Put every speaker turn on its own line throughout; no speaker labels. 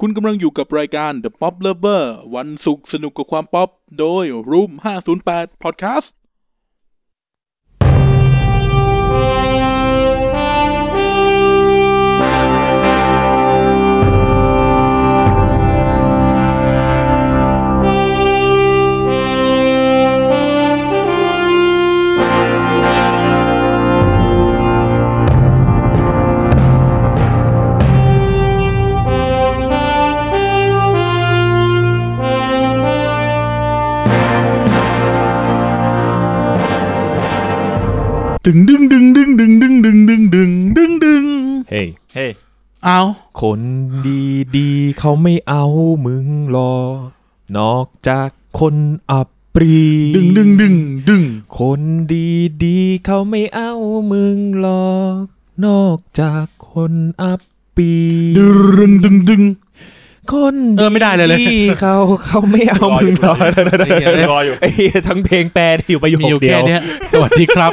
คุณกำลังอยู่กับรายการ The Pop Lover วันศุกร์สนุกกับความป๊อป โดย Room 508 Podcast ดึงดึงดึงดึงดึงดึงดึงดึงดึงดึงดึง
เฮ้ย
เฮ้ย
เอา
คนดีดีๆเขาไม่เอามึงหรอกนอกจากคนอับปรี
ดึงดึงดึงดึง
คนดีดีๆเขาไม่เอามึงหรอกนอกจากคนอับปรี
ดึงดึงดึงดึง
คน
เออไม่ได้เลยเลย
ๆเขาเขาไม่เอามึงหรอก
รออยู่
ไอ้เหี้ยทั้งเพลงแปลได้อยู่ประโยค
มีอยู่
เดีย
แค่
ว
เนี้ยสวัสดีครับ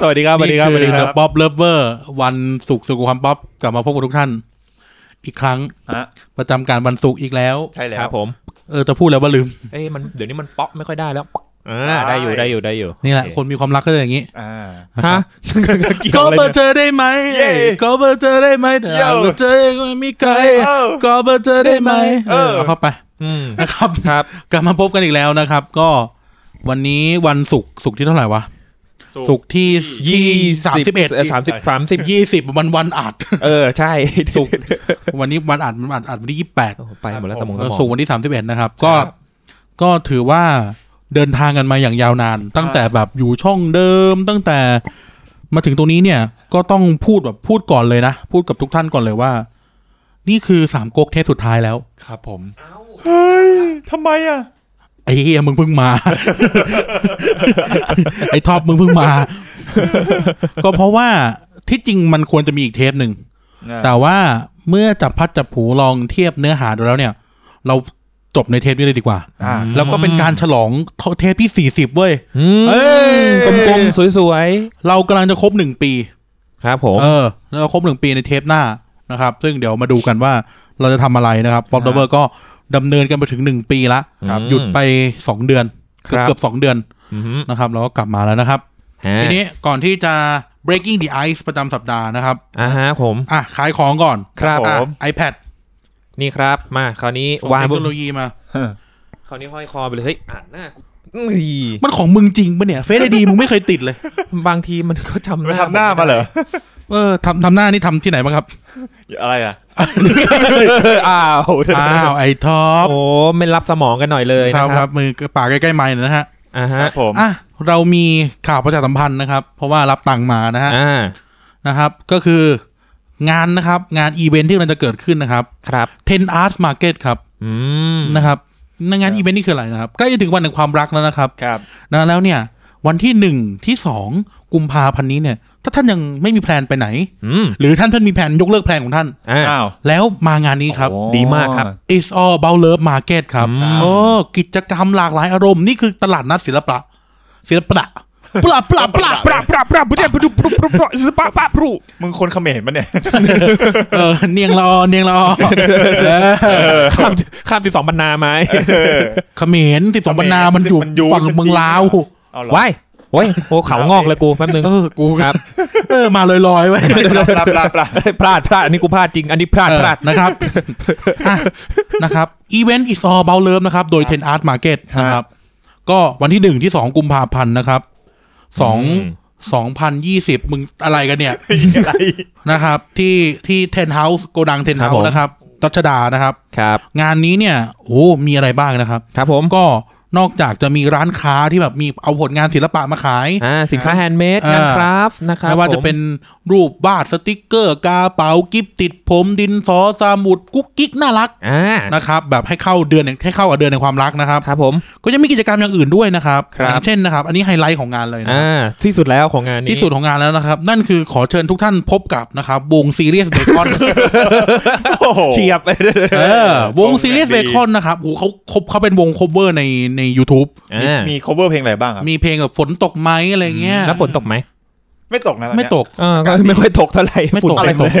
สวัสดีครับสวัสดีครับสวัสดี
นี่
ค
คือ
รับ
The Pop Lover วันศุกร์สนุกกับความป๊อป กลับมาพบกับทุกท่าน อีกครั้ง
ฮะ
ประจำการวันศุกร์อีกแล้ว
ใช่แล้ว
ครับผม
เออจะพูดแล้วว่าลืม
เอ้ยมันเดี๋ยวนี้มันป๊อปไม่ค่อยได้แล้วอ่าได้อยู่ได้อยู่ได้อยู่
นี่แหละคนมีความรักก็จะอย่างนี้
อ่า
ฮะ
ก็เบอร์เธอได้ไหม
เย้
ก็เบอร์เธอได้ไหมเดี๋ยว
เย้
เบอร์เธอยังไม่มีใคร
เออ
ก็เบอร์เธอได้ไหม
เออ
เอาเข้าไป
อืม
นะครับ
ครับ
กลับมาพบกันอีกแล้วนะครับ ก็วันนี้วันศุกร์ศุกร์ที่เท่าไหร่วะศุกร์ที่
ยี่
สามสิบเอ็ด
สามสิบสามสิบยี่
ยี่สิบวันวันอัด
เออ ใช่
สุก วันนี้วันอัดมันอัดอัดวันที่ยี่แปด
โอ้โหไปหมดแล้วสมองสม
ศุ
อก ง
ร์วันที่สามสิบเอ็ดนะครับ ก็
ครับ
ก็ถือว่าเดินทางกันมาอย่างยาวนาน ตั้งแต่แบบอยู่ช่องเดิมตั้งแต่มาถึงตรงนี้เนี่ย ก็ต้องพูดแบบพูดก่อนเลยนะ พูดกับทุกท่านก่อนเลยว่า นี่คือสามก๊กเทปสุดท้ายแล้ว
ครับผม เฮ้ยทำไมอ่ะ
ไอ้เฮียมึงเพิ่งมา ไอ้ท็อปมึงเพิ่งมา ก็เพราะว่าที่จริงมันควรจะมีอีกเทปหนึ่ง แต่ว่าเมื่อจับพัดจับผูลองเทียบเนื้อหาดูแล้วเนี่ย เราจบในเทปนี้เลยดีกว่า
อ่า
แล้วก็เป็นการฉลองเทปที่ 40 เว้ย
อืม
เอ้ย
กลมๆ สวย
เรากำลังจะครบหนึ่งปี
ๆ ครับผม
เออแล้วก็ครบหนึ่งปีในเทปหน้านะครับ ซึ่งเดี๋ยวมาดูกันว่าเราจะทำอะไรนะครับป๊อปดับเบิลก็ดำเนินกันไปถึงหนึ่งปีละ
ครับ
หยุดไปสองเดือนเกือบเกือบสองเดือน
อืม
นะครับแล้วก็กลับมาแล้วนะครับ
ฮะ
ทีนี้ก่อนที่จะ breaking the ice ประจำสัปดาห์นะครับ
อ่าฮะผม
อ่ะ ขายของก่อน
ครับ
อ่ะ
ผม
iPad
นี่ครับ มา คราวนี้
ส่ง
วาง
เทค
บ
โน
น
โลยีมา
คราวนี้ห้อยคอไปเลย เฮ้ย อ่านหน้ากูอุ้ย
มันของมึงจริงปะเนี่ย Face ID มึงไม่เคยติดเลย
บางทีมันก็จำห
ไป
น้า
ทำหน้ามาเหรอ
เออทำทำหน้านี่ทำที่ไหนบ้างครับ
อะไรอ่ะ
เอออ้าว
อ้าว ไอ้ท็อป
โอ้ไม่รับสมองกันหน่อยเลย
ครั
นะ
บ
ค
ค
รั
รั
บบ
มือปากใกล้ๆไม้นะฮะ
อ่า
ค
ฮะ
รับผม
อ่ะ เรามีข่าวประชาสัมพันธ์นะครับ เพราะว่ารับตังค์มานะฮะ
อ่า
นะครับ ก็คืองานนะครับ งานอีเวนท์ที่มันจะเกิดขึ้นนะครับ
ครับ
10 Arts Market ครับ
อืม
นะครับงาน
ครับ
อีเวนท์นี่คืออะไรนะครับใกล้จะถึงวันแห่งความรักแล้วนะครับ
ครับ
นะแล้วเนี่ย วันที่หนึ่งที่สองกุมภาพันธ์นี้เนี่ย ถ้าท่านยังไม่มีแพลนไปไหน
อืม
หรือท่านท่านมีแผนยกเลิกแพลนของท่าน
อ่า
อ้าว
แล้วมางานนี้ครับ
โอ้
ดีมากครับ
It's all about love market ครับ
อืม
เออกิจกรรมหลากหลายอารมณ์ นี่คือตลาดนัดศิลปะ ศิลปะปลาปลาปลาปลา
ปราบปราบผู้ชายผู้ชายผู้ชายผู้ชายปราบปราบผู้
มึงคนเขมรปะเนี่ย
เออเนียงละออเนียงละออเออ
ข้ามข้ามสิบสองบรรนาไหม
เขมรติดสองบรรณามันอ
เข
ยู่
มรมันอยู่
ฝั่งเมืองลาว
เอาเหรอ
ว้ายโว้ยโอ้เขางอกเลยกูแป๊บนึง
เออกู
ครับ
เออมาลอยๆไว้
ปลาปลาปลา
พลาดพลาดอันนี้กูพลาดจริง อันนี้พลาด
เอ
พ
อ
ลาด
นะครับอ่ะนะครับอีเวนต์อิสอเบลเลิฟนะครับ โดย Ten Art Market
ฮะ
นะครับ ก็วันที่หนึ่งที่สองกุมภาพันธ์นะครับสอง
อืม
สองพันยี่สิบมึงอะไรกันเนี่ย
อะไร
นะครับ ที่ที่ Ten House โกดัง Ten
ครับผม
House นะครับรัชดานะครับ
ครับ
งานนี้เนี่ยโอ้มีอะไรบ้างนะครับ
ครับผม
ก็นอกจากจะมีร้านค้าที่แบบมีเอาผลงานศิลปะมาขาย
อ่าสินค้าแฮนด์เมด
เออ
งานคราฟต์นะครับ
ไม่ว่าจะเป็นรูปวาดสติกเกอร์กาเป๋ากิฟติดผมดินสอสมุดกุ๊กกิ๊กน่ารัก
ผมอ่า
นะครับแบบให้เข้าเดือนให้เข้ากับเดือนในความรักนะครับ
ครับผม
ก็ยังมีกิจกรรมอย่างอื่นด้วยนะครับ
ครับ
อย่างเช่นนะครับ อันนี้ไฮไลท์ของงานเลยนะ
อ่าที่สุดแล้วของงานนี้
ที่สุดของงานแล้วนะครับ นั่นคือขอเชิญทุกท่านพบกับนะครับ วงซีเรียสเบคอน
โอ้โห
เฉียบ
เออวงซีเรียส
ดี
เบคอนนะครับโอ้โหเขาเขาเขาเป็นวงคเวอร์ในใน u t u b e
อ่า
มี cover เพลงอะไรบ้างครับ
มีเพลงแบบฝนตกไหมอะไรเงี้ย
แล้วฝนตกไหม
ไม่ตกนะอนเนี้ย
ไม่ตก
อ่าก็ไม่ค่อยตกเท่าไหร่
ไม่ตก
ฝุ่นเต็ม
ไม่ตก
เลย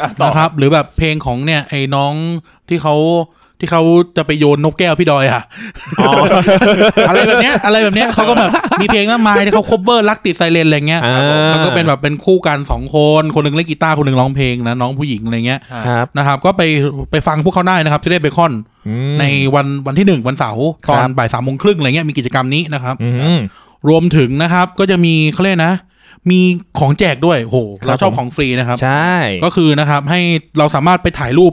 อ่ะต่อ
นะครับ หรือแบบเพลงของเนี่ยไอ้น้องที่เขาที่เขาจะไปโยนนกแก้วพี่ดอยอะ
อ๋อ
อะไรแบบเนี้ยอะไรแบบเนี้ยเขาก็แบบมีเพลงมากมายที่เขาคบเบอร์รักติดไซเรนอะไรเงี้ย
อ่า
เขาก็เป็นแบบเป็นคู่กันสองคน คนหนึ่งเล่นกีตาร์คนหนึ่งร้องเพลงนะน้องผู้หญิงอะไรเงี้ย
ครับ
นะครับ ก็ไปไปฟังพวกเขาได้นะครับจะได้เบคอน
อืม
ในวันวันที่หนึ่งวันเสาร์ตอน
ครับ
บ่ายสามโมงครึ่งอะไรเงี้ยมีกิจกรรมนี้นะครับ
อืม
รวมถึงนะครับก็จะมีเขาเรียกนะ มีของแจกด้วยโห
ครับ
เราชอบของฟรีนะครับ
ใช่
ก็คือนะครับให้เราสามารถไปถ่ายรูป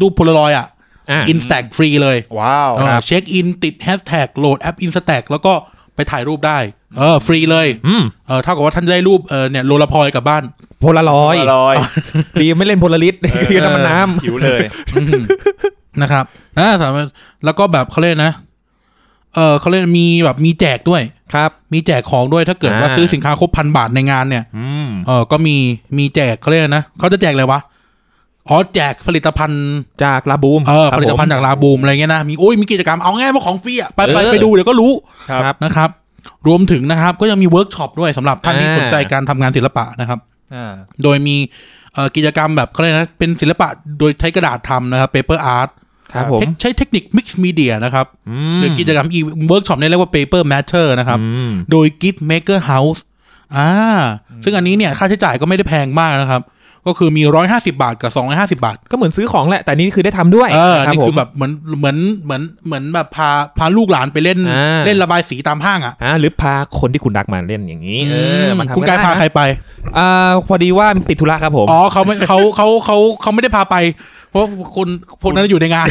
รูปโพลารอยอ่ะ
อ่ะ
อินสแต็กฟรีเลย
ว้าว
เออเช็คอินติดแฮชแท็กโหลดแอปอินสแต็กแล้วก็ไปถ่ายรูปได้ เออ ฟรีเลย
อืม
เออเท่ากับว่าท่านจะได้รูปเออเนี่ยโลละพอยกลับบ้าน
โพลารอยด์
ลอย
ดีไม่เล่นโพลาริส
เออ
คือน้ำมันน้
หิวเลย
นะครับอ่าสามารถแล้วก็แบบเขาเรียกนะ เออเขาเรียกมีแบบมีแจกด้วย
ำครับ
มีแจกของด้วยถ้าเกิดว่า
อ่า
ซื้อสินค้าครบพันบาทในงานเนี่ย
อืม
เออก็มีมีแจกเขาเรียกนะเขาจะแจกอะไรวะอ๋อแจกผลิตภัณฑ์
จากลาบูม
เออ
ครับ
ผลิตภัณ
ผ
ฑ์
ม
จากลาบูมอะไรเงี้ยนะมีโอ้ยมีกิจกรรมเอาง่ายว่าของฟรีอ่ะไปไป
เออ
ไปดูเดี๋ยวก็รู้
ครับ
ครับ
นะครับ รวมถึงนะครับ ก็ยังมีเวิร์กช็อปด้วยสำหรับท่านที่
อ่า
สนใจการทำงานศิลปะนะครับ
อ่า
โดยมีเอ่อกิจกรรมแบบเขาเรียกนะเป็นศิลปะโดยใช้กระดาษทำนะครับ paper art
ครับผม
เทคใช้เทคนิค mix media นะครับ
อื
หรือกิจกรรมอีเวิร์กช็อปเนี่ยเรียกว่า paper matter นะครับ
อืม
โดย gift maker house อ่าซึ่งอันนี้เนี่ยค่าใช้จ่ายก็ไม่ได้แพงมากนะครับ ก็คือมี 150 บาทกับ 250 บาท
ก็เหมือนซื้อของแหละ แต่นี่คือได้ทำด้วย
เออ
รับ
นี่คื
ผ
อ
ม
แบบเหมือนเหมือนเหมือนเหมือนแบบพาพาลูกหลานไปเล่น
อ่า
เล่นระบายสีตามห้างอ่ะ
อ่าหรือพาคนที่คุณรักมาเล่นอย่างนี้ เออมันทำ
คุณกาย
ได้
พา
นะ
ใครไป
อ่าพอดีว่ามันติดธุระครับผม
อ๋อเขาไม่เขาเขาเขาเขาไม่ได้พาไป เพราะคนพวกนั้นอยู่ในงาน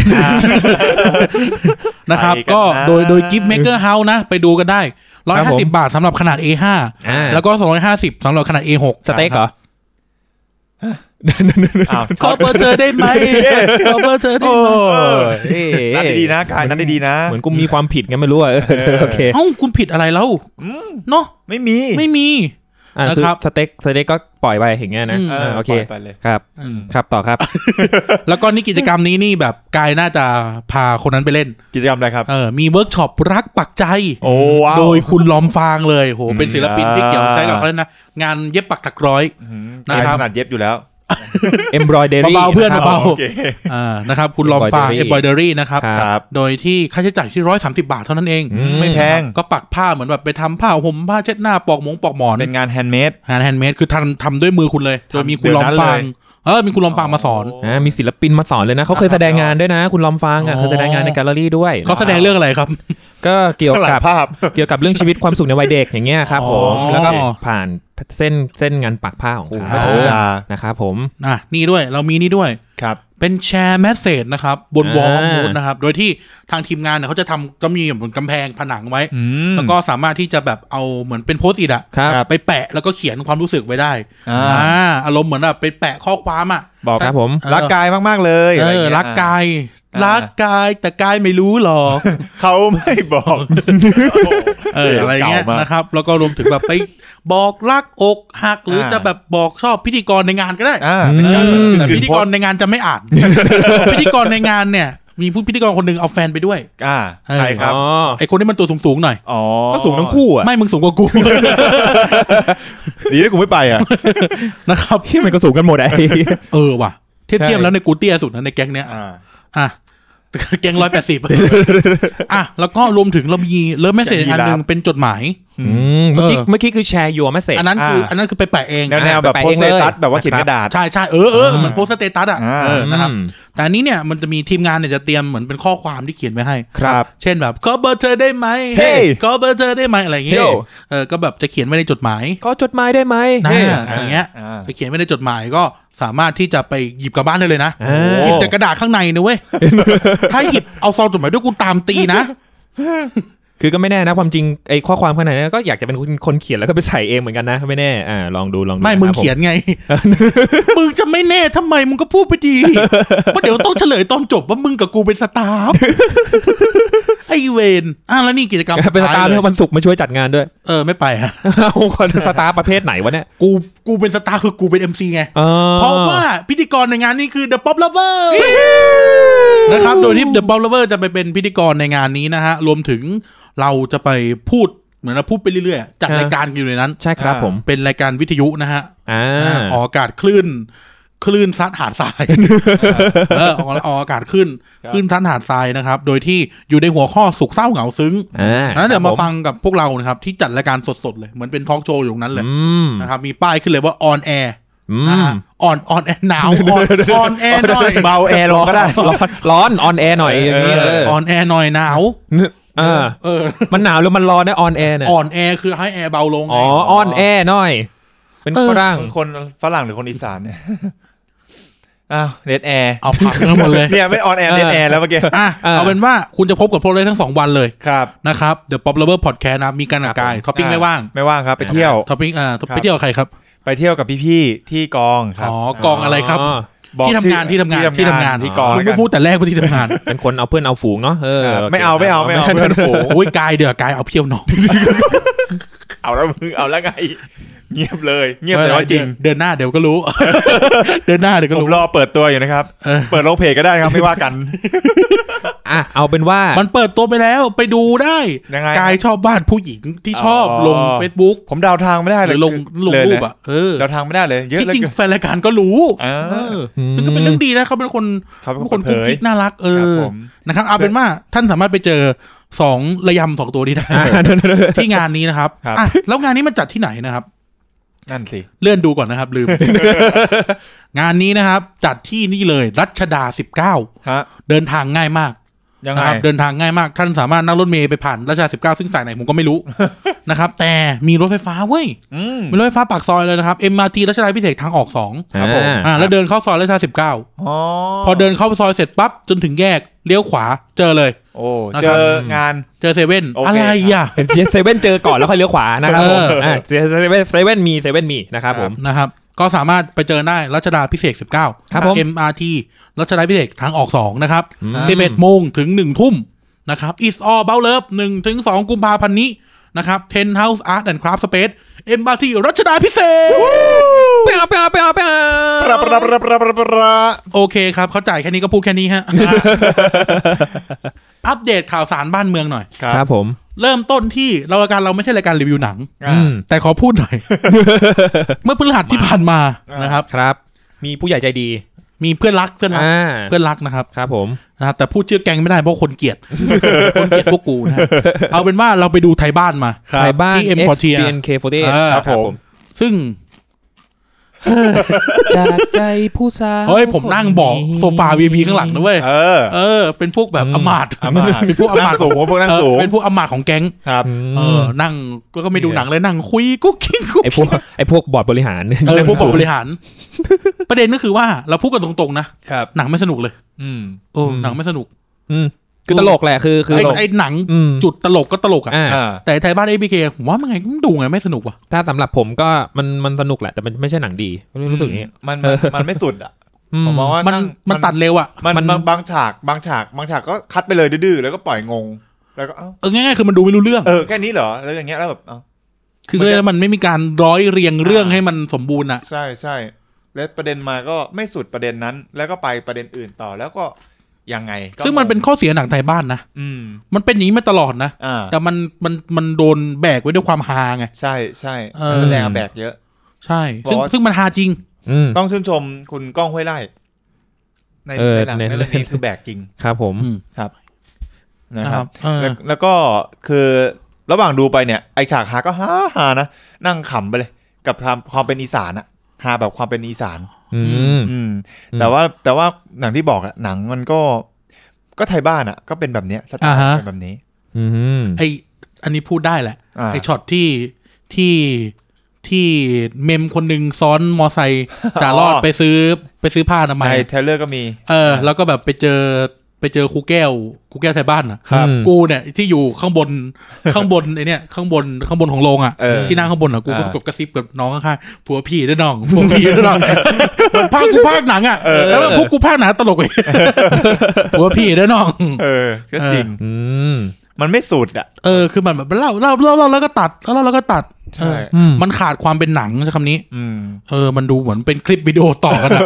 นะครับ
ไปกัน
ก็
นะ
โดยโดยกิฟต์เมกเกอร์เฮาส์นะ ไปดูกันได้ร้อย
ครับ
ห้า
ผม
สิบาทสำหรับขนาด A5
อ่า
แล้วก็สองร้อยห้าสิบสำหรับขนาด A6
สเต็กเหรอ
อ้าว
ขอเบอร์เจอได้ไหมขอเบอร์เจอได้ไหม
เออ
นั่นดีๆนะกายนั่นดีๆนะ
เหมือนกูมีความผิดไงไม่รู้อะเออโอเค
เอ้าคุณผิดอะไรแล้ว
อืม
เนาะ
ไม่มี
ไม่มี
อ่าคือ
นะครับ
สเต็กสเต็กก็ปล่อยไปอย่างเงี้ยนะ
อืม
อ่าโอเค
ปล่อยไปเลย
ครับ
อืม
ครับต่อครับ
แล้วก็นี่กิจกรรมนี้นี่แบบกายน่าจะพาคนนั้นไปเล่น
กิจกรรมอะไรครับ
เออมีเวิร์กช็อปรักปักใจ
โอ้ว้าว
โดยคุณลอมฟางเลยโหเป็นศิลปินที่เกี่ยวใช้กับเขาเลยนะ งานเย็บปักถักร้อย
อืม
นะครับ
ขนาดเย็บอยู่แล้ว
embroidery
เบาๆเพื่อน
นะค
เบา
รับ
โอเค
อ่านะครับ คุณลอมฟาง
Embroidery
เอ็มบอยเดอรี่นะครับ
ครั
ครับ
โดยที่ค่าใช้จ่ายที่ร้อยสามสิบาทเท่านั้นเอง
อืม
ไม่แพง
ก็ปักผ้าเหมือนแบบไปทำผ้าห่มผ้าเช็ดหน้าปอกหมงปอกหมอน
เป็นงานแฮนด์เมด
งานแฮนด์เมดคือทำทำด้วยมือคุณเลยโดยมีคุณลอมฟาง
เดี๋ยวนั้นเลย
เออมีคุณลอมฟางมาสอน
อ่ามีศิลปินมาสอนเลยนะเขาเคยแสดงงานด้วยนะ คุณลอมฟางอ่ะ
อ๋อ
เคยแสดงงานในแกลเลอรี่ด้วย
เขาแสดงเรื่องอะไรครับ
ก็เกี่ยว
ข้างหลั
กั
ง
บ
ภาพ
เกี่ยวกับเรื่องชีวิตความสุขในวัยเด็กอย่างเงี้ยครับผม
อ๋อ
แล้วก็ผ่านเส้นเส้นงานปักผ้าของเขา
โอ้โห
นะครับผม
อ่ะนี่ด้วยเรามีนี่ด้วย
ครับ
เป็นแชร์แมสเซจนะครับ บนวอล
อ่า
มูนนะครับ โดยที่ทางทีมงานเนี่ยเขาจะทำจะมีเหมือนกำแพงผนังไว้
อืม
แล้วก็สามารถที่จะแบบเอาเหมือนเป็นโพสต์อิดอะ
ครับ
ครับ
ไปแปะแล้วก็เขียนความรู้สึกไว้ได้
อ่า
อารมณ์เหมือนแบบไปแปะข้อความอะ
บอก
ครับผม
เออ
รักกายมากๆเลยะ
เอ
ไอย่า
อ
งเงี้ย
รักกาย
อ่ารั
รักกายแต่กายไม่รู้หรอก
เขาไม่บอก
เอออะไรเงี้ย
ก่ามาก
นะครับ แล้วก็รวมถึงแบบไปบอกรักอกหักหรืออา จะแบบบอกชอบพิธีกรในงานก็ได้
อ่า
อืม
แต่พิธีกรในงานจะไม่อ่าน พิธีกรในงานเนี่ย มีผู้พิธีกรคนหนึ่งเอาแฟนไปด้วย
อ่า
เออ
ใครครับ
อ๋อ
ไอคนที่มันตัวสูงๆหน่อย
อ๋อ
ก็สูงทั้งคู่อ่ะ
ไม่มึงสูงกว่ากู
ดีนะกูไม่ไปอ่ะ
นะครับ
ที่มันก็สูงกันหมดไอ้
เออว่ะเทียบ
ใช่
เทียบแล้วในกูเตี้ยสุดนะในแก๊งเนี้ย
อ่า
อ่ะ แก๊งร้อยแปด สิบอ่ะ แล้วก็รวมถึงเรามีเลิฟแมสเซจ
แก๊งยี
อัน
ราฟ
หนึ่งเป็นจดหมาย
อืมเมื่อกี้
เออ
เมื่อกี้คือแชร์ your message
อันนั้นคือ
อ่า
อันนั้นคือไปแปะเอง
แนวแนวๆแบบ
ไป
โพส
เอง
เต
เลย
ตัสแบบว่าเขียน
นะค
ก
รับ
ระดาษ
ใช่ใช่เออเออเหมือนโพสต์สเตตัสอ่ะ
อ่า
เออนะครับ
อืม
แต่อันนี้เนี่ยมันจะมีทีมงานเนี่ยจะเตรียมเหมือนเป็นข้อความที่เขียนไว้ให้
ครับ
เช่นแบบขอเบอร์เธอได้ไหม
เฮ้ย
ขอเบอร์เธอได้ไหมอะไรอย่างเงี้
เฮ้
ย
ย
เออก็แบบจะเขียนไว้ในจดหมาย
ก็จดหมายได้ไหม
นะ
เฮ้ย
อย่างเงี้ย
อ่า
ไปเขียนไว้ในจดหมายก็สามารถที่จะไปหยิบกลับบ้านได้เลยนะ
อ่า
หยิบแต่กระดาษข้างในนะเว้ย ถ้าหยิบเอาซองจดหมายด้วยกูตามตีนะ
คือก็ไม่แน่นะความจริงไอ้ข้อความข้างในนั้นก็อยากจะเป็นคนเขียนแล้วก็ไปใส่เองเหมือนกันนะไม่แน่อ่าลองดูลองดู
ไม่มึง
ครับผ
เขียน ไง มึงจะไม่แน่ทำไมมึงก็พูดไป ดีว่าะเดี๋ยวต้องเฉลยตอนจบว่ามึงกับกูเป็นสตา ฟไอเวนอ่ะแล้วนี่กิจกรรม
เป็นสตาร์
เล
เพื่
ย
อวันศุกร์มาช่วยจัดงานด้วย
เออไม่ไปฮะ
เอาคนสตาร์ประเภทไหนวะเนี่ย
กูกูเป็นสตาฟคือกูเป็นเอ็มซีไง เพราะว่าพิธีกรในงานนี้คือ The Pop Lover นะครับ โดยที่ The Pop Lover จะไปเป็นพิธีกรในงานนี้นะฮะ รวมถึงเราจะไปพูด เหมือนเราพูดไปเรื่อยๆอะจัด
อ่าร
รายการอยู่ในนั้น
ใช่ครับผม
เป็นรายการวิทยุนะฮะ
อ่า
อ่าออกอากาศคลื่น คลื่นซัดหาดทรายเออออกออกอากาศคลื่น
ครับ
คลื่นซัดหาดทรายนะครับ โดยที่อยู่ในหัวข้อสุขเศร้าเหงาซึ้ง
อ่า
นั้นเดี๋ยวมาฟังกับพวกเรานะครับ ที่จัดรายการสดๆเลยเหมือนเป็นทอล์กโชว์อยู่ตรงนั้นเลย
อืม
นะครับ มีป้ายขึ้นเลยว่าออนแอร์
อื
นะ
ม
ฮะออนออนแอร์หนาวออนแอร์หน่อย
เบาแอร์ลงก็ได้
ร้อนร้อนออนแอร์หน่อยอย่างนี้เออ
ออนแอร์หน่อยหนาว
เออ
เออ
มันหนาวหรือมันร้อนนะออนแอร์เนี่ย
อ่อนแอคือให้แอร์เบาลงไง
อ๋อออนแอร์หน่อย เป็น
เออ
ฝรั่ง
คนฝรั่งหรือคนอีสานเนี่ย อ้าวเน็ตแอร์
เอาผักทั้งหมดเลย
เนี่ยไม่ออนแอร์เน็ตแอร์แล้วเมื่อกี้
อ่ะเอาเป็นว่าคุณจะพบกับพวกเราได้ทั้งสองวันเลย
ครับ
นะครับ The Pop Lover Podcast นะครับมีการออกกำลังกายท็อปปิ้ง
อ่า
ไม่ว่าง
ไม่ว่างครับไปเที่ยว
ท็อปปิ้งอ่า
ครับ
ไปเที่ยวกับใครครับ
ไปเที่ยวกับพี่ๆที่กองครับ
อ๋อกองอะไรครับ
บอก
ที่ทำงานที่ทำงานที่ทำงาน
ที่กอง
คุณ
แล้วกั
ไม่
น
พูดแต่แรกว่าที่ทำงาน
เป็นคนเอาเพื่อนเอาฝูงเนาะเออ
ครับ
โค
ไม่เอาไม่เอาไม่เอาเพื่อนฝูง
โอ้ยกายเดือกายเอาเพียวน้อง
เอาแล้วมึงเอาแล้วไง เงียบเลยเงียบแต่ว่าจริง
เดือนหน้าเดี๋ยวก็รู้ เดือนหน้าเดี๋ยวก็
ผม
รู้
รอเปิดตัวอยู่นะครับ
เออ
เปิดโลงเพจก็ได้นะครับไม่ว่ากัน
อ่ะเอาเป็นว่า
มันเปิดตัวไปแล้วไปดูได้
ยังไง
กายชอบบ้านผู้หญิงที่ชอบ
อ๋อ
ลง Facebook
ผมเดาทางไม่ได้
ห
เล
รื
ย
อลงลง
เยน
รูปอ่ะเออ
เดาทางไม่ได้เลย เยอะ
ที่
เหลย
จริงแฟนรายการก็รู้
อ่า
เออซึ่งก็เป็นเรื่องดีนะเขาเป็นคน
เขาเป็น
เป็น
ค
คน น
เผ
กุ๊ก
ย
กิ๊กน่ารักเอ
ครับ
อ
ผม
นะครับเอาเป็นว่าท่านสามารถไปเจอสองระยำสองตัวนี้ได้
อ่ะเดี๋ยวๆๆ
ที่งานนี้นะครับ
ครับ
อ่ะแล้วงานนี้มันจัดที่ไหนนะครับ
นั่นสิ
เลื่อนดูก่อนนะครับ ลืม งานนี้นะครับ จัดที่นี่เลยรัชดาสิบเก้า
ฮะ
เดินทางง่ายมาก
ยังไง
นะครับ เดินทางง่ายมาก ท่านสามารถนั่งรถเมล์ไปผ่านรัชดาสิบเก้าซึ่งสายไหนผมก็ ไม่รู้ นะครับ แต่มีรถไฟฟ้าเว้ย
อืม
มีรถไฟฟ้าปากซอยเลยนะครับ MRT รัชดาพิเศษกทางออกสอง
ครับผม
อ่าแล้วเดินเข้าซอยรัชดาสิบเก้า
อ๋อ
พอเดินเข้าซอยเสร็จปั๊บ จนถึงแยกเลี้ยวขวาเจอเลย
โอ้
นะครับ
เจองาน
เจอเซเว่น
โอเค
อะไรอ่ะ
เซเว่นเจอก่อนแล้วค่อยเลี้ยวขวานะครับผม
เอออ่
ะเซเว่นเซเว่นมีเซเว่นมีนะครับผม
นะครับ ก็สามารถไปเจอได้รัชดาพิเศษ 19
ครับผม
MRT รัชดาพิเศษกทางออก 2 นะครับ
อืม
11โมงถึง 1 ทุ่มนะครับ is all about love 1ถึง2กุมภาพันธ์นี้นะครับ Ten House Art and Craft Space MRT รัชดาพิเศษก
ไปเอาไปเอาไปเอาไปเอา
ปรับปรับปรับปรับปรับปรับ
โอเคครับ เข้าใจแค่นี้ก็พูดแค่นี้ฮะ อัปเดตข่าวสารบ้านเมืองหน่อย
ครับผม
เริ่มต้นที่เรารายการเราไม่ใช่รายการรีวิวหนัง
อืม
แต่ขอพูดหน่อย เมื่อพฤหัสที่ผ่านมา
อ่าน
นะครับ
ครับ มีผู้ใหญ่ใจดี
มีเพื่อนรักเพื่อนรัก
อ่า
เพื่อนรักนะครับ
ครับผม
นะครับ แต่พูดชื่อแกงไม่ได้เพราะคนเกลียด คนเกลียดพวกกูนะฮะเอาเป็นว่าเราไปดูไทยบ้านมา
ครับ
ไทยบ้าน
ที่ M40
XBNK48
เออ
ครับผม
ซึ่ง
จากใจผู้สาว
เฮ้ยผมนั่งเบอกโซฟาวีพีข้างหลังนะเว้ย
เออ
เออ เป็นพวกแบบอำมาตย์
อำมาตย์
เป็นพวกอำมา
นั่
ต
ง
ย์
สูงพวกนั่ง
เออ
สูง
เป็นพวกอำมาตย์ของแก๊ง
ครับ
เออนั่งแล้วก็ไม่ดูหนังเลยนั่งคุยกุ๊กกิ๊กกุ๊ก
ไอพวกไอพวกบอร์ดบริหาร
เออพวกผู้บริหาร ประเด็นก็คือว่าเราพูดกันตรงๆนะครับ หนังไม่สนุกเลย
อืม
เออหนังไม่สนุก
อืมคือตลกแหละคือคือ
ไอ้
ตลก
ไอ้หนัง
อืม
จุดตลกก็ตลกอ่ะ
อ่า
อ่า
แต่ไทยบ้านเอพีเคผมว่ามันไงมันดูไงไม่สนุกว่ะ
ถ้าสำหรับผมก็มันมันสนุกแหละแต่มันไม่ใช่หนังดีรู้สึกอย่างเงี้ย
มันมันมันไม่สุดอ่ะ
อืม
ผมมองว่า
มัน
ง
มันตัดเร็วอ่ะ
มัน
มัน
บางบางฉากบางฉากบางฉากก็คัดไปเลยดื้อๆแล้วก็ปล่อยงง แล้วก็เอ้า
เออง่ายๆคือมันดูไม่รู้เรื่อง
เออแค่นี้เหรอแล้วอย่างเงี้ยแล้วแบบเอ้า
คือเลยแล้วมันไม่มีการร้อยเรียงเรื่องให้มันสมบูรณ์อ่ะ
ใช่ใช่และประเด็นมาก็ไม่สุดประเด็นนั้น แล้วก็ไปประเด็นอื่นต่อแล้วก็ยังไงก็
ซึ่งมันเป็นข้อเสียหนังไทยบ้านนะ
อืม
มันเป็นอย่างนี้มาตลอดนะ
อ่า
แต่มันมันมันโดนแบกไว้ด้วยความฮาไง
ใช่ใช่
เออ
นักแสดงแบกเยอะ
ใช่ซึ่ง
บอกว่า
ซึ่งมันฮาจริง
อืม
ต้องชื่นชมคุณก้องห้วยไร่ใน
เออ
ในหนัง
ใน
ในเรื่องนี้คือแบกจริง
ครับผม
อืม
นะ
นะ
ค
ค
รั
รั
บบ
เออ
แล้วแล้วก็คือระหว่างดูไปเนี่ยไอฉากฮาก็ฮาฮานะนั่งขำไปเลย กับความความเป็นอีสานอะฮาแบบความเป็นอีสาน
อืม
อืม
อืม
แต่ว่าแต่ว่าหนังที่บอกอะหนังมันก็ ก็ไทยบ้านอะก็เป็นแบบเนี้ยสไตล์เป็นแบบนี้
อืม
ไออันนี้พูดได้แหละ
า
ไอช็อตที่ที่ที่เมมคนหนึ่งซ้อนมอไซค์จ่ารอด
อ๋อ
ไปซื้อไปซื้อผ้าอนามั
ใน
ย
เทรลเลอร์ก็มี
เออแล้วก็แบบไปเจอไปเจอครูแก้วครูแก้วไทยบ้านอ่ะ
ครับ
อืม
กูเนี่ยที่อยู่ข้างบน ข้างบนไอเนี่ยข้างบนข้างบนของโรงอ่ะ
เออ
ที่นั่งข้างบนอ่ะกูก็
อ่า
แบบกระซิบกับน้องข้างๆผัวพี่ด้วยน้องผัวพี่ด้วยน้อง มันภาคกูภาค หนังอ่ะแล้วพวกกูภาคหนังตลก เลย ผัวพี่ด้วยน้อง
เออ ก็จริง
อืม
มันไม่สุดอ่ะ
เออคือมันแบบเล่าเล่าเล่าเล่าแล้วก็ตัดเล่าแล้วก็ตัด
ใช่
เออมันขาดความเป็นหนังใช้คำนี้
อืม
เออ มันดูเหมือนเป็นคลิปวิดีโอต่อกันอะ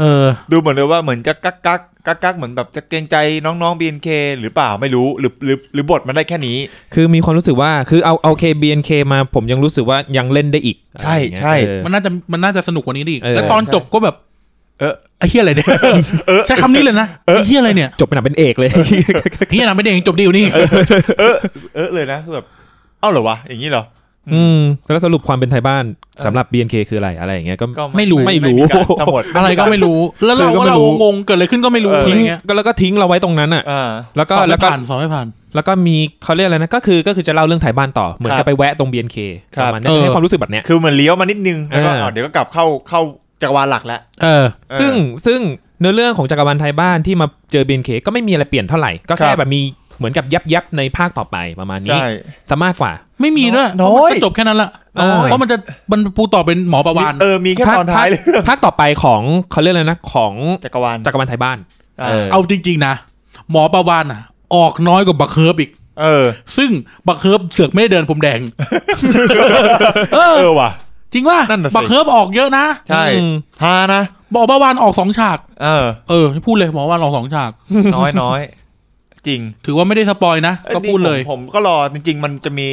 เออ
ดูเหมือนเลยว่าเหมือนจะกักกักกักกักเหมือนแบบจะเกรงใจน้องๆ BNK หรือเปล่าไม่รู้หรือหรือหรือบทมันได้แค่นี้
คือมีความรู้สึกว่าคือเอาเอา KBNK มาผมยังรู้สึกว่ายังเล่นได้อีก
ใช่
อะไรอย่างเงี้ย
ใช่
เออ
มันน่าจะมันน่าจะสนุกกว่านี้ได้อีก
เออ
แล้วตอนจบก็แบบ เออไอ้เฮียอะไรเนี่ยใช้คำนี้เลยนะไอ้เฮียอะไรเนี่ย
จบเป็นหนังเป็นเอกเลย
เฮียนะไม่ได้เองจบดีอยู่นี่
เออเลยนะคือแบบเอ้าเหรอวะอย่างนี้เหรอ
อืมแล้วสรุปความเป็นไทยบ้านสำหรับ BNK คืออะไรอะไรอย่างเงี้ยก็
ก็
ไม่รู้
การทั้งหมด
อะไรก็ไม่รู้ แล้วเรา
คือก็
ก็
ไม่
เรา
รู้
งงเกิดอะไรขึ้นก็ไม่รู้
ทิ้
ทิ้
ง
งเงี้ย
ก็แล้วก็ทิ้งเราไว้ตรงนั้นอ่ะ
อ่า
แล้ว
ส
ก็
อบ
แล้
ไม่
วก็
ผ่านสอบไม่ผ่าน
แล้วก็มีเขาเรียกอะไรนะก็คือก็คือจะเล่าเรื่องไทยบ้านต่อ เหมือน
ครับ
จะไปแวะตรง BNK
ครั
ป
บ
ระมาณนี้
เออ
จะให้ความรู้สึกแบบเนี้ย
คือเหมือนเลี้ยวมานิดนึงแล้ว
เอออ่
ก็ะเดี๋ยวก็กลับเข้าเข้าจักรวาลหลักแล้ว
เออ
เออ
ซึ่งซึ่งเนื้อเรื่องของจักรวาลไทยบ้านที่มาเจอ BNK ก็ไม่มีอะไรเปลี่ยนเท่าไหร่ ก็
ค
แค่
รับ
แบบมีเหมือนกับยับยับๆในภาคต่อไปประมาณนี้
ใช่
ซะมากกว่า
ไม่มีด้วย
น้อย
เพราะมันก็จบแค่นั้นละ
น้อย
เพราะมันจะมันปูต่อเป็นหมอประวาน
เออมีแค่ตอนท้ายเลย
ภาคต่อไปของเขาเรียกอะไรนะของ
จักรวาล
จักรวาลไทยบ้าน
อ่า
เออ
เอาจริง ๆ นะ หมอประวานอ่ะ ออกน้อยกว่าบักเฮิร์บอีก
เออ
ซึ่งบักเฮิร์บเสือกไม่ได้เดินผมแดง
เออว่ะ
จริงว่า
นั่นน่ะสิ
บักเฮิร์บออกเยอะนะ
ใช่
อืม
ฮานะ
หมอประวานออกสองฉาก
เออ
เออนี่พูดเลยหมอประวานออกสองฉาก
น้อยน้อยจริง
ถือว่าไม่ได้สปอยนะ ก็
อ้ยนี่
พูดเลย
ผมผมก็รอจริง ๆ มันจะมี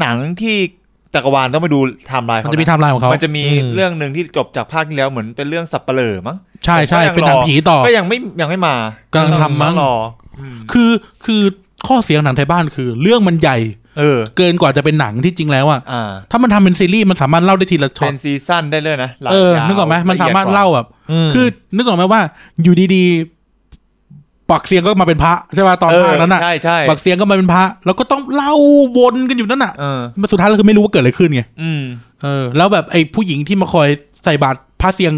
หนังที่จักรวาลต้องไปดูไทม์ไลน์
มัน
เขา
จะมีไท
นะ
ม์ไลน์ของเขาม
มันจะมี
อืม
เรื่องหนึ่งที่จบจากภาคที่แล้วเหมือนเป็นเรื่องสับเปะเหร่อมั้ง
ใช่ใช่
ผมก็ยัง
เป็น
รอ
หนังผีต่อ
ก็ยังไม่ยังไม่มาก
ำลังทำมั้ง
รอ
คือคือข้อเสียของหนังไทยบ้านคือ เรื่องมันใหญ่
เออ
เกินกว่าจะเป็นหนังที่จริงแล้วอะ
อ่า
ถ้ามันทำเป็นซีรีส์มันสามารถเล่าได้ทีละช็อต
เป็นซีซั่นได้เลยนะหลาย
เออย
าว
นึกออกไหมมันสามารถเล่าแบบ
ม
คือนึกออกไหมว่า อยู่ดีๆปักเสียงก็มาเป็นพระใช่ป่ะตอน
เ
ภาคนั้นอะ
ใช่ใช่
ปักเสียงก็มาเป็นพระแล้วก็ต้องเล่าวนกันอยู่นั่นอะ
เออ
สุดท้ายเราคือไม่รู้ว่าเกิดอะไรขึ้นไง
อืม
เออแล้วแบบไอ้ผู้หญิงที่มาคอยใส่บาตรพระเสียง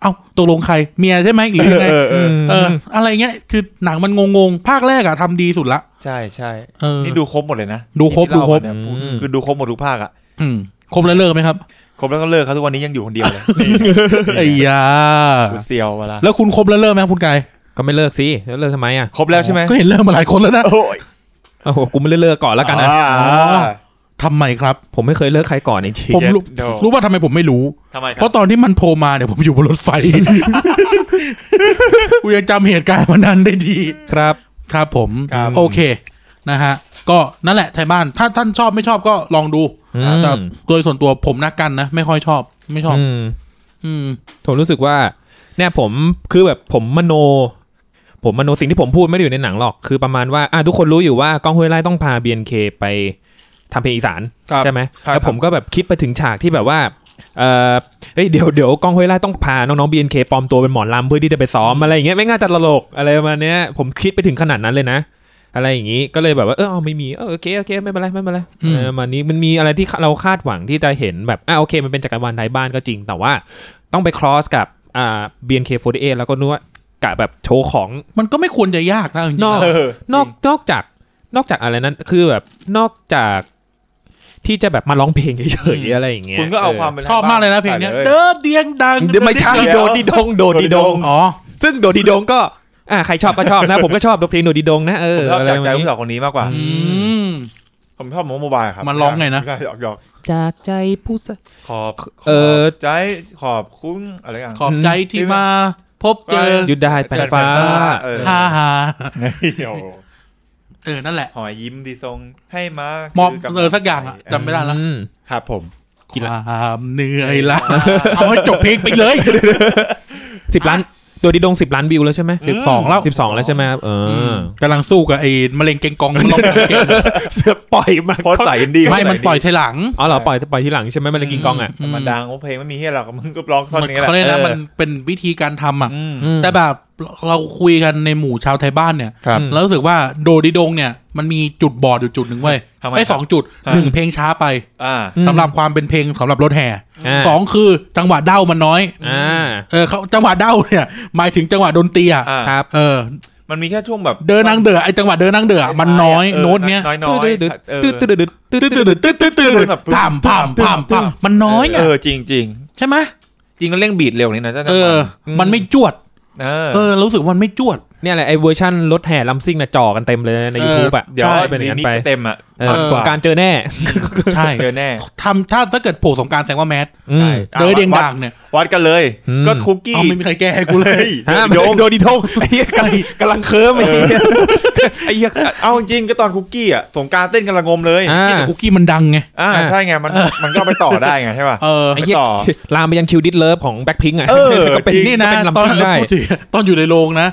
เอ้าตกลงใครเมียใช่ไหมหรือยังไง
เออเออ
เออ อะไรเงี้ยคือหนังมันงงๆ ภาคแรกอะทำดีสุดละ
ใช่ใช่
เออ
นี่ดูครบหมดเลยนะ
ดูครบ
ที่เา
ดูครบ
เนี่ยพูด
อืม
คือดูครบหมดทุกภาคอะ
อืมครบแล้วเลิกไหม ครับ
ครบแล้วก็เลิกครับทุกวันนี้ยังอยู่คนเดียวเลย
ไอ้ยา
กูเซียวมาละ
แล้วคุณครบแล้วเลิกไหมครับคุณกาย
ก็ไม่เลิกสิแล้วเลิกทำไมอ่ะ
ครบแล้วใช่ไหม
ก็เห็นเลิกมาหลายคนแล้วนะ
โอ้ย
โอ้โหกูไม่ได้เลิกก่อนแล้วกันนะ
อ่า
ทำไมครับ
ผมไม่เคยเลิกใครก่อนจริง
ผมรู้
เดี๋ยว
รู้ว่าทำไมผมไม่รู้
ทำไมค
เพ
รับ
ราะตอนที่มันโทรมาเนี่ยผมอยู่บนรถไฟ กูยังจำเหตุการณ์วันนั้นได้ดี
ๆครับ
ครับผม
ครับ
โอเคนะฮะก็นั่นแหละไทยบ้านถ้าท่านชอบไม่ชอบก็ลองดู
อืม
แต่โดยส่วนตัวผมนักกันนะ ไม่ค่อยชอบ ไม่ชอบ
อืม
อืม
ผมรู้สึกว่าเนี่ยผมคือแบบผมมโน ผมมโนสิ่งที่ผมพูดไม่ได้อยู่ในหนังหรอก คือประมาณว่าอ่ะทุกคนรู้อยู่ว่ากล้องห้วยไร่ต้องพา BNK ไปทำเพลงอีสาน
ครับ
ใช่ไหม
ครับ
แล้วผมก็แบบคิดไปถึงฉากที่แบบว่าเออเฮ้ยเดี๋ยวเดี๋ยวกล้องห้วยไร่ต้องพาน้องๆ BNK ปลอมตัวเป็นหมอลำเพื่อที่จะไปซ้อมอะไรอย่างเงี้ยไม่ง่าจะตลกอะไรประมาณเนี้ยผมคิดไปถึงขนาดนั้นเลยนะ อะไรอย่างนี้ก็เลยแบบว่าเออเอาไม่มีเออโอเคโอเคไม่เป็นไรไม่เป็นไร
อืม
เออมานี้มันมีอะไรที่เราคาดหวังที่จะเห็นแบบอ่ะโอเค มันเป็นจักรวาลไทยบ้านก็จริงแต่ว่า ต้องไปครอสกับอ่า BNK48 แล้วก็นกวดกะแบบโชว์ของ
มันก็ไม่ควรจะยากนะจริงๆ
นอก
แล้ว
เออ
นอกนอกจากนอกจากอะไรนั้น คือแบบนอกจากที่จะแบบมาร้องเพลงเฉย
อืม
ๆอะไรอย่างเงี้ย
คุณก็เอาความป็น
ชอบมากเลยนะเพลงเนี้ย
ใส่
เด้อเดียงดัง
เดี๋ยวไม่ใช่
เดี๋ยว
โดดีดงโดดีดง
อ๋อ
ซึ่งโดดีดงก็อ่าใครชอบก็ชอบนะ ผมก็ชอบเพลงโดดีดงนะเอ
ผ
อ
มชอบ
อะไร
จาก
แบ
ใจ
บ
ผู้
นี้
สาวคนนี้มากกว่า
อื
อืม
ผมชอบโมโมบายครับ
มันร้องไงนะ
ม่ด้หยอกหยอก
จากใจผู้ส
ขอบ
เอ่อ
ขบใจขอบคุ้งอะไรอย่าง
ขอบใจที่มา พบเจอ
หยุดได้แผ่นฟ้า
เออ
ฮ่าฮ่า
เดี๋ยว
เออนั่นแหละ
หอยยิ้มดีทรงให้มา
หมอบ
คืบ
เออสักอย่างอะจำไม่ได้ละ
อืม
ครับผม
กินละ
ความเหนื่อยละเอาให้จบเพลงไปเลย
สิบล้านโดดีดงสิบล้านวิวแล้วใช่ไหม
สิบสองแล้ว
สิบสองแล้วใช่ไหมครับเอออก
ำลังสู้กับไอ้มะเร็งเกงกองมันร้องเพลงเก่ง
เสือปล่อยมา
เพราะใส่อินดี้
ไม่ มันปล่อยทีหลัง
อ๋อเหรอปล่อยปล่อยทีหลังใช่ไหมมันเลยกินกองอ่ะ
มันดังว่าเพลงไม่มีให้เราก็มึงก็ร้องท่อน
มัน
นี้แหละ
เขาเรียกนะ
เออ
มันเป็นวิธีการทำอ่ะ
อืม
อืม
แต่แบบเราคุยกันในหมู่ชาวไทยบ้านเนี่ย
ครับ
อืม
เรารู้สึกว่าโดดิดงเนี่ย มันมีจุดบอดอยู่จุดหนึ่งเว้ย
ทำไม
ไอ้
ครับ
สองจุด
ฮะ
หนึ่งเพลงช้าไป
อ่า
อืม
สำหรับความเป็นเพลงสำหรับรถแห่
อ่า
สองคือจังหวะเด้ามันน้อย
อ่า
เออเขาจังหวะเด้าเนี่ย หมายถึงจังหวะดนตรีอ่ะ
อ่า
ครับ
เออ
มันมีแค่ช่วงแบบ
เดินนางเดือไอ้จังหวะเดินนางเดือมันน้อย
ออ
โน้ตเนี้ย
น้อยน้อย
ตึ๊ด
เออ
ตึ๊ดตึ๊ดตึ๊ดตึ๊ด
ตื้
ตึ๊
อ
ด
ตื้อ
ตึ๊ด
ตื้อตื้อตื้อ
แบบ
พามพามพามพามมันน้อย
เอ
อ่ะ
อจริงจริง
ใช่ไหม
ๆจริงก็เร่งบีดเร็วนี่นะจ้า
เออ
อืม
มันไม่จวด
เออ
เออรู้สึกว่ามันไม่จวด
เนี่ยแหละไอ้เวอร์ชั่นรถแห่ลำซิ่งน่ะจ่อกันเต็มเลยนะใน YouTube อ่ะ
เดี๋ยว
ใช่เป็นอย่างนั้นไป
เต็มอ่ะ
เออ
เออ
สงกรารเจอแน่
ใช่
เจอแน่
ทำถ้าถ้าเกิดโผล่สงกรารแสดงว่าแมส
อืม
ใช่
เดยเดียงดังเนี่ย
วัดกันเลย
อืม
ก็คุกกี้
เอาไม่มีใครแก้ให้กูเลย
ฮะ
โยม
โดนดิทงไอ้เหี้ยกำลังกำลังเคิร์มไอ้เหี้ยไอ้เหี้ย
เอาจริงๆก็ตอนคุกกี้อ่ะสงกรารเต้นกันระงมเลย
อ่า
แต่คุกกี้มันดังไง
อ่า
อ่า
ใช่ไงมันมันก็เอาไปต่อได้ไงใช่ป่ะ
เออ
ไอ้เหี้ย
ต่อ
ลามไปยังคิวดิสเลิฟของแบ็คพิงอ่ะ
เออ
ก็เป็น
นี่นะ
ก็เป็
ต
ลำ
อน
ซิ่งได้
พูดสิ ตอนอยู่ในโรงนะ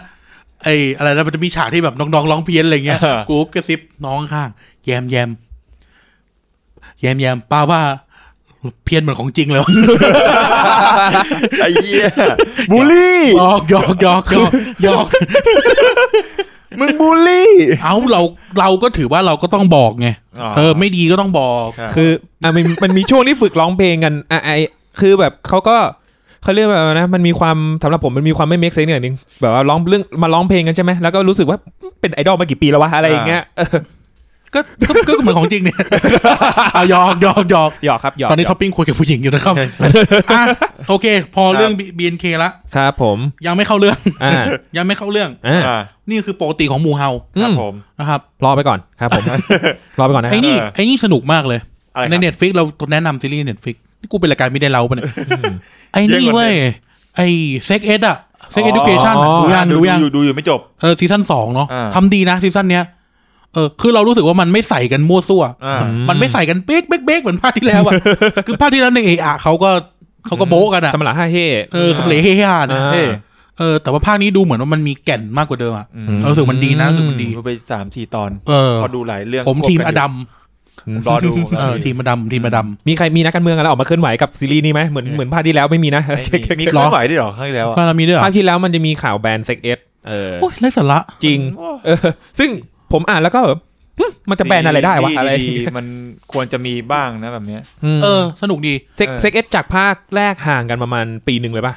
ไอ้อะไรนะมันจะมีฉากที่แบบน้องๆร้องเพี้ยนอะไรเงี้ย
เออ
กูกระซิบน้องข้างแยมแยมแยมแยมป้าว่า เพี้ยนเหมือนของจริงเลยวะ
ไอ้เหี้ย
บูลลี่ หยอกหยอกหยอกหยอกหยอก
มึงบูลลี่
เอาเราเราก็ถือว่าเราก็ต้องบอกไง
อ๋อ
เออไม่ดีก็ต้องบอก
คืออ่ะมันมันมีช่วงที่ฝึกร้องเพลงกันอ่ะไอคือแบบเขาก็เขาเรียกว่าอะไรนะ มันมีความสำหรับผมมันมีความไม่เมคเซนส์อย่างหนึ่งแบบว่าร้องเรื่องมาร้องเพลงกันใช่ไหมแล้วก็รู้สึกว่าเป็นไอดอลมากี่ปีแล้ววะอะไรอย่างเงี้ยเออ
ก็ก็ก็เหมือนของจริงเนี่ย เอาหยอกหยอกหยอก
หยอกครับหยอก
ตอนนี้ท็อปปิ้งคุยกับผู้หญิงอยู่นะครับอ่ะโอเค พอเรื่อง BNK ละ
ครับผม
ยังไม่เข้าเรื่อง
อ่า
ยังไม่เข้าเรื่อง
อ่า
อ่า
นี่คือปกติของหมูเฮา
ครับ
อืม
ผม
นะครับ
รอไปก่อนครับ ผม รอไปก่อนนะ
ไอ้นี่
เออ
ไอ้นี่สนุกมากเลย
อะไร
ใน
ครับ
เน็ตฟิกเราแนะนำซีรีส์เน็ตฟิกนี่กูเป็นรายการไม่ได้เล่าปะเนี่ยไอ้นี่เว้ยไอ้เซ็กเอ็ดอะเซ็ก
อ๋
เอ
อ
ดูเคชั่นรู้ยัง
ดู
รู้ยัง
ดูดูอยู่ไม่จบ
เออซีซั่นสองเนาะ
อ่า
ทำดีนะซีซั่นเนี้ยเออคือเรารู้สึกว่ามันไม่ใส่กันมั่วซั่ว
อ่า
มันไม่ใส่กันเป๊กเป๊กเป๊กเหมือนภาคที่ แล้วอะ คือภาคที่แล้วในเออะเขาก็เขาก็โบ๊ะกันอะ
สมรรถะห้าเฮ่
เออสำเร็จเฮฮานะ
อ่า
เฮ้
เออแต่ว่าภาคนี้ดูเหมือนว่ามันมีแก่นมากกว่าเดิมอะ
อืม
เรารู้สึกมันดีนะรู้สึกมันดี
ดูไปสามสี่ตอน
เออ
พอดูหลายเรื่อง
ผม
ควบ
ทีม
กัน
อยู่ ดัม
ผมรอดูผมร
เอ
อ
อ
ดู
ทีมมาดำทีมมาด
มีใครมีนักการเมืองอะไรออกมาเคลื่อนไหวกับซีรีส์นี้ไหมเหมือนเหมือนภาคที่แล้วไม่มีนะ
ไม่มีมีเคลื่อนไหวด้วยเหรอครั้งที่แล้ว
ำ
อ่ะ
มาเรามีด้วยเหร
ภา
อ
คที่แล้วมันจะมีข่าวแบนเซ็กเอสเออ
โอ้ยไร้สาระ
จริง เออ ซึ่งผมอ่านแล้วก็แบบหึมันจะแบนอะไรได้วะ
ซีส์
อะไร
ดีๆมันควรจะมีบ้างนะแบบเนี้ย
เออ สนุกดี
เซ็ก
เออ
เซ็กเอสจากภาคแรกห่างกันประมาณปีหนึ่งเลยป่ะ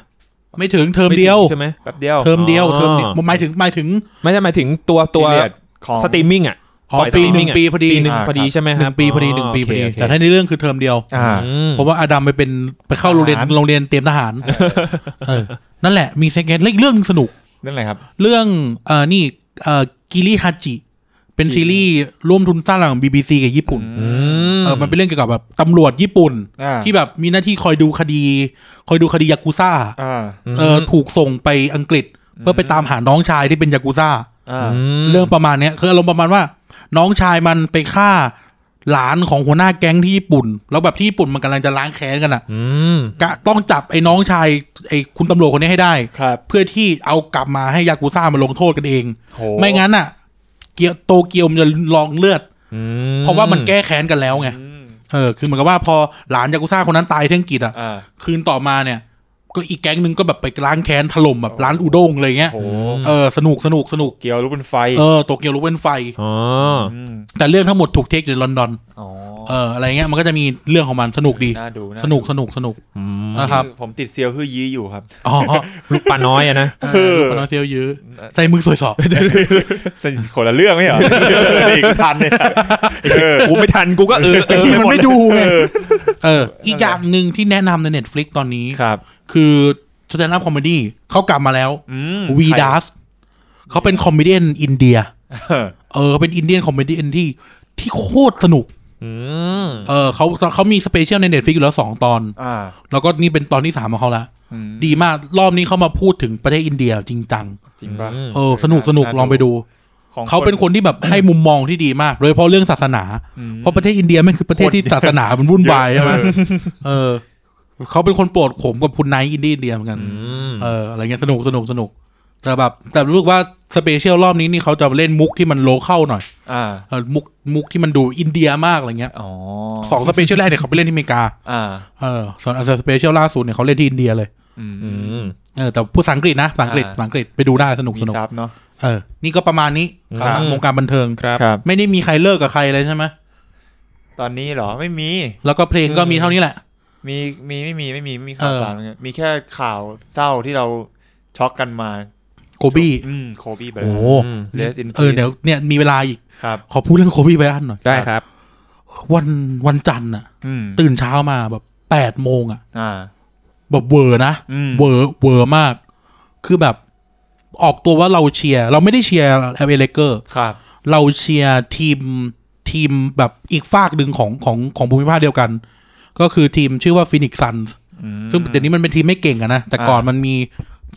ไม่ถึงเทอมเดียว
ใช่ไหม
แป๊บเดียว
เทอมเดียว
อ๋อ
เทอมเดียวหมายถึงหมายถึง
ไม่ใช่หมายถึงตัวตัว
พีเรียดของ
สตรีมมิ่งอ่ะ
อ๋อ
ปล่อย
ปี
สตรีม
ห
มิ่
นึ่
ง
ง
อะ
ปีพอดี
ปีหนึ่ง
อ่า
พอดีใช่ไหม
ห
ฮะ
นึ่งปีพอดีหนึ่งปีพอดี แต่ถ้าในเรื่องคือเทอมเดียว
อ่า
เพราะว่าอาดัมไปเป็นไปเข้าโรงเรียน
ทหาร
โรงเรียนเตรียมทหาร เออ นั่นแหละมีเซ็กเก็ตเรื่องเรื่องหนึ่งสนุก
เรื่องอะไรครับ
เรื่องเอ่อนี่เอ่อกิริฮาจิ เป็นซีรีส์ร่วมทุนสร้างของ BBC กับญี่ปุ่น
อื
เออมันเป็นเรื่องเกี่ยวกับแบบตำรวจญี่ปุ่น
อ่า
ที่แบบมีหน้าที่คอยดูคดี คอยดูคดียากุซ่า
อ่า
เออถูกส่งไปอังกฤษเพื่อไปตามหาน้องชายที่เป็นยากุซ่า
อ่า
เรื่องประมาณเนี้ยคืออารมณ์ประมาณว่า น้องชายมันไปฆ่าหลานของหัวหน้าแก๊งที่ญี่ปุ่น แล้วแบบที่ญี่ปุ่นมันกำลังจะล้างแค้นกันอ่ะกะต้องจับไอ้น้องชายไอ้คุณตำรวจคนนี้ให้ได้
ครับ
เพื่อที่เอากลับมาให้ยากุซ่ามาลงโทษกันเอง
โห
ไม่งั้นอ่ะ เกียวโตเกียวมันจะลองเลือด เพราะว่ามันแก้แค้นกันแล้วไง
อืม
เออคือเหมือนกับว่าพอหลานยากุซ่าคนนั้นตายที่อังกฤษอ่ะ
อ่า
คืนต่อมาเนี่ย ก็อีกแก๊งหนึงก็แบบไปล้างแค้นถล่มแบบร้านอุด้งเลยเงี้ย
โห
เออสนุกสนุกสนุก
เกี่ยวรู้เป็นไฟ
เออโตเกียวรู้เป็นไฟ
อ๋อ
ม
แต่เรื่องทั้งหมดถูกเทคอยู่ในลอนดอน
อ๋อ
เอออะไรเงี้ยมันก็จะมีเรื่องของมันสนุกดี
น่าดูา
สนุกสนุกสนุกนะครับ
ผมติดเซียวฮือยี้อยู่ครับ
อ๋อ
ลูกปลาน้อยอะนะ
เออ
ลูกปลาน้อยเซียวยื้อใส่มือสวยสอบ
สนิทคนละเรื่องไม่เหรออีกทันเนี่ยเออ
กูไม่ทันกูก็เออเออ
ที่มันไม่ดูไง
เออ
เออ อีกอย่างหนึ่งที่แนะนำใน Netflix ตอนนี้
ครับ
คือสแตนด์อัพคอมเมดี้เขากลับมาแล้ว
อืม
วีดัสเขาเป็นคอมเมดี้อินเดีย
เออ
เออเป็นอินเดียนคอมเมดี้ที่ที่โคตรสนุก
อืม
เออเขาเขามีสเปเชียลในเน็ตฟิกอยู่แล้วสองตอน
อ่า
แล้วก็นี่เป็นตอนที่สามของเขาละ
อืม
ดีมากรอบนี้เขามาพูดถึงประเทศอินเดียจริงจัง
จริงป่ะ
เออสนุกสนุกลองไปดู
ของ
เขาเป็นคนที่แบบให้มุมมองที่ดีมากโดยเฉพาะเรื่องศาสนา
อืม
เพราะประเทศอินเดียมันคือประเทศที่ศาสนามันวุ่นวายใช่ไหม
เยอะ
เออเขาเป็นคนโปรดผมกับคุณไนท์อินดี้อินเดียเหมือนกัน
อืม
เอออะไรเงี้ยสนุกสนุกสนุกแต่แบบแต่รู้สึกว่าสเปเชียลรอบนี้นี่เขาจะเล่นมุกที่มันโลเคอลหน่อย
อ่า
เออมุกมุกที่มันดูอินเดียมากอะไรเงี้ย
อ๋อ
สองสเปเชียลแรกเนี่ยเขาไปเล่นที่อเมริกา
อ่า
เออส่วนอันสเปเชียลล่าสุดเนี่ยเขาเล่นที่อินเดียเลย
อืม
อืม
เออแต่พูดภาษาอังกฤษนะภาษาอังกฤษ
อ่า
ภาษาอังกฤษไปดูได้สนุก
มี
สนุก
ซับเนาะ
เออ นี่ก็ประมาณนี้ข่าวสารวงการบันเทิง
ครับ
ครับ
ไม่ได้มีใครเลิกกับใครเลยใช่ไหม
ตอนนี้เหรอไม่มี
แล้วก็เพลงก็มีเท่านี้แหละ
มีมีไม่มีไม่มีไม่มีข่าว
เออ
สารเลยมีแค่ข่าวเศร้าที่เราช็อกกันมา
โคบี้
อืมโคบี้ไป
โอ้โห
อืม
เลสอิน
เออเดี๋ยวเนี่ยมีเวลาอีก
ครับ
ขอพูดเรื่องโคบี้ไบรอันหน่อย
ได้ครับ
วันวันจันทร์อะ
อืม
ตื่นเช้ามาแบบแปดโมงอะ
อ่า
แบบเวอร์นะ
อืม
เวอร์เวอร์มาก คือแบบ ออกตัวว่าเราเชียร์เราไม่ได้เชียร์เอเเลเกอร์
ครับ
เราเชียร์ทีมทีมแบบอีกฝากหนึ่งของของของภูมิภาคเดียวกัน ก็คือทีมชื่อว่าฟินิกซันซึ่งเดี๋ยวนี้มันเป็นทีมไม่เก่งอะนะ แต่ก่อนมันมี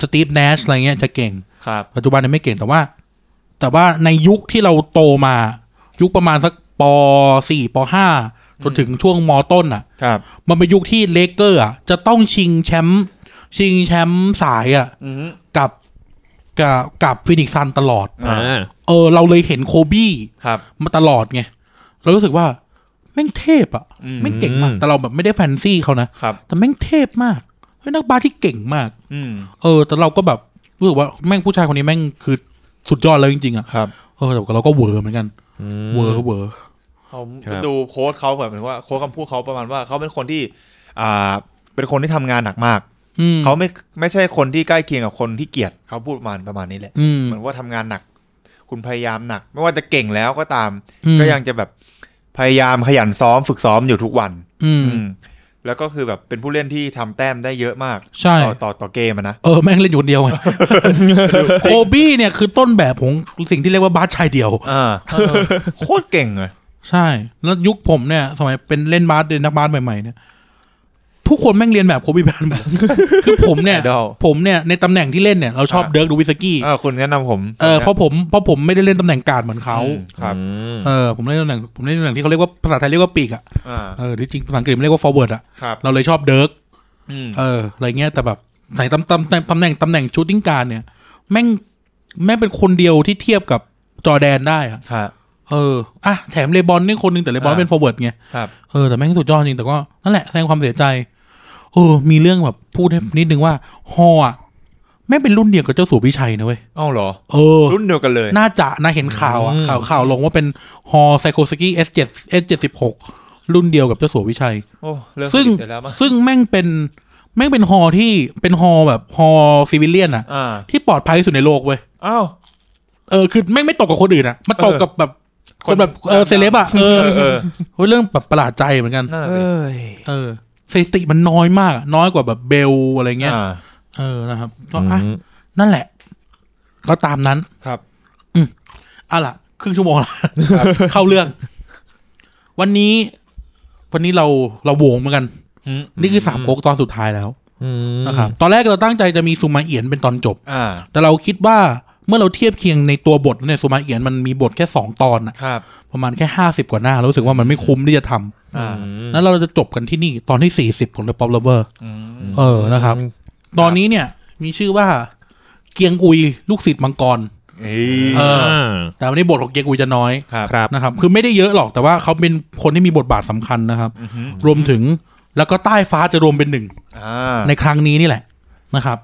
สตีฟเนชอะไรเงี้ยจะเก่ง
ครับ
ปัจจุบันเนี่ยไม่เก่งแต่ว่า แต่ว่าในยุคที่เราโตมา ยุคประมาณสักปสี่ปห้าจนถึงช่วงมต้นอ่ะ
ครับ
มันเป็นยุคที่เลเกอร์อ่ะจะต้องชิงแชมป์ชิงแชมป์สายอ่ะ
อืม
กับกับกับฟินิกซันตลอด
อ่า
อ่า
เออ เราเลยเห็นโคบี้
ครับ
มาตลอดไง เรารู้สึกว่า แม่งเทพอ่ะ
อืม
แม่งเก่งมาก
อืม
แต่เราแบบไม่ได้แฟนซี่เขานะ
ครับ
แต่แม่งเทพมากเป็นนักบาสที่เก่งมาก
อืม
เออ แต่เราก็แบบรู้สึกว่าแม่งผู้ชายคนนี้แม่งคือสุดยอดแล้วจริงๆอ่ะ
ครับ
เออแต่เราก็เวอร์เหมือนกัน
ม
เวอร์เวอร์
เขา
ครับ
ดูโค้ดเขาเหมือนว่าโค้ดคำพูดเขาประมาณว่าเขาเป็นคนที่ อ่า เป็นคนที่ทำงานหนักมาก
อืม
เขาไม่ไม่ใช่คนที่ใกล้เคียงกับคนที่เกลียดเขาพูดประมาณประมาณนี้แหละ
อืม
เหมือนว่าทำงานหนัก คุณพยายามหนัก ไม่ว่าจะเก่งแล้วก็ตาม
อืม
ก็ยังจะแบบพยายามขยันซ้อมฝึกซ้อมอยู่ทุกวัน
อืม
อืมแล้วก็คือแบบเป็นผู้เล่นที่ทำแต้มได้เยอะมาก
ใช่
ต่อต่อต่อเกมอะนะ
เออ แม่งเล่นอยู่คนเดียวไง โคบี้เนี่ยคือต้นแบบของสิ่งที่เรียกว่าบาสชายเดียว
อ่าโคตรเก่งเลย
ใช่ แล้วยุคผมเนี่ย สมัยเป็นเล่นบาสเดินนักบาสใหม่ๆเนี่ย ทุกคนแม่งเรียนแบบโคบี้แบรนด์หม ด คือผมเนี่ย
ไอดอล
ผมเนี่ยในตำแหน่งที่เล่นเนี่ย เราชอบ
อ่า
เดิร์กดูวิสกี้
อ่าคุณแนะนำผม
เออ เพราะผมเพราะผมไม่ได้เล่นตำแหน่งการดเหมือนเขา
อืมครับ
อืม
เออ ผมเล่นตำแหน่งผมเล่นตำแหน่งที่เขาเรียกว่าภาษาไทยเรียกว่าปีกอะ
อ่า
เออที่จริงภาษาอังกฤษมันเรียกว่า forward อะ
ครับ
เราเลยชอบเดิร์ก
อืม
เอออะไรเงี้ยแต่แบบไหนตำตำตำตำแหน่งตำแหน่งชูตติ้งการดเนี่ย แม่งแม่งเป็นคนเดียวที่เทียบกับจอร์แดนได้อะ
ครับ
เอออ่ะแถมเลบอนนี่คนหนึงแต่เลบอน
อ่า
เป็นฟอร์เวิร์ดไง
ครับ
เออแต่แม่งสุดยอดจริงแต่ก็นั่นแหละแสดงความเสียใจเออมีเรื่องแบบพูดให้นิดนึงว่าฮออะแม่งเป็นรุ่นเดียวกับเจ้าสัววิชัยนะเว้ย
อ้าวเหรอ
เออ
รุ่นเดียวกันเลย
น่าจะนะเห็นข่าวอะ
อืม
ข่าวข่าวลงว่าเป็นฮอไซโคสกี้ S7 S76 รุ่นเดียวกับเจ้าสัววิชัย
โอ้เรื่อง
ซึ่ง
เดี๋ยวแล้วมั้ง
ซึ่งแม่งเป็นแม่งเป็นฮอที่เป็นฮอแบบฮอซีวิเลียนอะ
อ่า
ที่ปลอดภัยที่สุดในโลกเว้ย
อ้าว
เออคือแม่งไม่ตกกับคนอื่นอะมาตกกับแบบค
คน
นแบบเออเซเลบอะเอ
เอ
อ
อเออ
เฮ้ยเรื่องแบบประหลาดใจเหมือนกัน
นั่นแหละ
เอ
สิ้
ย
เออสถิติมันน้อยมากอะน้อยกว่าแบบเบลอะไรเงี้ย
อ่า
เออนะครับก็อ่ะ
อืม
นั่นแหละ ก็ตามนั้น
ครับ
อืมเอาล่ะ ครึ่งชั่วโมงละ เข้าเรื่อง วันนี้ วันนี้เราเราโหวงเหมือนกัน
อืม
นี่คือสามโคกตอนสุดท้ายแล้ว
อืม
นะครับตอนแรกเราตั้งใจจะมีซูมาเอียนเป็นตอนจบ
อ่า
แต่เราคิดว่าเมื่อเราเทียบเคียงในตัวบทแล้วเนี่ยซูมาเอียนมันมีบทแค่ 2 ตอนน่ะ
ครับ
ประมาณแค่ 50 กว่าหน้าเรารู้สึกว่ามันไม่คุ้มที่จะทำ
อ่า
นั้นเราจะจบกันที่นี่ตอนที่ 40 ของ The Pop Lover
อืม
เออนะครับ ตอนนี้เนี่ยมีชื่อว่าเกียงอุยลูกศิษย์มังกร
เอ้ย
เออ แต่วันนี้บทของเกียงอุยจะน้อย
ครับ
ครับ
นะครับคือไม่ได้เยอะหรอกแต่ว่าเขาเป็นคนที่มีบทบาทสำคัญนะครับ
อือหือ
รวมถึงแล้วก็ใต้ฟ้าจะรวมเป็นหนึ่ง
อ่า
ในครั้งนี้นี่แหละนะครับ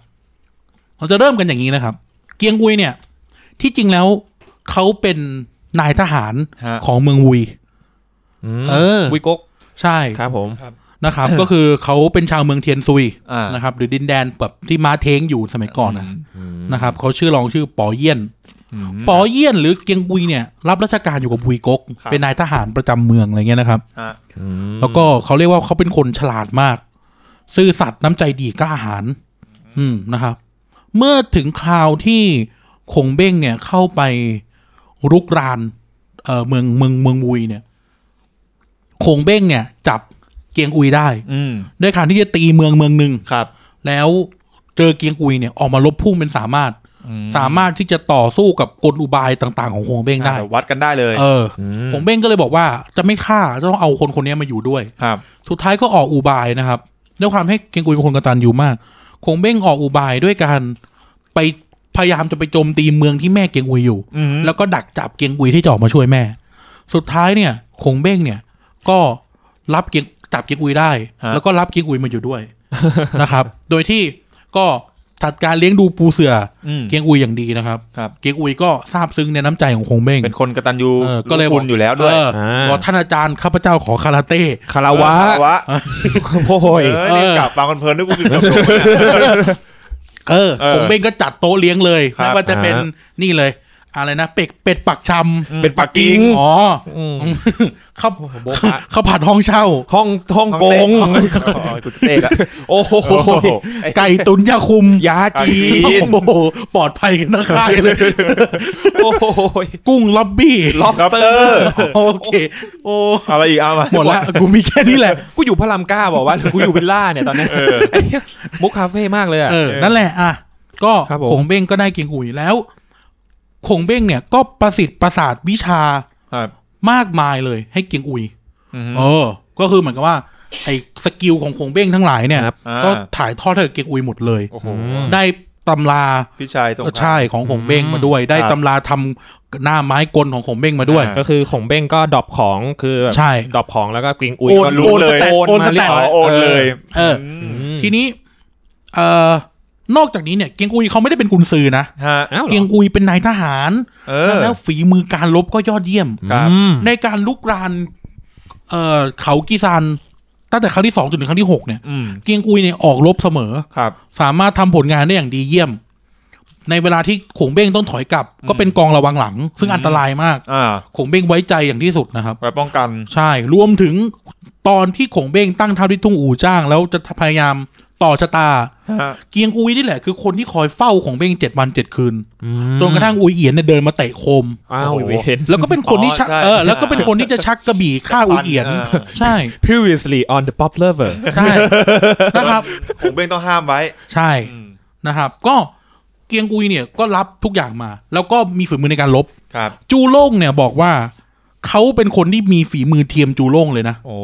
เราจะเริ่มกันอย่างนี้นะครับ เกียงอุยเนี่ย ที่จริงแล้วเขาเป็นนายทหาร
ฮะ
ของเมืองอุย
ม
เออ
วิกก
ใช่
ครับผม
นะครับ ก็คือเขาเป็นชาวเมืองเทียนซุย
อ่าน
นะครับ หรือดินแดนแบบที่ม้าเท้งอยู่สมัยก่อนนะนะครับเขาชื่อรองชื่อปอเยี่ยน
ม
ปอเยี่ยน หรือเกียงอุยเนี่ย รับราชการอยู่กับบุยกก
ครับ
เป็นนายทหารประจำเมืองอะไรเงี้ยนะครับ
ฮะ
แล้วก็เขาเรียกว่าเขาเป็นคนฉลาดมาก ซื่อสัตย์น้ำใจดีกล้าหาญอืมนะครับ เมื่อถึงคราวที่คงเบ้งเนี่ยเข้าไปรุกรานเอ่อเมืองเมืองเมืองอุยเนี่ยคงเบ้งเนี่ย จับเกียงอุยได้
อืม
ด้วยการที่จะตีเมืองเมืองหนึ่ง
ครับ
แล้วเจอเกียงอุยเนี่ยออกมาลบพุ่งเป็นสามารถ
อื
สามารถที่จะต่อสู้กับกลอุบายต่าง ๆ ของคงเบ้งได้
อ่าเยววัดกันได้เลย
เออคงเบ้งก็เลยบอกว่าจะไม่ฆ่าจะต้องเอาคนคนนี้มาอยู่ด้วย
ครับ
สุดท้ายก็ออกอุบายนะครับด้วยความให้เกียงกุยเป็นคนกตัญญูมาก คงเบ้งออกอุบายด้วยการไปพยายามจะไปโจมตีเมืองที่แม่เกียงกุยอยู่
อืม
แล้วก็ดักจับเกียงกุยที่จะออกมาช่วยแม่ สุดท้ายเนี่ย คงเบ้งเนี่ย ก็รับเกียงจับเกียงกุยได้
ฮะ
แล้วก็รับเกียงกุยมาอยู่ ด้วย นะครับ โดยที่ก็จัดการเลี้ยงดูปูเสือ
อืม
เกียงกุยอย่างดีนะครับ
ครับ
เกียงกุยก็ซาบซึ้งในน้ำใจของคงเบ้ง
เป็นคนกตัญญู
เออก็เลย
รู้คุณอยู่แล้วด้วย
เอออา บอกท่านอาจารย์ข้าพเจ้าขอคาราเต้
คาราวะ
เออวะ
โอ้
เอย อนี่กลับมาคนเพลินด้วยกูถึงจบลงเลย
เออ
เออ
ผมเบ้งก็จัดโต๊ะเลี้ยงเลย
ครับ
ไม่ว่าจะเป็น
อ่า
นี่เลย อะไรนะเป็ดเป็ดปักชำ
เป็นปักกิ่ง
อ๋ออ ข้าว
โบ๊ะบะ
ข้าวผัดห้องเช่า
ห้องห้องกง
ฮ่องเต้อ๋อกูเตะอะ
โอ้โห
โอ้โห
ไก่ตุนยาคุม
ยาจีน
โอ้โหปลอดภัยกันทั้งค่าย เลย
โอ้โห
กุ้งล็อบบี้
ล็อบสเตอ
Lobster
ร์
โอเค โอ้
เอาอะไรอีกเอามา
หมดละกูมีแค่นี้แหละ
กูอยู่พระรามเก้าบอกว่าหรือกูอยู่วิลล่าเนี่ยตอนเนี้ย
เออ
ไอ้เหี้ย มุกคาเฟ่มากเลยอ่ะ
เออ นั่นแหละ อ่ะ ก็
ครับผม
ขงเบ้งก็ได้เก่งอุ่ยแล้วขงเบ้งเนี่ยก็ประสิทธิ์ประสาทวิชา
ครับ
มากมายเลยให้เก่งอุ่ย
อืม
เออ ก็คือเหมือนกับว่า ไอ้สกิลของขงเบ้งทั้งหลายเนี่ย
ครับ
อ่า
ก็ถ่ายทอดให้กับเก่งอุ่ยหมดเลย
โอ้โห
อืม
ได้ตำรา
พี่ชายตรงข้าม
ใช่ของขงเบ้งมาด้วย ได้
ครับ
ตำราทำหน้าไม้กลของขงเบ้งมาด้วย
ก็คือของเบ้งก็ดรอปของคือแบบ
ใช่
ดรอปของแล้วก็กริงอุย
โอน
ก็
โอนสแตทโอนสแตท
อ๋อโอนเลย
เออ
อืม
ทีนี้เอ่อนอกจากนี้เนี่ย เกียงอุยเขาไม่ได้เป็นกุนซือนะ
ฮะ
อ้าวเหร
เกีย
อง
อุยเป็นนายทหาร
เออ
แล้วฝีมือการลบก็ยอดเยี่ยม
ครับ
อืม
ในการลุกรานเอ่อเขากีซานตั้งแต่ครั้งที่สองจนถึงครั้งที่หกเนี่ย
อืม
เกียงอุยเนี่ยออกรบเสมอ
ครับ
สามารถทำผลงานได้อย่างดีเยี่ยม ในเวลาที่ขงเบ้งต้องถอยกลับ ก็เป็นกองระวังหลัง ซึ่งอันตรายมาก
อ่า
ขงเบ้งไว้ใจอย่างที่สุดนะครับ
ไว้ป้องกัน
ใช่ รวมถึงตอนที่ขงเบ้งตั้งเท้าที่ทุ่งอู่จ้าง แล้วจะพยายามต่อชะตา
ฮะ
เกียงอุยนี่แหละคือคนที่คอยเฝ้าของเบ้งเจ็ดวันเจ็ดคืน
อืม
จนกระทั่งอุยเอียนเนี่ยเดินมาเตะโคม
อ้าว
โอ้โห
เห็น
แล้วก็เป็นคนที่ชัก
อ๋อใช่
เออแล้วก็เป็นคนที่จะชักกระบี่ฆ่าอุยเอียน
อ่า
ใช่
previously on the pop lover
ใช่นะครับ
ผมเบ้งต้องห้ามไว้
ใช่
อืม
นะครับ ก็เกียงอุยเนี่ยก็รับทุกอย่างมา แล้วก็มีฝีมือในการลบ
ครับ
จูล่งเนี่ยบอกว่าเขาเป็นคนที่มีฝีมือเทียมจูล่งเลยนะ
โอ้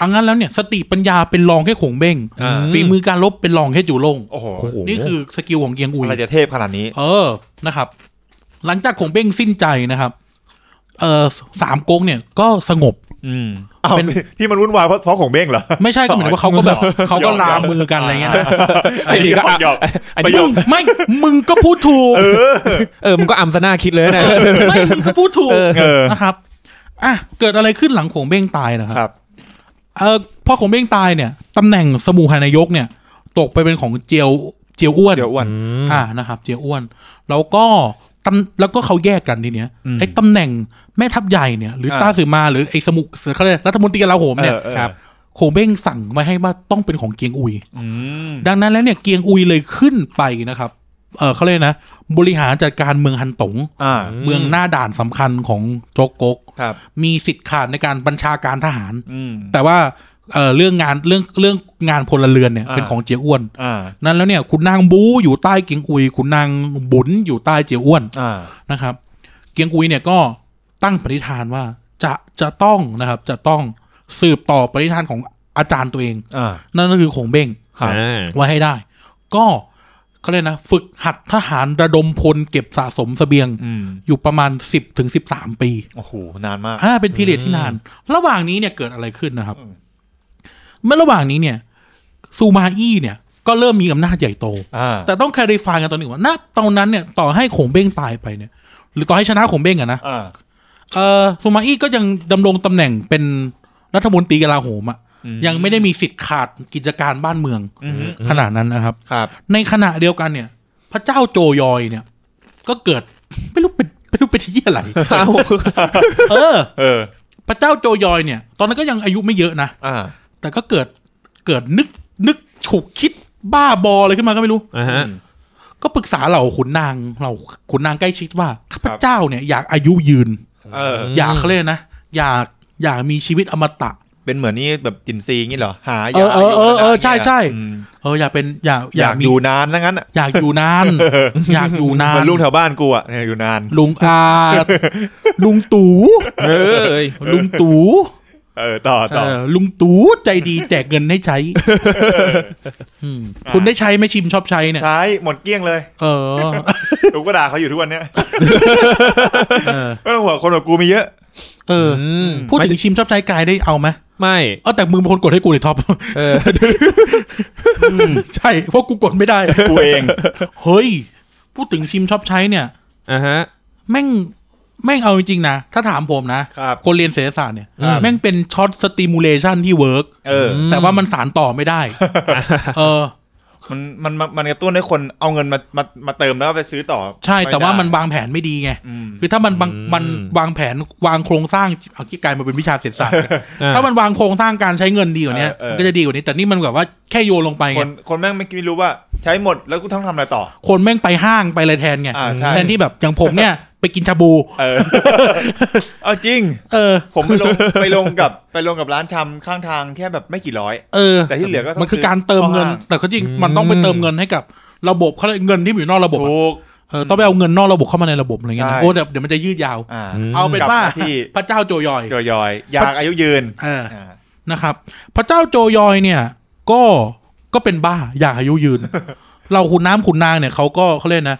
อังนั้นแล้วเนี่ยสติปัญญาเป็นรองแค่ขงเบ้ง
อ่า
ฝีมือการลบเป็นรองแค่จูล่ง
โอ้โห
โอ้โห
นี่คือสกิลของเกียงอุย
อะไรจะเทพขนาดนี้
เออ นะครับ หลังจากขงเบ้งสิ้นใจนะครับ เออสามก๊กเนี่ยก็สงบ
อืมอ้าว
เป็น
ที่มันวุ่นวายเพราะเพราะของเบ้งเหรอ
ไม่ใช่ก็เหมือนว่าเขาก็แบบ เขาก็ลามือกันอะไรเงี้ยนะ
ไอ้นี่ก็อ่ะ
หยอก
อัน
ประ
นี้
โย
มึ
ค
งไม่ มึงก็พูดถูก
เออมันก็อัมซะหนาคิดเลยนะ
ไม่ มึงก็พูดถูก
เออ
เออ
นะครับ อ่ะ เกิดอะไรขึ้นหลังขงเบ้งตายนะค
ครับ รับ
เออพอขงเบ้งตายเนี่ยตำแหน่งสมุหานายกเนี่ย ตกไปเป็นของเจียวเจียวอ้วน
เดี๋ยวอ้วน
อืม
อ่านะครับ เจียอ้วนแล้วก็ตำแล้วก็เขาแยกกันทีเนี้ย
อืม
ไอ้ตำแหน่งแม่ทัพใหญ่เนี่ย หรืออา ตาสือมาหรือไอ้สมุเขาเรียกรัฐมนตรีกลาโหมเนี่ย
ออออ
ครับ
โขงเบ้งสั่งไว้ให้ว่าต้องเป็นของเกียงอุย
อืม
ดังนั้นแล้วเนี่ยเกียงอุยเลยขึ้นไปนะครับเออเขาเรียกนะ บริหารจัดการเมืองฮันตง
อ่า
ม
เมืองหน้าด่านสำคัญของโจกกก
ครับ
มีสิทธิ์ขาดในการบัญชาการทหาร
อืม
แต่ว่าเออเรื่องงานเรื่องเรื่องงานพลเรือนเนี่ย
อ่า
เป็นของเจียอ้วน
อ่า
นั้นแล้วเนี่ยขุนนางบูอยู่ใต้เกียงอุยขุนนางบุญอยู่ใต้เจียอ้วน
อ่า
นะครับ เกียงอุยเนี่ยก็ตั้งปณิธานว่าจะจะต้องนะครับ จะต้องสืบต่อปณิธานของอาจารย์ตัวเอง
อ่า
นั่นก็คือขงเบ้ง
ครับ
อ่า
ไว้ให้ได้ ก็เขาเรียกนะ ฝึกหัดทหารระดมพลเก็บสะสมเสบียง
อืม
อยู่ประมาณ 10ถึง13 ปี
โอ้โห นานมาก
อ่าเป็นพีเรียดที่นาน ระหว่างนี้เนี่ยเกิดอะไรขึ้นนะครับ เมื่อระหว่างนี้เนี่ยซูมาอี้เนี่ย ก็เริ่มมีอำนาจใหญ่โต
อ่า
แต่ต้องแคริฟายกันตอนนี้ว่าณตอนนั้นเนี่ยต่อให้ขงเบ้งตายไปเนี่ย หรือต่อให้ชนะขงเบ้งอะนะ
อ่า
เออซูมาอี้ก็ยังดำรงตำแหน่งเป็นรัฐมนตรีกลาโหมอะ
อืม
ยังไม่ได้มีสิทธิ์ขาดกิจการบ้านเมือง
อืม
ขนาดนั้นนะครับ
ครับ
ในขณะเดียวกันเนี่ย พระเจ้าโจยอยเนี่ย ก็เกิดไม่รู้เป็นไม่รู้เป็นที่อะไร
อ้าว
เออ
เออ
พระเจ้าโจยอยเนี่ย ตอนนั้นก็ยังอายุไม่เยอะนะ
อ่า
แต่ก็เกิดเกิดนึกนึกฉุกคิดบ้าบออะไรขึ้นมาก็ไม่รู้
อ่าฮะ
ก็ปรึกษาเหล่าขุนนางเหล่าขุนนางใกล้ชิดว่าข้าพเจ้าเนี่ยอยากอายุยืน
เออ
อยากเขาเรียกนะ อยากอยากมีชีวิตอมตะ
เป็นเหมือนนี่แบบกินซีงี้เหรอ หา
เอย
า
อเออเออเออ
ายา
ใช่ใช่
อืม
เอออยากเป็นอยาก
อยาก
มี
อยู่นานแล้วงั้นอะ
อยากอยู่นาน อยากอยู่นา
เหมื
น
อนลูกแถวบ้านกูอ่ะเนี่ยอยู่นาน
ลุงอาลุงตู่
เออเอ้ย
ลุงตู่
เออ ต่อต่อ
เออลุงตู่ใจดีแจกเงินให้ใช้มคุณได้ใช้ไหม่ชิมชอบใช้เนี่ย
ใช้ หมดเกลี้ยงเลย
เออ
กูก็ด่าเขาอยู่ทุกวันเนี้ย
เออ
ไม่ต้องห่วงคนแบบกูมีเยอะ
เออ
อืม
พูดถึงชิมชอบใช้กายได้เอาไหม
ไม่
เออแต่มึงเป็นคนกดให้กูเลยท็อป
เออ
ใช่เพราะกูกดไม่ได้
กูเอง
เฮ้ย พูดถึงชิมชอบใช้เนี่ย
อ่าฮะ
แม่งแม่งเอาจริงๆนะ ถ้าถามผมนะครับ คนเรียนเศรษฐศาสตร์เนี่ย
อืม
แม่งเป็นช็อตสติมูลเลชันที่เวิร์ก
เออ
แต่ว่ามันสารต่อไม่ได้ เออ
มันมันมันมันกระตุ้นให้คนเอาเงินมามามาเติมแล้วก็ไปซื้อต่อ
ใช่
ไได้
แต่ว่ามันวางแผนไม่ดีไง
อืม
คือถ้ามันบาง
อืม
มันวางแผนวางโครงสร้างเอาขี้กลายมาเป็นวิชาเศรษฐศาสตร์
อ่ะ
ถ้ามันวางโครงสร้างการใช้เงินดีกว่านี้
เออเออ
มันก็จะดีกว่านี้ แต่นี่มันแบบว่าแค่โยนลงไป
ค
ไง
นคนแม่งไม่คิดรู้ว่าใช้หมดแล้วกูต้องทำอะไรต่อ
คนแม่งไปห้างไปอะไรแทนไง
อ่าใช่
แทนที่แบบอย่างผมเนี่ย ไปกินชาบู
เอ อ เอาจริง
เออ
ผมไปลงไปลงกับไปลงกับร้านชำข้างทางแค่แบบไม่กี่ร้อย
เออ
แต่ที่เหลือก็ต้อง
มันคือการเติมเงิน
ซื้อ
แต่
เข้าห้าง
ก็จริงมันต้องไปเติมเงินให้กับระบบเขาเลยกเงินที่อยู่นอกระบบอะ
ถูก
เออต้องไปเอาเงินนอกระบบเข้ามาในระบบอะไรเงี้ยนะ
ใช่
โอ้เดี๋ยวเดี๋ยวมันจะยืดยาว
อ่า
ม
เอาเป็นว่า
ลับมาที่
พระเจ้าโจยอย
จอยอยอยากอายุยืน
เออ
อ่า
นะครับพระเจ้าโจยอยเนี่ย ก็ก็เป็นบ้าอยากอายุ ยืน เราขุนน้ำขุนนางเนี่ยเขาก็เขาเล่นนะ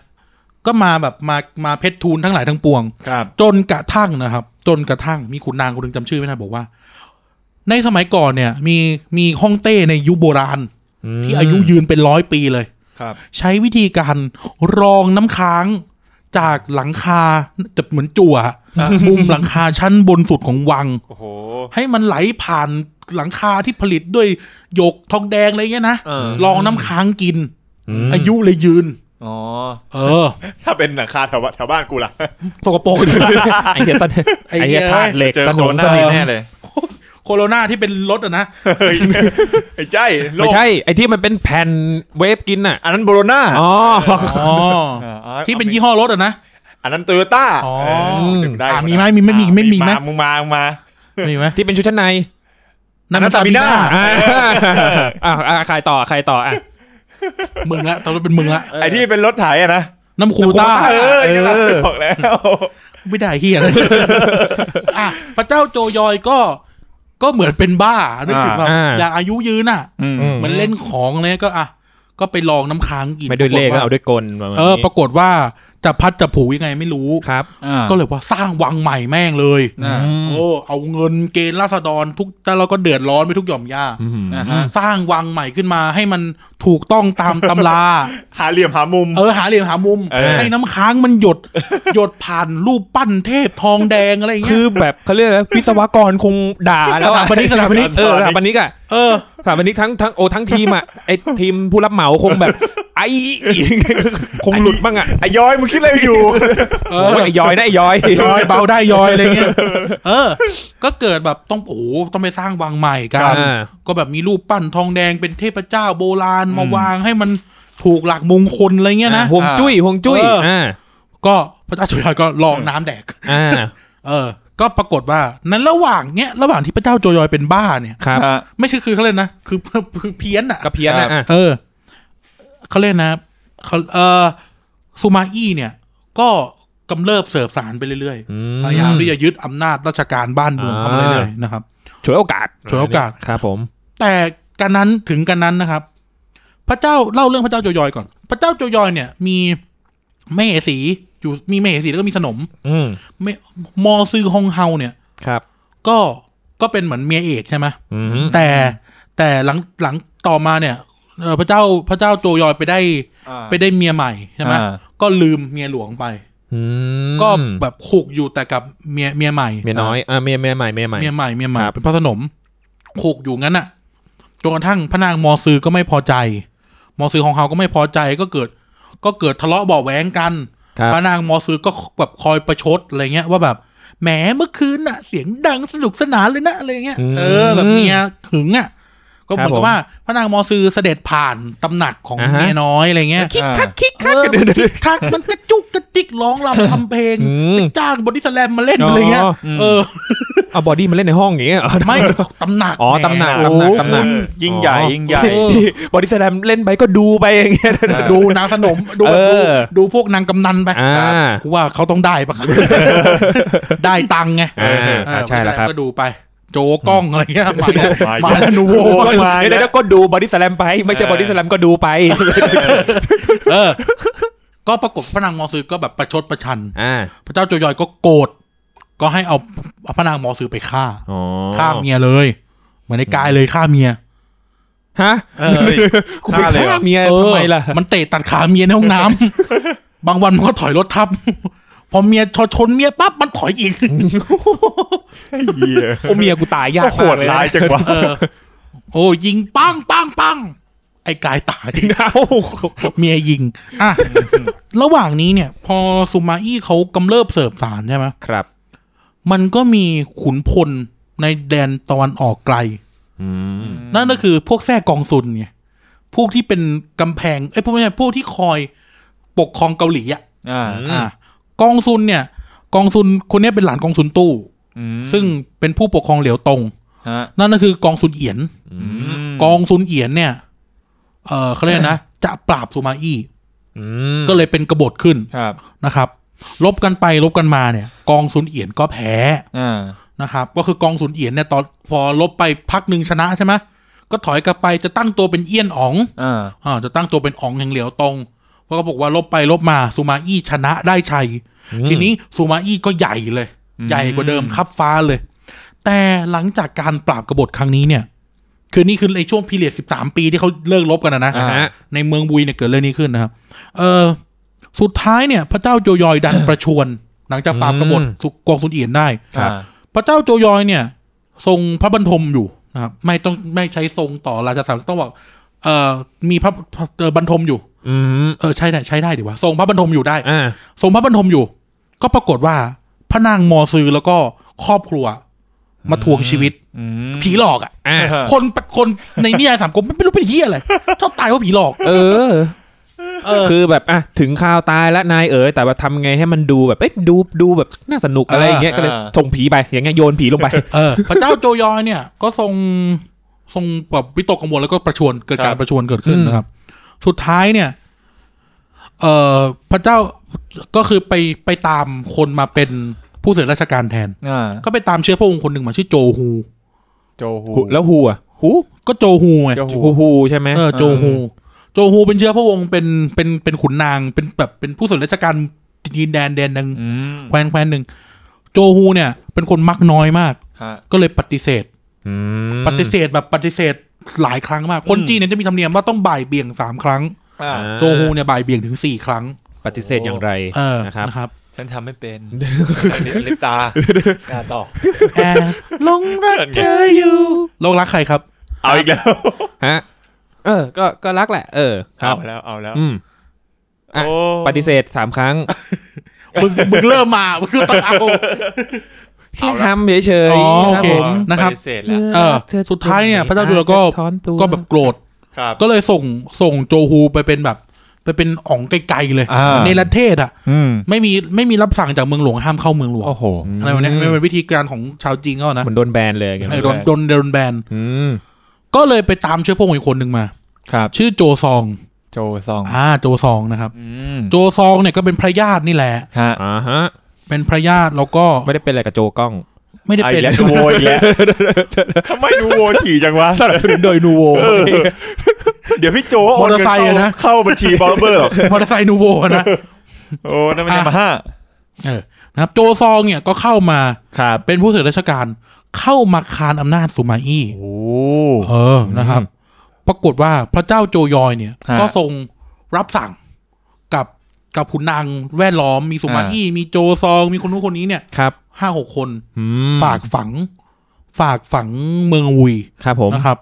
ก็มาแบบมามาเพชรทูลทั้งหลายทั้งปวง
ครับ
จนกระทั่งนะครับ จนกระทั่งมีขุนนางคนหนึงจำชื่อไม่ได้บอกว่า ในสมัยก่อนเนี่ย มีมีฮ่องเต้ในยุคโบราณ
ม
ที่อายุยืนเป็นร้อยปีเลย
ครับ
ใช้วิธีการรองน้ำค้างจากหลังคาจะเหมือนจั่วมุมหลังคาชั้นบนสุดของวัง
โอ้โห
ให้มันไหลผ่านหลังคาที่ผลิตด้วยหยกทองแดงอะไรเงี้ยนะ
เออ
ลองน้ำค้างกิน
ม
อายุเลยยืน
อ๋อ
เออ
ถ้าเป็นหลังคาแถวบ้านแถวบ้านกูล่ะ
สกป รก
ไอ้เหี้ยสัน
ไอ้
ไอ้
เหี้ย
เหี้ยธาตุเหล็ก
เจอ
ส
โค
นุน
โรนา
สนิม
แน่เลย
โคโรนาที่เป็นรถอะนะ
เฮ้ยไอ้ใจโล
ไม่
ก
ใช่ไอ้ที่มันเป็นแผ่นเวฟกินน่ะ
อันนั้นโบโรนา
อ๋ อ
อ๋อ ที่เป็นยี่ห้อรถ อะนะ
อันนั้นโตโยต้า
อ๋อ
ถึงได้
อ่ะมีไหมมีไหมมีไม่มีไหม
มึงมามึงมา
มีไหม
ที่เป็นชุดชั้นใน
นั่นมัน
นั่น
ซาบิน่า
ซาบิน่
อ่าอ่ะอ่ะใครต่อใครต่ออ่ะ
มึงละตอนนี้เป็นมึงละ
ไอ้ที่เป็นรถไถอะนะ
น้ำคู
น้ำคู
ต้า
ต้า
เออนี่เราบอกแล้ว
ไม่ได้เฮียอะไร อ่ะพระเจ้าโจยอยก็ ก็เหมือนเป็นบ้านึกถึงแบบ
อ่า
อยากอายุยืนอ่ะ
อืม
อืม
เหมันเล่นของเลยก็อ่ะก็ไปลองน้ำค้างกิน
ไม่ด้วยเลข
ปรา
ก็
กฏว่า
เอาด้วยกลประมาณ
เออป
นี้
รากฏว่าจะพัดจะผูยังไงไม่รู้
ครับ
อ่า
ก็เลยว่าสร้างวังใหม่แม่งเลย
อ่า
อืม
โอ้เอาเงินเกณฑ์ราษฎรทุกแต่เราก็เดือดร้อนไปทุกหย่อมย่า
อืม
อ่าฮะ
สร้างวังใหม่ขึ้นมาให้มันถูกต้องตามตำรา
หาเหลี่ยมหามุม
เออหาเหลี่ยมหามุม
เออ
ให้น้ำค้างมันหยด หยดผ่านรูปปั้นเทพทองแดงอะไรอย่างเงี้ย
คือแบบเขาเรียกอะไรวิศวกรคงด่าแล้วอะ
สถาปนิกสถาปนิก
เออสถาปนิกอะ
เออ
สถาปนิกทั้งทั้งโอทั้งทีมอะไอทีมผู้รับเหมาคงแบบ ไอคงหลุดบ้างอะ
ไอ้ย้อยมึงคิดอะไรอยู่
เอ
โอ้
อ
ยไอ้ย้อยนะไอ้ย้อย
ยอยเบาได้ยอยอะไรเงี้ย เออ ก็เกิดแบบต้องโอ้โหต้องไปสร้างวังใหม่กั
ครับ
น
อ่า
ก็แบบมีรูปปั้นทองแดงเป็นเทพเจ้าโบราณมาวางให้มันถูกหลักมงคลอะไรเงี้ยนะ
ห่วงจุ้ยห่วงจุ้ย
เอออ่
อ่า
ก็พระเจ้าจุยอยก็ลองน้ำแดก
อ่า
เออ ก็ปรากฏว่านั้นระหว่างเนี้ยระหว่างที่พระเจ้าโจยอยเป็นบ้าเนี่ย
ครับ
ไม่ใช่คือเขาเล่นนะ คือคือเพี้ยนอ่ะ
กระเพี้ยนนะอ่ะ
เออเขาเล่นนะเขาเออซูมาอี้เนี่ย ก็กำเริบเสิร์ฟสารไปเรื่อย
อื
ๆ
ม
พยายามที่จะยึดอำนาจราชการบ้านเมืองเข้ามาเรื่อยๆนะครับ
ฉวยโอกาส
ฉวยโอกาส
ครับผม
แต่การนั้นถึงการนั้นนะครับ พระเจ้าเล่าเรื่องพระเจ้าโจยอยก่อน พระเจ้าโจยอยเนี่ย มีมเหสีอยู่มีมเหสีแล้วก็มีสนม
อืม
เมมอซือฮองเฮาเนี่ย
ครับ
ก็ก็เป็นเหมือนเมียเอกใช่ไหม
อืม
แต่แต่หลังหลังต่อมาเนี่ยเอ่อพระเจ้าพระเจ้าโจยอยไปได้ ไปได้เมียใหม่ใช่ไหม
อ่า
ก็ลืมเมียหลวงไป
อืม
ก็แบบคุกอยู่แต่กับเมียเมียใหม่
เมียน้อยอ่าเมียเมียใหม่เมียใหม่
เมียใหม่เมียใหม่
ครับ
เป็นพระสนมคุกอยู่งั้นน่ะจนกระทั่งพระนางมอซือก็ไม่พอใจ มอซือของเขาก็ไม่พอใจก็เกิด ก็เกิดทะเลาะเบาะแหวงกัน
ครับ
พระนางมอซือก็แบบคอยประชดอะไรเงี้ยว่าแบบแหมเมื่อคืนน่ะ เสียงดังสนุกสนานเลยนะอะไรเงี้ยเออแบบเมียหึงอ่ะก็เหมือนกับว่าพระนางมอซือเสด็จผ่านตำหนักของเมียน้อยอะไรเงี้ย
คิกคักคิกคั
คั
ก
ก
กันเดินเดิน
คักมันกระจุกกระจิกร้องรำทำเพลง
อืม
จ้างบอดี้สแลมมาเล่นอะไรเงี้ยเออ
เอาบอดี้มาเล่นในห้องอย่างเงี้ยเหรอ
ไม่ตำหนัก
อ๋อ
แม
ตำหนัก
โอ้
ตำหนัก
โห
ตำหนัก
คุณ
ยิ่งใหญ่ยิ่งใหญ่
บอดี้สแลมเล่นไปก็ดูไปอย่างเงี้ย
ดูนางสนมดู
เออ
ดูดูพวกนางกำนันไป
อ่า
กูว่าเขาต้องได้ ปะครับ ได้ตังค์ไง
อ่า
เอ
อ่า
อ
ใช่แล้วครับ
ก็ดูไป โจกล้องอะไรเงี้ยมาแล้ว
มาอีก
มาแล้วนูโว
ก็
ก็
ดู
มา
แล้ว
แล้วก็ดูบอดี้สแลมไป ไม่ใช่บอดี้สแลมก็ดูไป
เออ ก็ปรากฏพระนางมอสือก็แบบประชดประชัน
อ่า
พระเจ้าโจยอยก็โกรธก็ให้เอาเอาพระนางมอสือไปฆ่า
อ๋อ
ฆ่าเมียเลย เหมือนในกายเลยฆ่าเมีย
ฮะ
เออ
คุณไป
ฆ่าเลยเหร
ฆ่า
อ
เมียทำไมล่ะ
มันเตะตัดขาเมียในห้องน้ำ บางวันมันก็ถอยรถทับ พอเมียชอชนเมียปั๊บมันถอยอีก
เหี้ย
โอเมียกูตายยาก
โหด
มกเลนะ
ร้ายจังวะ
เออ โอ้ยิงปังปังปังไอ ไอ้กาย ตาย
เอา
เมียยิง อ่ะ ระหว่างนี้เนี่ย พอซูมาอี้เขากำเริบเสิร์ฟสารใช่ไหม
ครับ
มันก็มีขุนพลในแดนตะวันออกไกล
อืม
นั่นก็คือพวกแทร่กองซุนไงพวกที่เป็นกำแพงไอ้ยพวกไม่ใช่พวกที่คอยปกครองเกาหลีอ่ะ
อ่า
อ่ะกองซุนเนี่ย กองซุนคนเนี้ยเป็นหลานกองซุนตู้
อืม
ซึ่งเป็นผู้ปกครองเหลียวตง
ฮะ
นั่นก็คือกองซุนเอียน
อืม
กองซุนเอียนเนี่ย เออเขาเรียกนะ จะปราบซูมาอี้
อืม
ก็เลยเป็นกบฏขึ้น
ครับ
นะครับลบกันไปลบกันมาเนี่ย กองซุนเอียนก็แพ้
อ่า
นะครับ ก็คือกองซุนเอียนเนี่ยตอนพอลบไปพักหนึ่งชนะใช่ไหมก็ถอยกลับไปจะตั้งตัวเป็นเอี้ยนอ๋อง
อ่า
อ่าจะตั้งตัวเป็นอ๋องแห่งเหลียวตงเพราะเขาบอกว่าลบไปลบมาซูมาอี้ชนะได้ชัย ทีนี้ซูมาอี้ก็ใหญ่เลย
อืม
ใหญ่กว่าเดิมครับฟ้าเลย แต่หลังจากการปราบกบฏครั้งนี้เนี่ย คือนี่คือในช่วงพีเรียดสิบสามปีที่เขาเลิกลบกันนะนะ
อ่าฮะ
ในเมืองบุยเนี่ยเกิดเรื่องนี้ขึ้นนะครับ เออสุดท้ายเนี่ย พระเจ้าโจยอยดัน ประชวน หลังจากปราบกบฏสุกกองซุนเอียนได้
ครับ
พระเจ้าโจยอยเนี่ย ทรงพระบรรทมอยู่นะครับ ไม่ต้องไม่ใช้ทรงต่อราชสำนักต้องบอกเออมีพระเออบรรทมอยู่
อืม
เออใช่ได้ใช้ได้ดีวะทรงพระบรรทมอยู่ได้
อ่า
ทรงพระบรรทมอยู่ ก็ปรากฏว่าพระนางมอซือแล้วก็ครอบครัว มาทวงชีวิต
อืม
ผีหลอกอ่ะ
อ่า
เออ
คนคนในนิยายสามก๊กไม่รู้เป็นเฮียอะไรชอบตายเพราะผีหลอก
เออ
เออ
คือแบบอ่ะถึงข่าวตายแล้วนายเอ๋ยแต่ว่าทำไงให้มันดูแบบเอ้ยดูดูแบบน่าสนุกอะไรอย่างเงี้ย
เออ
ก็เลย
เออ
ส่งผีไปอย่างเงี้ยโยนผีลงไป
เออพระเจ้าโจยอยเนี่ย ก็ทรงทรงแบบวิตกกังวลแล้วก็ประชวนเกิดการ
ครับ
ประชวนเกิดขึ้น
อืม
นะครับ สุดท้ายเนี่ย เออพระเจ้าก็คือไปไปตามคนมาเป็นผู้เสด็จราชการแทน
อ่า
ก็ไปตามเชื้อพระองค์คนหนึ่งมาชื่อโจฮู
โจฮู
หูแล้วหูอ่ะหู
ก็โจฮูไง
โจฮู
หูหูใช่ไหม
เออโจฮู โจฮูเป็นเชื้อพระวงศ์เป็นเป็นเป็นขุนนางเป็นแบบเป็นผู้เสด็จราชการดินแดนแดนหนึ่ง
อืม
แคว้นแคว้นหนึ่งโจฮูเนี่ย เป็นคนมักน้อยมาก
ฮะ
ก็เลยปฏิเสธ
อืม
ปฏิเสธแบบปฏิเสธหลายครั้งมาก คน
อืม
จีนเนี่ยจะมีธรรมเนียมว่าต้องบ่ายเบี่ยงสามครั้ง
อ่า
อ่า
โจฮูเนี่ยบ่ายเบี่ยงถึงสี่ครั้ง
ปฏิเสธอย่างไร
เออ
นะครับ
นะครับ
ฉันทำไม่เป็นอันนี้ลิปตาอ่าต่อ
แอบหลงรักเธออยู่หลงรักใครครับ
เอาอีกแล้ว
ฮะ เออ ก็ ก็รักแหละ เออ ครั
เอา
บ
แล้ว เอาแล้ว
อืม อ่ะ
โอ้
ปฏิเสธสามครั้ง
มึงมึงเริ่มมามึงต้องเอา
แค่ทำเฉย
อ๋อ
ๆ
โอ
ครับ
เค
ผม
นะครับ
ปฏิเสธแล้ว
เออสุดท้ายเนี่ยพระเจ้าจุลก็
ถอนตัว
ก็แบบโกรธ
ครับ
ก็เลยส่งส่งโจฮูไปเป็นแบบ ไปเป็นอ๋องไกลๆเลย
อ่า
ในประเทศอ่ะ
อืม
ไม่มีไม่มีรับสั่งจากเมืองหลวงห้ามเข้าเมืองหลวง
โอ้โห
อะไรแบบเนี้ยไม่เป็นวิธีการของชาวจีนเขานะ
เหมือนโดนแบนเลยอย่างเงี้ย
เออโดนโดนโดนแบน
อืม
ก็เลยไปตามเชื้อพระวงศ์อีกคนหนึ่งมา
ครับ
ชื่อโจซอง
โจซอง
อ่า โจซองนะครับ
อืม
โจซองเนี่ยก็เป็นพระญาตินี่แหละ
ฮะ
อ่าฮะ
เป็นพระญาติแล้วก็
ไม่ได้เป็นอะไรกับโจกล้อง
ไม่ได้
เอา
เป็
อีก
น
แล้วดูโวอีก แล้วทำไมดูโวถี่จังวะ
สนับสนุนโดยนูโว
เดี๋ยวพี่โจโนเงินเข้าเข้าบัญชีบอลเบอร์หรอก
มอเตอร์ไซค์นูโวนะ
โอ้นั่นมันยามาฮ่า
เออนะครับ โจซองเนี่ยก็เข้ามา
ครับ
เป็นผู้สืบราชการ เข้ามาคานอำนาจสุมาอี้
โอ้
เออนะครับ ปรากฏว่าพระเจ้าโจยอยเนี่ย
ฮะ
ก็ทรงรับสั่งกับกับขุนนางแวดล้อมมีสุมาอี้มีโจซอง มีคนนู้นคนนี้เนี่ย
ครับ
ห้าหกคน
อืม
ฝากฝัง ฝากฝังเมืองวุย
ครับผม
นะครับ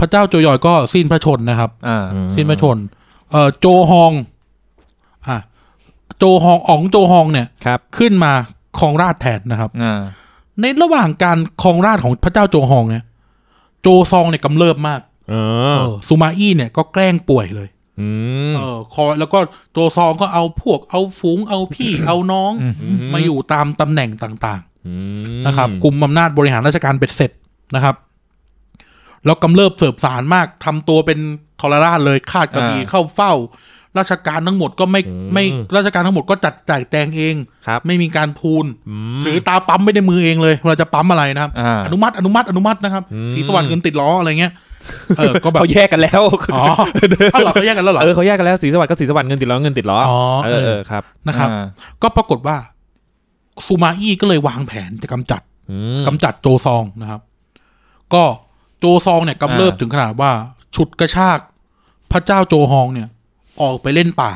พระเจ้าโจยอยก็สิ้นพระชนม์นะครับ
อ่า
สิ้นพระชนม์เอ่อโจฮอง อ่ะโจฮองอ๋องโจฮองเนี่ย
ครับ
ขึ้นมาครองราชย์แทนนะครับ
อ่า
ในระหว่างการครองราชย์ของพระเจ้าโจฮองเนี่ย โจซองเนี่ยกำเริบมาก
เอ
เออซูมาอี้เนี่ยก็แกล้งป่วยเลย
อืม
เออคอยแล้วก็โจซองก็เอาพวกเอาฝูงเอาพี่ เอาน้อง มาอยู่ตามตำแหน่งต่าง ๆ
อืม
นะครับกลุ่มอำนาจบริหารราชการเบ็ดเสร็จนะครับ แล้วกำเริบเสิบสารมากทำตัวเป็นทรราชเลยคาดกระบี่
อ่า
เข้าเฝ้า ราชการทั้งหมดก็ไม่ไม่ราชการทั้งหมดก็จัดจ่ายแจงเอง
ครับ
ไม่มีการพูน
อืม
หรือตาปั๊มไม่ได้มือเองเลยเวลาจะปั๊มอะไรนะครับ
อ่า
อนุมัติอนุมัติอนุมัตินะครับ
อืม
สีสว่างเงินติดล้ออะไรเงี้ยเออก็แบบ
เขาแยกกันแล้ว
อ๋อเอาเหรอเขาแยกกันแล้วเหรอ
เออเขาแยกกันแล้วสีสวัสดิ์ก็สีสวัสดิ์เงินติดล้อเงินติดล้ออ
อ
เอ
เอ
อ
อ
เออครับ
นะครับ
อ่า
ก็ปรากฏว่าซูมาอี้ก็เลยวางแผนจะกำจัด
อืม
กำจัดโจซองนะครับ ก็โจซองเนี่ยกำเริบ
อ่า
ถึงขนาดว่าฉุดกระชากพระเจ้าโจฮองเนี่ย ออกไปเล่นป่า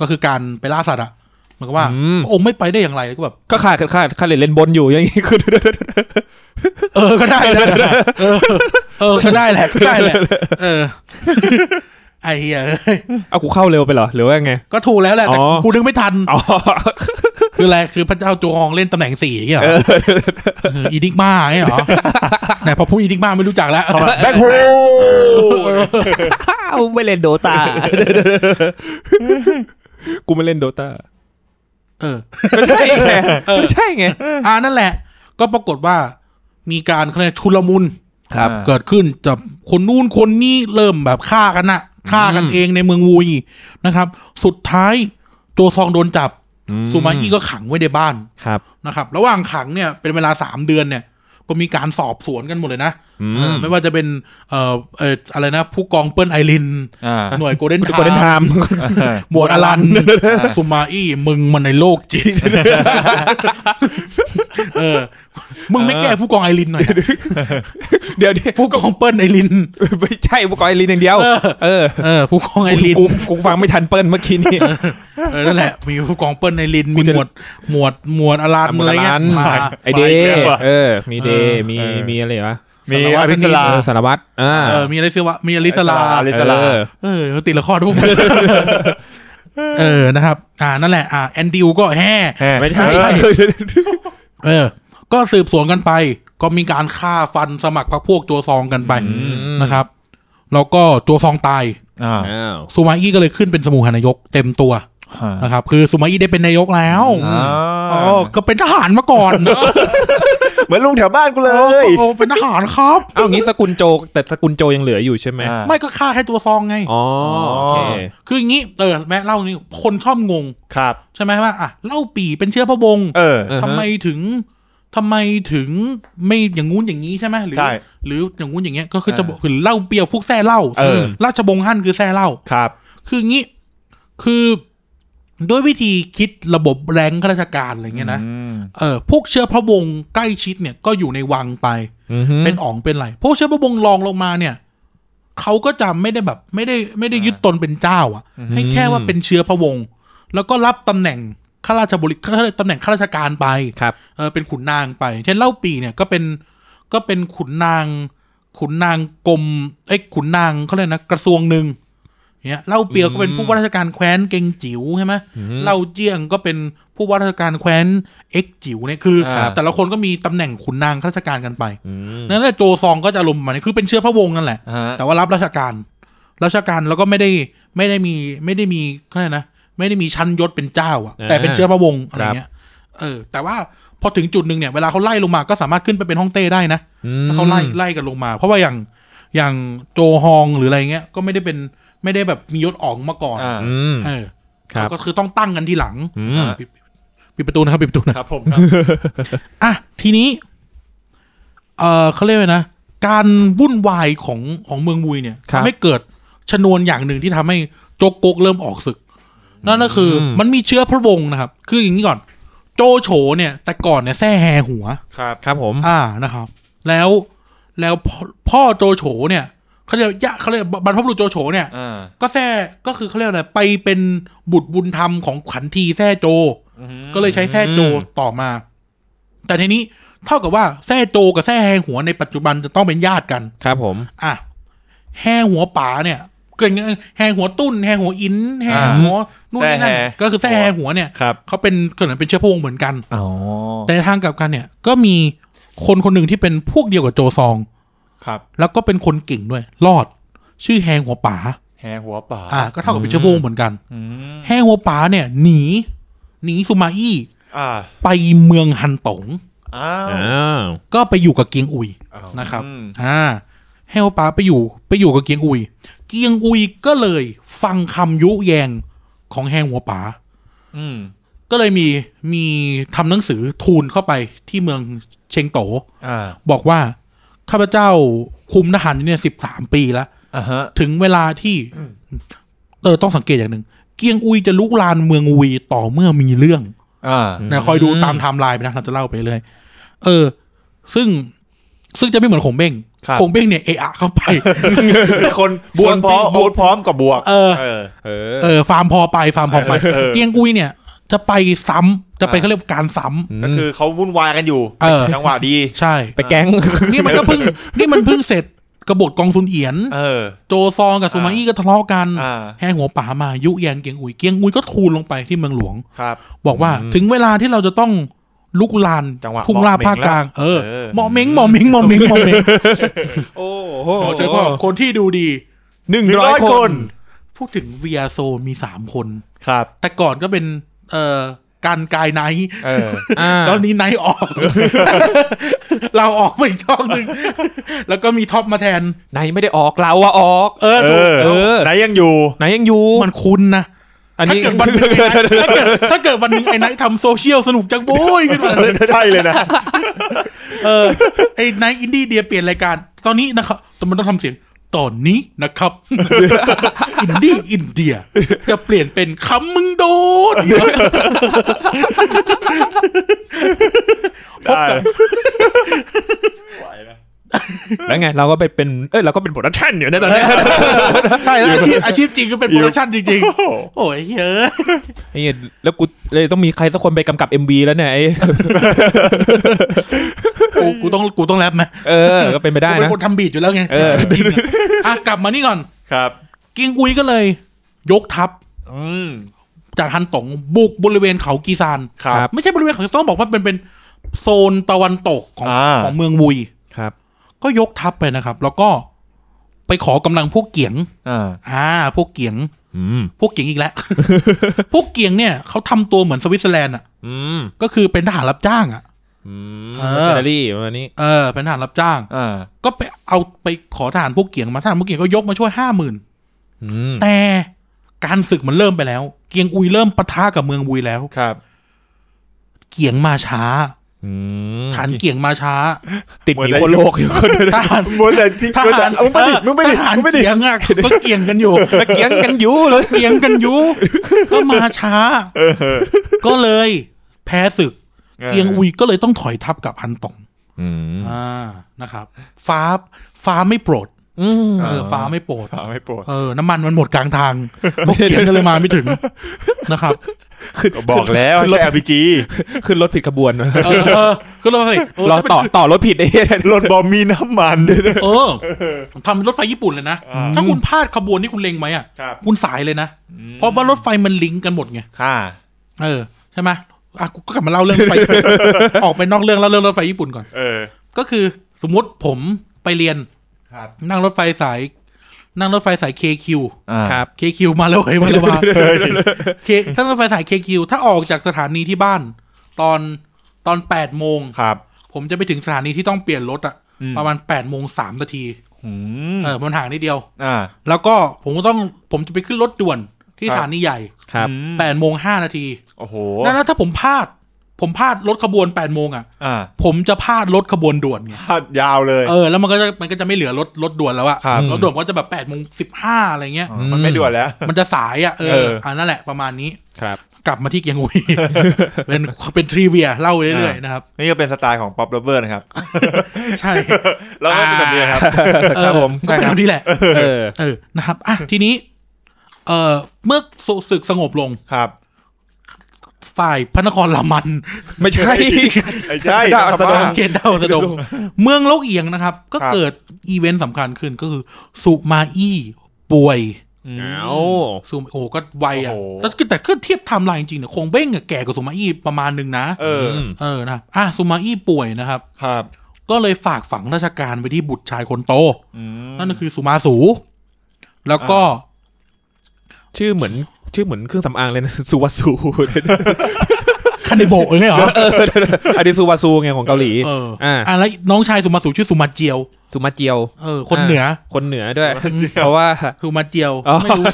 ก็คือการไปล่าสัตว์อะเหมือนกับว่าพระองค์ไม่ไปได้อย่างไรก็แบบ
ก็ขาดขาดขาดขาดเหรียญเล่นบนอยู่อย่างนี้คือ
เออก็ได้นะเออเอ เออก็ได้แหละก็ได้แหละเออ ไอเหี้ยเอ้ย
เอากูเข้าเร็วไปเหรอหรือว่าไง
ก็ถูกแล้วแหละแต่
อ๋อ
กูนึกไม่ทัน
อ๋อ
คืออะไรคือพระเจ้าจูฮองเล่นตำแหน่งสี่อย่างเงี้ยเหรอเอออีดิกมาอย่างเงี้ยเหรอ ไหนพอพูดอีดิกมาไม่รู้จักแล้ว
แบ็คโฮ
เอาไม่เล่นโดตา
กูไม่เล่นโดตา
เออ
ก็ใช่ไงก็ใช่ไง
อ่านั่นแหละ ก็ปรากฏว่ามีการเขาเรียกชุลมุน
ครับ
เกิดขึ้นจากคนนู่นคนนี้เริ่มแบบฆ่ากันนะฆ่ากันเองในเมืองวุยนะครับ สุดท้ายโจซองโดนจับ
อืม
ซูมาอี้ก็ขังไว้ในบ้าน
ครับ
นะครับ ระหว่างขังเนี่ยเป็นเวลาสามเดือนเนี่ย ก็มีการสอบสวนกันหมดเลยนะ
อืม
เออไม่ว่าจะเป็นเอ่อเอ่ออะไรนะ ผู้กองเปิ้ลไอริน
อ่า
หน่วยโกลเด้น
กดเล่นไทม์
หมวดอลันซูมาอี้มึงมันในโลกจิตเออ มึงไม่แก้ผู้กองไอรินหน่อยนะ
เดี๋ยวเดี๋ยว
ผู้กองเปิ้ลไอริน
ไม่ใช่อุปกรณ์ไอรีนอย่างเดียว เออ
เออผู้กองไอริน
กูกูฟังไม่ทันเปิ้ลเมื่อกี้นี่
เออนั่นแหละมีผู้กองเปิ้ลในลิน
กู
มี
จะ
หมวดหมวดหมวดอลาน
ทำ
อะไรเงี้ย
น
มา
ไอเดย์เออ มีเดย์มี
เออ
มีอะไรวะ
มี
สารวั
อ
ตร
เอ
ริสลา
อสารวัตรอ่า
เออมีอะไรซิวะมีอลิสลา
อริสลา
เออ
เออติดละครพว กมึงเออนะครับ อ่านั่นแหละอ่าแอนดิวก็แห่
ไม่ใช่
เออ ก็สืบสวนกันไป ก็มีการฆ่าฟันสมัครพรรคพวกโจซองกันไป
ม
นะครับแล้วก็โจซองตาย
อ่า
อ้าว
ซูมาอี้ก็เลยขึ้นเป็นสมุหานายกเต็มตัวนะครับ คือซูมาอี้ได้เป็นนายกแล้ว
อ่า
อ๋อก็เป็นทหารมาก่อน
เหมือนลุงแถวบ้านกูเล
โอ้
ย
โหเป็นทหารครับ
เอางี้สกุลโจแต่สกุลโจยังเหลืออยู่ใช่ไหม
อ่า
ไม่ก็ฆ่าแค่ตัวซองไง
อ๋อโอเค
คืออย่างนี้เออแม่เล่าอย่างนี้คนชอบงง
ครับ
ใช่ไหมว่าอ่ะเล่าปี่เป็นเชื้อพระวงศ์
เออ
ออฮะ
ทำไมถึงทำไมถึงไม่อย่างงู้นอย่างนี้ใช่ไหมหรื
ใช่
หรืออย่างงู้นอย่างเงี้ยก็คือจะ
อ่า
บอกคือเล่าเปียวพวกแซ่เล่า
เออ
ราชบงศ์ฮั่นคือแซ่เล่า
ครับ
คืออย่างนี้คือด้วยวิธีคิดระบบแรงข้าราชการอะไรเงี้ยนะ
อืม
เออพวกเชื้อพระวงศ์ใกล้ชิดเนี่ยก็อยู่ในวังไป
อือฮึ
เป็นอ๋องเป็นอะไรพวกเชื้อพระวงศ์รองลงมาเนี่ยเขาก็จะไม่ได้แบบ ไม่ได้ไม่ได้ยึดตนเป็นเจ้าอ่ะ ให้แค่ว่าเป็นเชื้อพระวงศ์แล้วก็รับตำแหน่งข้าราชบริข้าตำแหน่งข้าราชการไป
ครับ
เออเป็นขุนนางไป เช่นเล่าปีเนี่ยก็เป็นก็เป็นขุนนาง ขุนนางกรมเอ้ยขุนนางเขาเรียกนะกระทรวงหนึ่งเนี่ยเล่าเปียวก็เป็นผู้ว่าราชการแคว้นเกงจิ๋วใช่ไหมเล่าเจียงก็เป็นผู้ว่าราชการแคว้นเอ็กจิ๋วเนี่ยคือ
ครับ
แต่ละคนก็มีตำแหน่งขุนนางข้าราชการกันไป
อืม
นั่นแหละโจซองก็จะอารมณ์ประมาณนี้คือเป็นเชื้อพระวงศ์นั่นแหละ
อ่า
แต่ว่ารับราชการรับราชการแล้วก็ไม่ได้ไม่ได้มีไม่ได้มีเขาเรียกนะไม่ได้มีชั้นยศเป็นเจ้าอะแต่เป็นเชื้อพระวงศ์อะไรเงี้ยเออ แต่ว่าพอถึงจุดหนึ่งเนี่ยเวลาเขาไล่ลงมาก็สามารถขึ้นไปเป็นฮ่องเต้ได้นะถ้าเขาไล่ไล่กันลงมา เพราะว่าอย่างอย่างโจฮองหรืออะไรเงี้ยก็ไม่ได้เป็นไม่ได้แบบมียศอ๋องมาก่อน
อ่า
อืม
เออ
ครับ
เขาก็คือต้องตั้งกันทีหลัง
อืม
ปิดปิดประตูนะครับปิดประตูนะ
ครับผม
อ่ะทีนี้ เออเขาเรียกว่าไงนะ การวุ่นวายของของเมืองมุยเนี่ย
ครับ
ทำให้เกิดชนวนอย่างหนึ่งที่ทำให้โจโกกเริ่มออกศึก นั่นก็คืออมันมีเชื้อพระวงศ์นะครับ คืออย่างนี้ก่อน โจโฉเนี่ย แต่ก่อนเนี่ยแท้แหหัว
ครับ
ครับผม
อ่านะครับ แล้วแล้วพ่อพ่อโจโฉเนี่ยเขาเรียกยะเขาเรียกบรรพบุรุษโจโฉเนี่ย
อ่า
ก็แท้ก็คือเขาเรียกอะไรไปเป็นบุตรบุญธรรมของขันทีแท้โจ ก็เลยใช้แท่โจต่อมา แต่ทีนี้เท่ากับว่าแท่โจกับแท่แหงหัวในปัจจุบันจะต้องเป็นญาติกัน
ครับผม
อ่ะแหงหัวป๋าเนี่ย เกิดไงแหงหัวตุ้นแหงหัวอินแหง
อ่า
หัวนู่นนี่นั่น
แซ่แห่
ก็คือแท่แหงหัวเนี่ย
ครับ
เขาเป็นเกิดเป็นเชื้อพระวงศ์เหมือนกัน
อ๋อ
แต่ในทางกลับกันเนี่ย ก็มีคนคนหนึ่งที่เป็นพวกเดียวกับโจซอง
ครับ
แล้วก็เป็นคนเก่งด้วย รอด ชื่อแหงหัวป๋า
แฮหัวป่า
อ่ะก็เท่ากับเป็นเชื้อพระวงศ์เหมือนกัน
อืม
แหงหัวป๋าเนี่ย หนีหนีซูมาอี้
อ่า
ไปเมืองฮันตง
อ้าว
อ้าว
ก็ไปอยู่กับเกียงอุย
อ๋อ
นะครับ
อืม
อ่าให้โอปาไปอยู่ไปอยู่กับเกียงอุย เกียงอุยก็เลยฟังคำยุแยงของแฮงหัวป๋า
อืม
ก็เลยมีมีทำหนังสือทูลเข้าไปที่เมืองเชงโต
อ่า
บอกว่าข้าพเจ้าคุมทหารอยู่เนี่ยสิบสามปีแล้ว
อ่าฮะ
ถึงเวลาที่เออต้องสังเกตอย่างหนึ่ง เกียงอุยจะลุกลานเมืองอุยต่อเมื่อมีเรื่อง
อ่า
นะคอยดูตามไทม์ไลน์ไปนะเราจะเล่าไปเลย เออ ซึ่งซึ่งจะไม่เหมือนขงเบ้ง
ครับ
ขงเบ้งเนี่ยเอะอะเข้าไป
คนบวกพร้อมบวกพร้อมกับบวก
เออ
เออ
เออ
เออฟาร์มพอไปฟาร์มพอไป
เออ
เกียงกุยเนี่ย จะไปซ้ำจะไปเขาเรียกว่าการซ้ำ
ก็คือเขาวุ่นวายกันอยู่
เออ
จังหวะดี
ใช่
ไปแก๊ง
นี่มันก็เพิ่งนี่มันเพิ่งเสร็จ กบฏกองซุนเอียน
เออ
โจซองกับซูมาอี้ก็ทะเลาะกัน
อ่า
แห่หัวป่ามายุแยงเกียงอุยเกียงอุยก็ทูลลงไปที่เมืองหลวง
ครับ
บอกว่า
อืม
ถึงเวลาที่เราจะต้องลุกลาน
จังหวะ
ทุ่งลาภาคกลางเออ
เออ
เหมาะเม้งเหมาะเม้งเหมาะเม้งเหมาะเม้ง
โอ้โห
ขอเจอพ่อคนที่ดูดี
หนึ่ง
หนึ่ง
ร้
ร้
อ
อย ย
ค
คน น
พูดถึงเวียโซมีสามคน
ครับ
แต่ก่อนก็เป็นเอ่อการกายไนท์
เออ
อ่า
แล้วนี้ไนท์ออก เราออกไปอีกช่องหนึ่งแล้วก็มีท็อปมาแทน
ไหนไม่ได้ออกเราอะออก
เออ
เอ
ถูก
อ
เออ
ไหนยังอยู่
ไหนยังอยู่
มันคุ้นนะ
อันนี้
ถ้าเกิดวันหนึ่งไอ้ ไนท์ถ้าเกิดถ้าเกิดวันหนึ่งไอ้ไนท์ทำโซเชียลสนุกจังโว้ยขึ้นมา
ใช่เลยนะ
เออไอ้นายอินดี้เดียเปลี่ยนรายการ ตอนนี้นะครับแต่มันต้องทำเสียงตอนนี้นะครับ อินดี้อินเดีย จะเปลี่ยนเป็นคำมึงโด น
ได้ไหวนะ
แล้วไงเราก็ไปเป็น เอ้ยเราก็เป็นบทท่านอยู่ในตอนเนี้ย
ใช่แล้วอาชีพอาชีพจริงก็เป็นโปรดักชั่นจริง ๆ โอ้ยเฮ้ย
ไอ้เหี้ยแล้วกูเลยต้องมีใครสักคนไปกำกับ MV แล้วเนี่ยไอ้
กูกูต้องกูต้องแรปไหม
เออ ก็เป็นไปได้
กูเป็น
นะ
คนทำบีดอยู่แล้วไง
เออ
จริงๆอะอ่ะกลับมานี่ก่อน
ครับ
กิงอุยก็เลย ยกทัพ
อืม
จากฮันตงบุกบริเวณเขากีซาน
ครั
ครับ บ
ไม่ใช่บริเวณเขาต้องบอกว่าเป็นเป็นโซนตะวันตกของ
อ่า
ของเมืองวุย
ครับ
ก็ยกทัพไปนะครับ แล้วก็ไปขอกำลังพวกเกียง
อ่า
อ่า พวกเกียง
อืม
พวกเกียงอีกแล้ว พวกเกียงเนี่ยเขาทำตัวเหมือนสวิตเซอร์แลนด์อ่ะ
อืม
ก็คือเป็นทหารรับจ้างอ่ะ
อืม
เออ
เชอรี่ประมาณนี้
เออ เป็นทหารรับจ้าง
อ่า
ก็ไปเอาไปขอทหารพวกเกียงมาทหารพวกเกียงก็ยกมาช่วยห้าหมื่น
อืม
แต่การศึกมันเริ่มไปแล้ว เกียงอุยเริ่มปะทะกับเมืองวุยแล้ว
ครับ
เกียงมาช้า
อืม
ฐานเกียงมาช้า
ติดหนีคนโลก อยู่คน
ทหาร
หมดแต่ที่
ท
หมด
หา
แต่
ร
มึงไปดิ
เออ
มึงไปดิ
ทหาร
มึงไปดิ
เกียงอ่ะก็เกียงกันอยู่
ตะเกียงกันอยู่เลย
เถียงกันอยู่ ก็มาช้า ก็เลยแพ้ศึก เกียงอุยก็เลยต้องถอยทับกับฮันตง
อืม
อ่านะครับ ฟ้าฟ้าไม่โปรด
อืม
เออฟ้าไม่โปรด
ถามไม่ปวด
เออน้ำมันมันหมดกลางทางพวกเขียนก็เลยมาไม่ถึงนะครับ
บอกแล้ว
ขึ้นรถ
ใช่ RPG
ขึ้นรถผิดขบวน
เออเออก็เลยเออ
เราต่อต่อรถผิดไอ้เหี้ ย
รถบอมมีน้ำมัน
เออทำเป็นรถไฟญี่ปุ่นเลยนะ
อ่า
ถ้าคุณพลาดขบวนที่คุณเล็งไว้อ่ะ
ครับ
คุณสายเลยนะ เพราะว่ารถไฟมันลิงก์กันหมดไง
ค่า
เออ ใช่ไหมอ่ะกูก็กลับมาเล่าเรื่องรถไฟ ออกไปนอกเรื่องเล่าเรื่องรถไฟญี่ปุ่นก่อน
เออ
ก็คือสมมติผมไปเรียน
ครับ
นั่งรถไฟสาย นั่งรถไฟสาย KQ
อ่า
ครับ
KQ มาแล้วไอ้ยมา แล้วมาเคถ้ารถไฟสาย KQ ถ้าออกจากสถานีที่บ้าน ตอนตอนแปดโมง
ครับ
ผมจะไปถึงสถานีที่ต้องเปลี่ยนรถอะ
อืม
ประมาณแปดโมงสามนาที
อืม
เออมันห่างนิดเดียว
อ่า
แล้วก็ผมก็ต้องผมจะไปขึ้นรถด่วนที่
ครับ
สถานีใหญ่
ครับ
อืม
แปดโมงห้านาที
โอ้โห
นั่นนะถ้าผมพลาด ผมพลาดรถขบวนแปดโมงอะ
อ่า
ผมจะพลาดรถขบวนด่วนไง
พาดยาวเลย
เออแล้วมันก็จะมันก็จะไม่เหลือรถรถด่วนแล้วอะ
ครับ
รถด่วนก็จะแบบแปดโมงสิบห้าอะไรเงี้ย
ม
มันไม่ด่วนแล้ว
มันจะสายอะเอ
เอ
อ
อ
อันนั่นแหละประมาณนี้
ครับ
กลับมาที่เกียงอุ ย เป็นเป็นทรีเวียเล่าเรื่อย
อ่า
ๆนะครับ
นี่ก็เป็นสไตล์ของป๊อปเลเวอร์นะครับ
ใช่
แล้วก็เป็นแบบนี้ครับ
เอ
ค
อ
รับผม
ก็
ใช่
เป็น
ครับ
เอาที่แหละ
เออ
เออนะครับอ่ะทีนี้ เออเมื่อศึกสงบลง
ครับ
ฝ่ายพระนครลามัน
ไม่ใช่
ไอ้ใช่
ได้
ครับ
สะด
ว่าง
เกณฑ์เดาสะดงเมืองโลกเอียงนะครับ ก็เกิดอีเวนต์สำคัญขึ้นก็คือ สุมาอี้ป่วย
อืม
เอา
ซูมโอ้โหก็ไวอ่ะ
โอ้โห
แต่คือแต่คือเทียบไทม์ไลน์จริงๆเนี่ยคงเบ้งอะแก่กว่าซูมาอี้ประมาณหนึ่งนะ
เออ
ม
เออนะอ่ะซูมาอี้ป่วยนะครับ
ครับ
ก็เลยฝากฝังราชการไปที่บุตรชายคนโต
อืม
นั่นก็คือสุมาสู แล้วก็
ชื่อเหมือนชื่อเหมือนเครื่องสำอางเลยนะ ซูวาซู
คานิโบะเองเหรอ
อันนี้ซูวาซูไงของเกาหลี
เออ
อ่า
อ่ะแล้วน้องชายสุมาสูชื่อสุมาเจียว
ซูมาเจียว
เออคนเหนือ
คนเหนือด้วย เพราะว่า
สุมาเจียว
อ๋อ
ไม่รู้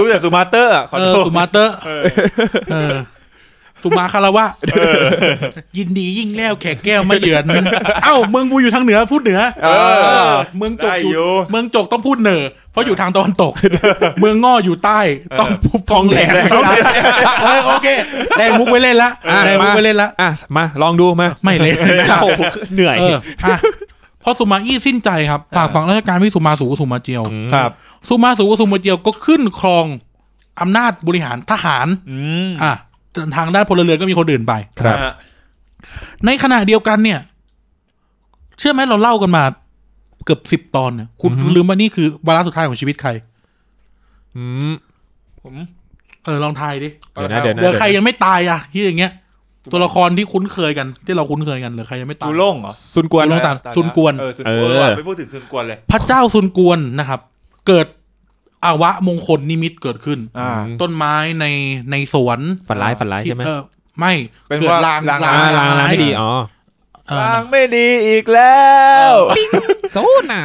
รู้จักซูมาเตอร์อะขอ
เอ
โท
อ
ษ
สุมาเตอร์เออสุมาคาราวะยินดียิ่งแล้วแขกแก้วมาเยือน เอ้าเมืองบูอยู่ทางเหนือพูดเหนือ
เอ
เอ
อ
อเมืองจก
ได้
อ
อยู่
ยู่เมืองจกต้องพูดเหนอเพราะอยู่ทางตะวันตก เมืองง่ออยู่ใต้ต้องพูดทองแดงเออโอเคได้มุกไว้เล่นละ
อ่ะ
ได้มุก
มา
ไว้เล่นละ
อ่ะมาลองดูมา
ไม่เล่นนะครับ
โอ้โหเหนื่อย
เอออ่ะพอสุมาอี้สิ้นใจครับฝากฝังราชการพี่สุมาสูกับสุมาเจียว
ครับ
สุมาสูกับสุมาเจียวก็ขึ้นครองอำนาจบริหารทหาร
อืม
อ่ะทางด้านพลเรือนก็มีคนอื่นไป
ครับ
นะฮะ
ในขณะเดียวกันเนี่ย เชื่อไหมเราเล่ากันมา เกือบสิบตอนเนี่ยคุณ
อือฮึ
ลืมว่านี่คือวาระสุดท้ายของชีวิตใคร
อืม
ผม
เออลองทายดิ
เดี๋ยวนะเดี๋ยวนะ
เหลือใครยังไม่ตายอ่ะที่อย่างเงี้ย ตัวละครที่คุ้นเคยกันที่เราคุ้นเคยกันเหลือใครยังไม่ตาย
จูโล่งเหรอ
ซุนกวน
จูโล่ ตามซุนกวน
เออซุน
เอก อ
วนเออว่ะไม่พูดถึงซุนกวนเลย
พระเจ้าซุนกวนนะครับ เกิดอาวะมงคลนิมิตเกิดขึ้น
อ่า
ต้นไไม้ในในสวน
ฝันร้ายฝันร้ายใช่ไหม
เออไม่
เป็น
เกิด
ว่า
ลาง
ลาง
อ่าลางลางไม่ดีอ๋อ
เออ
ทางไม่ดีอีกแล้ว
ปิ้งโซน่ะ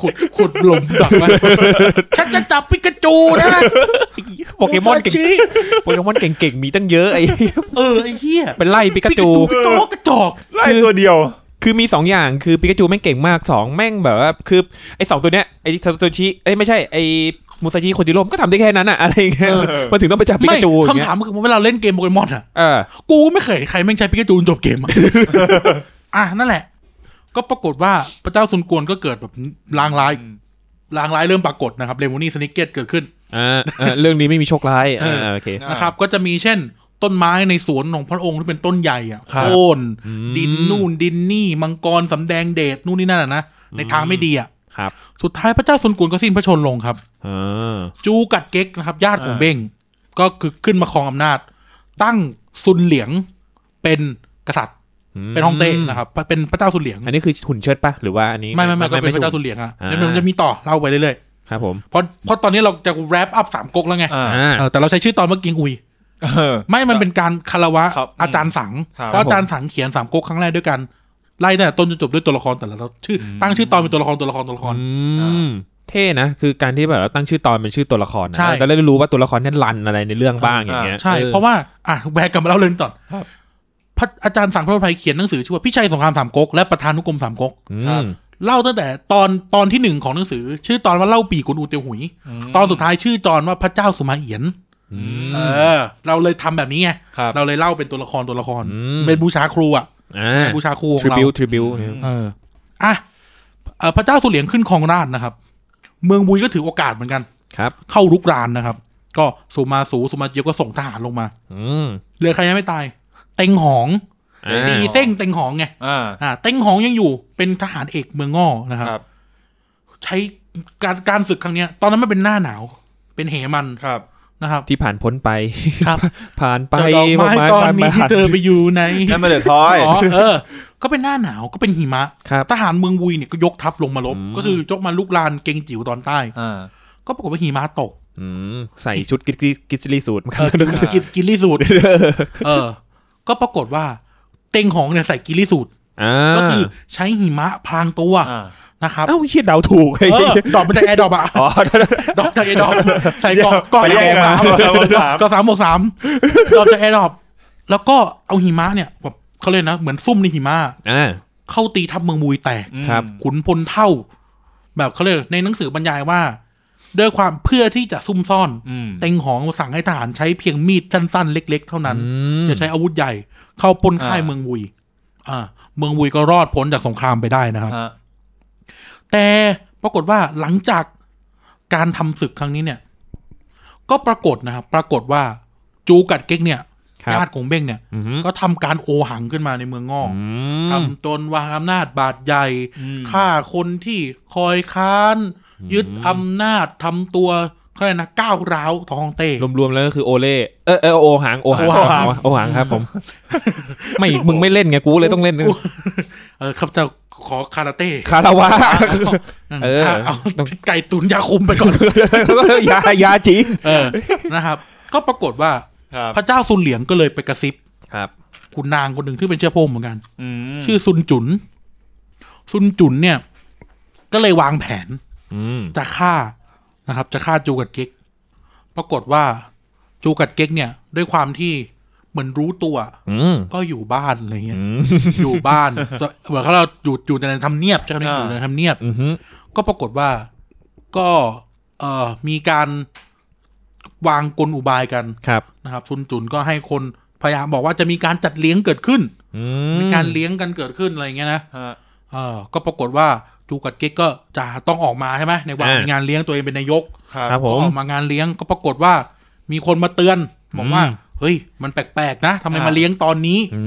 ขุดขุดหลุมดักไว้ ฉันจะจับปิกาจูนะ
โปเกมอนเก่ง
ชิ
โปเกมอนเก่งๆมีตั้งเยอะไอ้
เออไอ้เหี้ย
เป็นไล่ปิกา
ปิกา
จู
จูกระจอกกระจอก
ไล่ตัวเดียว
คือมี 2 อย่างคือปิกาจูแม่งเก่งมาก 2 แม่งแบบว่าคือไอ้สองตัวเนี้ยไอ้ซาโตชิเอ้ยไม่ใช่ไอ้มูซาชิโคจิโร่มันก็ทำได้แค่นั้นอะอะไรอย่างเงี้ย
เออ
มันถึงต้องไปจับปิ
ไม่
กาจูอย่าง
คำ
เงี้ย
ถามคือเวลาเล่นเกมโปเกมอนอ่ะ
เออ
กูก็ไม่เคยเห็นใครแม่งใช้ปิกาจูจนจบเกม อะ อ่ะนั่นแหละ ก็ปรากฏว่าพระเจ้าซุนกวนก็เกิดแบบลางร้าย
อืม
ลางร้ายเริ่มปรากฏนะครับเลมอนี่สนิกเก็ตเกิดขึ้น
อ่าเออเรื่องนี้ไม่มีโชคร้ายอ่า
เออ
โอเค
อ่าน
นะครับ ก็จะมีเช่น ต้นไม้ในสวนของพระองค์ที่เป็นต้นใหญ่อ่ะ
ครับ
โค่น
อืม
ดินนู่นดินนี่ มังกรสำแดงเดชนู่นนี่นั่นอะนะในทางไม่ดีอ่ะ
ครับ
สุดท้ายพระเจ้าซุนกวนก็สิ้นพระชนม์ลงครับ
อ่า
จูกัดเก็กนะครับ ญาติของ
อ่า
เบ้งก็คือขึ้นมาครองอำนาจ ตั้งซุนเหลียงเป็นกษัตริย์
ม
เป็นฮ่องเต้นะครับเป็นพระเจ้าซุนเหลียง
อันนี้คือหุ่นเชิดปะหรือว่าอันนี้
ไม่ไม่ไม่ก็เป็นพระเจ้า
หุ่
สุเหลียงอ่ะ
อ่า
เดี๋ยวมันจะมีต่อเล่าไปเรื่อย
ครับผม
ๆเพราะเพราะตอนนี้เราจะแรปอัพสามก๊กแล้วไง
อ่า
อ่า
เออแต่เราใช้ชื่อตอนเมื่อกี้อุย
เออ
ไม่มันเป็นการคารวะ
ครับ
อาจารย์สัง
ครับ
เพราะอาจารย์สังเขียนสามก๊กครั้งแรกด้วยกันไล่ตั้งแต่ต้นจนจบด้วยตัวละครแต่ละชื่อตั้งชื่อตอนเป็นตัวละครตัวละครตัวละคร
อืมเท่นะ คือการที่แบบว่าตั้งชื่อตอนเป็นชื่อตัวละครนะ
ใช่
จะได้รู้ว่าตัวละครนั้นรันอะไรในเรื่องบ้างอย่างเงี้ย
ใช่
ออ
เพราะว่าอ่ะแวกกลับมาเล่าเรื่องต่อ
ครับ
พระอาจารย์สังพระภัยเขียนหนังสือชื่อว่าพิชัยสงครามสามก๊กและประธานุกรมสามก๊ก
อื
ครับ
ม
เล่าตั้งแต่ตอนตอนที่หนึ่งของหนังสือ ชื่อตอนว่าเล่าปีกุนอูเตียวหุย ตอนสุดท้ายชื่อจอนว่าพระเจ้าสุมาเอียน
อืม
เออ เราเลยทำแบบนี้ไง
ครับ
เราเลยเล่าเป็นตัวละครตัวละคร
อืม
เป็นบูชาครูอ่ะ
อ่า
บูชาครู
ท
ขอ
ริ
งเรา
บิวทริบิว
เอออ่ะเอ่อพระเจ้าสุเหลียงขึ้นครองราชย์นะครับ เมืองบุยก็ถือโอกาสเหมือนกัน
ครับ
เข้ารุกรานนะครับ ก็สุมาสูสุมาเจียวก็ส่งทหารลงมา
อืม
เหลือใครยังไม่ตาย เต็งหอง
อ่า
ตีเส้งเต็งหองไง
อ่า
อ่าเต็งหองยังอยู่เป็นทหารเอกเมืองง่อนะครับ
ครับ
ใช้การการศึกครั้งเนี้ย ตอนนั้นไม่เป็นหน้าหนาว เป็นเหมัน
ครับ
นะครับ
ที่ผ่านพ้นไป
ครับ
ผ่านไป
เจอดอกไม้
ผ่า
ตอนนี้
ผ่า
เธอไปอยู่ไหน
นั่นมาเดือดพลอย
อ๋อเออ ก็เป็นหน้าหนาวก็เป็นหิมะ
ครับ
ทหารเมืองวุยเนี่ยก็ยกทัพลงมาลบ
อืม
ก็คือยกมาลุกลานเกงจิ๋วตอนใต้
อ่า
ก็ปรากฏว่าหิมะตก
อืมใส่ชุดกิจกิจลีสูตรมาค
เอ
รับ
อกินกินกินลี่สูตรเออ ก็ปรากฏว่า เต็งหองเนี่ยใส่กินลี่สูตร
อ่า
ก็คือใช้หิมะพรางตัว
อ่า
นะครับ
เอ้าเฮียเดาถูกไอ้
เอ
เหี้
อย ดอกมันจากแอร์ดรอปอะ
อ๋อ
ดอกจากแอร์ดรอปใส่กล่องกล่อง
ไปแย่งกัน
สาม
เอาเอาสาม
กล่องสามบวกสามดอกจากแอร์ดรอปแล้วก็เอาหิมะเนี่ยแบบเขาเลยกนะเหมือนซุ่มในหิมะ
อ่า
เข้าตีทัพเมืองวุยแตก
ครับ
ขุนพลเท่า แบบเขาเรียกในหนังสือบรรยายว่า ด้วยความเพื่อที่จะซุ่มซ่อน
อืม
เต็งหองสั่งให้ทหารใช้เพียงมีดสั้นๆ เล็ก ๆ เท่านั้น
อืม
อย่าใช้อาวุธใหญ่ เข้าปล้นค่าย
อ่า
เมืองวุย อ่า เมืองวุยก็รอดพ้นจากสงครามไปได้นะครับ
ฮะ
แต่ปรากฏว่าหลังจากการทำศึกครั้งนี้เนี่ย ก็ปรากฏนะครับปรากฏว่าจูกัดเก๊กเนี่ย
ครับ
ญาติของเบ้งเนี่ย
อืม
ก็ทำการโอหังขึ้นมาในเมืองงอก
อื
ท
ม
ำจนวางอำนาจบาดใหญ่
อืม
ฆ่าคนที่คอยค้าน
อืม
ยึดอำนาจทำตัวเขาเรียกนะก้าวร้าวทองเต้
รวมๆแล้วก็คือโอเล่เออเออโอหางโอหาง
โอ
โอ
หา
หาง งโอหางครับผม ไม่มึงไม่เล่นไงกูเลยต้องเล่น
กูเออครับเจะขอคาราเต้
คาราวะ
เอ
เอ
อ
อ
เอา
ต้อง
ไก่ตุนยาคุมไปก่อน
ยา ยาจี
เออนะครับ ก็ปรากฏว่า
ครับ
พระเจ้าซุนเหลียงก็เลยไปกระซิบ
ครับ
คุณนางคนหนึ่งที่เป็นเชื้อพงเหมือนกัน
อืม
ชื่อซุนจุน ซุนจุนเนี่ย ก็เลยวางแผน
อืม
จะฆ่านะครับ จะฆ่าจูกัดเก็ก ปรากฏว่าจูกัดเก็กเนี่ย ด้วยความที่เหมือนรู้ตัว
อืม
ก็อยู่บ้านอะไรเงี้ย
อืม
อยู่บ้านจะเหมือนเขาเราอยู่อยู่ในทำเนียบใช่ไหมอยู่ในทำเนียบ
อือหือ
ก็ปรากฏว่าก็เอ่อมีการวางกลอุบายกัน
ครับ
นะครับซุนจุนก็ให้คนพยายามบอกว่าจะมีการจัดเลี้ยงเกิดขึ้น
อื
มี
ม
การเลี้ยงกันเกิดขึ้นอะไรเงี้ยนะ
ฮะ
เออก็ปรากฏว่าจูกัดเก๊กก็จะต้องออกมาใช่ไหมในวันงานเลี้ยงตัวเองเป็นนายก
ครับผ
ก็
ม
ออกมางานเลี้ยงก็ปรากฏว่า มีคนมาเตือน บอกว่า
อืม
เฮ้ย มันแปลกๆนะทำไม
อ่าม
มาเลี้ยงตอนนี้
อื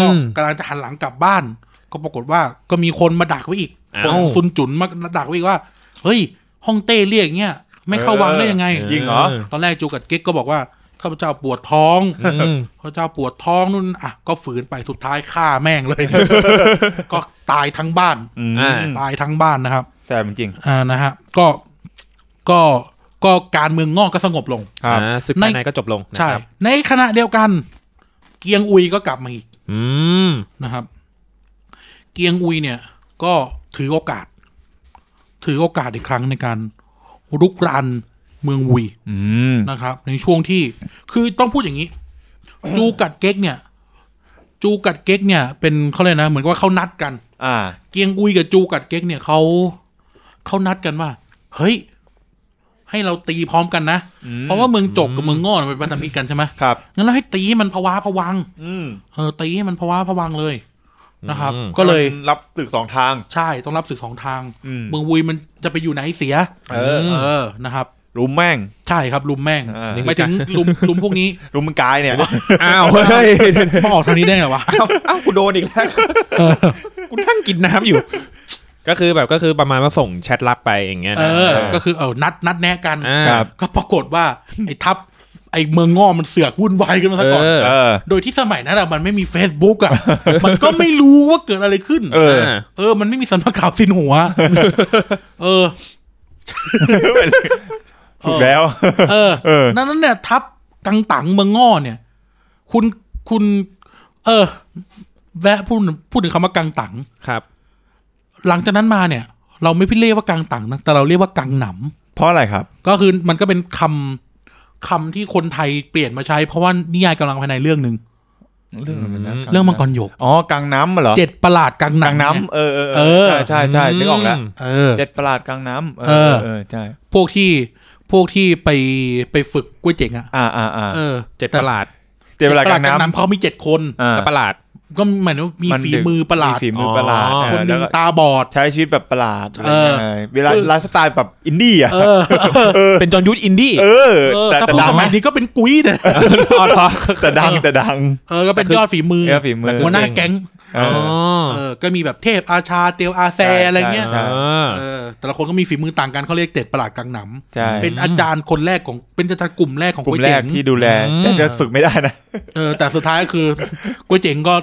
ก็
ม
กำลังจะหันหลังกลับบ้าน ก็ปรากฏว่าก็มีคนมาดักไว้อีก
อ้าว
คนซุนจุนมาดักไว้อีกว่า เฮ้ยฮ่องเต้เรียกอย่างเงี้ยไม่เข้าวังได้ยังไง
เออ ริงเหรอ
ตอนแรกจูกับเก๊กก็บอกว่าข้าพเจ้าปวดท้อง
อืม
ข้าพเจ้าปวดท้องนู่นอ่ะก็ฝืนไปสุดท้ายฆ่าแม่งเลย ก็ตายทั้งบ้าน
อืม
อ่า
ตายทั้งบ้านนะครับ
แสบจริง
อ่านะฮะก็ก็ก็การเมืองงอกก็สงบลง
ๆครับ
อ่าศึกภายในก็จบลงนะ
ใช่
ครับ
ในขณะเดียวกัน เกียงอุยก็กลับมาอีก
อืม
นะครับ เกียงอุยเนี่ย ก็ถือโอกาส ถือโอกาสอีกครั้งในการรุกรานเมืองอุย
อืม
นะครับ ในช่วงที่คือต้องพูดอย่างนี้ จูกัดเก๊กเนี่ย จูกัดเก๊กเนี่ย เป็นเขาเลยกนะ เหมือนกับว่าเขานัดกัน
อ่า
เกียงอุยกับจูกัดเก๊กเนี่ยเขาเขานัดกันว่า เฮ้ย ให้เราตีพร้อมกันนะ
อืม
เพราะว่าเมืองจบกับเมืองงอนเป็นพันธมิตรกันใช่ไหม
ครับ
งั้นเราให้ตีให้มันภาวะผวัง
อืม
เออตีให้มันภาวะผวังเลยนะครับ ก็เลย
มันรับตึกสองทาง
ใช่ต้องรับศึกสองทาง
อืม
เมืองอุยมันจะไปอยู่ไหนเสีย
เออ
เออนะครับ
รุมแม่ง
ใช่ครับลุมแม่ง
อ่า
ไม่ถึงลุมลุมพวกนี้
รุมมึงกายเนี่ย
อ้าวเฮ้ย
มาออกทางนี้ได้ไงวะ
อ้าวอ้าวกูโดนอีกแล้วกูนั่งกินน้ำอยู่ ก็คือแบบก็คือประมาณว่าส่งแชทลับไปอย่างเงี้ย
เอ
นะ
อ ก็คือเออนัดนัดแนะกัน
อ่า
ครับ
ก็ปรากฏว่าไอ้ทัพไอ้เมืองงอมันเสือกวุ่นวายขึ้นมาซะ
เอ
ก่อน
อ
เออ
โดยที่สมัยนั้นอะมันไม่มี Facebook อะ มันก็ไม่รู้ว่าเกิดอะไรขึ้น
เออ
า
เออ มันไม่มีสำนักข่าวสินหัว เออ
ถูกแล้ว
เออ
เออ
นั่นนั้นเนี่ย ทับกังตังเมืองง่อเนี่ย คุณคุณ เออแวะพูดพูดถึงคำว่ากังตัง
ครับ
หลังจากนั้นมาเนี่ย เราไม่พิเรียกว่ากังตังนะแต่เราเรียกว่ากังหน
เพราะอะไรครับ
ำก็คือมันก็เป็นคำคำที่คนไทยเปลี่ยนมาใช้ เพราะว่านิยายกำลังภายในเรื่องหนึ่ง
เรื่องอะไรนะ
เรื่องมังกรหยก
อ๋อกลางน้ำเหรอ
เจ็ดประหลาดกังหนำ
กลาง
เนี่ย
น้ำเออเออ
เออ
ใช่ใช่ใช่นึกออกแล้ว
เออ
เจ็ดประหลาดกลางน้ำเออ
เออ
เออใช่
พวกที่พวกที่ไปไปฝึกกุ้วยเจ๋งอะ
อ่าอ่าอ่า
เออ
เจ็ดประหลาด
เจ็ดประหลาดกลางน้
เพราะมีเจ็ดคน
ำอ่า
และประหลาด
ก็หมายถึงว่ามี
น
ฝี
ดึง
มือประหลาด
มีฝีมือประหลาด
อ๋อ
เออ
คนห
แล้
นึ่
ว
ง
ก็
ตาบอด
ใช้ชีวิตแบบประหลาด
เออ
เออเวลาไลฟ์สไตล์แบบอินดี้อ่ะ
เออ
เป็นจอห์นยุทธอินดี้
เออ
เออ
แต่
ถ้า
แต่
พูด
ดั
ส
ง
มัยนี้ก็เป็นกุ้ยเนี่ย
อ๋อเหรอ
แต่ดังแต่ดัง
เออก็เป็นยอดฝีมือ
เออฝีมือ
หัวหน้าแก๊ง
เอ
อ๋อ
อ
เออก็มีแบบเทพอาชาเตียวอาแซ
ใช่
อะไรเงี้ย
ใช่
เออแต่ละคนก็มีฝีมือต่างกันเขาเรียกเจ็ดประหลาดกังหน
ใช่
ำเป็นอาจารย์คนแรกของเป็นอาจารย์กลุ่มแรกของ
กลุ่
กุ้
ม
ย
แร
เจ๋
ก
ง
ที่ดูแลแต่จะฝึกไม่ได้นะ
เออแต่สุดท้ายก็คือ กุ้ยเจ๋งก็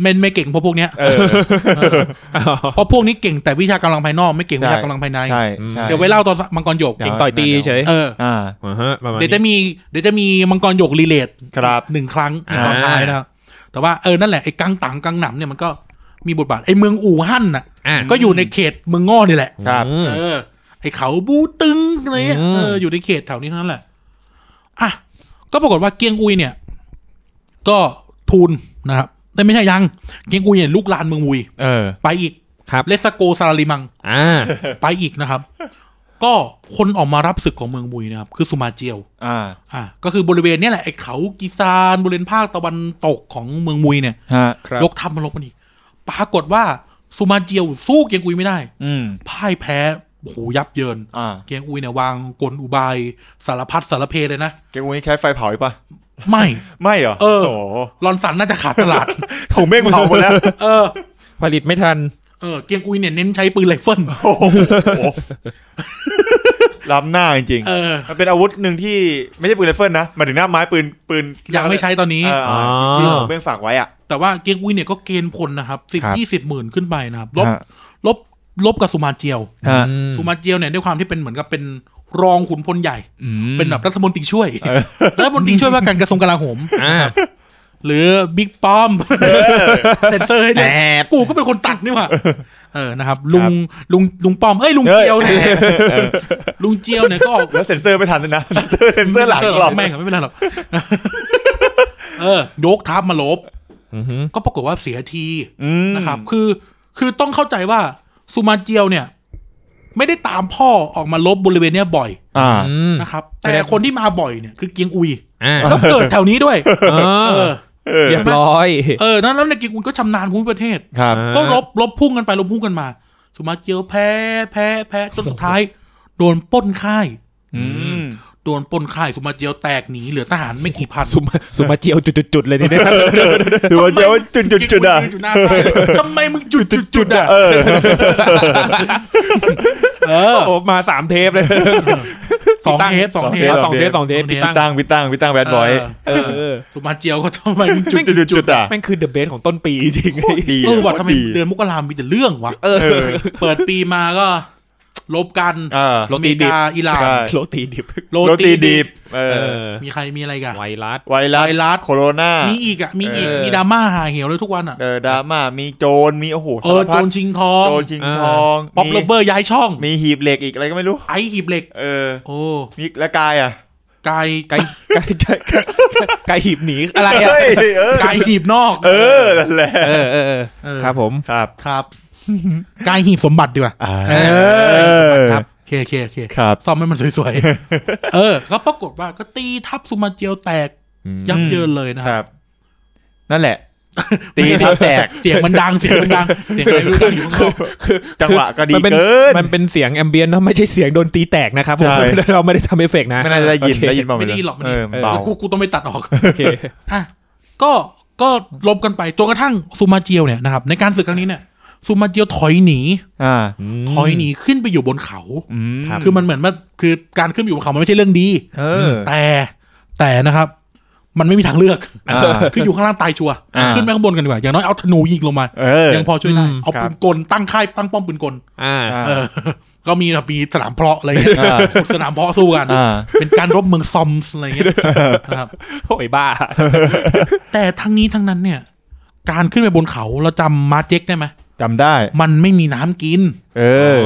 เม่นไม่เก่งเพราะพวกเนี้ย
เออ
เพราะพวกนี้เก่งแต่วิชากำลังภายนอกไม่เก่งวิชากำลังภายใน
ใช่ใช่
เดี๋ยวไว้เล่าตอนมังกรหยก
เดี๋
เก่
ว
งต่อยตีเฉย
เออ
อ่า
อ่าฮะประมาณ
เดี๋ยว
นี้
จะมีเดี๋ยวจะมีมังกรหยกรีเลท
ครับ
หนึ่งครั้งในตอน
อ่า
ท้ายนะครับ แต่ว่าเออนั่นแหละไอ้กังตังกังหนำเนี่ยมันก็มีบทบาทไอ้เมืองอู่ฮั่นน่ะ
อ่ะ
ก็อยู่ในเขตเมืองง่อนี่แหละ
ครับ
อืม
เออ ไอ้เขาบูตึงอะไรเงี้ย
อืม
เอออยู่ในเขตแถวนี้ทั้งนั้นแหละอ่ะก็ปรากฏว่าเกียงอุยเนี่ย ก็ทูลนะครับแต่ไม่ใช่ยังเกียงอุยเนี่ยลูกลานเมืองอุย
เออ
ไปอีก
ครับ
เลสโกซาลาลิมัง
อ่า
ไปอีกนะครับ ก็คนออกมารับศึกของเมืองมุยนะครับ คือสุมาเจียว
อ่า
อ่า ก็คือบริเวณเนี้แหละไอ้เขากีซาน บริเวณภาคตะวันตกของเมืองมุยเนี่ย
ฮะ
ยกทัพมาลบกันอีก ปรากฏว่าสุมาเจียวสู้เกียงอุยไม่ได้
อืม
พ่ายแพ้โอ้โหยับเยิน
อ่า
เกียงอุยเนี่ยวางกลอุบายสารพัดสารเพเลยนะ
เจ้าวุ้ยใช้ไฟเผาอีกปะ
ไม่
ไม่เหรอ
เออ
โโห
ลอนสันน่าจะขาดตลาด
ถุงเมฆเผาหมด แล้ว
เออ
ผลิตไม่ทัน
เออ เกียงอุยเนี่ยเน้นใช้ปืนไรเฟิล
โอ้โหล้ำหน้าจริงๆ
เออ
มันเป็นอาวุธหนึ่งที่ไม่ใช่ปืนไรเฟิลนะหมายถึงหน้าไม้ปืนปืน
ยังไม่ใช้ตอนนี้
เอออ่า
อ๋อ
ที่ผมเบ้งฝากไว้อ่ะ
แต่ว่าเกียงอุยเนี่ยก็เกณฑ์พลนะครับสิบ
ครับ
ยี่สิบหมื่นขึ้นไปนะครับลบ ลบลบกับสุมาเจียว
ฮะ
อืม
สุมาเจียวเนี่ยด้วยความที่เป็นเหมือนกับเป็นรองขุนพลใหญ่
อืม
เป็นแบบรัฐมนตรีช่วยรัฐมนตรีช่วยว่าการกระทรวงกลาโหม
อ่า
หรือบิ๊กป้อมเซ็นเซอร์ให้ด้วย
แอบ
กูก็เป็นคนตัดนี่หว่าเออนะครับ ลุงลุงลุงป้อมเอ้ยลุง
เฮ้ย
เจียวเนี่ยลุงเจียวเนี่ยก็ออก
แล้วเซ็นเซอร์ไม่ทันด้วยนะ เซ็นเซอร์เซ็นเซอร์หลังกรอบ
แม่งอะไม่เป็นไรหรอกเออยกทัพมาลบ
อือหือ
ก็ปรากฏว่าเสียที
อืม
นะครับคือคือต้องเข้าใจว่าซูมาเจียวเนี่ย ไม่ได้ตามพ่อออกมาลบบริเวณเนี้ยบ่อย
อ่า
อืม
นะครับ แต่คนที่มาบ่อยเนี่ยคือเกียงอุย
อ่า
แล้วเกิดแถวนี้ด้วย
เออ
เออ
เรียบร้อย
เออนั่นแล้วในยเกียงอุยก็ชำนาญภูมิประเทศ
ครับ
ก็รบรบพุ่งกันไปรบพุ่งกันมาซูมาเจียวแพ้แพ้แพ้จนสุดท้าย โดนปล้นค่าย
อืม
โดนปล้นค่ายสุมาเจียวแตกหนีเหลือทหารไม่กี่พัน
สุมาสุมาเจียวจุดๆๆเลยทีเนี้ย
หรือว่าจะว่าจุดจุดจุดอ่ะ
ยืนอยู่หน้าค่ายทำไมมึงจุดจุดจุดอ่ะ
เออ
เออ
โอ้มาสามเทปเลย
สองเทปสองเทป
สองเทปสองเทป
พี่
พี่
ตั้
ตั้ง
ง
ตั้งพี่ตั้งพี่ตั้งแบดบอย
เออ
สุมาเจียวก็ทำไมมึงจุ
จุ
ด
ดจุดจุดจุดอ่ะ
แม่งคือเดอะเบสของต้นปีจริง
โคตรดี
เออว่ะทำไม
ดี
เดือนมกรามีแต่เรื่องวะ
เออ
เออ
เปิดปีมาก็ ลบกัน
เออ
อเมริกาอิหร่าน
ใช่
โรตีดิบ
โร
โรตีดิบเอ
เอ
อ
อ
มีใครมีอะไรอีกัน
ไวรัส
ไวรัส
ไวรัส
โคโรนา
มีอีกอ่ะมีอีก
เออ
มีดราม่าหาเหวเลยทุกวันอ่ะ
เออดราม่ามีโจรมีโอ้โห
เออโจ
สารพัด
รชิงทอง
โจรชิงทอง
ป๊อปเลเบอร์ย้ายช่อง
มีหีบเหล็กอีกอะไรก็ไม่รู้
ไอหีบเหล็ก
เออ
โอ้
มีและกายอ่ะ
ไกาย
ไก่ไก่ไก่ไก่หีบหนีอะไร
เฮ้ย
อะ
เออ
ไกายหีบนอก
เออนั่นแหละ
เออเออเออ
เออ
ครับผม
ครับ
ครับ ไกายหีบสมบัติดีกว่า เอ
อครับ
โอเคโอเคโอเค
ครับ
ซ่อมให้มันสวย ๆ เออ ก็ปรากฏว่าก็ตีทับสุมาเจียวแตกยับเยินเลยนะ
ค
ค
รั
รับบ
นั่ นแหละ ตีทับแตก
เสียงมันดังเสียงมันดังเสียงอะไรไม่รู้ดังอยู่ข้างนอก
จังหวะก็ดี
มันเป็น
เกิน
มันเป็นเสียงแอมเบียนต์นะไม่ใช่เสียงโดนตีแตกนะครับผม
ใช่
เราไม่ได้ทำเอฟเฟกต์นะ
ไม่น่าจะได้ยิน
โอเค
ได้ยินเปล่า
ไม่
รู้
ไดีหรอกไม่
เอ
ไดี
อมันเบา
แล้วกูกูต้องไปตัดออก
โอเค
อ่ะก็ก็ลบกันไปจนกระทั่งซูมาเจียวเนี่ยนะครับในการศึกครั้งนี้เนี่ยซูมาเจียวถอยหนี
อ่า
ถอยหนีขึ้นไปอยู่บนเขา
อืม
ครับ
คือมันเหมือนว่าคือการขึ้นไปอยู่บนเขามันไม่ใช่เรื่องดี
เออ
แต่แต่นะครับ มันไม่มีทางเลือก
อ่า
คืออยู่ข้างล่างตายชัวร์
อ่า
ขึ้นไปข้างบนกันดีกว่าอย่างน้อยเอาธนูยิงลงมา
เออ
ยังพอช่วยได้
อืม
เอา
ครับ
ปืนกลตั้งค่ายตั้งป้อมปืนกล
อ่า
เออ ก็มีนะมีสนามเพาะอะไรเงี้ย
อ่า
สนามเพาะสู้กัน
อ่า
เป็นการรบเมืองซอมส์อะไรเงี้ยนะครับ
โอ้ยบ้า
แต่ทั้งนี้ทั้งนั้นเนี่ย การขึ้นไปบนเขาเราจำมาเจ็กได้ไหม
จำได้
มันไม่มีน้ำกิน
เออ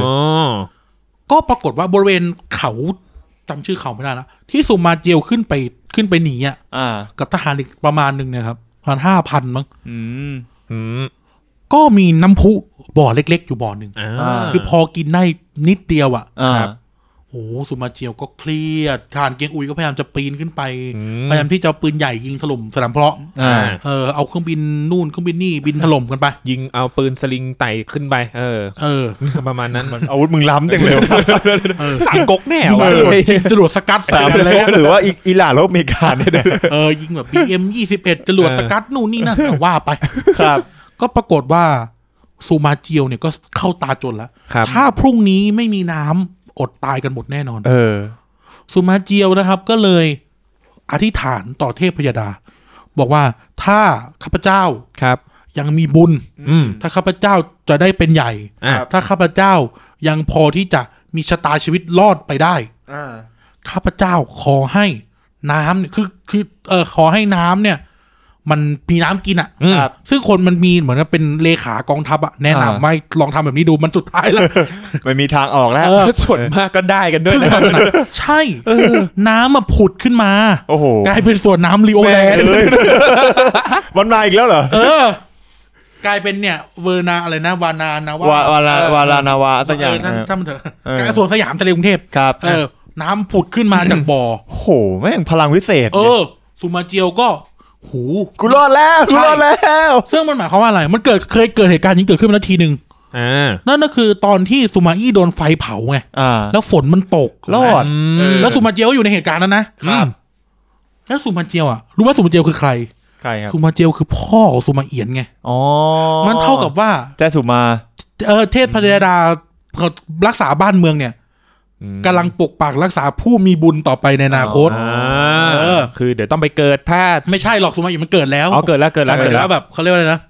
ก็ปรากฏว่าบริเวณเขาจำชื่อเขาไม่ได้นะที่สุมาเจียวขึ้นไปขึ้นไปหนีอ่ะ
อ่า
กับทหารอีกประมาณหนึ่งเนะครับประมาณห้าพันมั้ง
อืม
อืม
ก็มีน้ำพุบ่อเล็ก ๆ อยู่บ่อหนึ่ง
อ่า
อ่า
คือพอกินได้นิดเดียวอ่ะ
อ่า
ครับ
โอ้โหสุมาเจียวก็เครียดทหารเกียงอุยก็พยายามจะปีนขึ้นไป
อืม
พยายามที่จะเอาปืนใหญ่ยิงถล่มสนามเพาะ
อ่า
เออเอาเครื่องบินนู่นเครื่องบินนี่บินถล่มกันไป
ยิงเอาปืนสลิงไต่ขึ้นไป เออ
เออ
ประมาณนั้น
อาวุธมึงล้ำจังเลย
สามก๊กแน่
ยิง
วะ
จรวดยิงจรวดสกัด
สา
สามม
โล
เลย
กหรือว่าอีอิหร่านโลกอเมริกาเนี่ยนะ
เออยิงแบบบีเอ็มยี่สิบเอ็ดจรวดสกัดนู่นนี่นั่นแต่ว่าไป
ครับ
ก็ปรากฏว่าซูมาเจียวเนี่ยก็เข้าตาจนแล้ว
ครับ
ถ้าพรุ่งนี้ไม่มีน้ำอดตายกันหมดแน่นอน
เออ
ซูมาเจียวนะครับ ก็เลยอธิษฐานต่อเทพพยดา บอกว่าถ้าข้าพเจ้า
ครับ
ยังมีบุญ
อืม
ถ้าข้าพเจ้าจะได้เป็นใหญ่
อ่ะ
ครับ
ถ้าข้าพเจ้ายังพอที่จะมีชะตาชีวิตรอดไปได้
อ่า
ข้าพเจ้าขอให้น้ำเนี่ยคือคือเออขอให้น้ำเนี่ย มันมีน้ำกินอะ
อืม
ครับ
ซึ่งคนมันมีเหมือนกับเป็นเลขากองทัพอะแนะ
อ่า
นำไม่ลองทำแบบนี้ดูมันสุดท้ายแล้ว
ไม่มีทางออกแล้ว
เออ
ส่วนมากก็ได้กันด้วยนะ
ใช่น้ำมาผุดขึ้นมา
โอ้โห
กลายเป็นส่วนน้ำลีโอ
แม่
แล
ง
นด์
เลย มันมาอีกแล้วเหรอ
เออ กลายเป็นเนี่ยเวอร์นาอะไรนะวานานาว
าวาลาวาลานาวาสักอย่าง
เออท่าน
เออ
ท่านมันเถอะ
เออ
กลายเป็นส่วนสยามทะเลกรุงเทพ
ครับ
เออ น้ำผุดขึ้นมาจากบ่อ
โอ้โห แม่งพลังวิเศษ
เออสุมาเจียวก็ หู
กูรอดแล้วกูรอดแล้ว
ซึ่งมันหมายความว่าอะไร มันเกิดเคยเกิดเหตุการณ์อย่างนี้เกิดขึ้นมาแล้วทีหนึ่ง
อ่า
นั่นก็คือตอนที่ซูมาอี้โดนไฟเผาไง
อ่า
แล้วฝนมันตก
รอด
อืม
เออ
แล้วซูมาเจียวก็อยู่ในเหตุการณ์นั้นนะ
ครับ
แล้วซูมาเจียวอ่ะ รู้ว่าซูมาเจียวคือใคร
ใครครับ
ซูมาเจียวคือพ่อของซูมาเอียนไง
อ๋อ
มันเท่ากับว่า
แจ้สุมา
เออเทพพยดารักษาบ้านเมืองเนี่ย
อืม
กำลังปกปักรักษาผู้มีบุญต่อไปในอนาคต
อ่า
เออ
คือเดี๋ยวต้องไปเกิดถ้า
ไม่ใช่หรอกซูมาเอียนมันเกิดแล้ว
อ๋อเกิดแล้วเกิด
แต่
แล้ว
หมาย
เกิด
ถึง
แล้ว
ว่าแบบเขาเรียกว่าอะไรนะ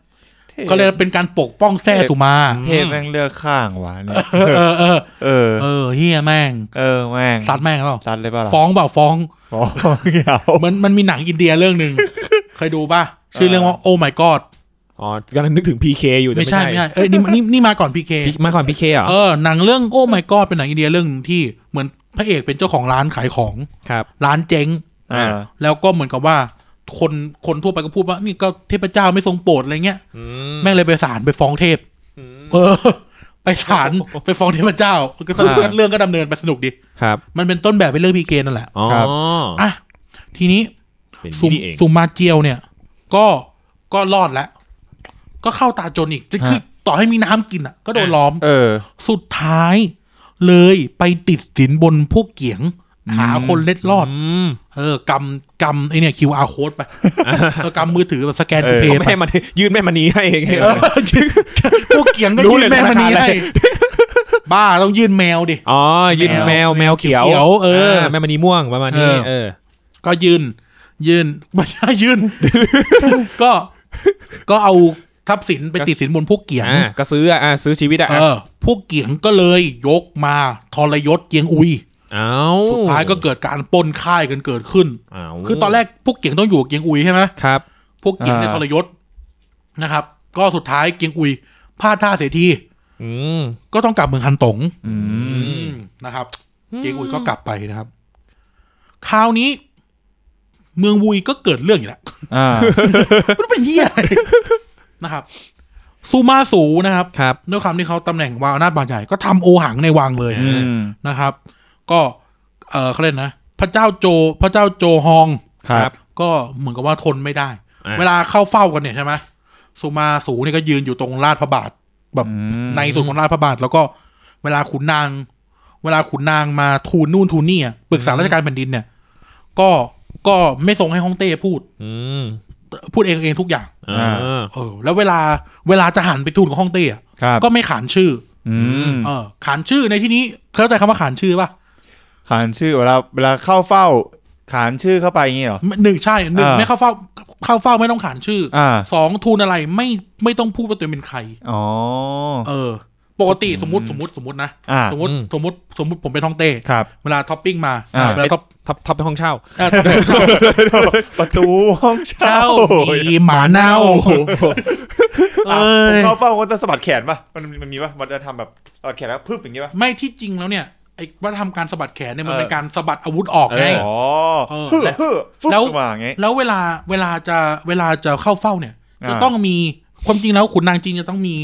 เขาเรียกว่าเป็นการปกป้องแท้ซูมา
เทพแม่งเลือกข้างว่ะเนี่ย
เออเออเออ
เออ
เออเฮียแม่ง
เออ แม่ง
ซัดแม่งแล้วเปล่า
ซัดเลยป่ะล่ะ
ฟ้องเปล่าฟ้อง
ฟ้องเหี้ยว
เหมันมันมีหนังอินเดียเรื่องหนึ่ง เคยดูป่ะ ชื่อเรื่องว่าโอ้ my god
อ๋อกำลังนึกถึง PK อยู่แต่
ไม่ใช่ไม่ใช่เอ้ยนี่นี่นี่มาก่อนพีเค
พีมาก่อน PK เหรอ
เออหนังเรื่องโอ้ my god เป็นหนังอินเดียเรื่องหนึ่งที่เหมือนพระเอกเป็นเจ้าของร้านขายของ
ครับ
ร้านเจ๊ง
อ่า
แล้วก็เหมือนกับว่า คนคนทั่วไปก็พูดว่า นี่ก็เทพเจ้าไม่ทรงโปรดอะไรเงี้ยแม่งเลยไปศาลไปฟ้องเทพ เออ ไปศาลไปฟ้องเทพเจ้าก็สนุก
อ่า
เรื่องก็ดำเนินไปสนุกดี
ครับ
มันเป็นต้นแบบเป็นเรื่องพีเคนั่นแหละ
อ๋อ
ครับ
อ่ะทีนี้
เป็น
ซุม
นี่เอง
ซุมมาเจียวเนี่ย ก็ก็รอดแล้ว ก็เข้าตาจนอีกจะคือ ต่อให้มีน้ำกินอ่ะ ก็โดนล้อม
เออ
สุดท้าย เลยไปติดสินบนพวกเกียง หาคนเล็ดลอด
อืม
เออกำกำไอเนี่ย QR code ไปเออกำมือถือแบบสแกน
เออ
เพย์
ไม่
ไป
ให้มันยื่นแม่มันนี้ให้
เออพวกเกียงก็
รู้
ยื่
เลย
นแม่มณี
ธนาคารอะไร
ให้บ้าต้องยื่นแมวดิ
อ๋อยื่นแม
แม
ว
ว
แมวเขียว
เขียวเออ
แม่มันนี้ม่วงประมาณนี้
เออ
เออ
ก็ยื่นยื่นไม่ใช่ ยื่น ก็ ก็เอาทรัพย์สินไปติดสินบนพวกเกียง
อ่าก็ซื้ออ่ะอ่ะซื้อชีวิตอ่ะ
เออพวกเกียงก็เลยยกมาทรยศเกียงอุย
เอา
สุดท้ายก็เกิดการปล้นค่ายกันเกิดขึ้น
เา
คือตอนแรกพวกเกียงต้องอยู่กับเกียงอุยใช่ไหม
ครับ
พวกเกียงในย
อ่า
ทรยศนะครับ ก็สุดท้ายเกียงอุยพลาดท่าเสียที
อืม
ก็ต้องกลับเมืองฮันตง
อืม
นะครับ เกียงอุยก็กลับไปนะครับ คราวนี้ เมืองวุยก็เกิดเรื่องอีกแล้ว
อ่า
มันเป็นเหี้ยอะไร นะครับซูมาสูนะครับ
ครับ
ด้วยความที่เขาตำแหน่งวาอำนาจบางใหญ่ก็ทำโอหังในวังเลย
อื
อืม
นะครับ ก็เออเขาเรียกนะ พระเจ้าโจพระเจ้าโจฮอง
ครับ
ก็เหมือนกับว่าทนไม่ได้
อ่ะ
เวลาเข้าเฝ้ากันเนี่ยใช่ไหมซูมาสูเนี่ยก็ยืนอยู่ตรงลาดพระบาท แบบ
อืม
ในส่วนของลาดพระบาท แล้วก็เวลาขุนนาง เวลาขุนนางมาทูลนู่นทูลนี่อ่ะปรึกษาราชการแผ่นดินเนี่ย ก็ก็ไม่ส่งให้ฮ่องเต้พูด
อืม
พูดเองเองทุกอย่าง
อ่า
เออแล้วเวลาเวลาจะหันไปทูลกับฮ่องเต้อะ
ครับ
ก็ไม่ขานชื่อ
อืม
อเออขานชื่อในที่นี้เข้าใจคำว่าขานชื่อป่ะ
ขานชื่อเวลาเวลาเข้าเฝ้า ขานชื่อเข้าไปอย่างงี้เหรอ
หนึ่งใช่หนึ่ง
อ่า
ไม่เข้าเฝ้าเข้าเฝ้าไม่ต้องขานชื่ออ
อ่า
สองทูลอะไรไม่ไม่ต้องพูดว่าตัวเองเป็นใคร
อ๋อ
เออ ปกติสมมติสมมติสมมตินะ
อ่า
สมมติสมมติสมมติผมเป็นฮ่องเต้
ครับ
เวลาท็อปปิ้งมา
อ่า
เวลาท็อป
ทับทับไปห้องเช่า
เอ่อท็อปปิ้ง
ประตูห้องเช่า
เจ้ามีหมาเน่าเอ
อ่ะผ้ ม
ย
เข้าเฝ้าคนจะสะบัดแขนป่ะมันมันมีป่ะมันจะทำแบบสะบัดแขนแล้วพึบอย่างงี้ป่ะ
ไม่ที่จริงแล้วเนี่ยไอ้วัฒนธรรมการสะบัดแขนเนี่ยมัน
เออ
เป็นการสะบัดอาวุธออกไง
เ
อ๋อ
เออ
ฮึ่ม
และ
ฮึ่มฟึบ
แล้ว
ออกมาอย่างงี้
แล้วเวลาเวลาจะเวลาจะเข้าเฝ้าเนี่ย
อ่า
จะต้องมีความจริงแล้วขุนนางจีนจะต้องมี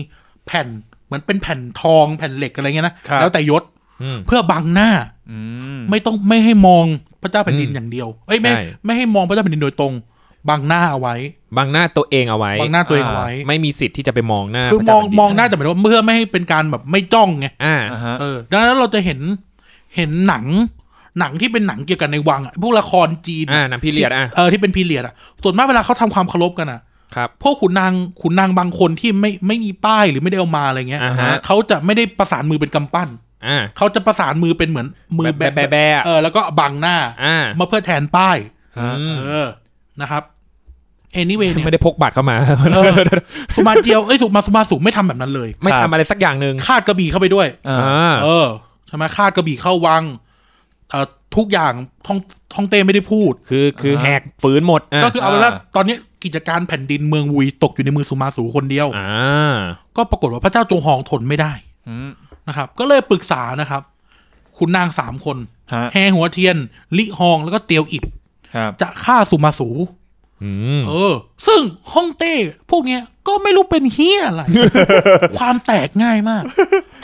แผ่นเหมือนเป็นแผ่นทองแผ่นเหล็กอะไรเงี้ยนะแล้วแต่ยศ
อืม
เพื่อบังหน้า
อืม
ไม่ต้องไม่ให้มองพระเจ้าแผ่นดินอย่างเดียวเอ้ยไม่
ใช่
ไม่ให้มองพระเจ้าแผ่นดินโดยตรงบังหน้าเอาไว้
บังหน้าตัวเองเอาไว้
บังหน้าตัวเองเอาไว้
ไม่มีสิทธิ์ที่จะไปมองหน้า
คื
พ
อ
ระ
ม
เจ้า
อง
แผ่นดิน
มองหน้าแต่หมายถึงว่าเพื่อไม่ให้เป็นการแบบไม่จ้องไง
อ่า
อ่าฮะ
เออดังนั้นเราจะเห็นเห็นหนังหนังที่เป็นหนังเกี่ยวกับในวังอะพวกละครจีน
อ่าหนังพีเรียดอ่ะ
เออที่เป็นพีเรียดอะส่วนมากเวลาเขาทำความเคารพกันอะ
ครับ
พวกขุนนางขุนนางบางคนที่ไม่ไม่มีป้ายหรือไม่ได้เอามาอะไรเงี้ย
อ่าฮะ
เขาจะไม่ได้ประสานมือเป็นกำปั้น
อ่า
เขาจะประสานมือเป็นเหมือนมือ
แบะแบะแบะ
เออแล้วก็บังหน้า
อ่า
มาเพื่อแทนป้าย
ฮะ
อืม
เออนะครับ anyway เนี่ย
ไม่ได้พกบัตรเข้ามา
เออสุมาเจียวเอ้ยสุมาสุมาสุไม่ทำแบบนั้นเลย
ไม่
ครั
ทำ
บ
อะไรสักอย่างหนึ่ง
คาดกระบี่เข้าไปด้วย
อ่า
อ่า
เออใช่ไหมคาดกระบี่เข้าวังเอ่อทุกอย่างท่องท่องเต้ไม่ได้พูด
คือคือ
อ่า
แหกฝืนหมดะ
ก็คือเอาเป็นว่า
อ่า
ตอนนี้กิจการแผ่นดินเมืองวุยตกอยู่ในมือสุมาสูคนเดียว
อ่า
ก็ปรากฏว่าพระเจ้าจงหองทนไม่ได้
อืม
นะครับก็เลยปรึกษานะครับขุนนางสามคน
ฮะ
แฮหัวเทียน ลิฮองแล้วก็เตียวอิบ
ครับ
จะฆ่าสุมาสู
อืม
เออ ซึ่งฮ่องเต้พวกเนี้ยก็ไม่รู้เป็นเฮีย อะไร ความแตกง่ายมาก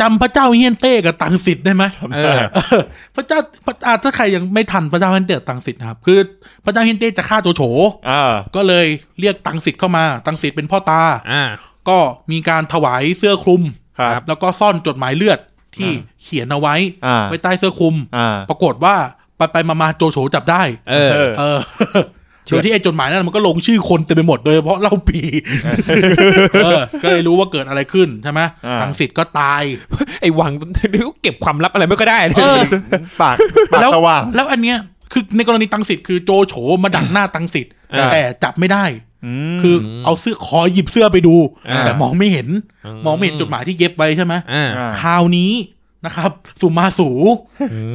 จำพระเจ้าเฮียนเต้กับตังสิทธิ์ได้ไหม
เออ
เออ พระเจ้าพระอาถ้าใครยังไม่ทันพระเจ้าเฮียนเต้กับตังสิทธิ์นะครับคือพระเจ้าเฮียนเต้จะฆ่าโจโฉ
อ่า
ก็เลยเรียกตังสิทธิ์เข้ามา ตังสิทธิ์เป็นพ่อตา
อ่า
ก็มีการถวายเสื้อคลุม
ครับ
แล้วก็ซ่อนจดหมายเลือดที่
อ่
เขียนเอาไว้
อ่า
ไว้ใต้เสื้อคลุม
อ่า
ปรากฏว่าไปไปๆมาๆโจโฉจับได้
เออ
เออ
เออโดยที่ไอ้จดหมายนั้นมันก็ลงชื่อคนเต็มไปหมดโดยเฉพาะเล่าปีเออ ก็เลยรู้ว่าเกิดอะไรขึ้นใช่ไหม
อ่า
ทางสิทธิ์ก็ตาย
ไอ้วัง เก็บความลับอะไรไม่ก็ได้เลย
เออ
ปากปาก
แล้ว
สว่าง
แล้วอันเนี้ยคือในกรณีตังสิทธิ์คือโจโฉมาดักหน้าตังสิทธิ์
อ่า
แต่จับไม่ได้
อืม
คือเอาเสื้อขอหยิบเสื้อไปดู
อ่า
แต่มองไม่เห็น มองไม่เห็นจดหมายที่เย็บไว้ใช่ไหม
อ่า
อ่า
คราวนี้นะครับ สุมาสู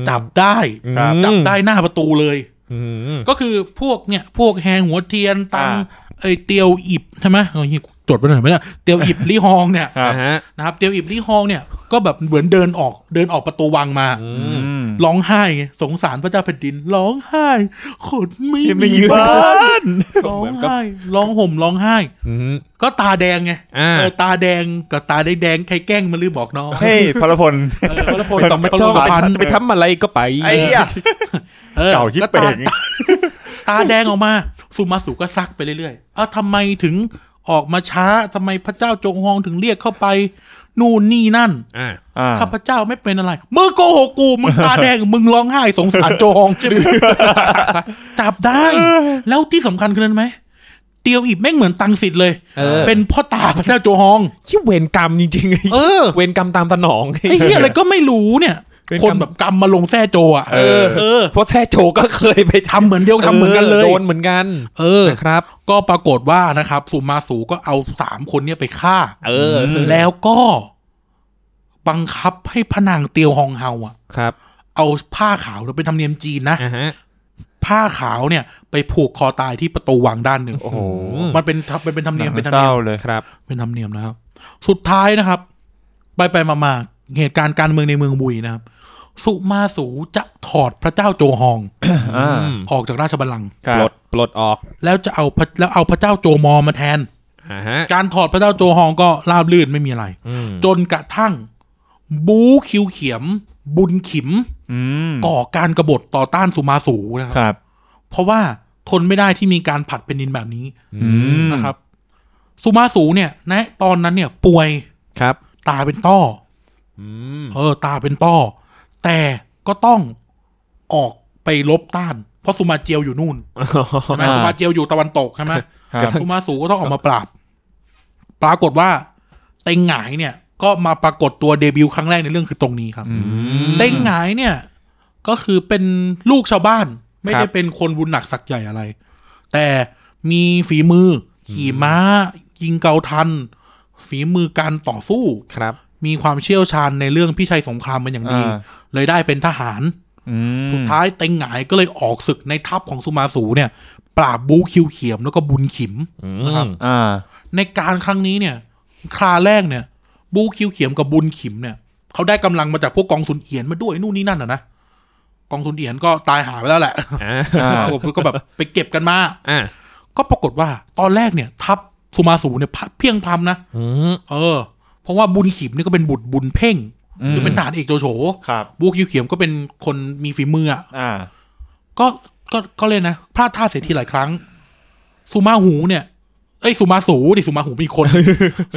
จับได้
ครับ
จับได้หน้าประตูเลย
อืม
ก็คือพวกเนี่ย พวกแฮหัวเทียนตัง
อ่า
ไอยเตียวอิบใช่ไหมเอ้ยจดไปหน่อยไหมเนี่ยเตียวอิบ ลี่ฮองเนี่ย
ครับ
อ่าฮะ
นะครับเตียวอิบลี่ฮองเนี่ยก็แบบเหมือนเดินออกเดินออกประตูวังมา
อืม
ร้องไห้ไงสงสารพระเจ้าแผ่นดิน ร้องไห้ขนไม่
ยังไม่
มี
ยืน
บ้าน
น
ร้องไห้ร้องห่มร้องไห้
อืม
ก็ตาแดงไง
อ่า
เออตาแดงกับตาได้แดงใครแกล้งมาลือบอกน้อง
เฮ้ยพลพล
เออพระพล
ต้
ต้
อมา
องงมา
จ้
จ้
อ
อง งพัน
ไปทำอะไรก็ไป
ไอ้เหี้ย
เออ
เก่าชิบ
ก็
เป่
ตา
ง
ตาแดงออกมา สุมาสุก็ซักไปเรื่อยๆ เอ้าทำไมถึง ออกมาช้าทำไมพระเจ้าจงฮองถึงเรียกเข้าไป นู่นนี่นั่น
อ่า
อ่า
ข้าพเจ้าไม่เป็นอะไรมึงโกหกกู มึงตาแดง มึงร้องไห้สงสารโจฮองใช่ ไหมจับได้ แล้วที่สำคัญคืออะไรไหม เตียวอีบแม่งเหมือนตังสิทธิ์เลย
เออ
เป็นพ่อตาพระเจ้าโจฮอง
ที่เวรกรรมจริงๆไอ้
เออ
เวรกรรมตามสนอง
ไอ้เหี้ยอะไรก็ไม่รู้เนี่ย
เป็นกรรม
คนแบบกรรมมาลงแท้โจอ่ะ เออ เออ
เพราะแท้โจก็เคยไป
ทำเหมือนเดียวทำเหมือนกันเลย
โดนเหมือนกัน
เออ
นะครับ
ก็ปรากฏว่านะครับสุมาสูก็เอาสามคนเนี่ยไปฆ่า
เออ
แล้วก็บังคับให้พระนางเตียวฮองเฮาอ่ะ
ครับ
เอาผ้าขาวเราเป็นธรรมเนียมจีนนะ
อ่าฮะ
ผ้าขาวเนี่ย ไปผูกคอตายที่ประตูวังด้านหนึ่ง
โอ้โห
อืม
มันเป็นทับเป็นเป็นธรรม
ห
เนียม
ง
เป็นธรรม
เศ
เนี
ร้าย
ม
เลย
ครับ
เป็นธรรมเนียมนะครับ สุดท้ายนะครับ ไปไปมามาเหตุการณ์การเมืองในเมืองบุยนะครับ สุมาสูจะถอดพระเจ้าโจฮอง
อ่า
ออกจากราชบัลลังก์
ครับ
ปลดปลดออก
แล้วจะเอาพระแล้วเอาพระเจ้าโจมอมาแทน
อ่าฮะ
การถอดพระเจ้าโจฮองก็ราบลื่นไม่มีอะไร
อืม
จนกระทั่ง บูคิวเขียม บุญขิม
อืม
ก่อการกรบฏต่อต้านสุมาสูนะค
ครับ รับ
เพราะว่าทนไม่ได้ที่มีการผลัดเป็นดินแบบนี้
อืม
นะครับสุมาสูเนี่ยณตอนนั้นเนี่ย ป่วย
ครับ
ตาเป็นต้อ
อืม
เออ ตาเป็นต้อ แต่ก็ต้องออกไปลบต้าน เพราะสุมาเจียวอยู่นู่นใช่ไหม
อ่า
สุมาเจียวอยู่ตะวันตกใช่ไหม
ครับ
สุมาสูก็ต้องออกมาปราบ ปรากฏว่า เต็งหงายเนี่ย ก็มาปรากฏตัวเดบิวต์ครั้งแรกในเรื่องคือตรงนี้ครับ
อืม
เต็งหงายเนี่ย ก็คือเป็นลูกชาวบ้าน ไม่
ค
ได้
รับ
เป็นคนบุญหนักสักใหญ่อะไร แต่มีฝีมือ ขี่ม้า ยิงเกาทัน ฝีมือการต่อสู้
ครับ
มีความเชี่ยวชาญในเรื่องพิชัยสงครามเป็นอย่างดี
อ่า
เลยได้เป็นทหาร
อืม
สุดท้ายเต็งหงายก็เลยออกศึกในทัพของสุมาสูเนี่ย ปราบบูคิวเขียมแล้วก็บุญขิม
อื
นะครับ
ม
อ่า
ในการครั้งนี้เนี่ย คราแรกเนี่ย บูคิวเขียมกับบุญขิมเนี่ย เขาได้กำลังมาจากพวกกองสุนเอียนมาด้วยนู่นนี่นั่นอ่ะนะ กองสุนเอียนก็ตายหายไปแล้วแหละ
อ่า
อ่า
ก็แบบไปเก็บกันมา
อ่า
ก็ปรากฏว่าตอนแรกเนี่ย ทัพสุมาสูเนี่ยพะเพียงพรำนะ
อืม
เออ เพราะว่าบุญขิมเนี่ยก็เป็นบุตรบุญเพ่งหรือเป็นทหารเอกโจโฉ
ครับ
บูคิวเขียมก็เป็นคนมีฝีมืออ่ะ
อ่า
ก็ ก็ ก็เลยนะ พลาดท่าเสียทีหลายครั้ง สุมาหูเนี่ย เอ้ย สุมาสูดิ สุมาหูมีคน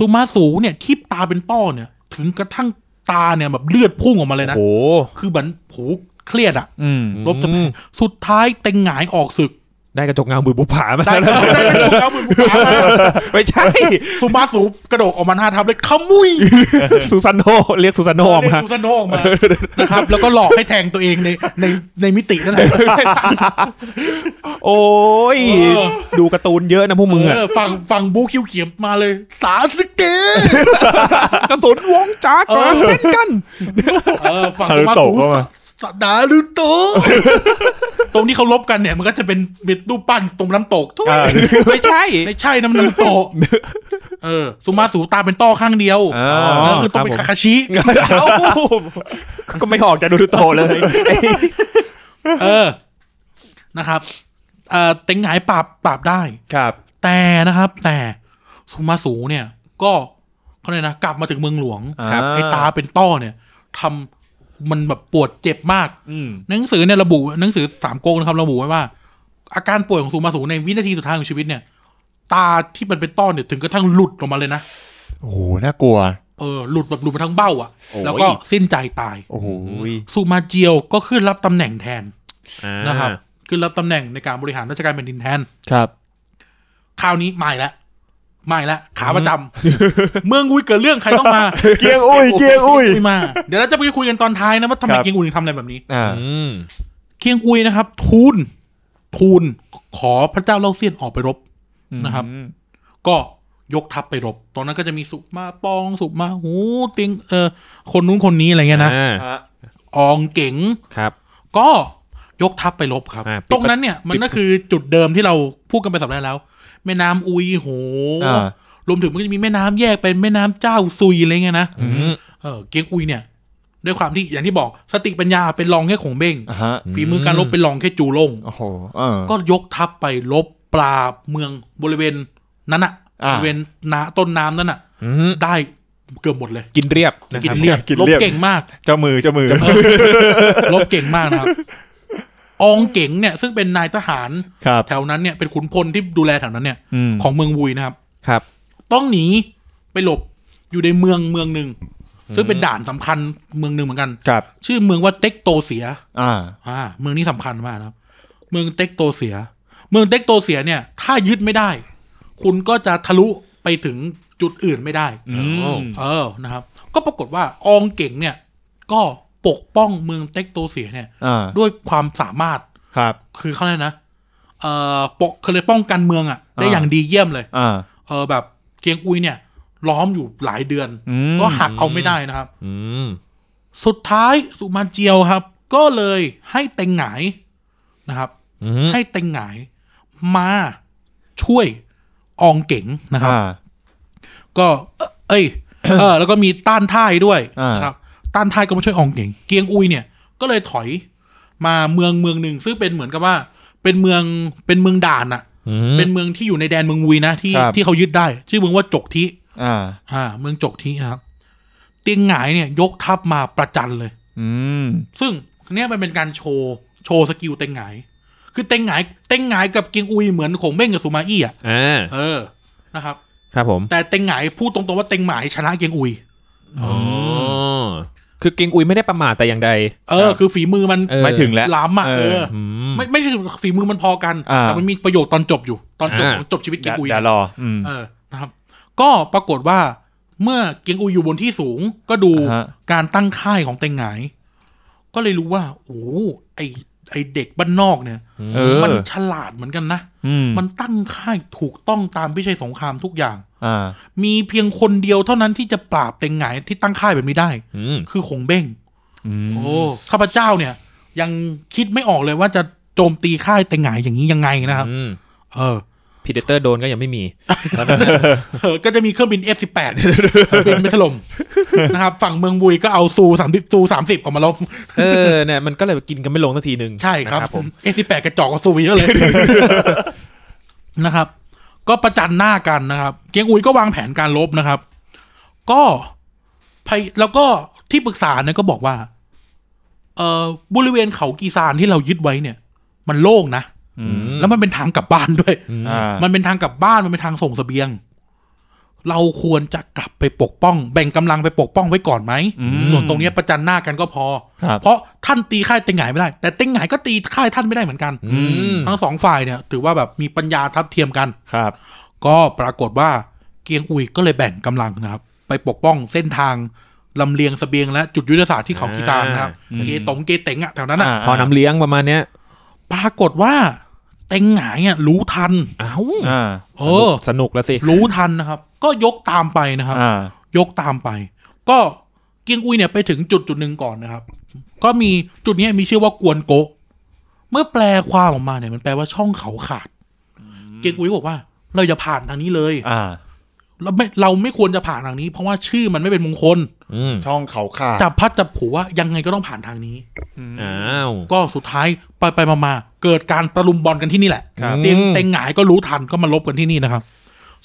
สุมาสูเนี่ยที่ตาเป็นต้อเนี่ย ถึงกระทั่งตาเนี่ยแบบเลือดพุ่งออกมาเลยนะ
โอ้โห
คือเหมือนผูเครียดอะ
อืม
ลบจะแพ้สุดท้ายเต็งหงายออกศึก
ได้กระจกเงาบือบุปผามา
ได้
แล้ว
ได้เป็นถูกแล้วมึงกูถามมา
ไม่ใช่
สุมาสูกระโดดออกมาหน้าทับเลยขมุย
ซูซานโนเรียกซูซานโนออก
เรีย
มาก
ซูซานโนออกมา นะครับ แล้วก็หลอกให้แทงตัวเองใน ใน ในมิตินั่นแหละ
โอ้ย
เออ
ดูการ์ตูนเยอะนะพวกมึงอะ
เออฝั่งฝั่งบูคิวเขียมมาเลย สาสเกะ
กระสุนวงจากกระเส้นกัน
เออฝั่ง
ฮารุ
มา
โตะ
สู
เข้ามา
สัตว์ดารุโตะตรงที่เขาลบกันเนี่ย มันก็จะเป็นเป็นรูปปั้นตรงน้ำตกทุก
อ่า
ไม่ใช่
ไม่ใช่น้ำน้ำตกเออสุมาสูตาเป็นต้อข้างเดียว
อ่า
นั่นคือต้องเป็น
ครับผม
คาคาชิ
เอ้าก็ไม่ออกจากดูดูโตเลย
เออนะครับเออเต็งหงายปราบปราบได้
ครับ
แต่นะครับ แต่สุมาสูเนี่ย ก็เขาเลยกนะกลับมาถึงเมืองหลวง
ครับ
ไอ้ตาเป็นต้อเนี่ยทำมันแบบปวดเจ็บมาก
อืม
หนังสือเนี่ยระบุหนังสือสามโกงนะครับระบุไว้ว่า อาการป่วยของซูมาสูในวินาทีสุดท้ายของชีวิตเนี่ย ตาที่มันเป็นต้อนเนี่ยถึงกระทั่งหลุดออกมาเลยนะ
โอ้โห น่ากลัว
เออหลุดแบบหลุดมาทั้งเบ้าอะ่ะ
โอ้ย
แล้วก็สิ้นใจตาย
โอ้โห
ซูมาเจียวก็ขึ้นรับตำแหน่งแทน
นะ
นะ
ค
ค
รั
รับ บ ขึ้นรับตำแหน่งในการบริหารราชการแผ่นดินแทน
ครับ
คราวนี้ไม่ละไม่ละขาประจำ เมืองอุ้ยเกิดเรื่องใครต้องมา
เกียงอุ้ย เกียงอุ้ย
ไม่มา เดี๋ยวเราจะไปคุยกันตอนท้ายนะว่าทำไม
ครับ
เกียงอุ้ยถึงทำอะไรแบบนี้
อ่า
อืม
เคียงอุยนะครับ ทูลทูลขอพระเจ้าเล่าเซียนออกไปรบ นะครับ ก็ยกทัพไปรบ ตอนนั้นก็จะมีสุมาปอง สุมาหูติงเออคนนู้นคนนี้อะไรเงี้ยนะ
อ่า
อองเก๋ง
ครับ
ก็ยกทัพไปรบครับ
อ่าปิด
ตรงนั้นเนี่ยมันก็คือจุดเดิมที่เราพูดกันไปสัปดาห์แล้ว แม่น้ำอุยโห
อ่าร
วมถึงมันก็จะมีแม่น้ำแยกเป็นแม่น้ำเจ้าซุยอะไรเงี้ยนะ
อืม
เออเกียงอุยเนี่ย ด้วยความที่อย่างที่บอกสติปัญญาเป็นรองแค่ขงเบ้ง
อ่าฮะ
ฝีมือการรบเป็นรองแค่จูล่ง
โอ้โหเออ
ก็ยกทัพไปลบปราบเมืองบริเวณนั้นอะ
อ่า
บริเวณนาต้นน้ำนั้นอะ
อืม
ได้เกือบหมดเลย
กินเรียบนะค
กิน
รับ
เรียบ
กิน
ลบ
เรียบ
เก่ง มาก
เจ้ามือ เจ้ามือ
ลบเก่งมากนะครับ อองเก่งเนี่ย ซึ่งเป็นนายทหาร
ครับ
แถวนั้นเนี่ยเป็นขุนพลที่ดูแลแถวนั้นเนี่ย
อืม
ของเมืองวุยนะครับ
ครับ
ต้องหนีไปหลบอยู่ในเมืองเมืองหนึ่งซึ่งเป็นด่านสำคัญเมืองหนึ่งเหมือนกัน
ครับ
ชื่อเมืองว่าเต็กโตเสีย
อ่า
อ่า เมืองนี้สำคัญมากนะครับ เมืองเต็กโตเสีย เมืองเต็กโตเสียเนี่ย ถ้ายึดไม่ได้ คุณก็จะทะลุไปถึงจุดอื่นไม่ได้
อืม
เออนะครับ ก็ปรากฏว่าอองเก่งเนี่ย ก็ปกป้องเมืองเต็กโตเสียเนี่ย
อ่า
ด้วยความสามารถ
ครับ
คือเขาเรียกนะเอ่อปกเขาเลยป้องกันเมืองอะ่ะ ได้
อ่า
อย่างดีเยี่ยมเลย
อ่า
เออแบบเกียงอุยเนี่ย ล้อมอยู่หลายเดือน
อืม
ก็หักเอาไม่ได้นะครับ
อืม
สุดท้ายสุมาเจียวครับ ก็เลยให้เต็งหงายนะครับ
อืม
ให้เต็งหงายมาช่วยอองเก๋งนะครับ
อ่า
ก็เอ่อเอ้ย เออ แล้วก็มีต้านท่ายด้วย
อ่าน
นะครับ ต้านท่ายก็มาช่วยอองเก่ง เกียงอุยเนี่ย ก็เลยถอยมาเมืองเมืองหนึ่งซึ่งเป็นเหมือนกับว่า เป็นเมืองเป็นเมืองด่านอะ
อืม
เป็นเมืองที่อยู่ในแดนเมืองวุยนะที่
ครับ
ที่เขายึดได้ ชื่อเมืองว่าจกทิ
อ่า
อ่า เมืองจกทินะครับ เตียงหงายเนี่ย ยกทัพมาประจันเลย
อืม
ซึ่งเนี่ยมันเป็นการโชว์โชว์สกิลเต็งหงาย คือเต็งหงายเต็งหงายกับเกียงอุยเหมือนของเบ้งกับสุมาอี้อ่ะ
อ่า
เออนะครับ
ครับผม
แต่เต็งหงายพูดตรงๆว่าเต็งหมายชนะเกียงอุย
อ๋อคือเก่งอุยไม่ได้ประมาทแต่อย่างใด
เออ คือฝีมือมัน
เออ
ไม่ถึงแล้ว
ล้ำอ่ะ
เอ
เอ
อ
อ
อืม
ไม่ไม่ใช่ฝีมือมันพอกัน
อ่า
แต่มันมีประโยคตอนจบอยู่ตอนจบ
อ่า
ของจบชีวิตเกี
เดี๋
ย
ย
ง
ว
อุย
เดี๋ยวรอ อืม
เออนะครับ ก็ปรากฏว่าเมื่อเกียงอุยอยู่บนที่สูง ก็ดู
อ่าฮะ
การตั้งค่ายของเต็งหงาย ก็เลยรู้ว่าโอ้โหไอไอเด็กบ้านนอกเนี่ย
เออ
มันฉลาดเหมือนกันนะ
อืม
มันตั้งค่ายถูกต้องตามพิชัยสงครามทุกอย่าง
อ่า
มีเพียงคนเดียวเท่านั้นที่จะปราบเต็งหงายที่ตั้งค่ายแบบนี้ได้
อืม
คือขงเบ้ง
อืม
โอ้ข้าพเจ้าเนี่ย ยังคิดไม่ออกเลยว่าจะโจมตีค่ายแต่หงายอย่างนี้ยังไงนะครับ
อืม
เออ
พีเดเตอร์โดนก็ยังไม่มี
เออ ก็จะมีเครื่องบิน F18 บินไม่ถล่มนะครับ ฝั่งเมืองบุยก็เอาซูสามสิบซูสามสิบออกมาลบ
เออเนี่ยมันก็เลยกินกันไม่ลงสักทีหนึ่ง
ใช่ครับ
นะผม
F18 กระจอกกับซูเยอะเลย นะครับ ก็ประจันหน้ากันนะครับ เกียงอุยก็วางแผนการลบนะครับ ก็พยแล้วก็ที่ปรึกษาเนี่ยก็บอกว่า เออบริเวณเขากีซานที่เรายึดไว้เนี่ย มันโล่งนะ
อืม
แล้วมันเป็นทางกลับบ้านด้วย
อืม
อ่า
มันเป็นทางกลับบ้าน มันเป็นทางส่งเสบียง เราควรจะกลับไปปกป้อง แบ่งกำลังไปปกป้องไว้ก่อนไหม
อืม
ส่วนตรงเนี้ยประจันหน้ากันก็พอ
ครับ
เพราะท่านตีค่ายเต็งหงายไม่ได้ แต่เต็งหงายก็ตีค่ายท่านไม่ได้เหมือนกัน
อืม
ทั้งสองฝ่ายเนี่ย ถือว่าแบบมีปัญญาทับเทียมกัน
ครับ
ก็ปรากฏว่าเกียงอุยก็เลยแบ่งกำลังนะครับ ไปปกป้องเส้นทางลำเลียงเสบียงและจุดยุทธศาสตร์ที่เขากีซานนะครับ
อ่า
เกตงเกเต็งอะแถวนั้นอะ
พอน้ำเลี้ยงประมาณเนี้ย
ปรากฏว่าเต็งหงายอะรู้ทัน
เอ้า
อ่า
เอ
สนุ
อ
กสนุกแล้วสิ
รู้ทันนะครับ ก็ยกตามไปนะครับ
อ่า
ยกตามไป ก็เกียงอุยเนี่ยไปถึงจุดจุดหนึ่งก่อนนะครับ ก็มีจุดเนี้ยมีชื่อว่ากวนโกะเมื่อแปลความออกมาเนี่ยมันแปลว่าช่องเขาขาด เกียงอุยบอกว่า เราอย่าผ่านทางนี้เลย
อ่า
เราไม่เราไม่ควรจะผ่านทางนี้ เพราะว่าชื่อมันไม่เป็นมงคล
อืม
ช่องเขาขาด
จับพัดจับผูว่ายังไงก็ต้องผ่านทางนี้
อ้าว
ก็สุดท้ายไปไปมามาเกิดการประลุมบอลกันที่นี่แหละ
ครับ
เตียงเต็งหงายก็รู้ทันก็มาลบกันที่นี่นะครับ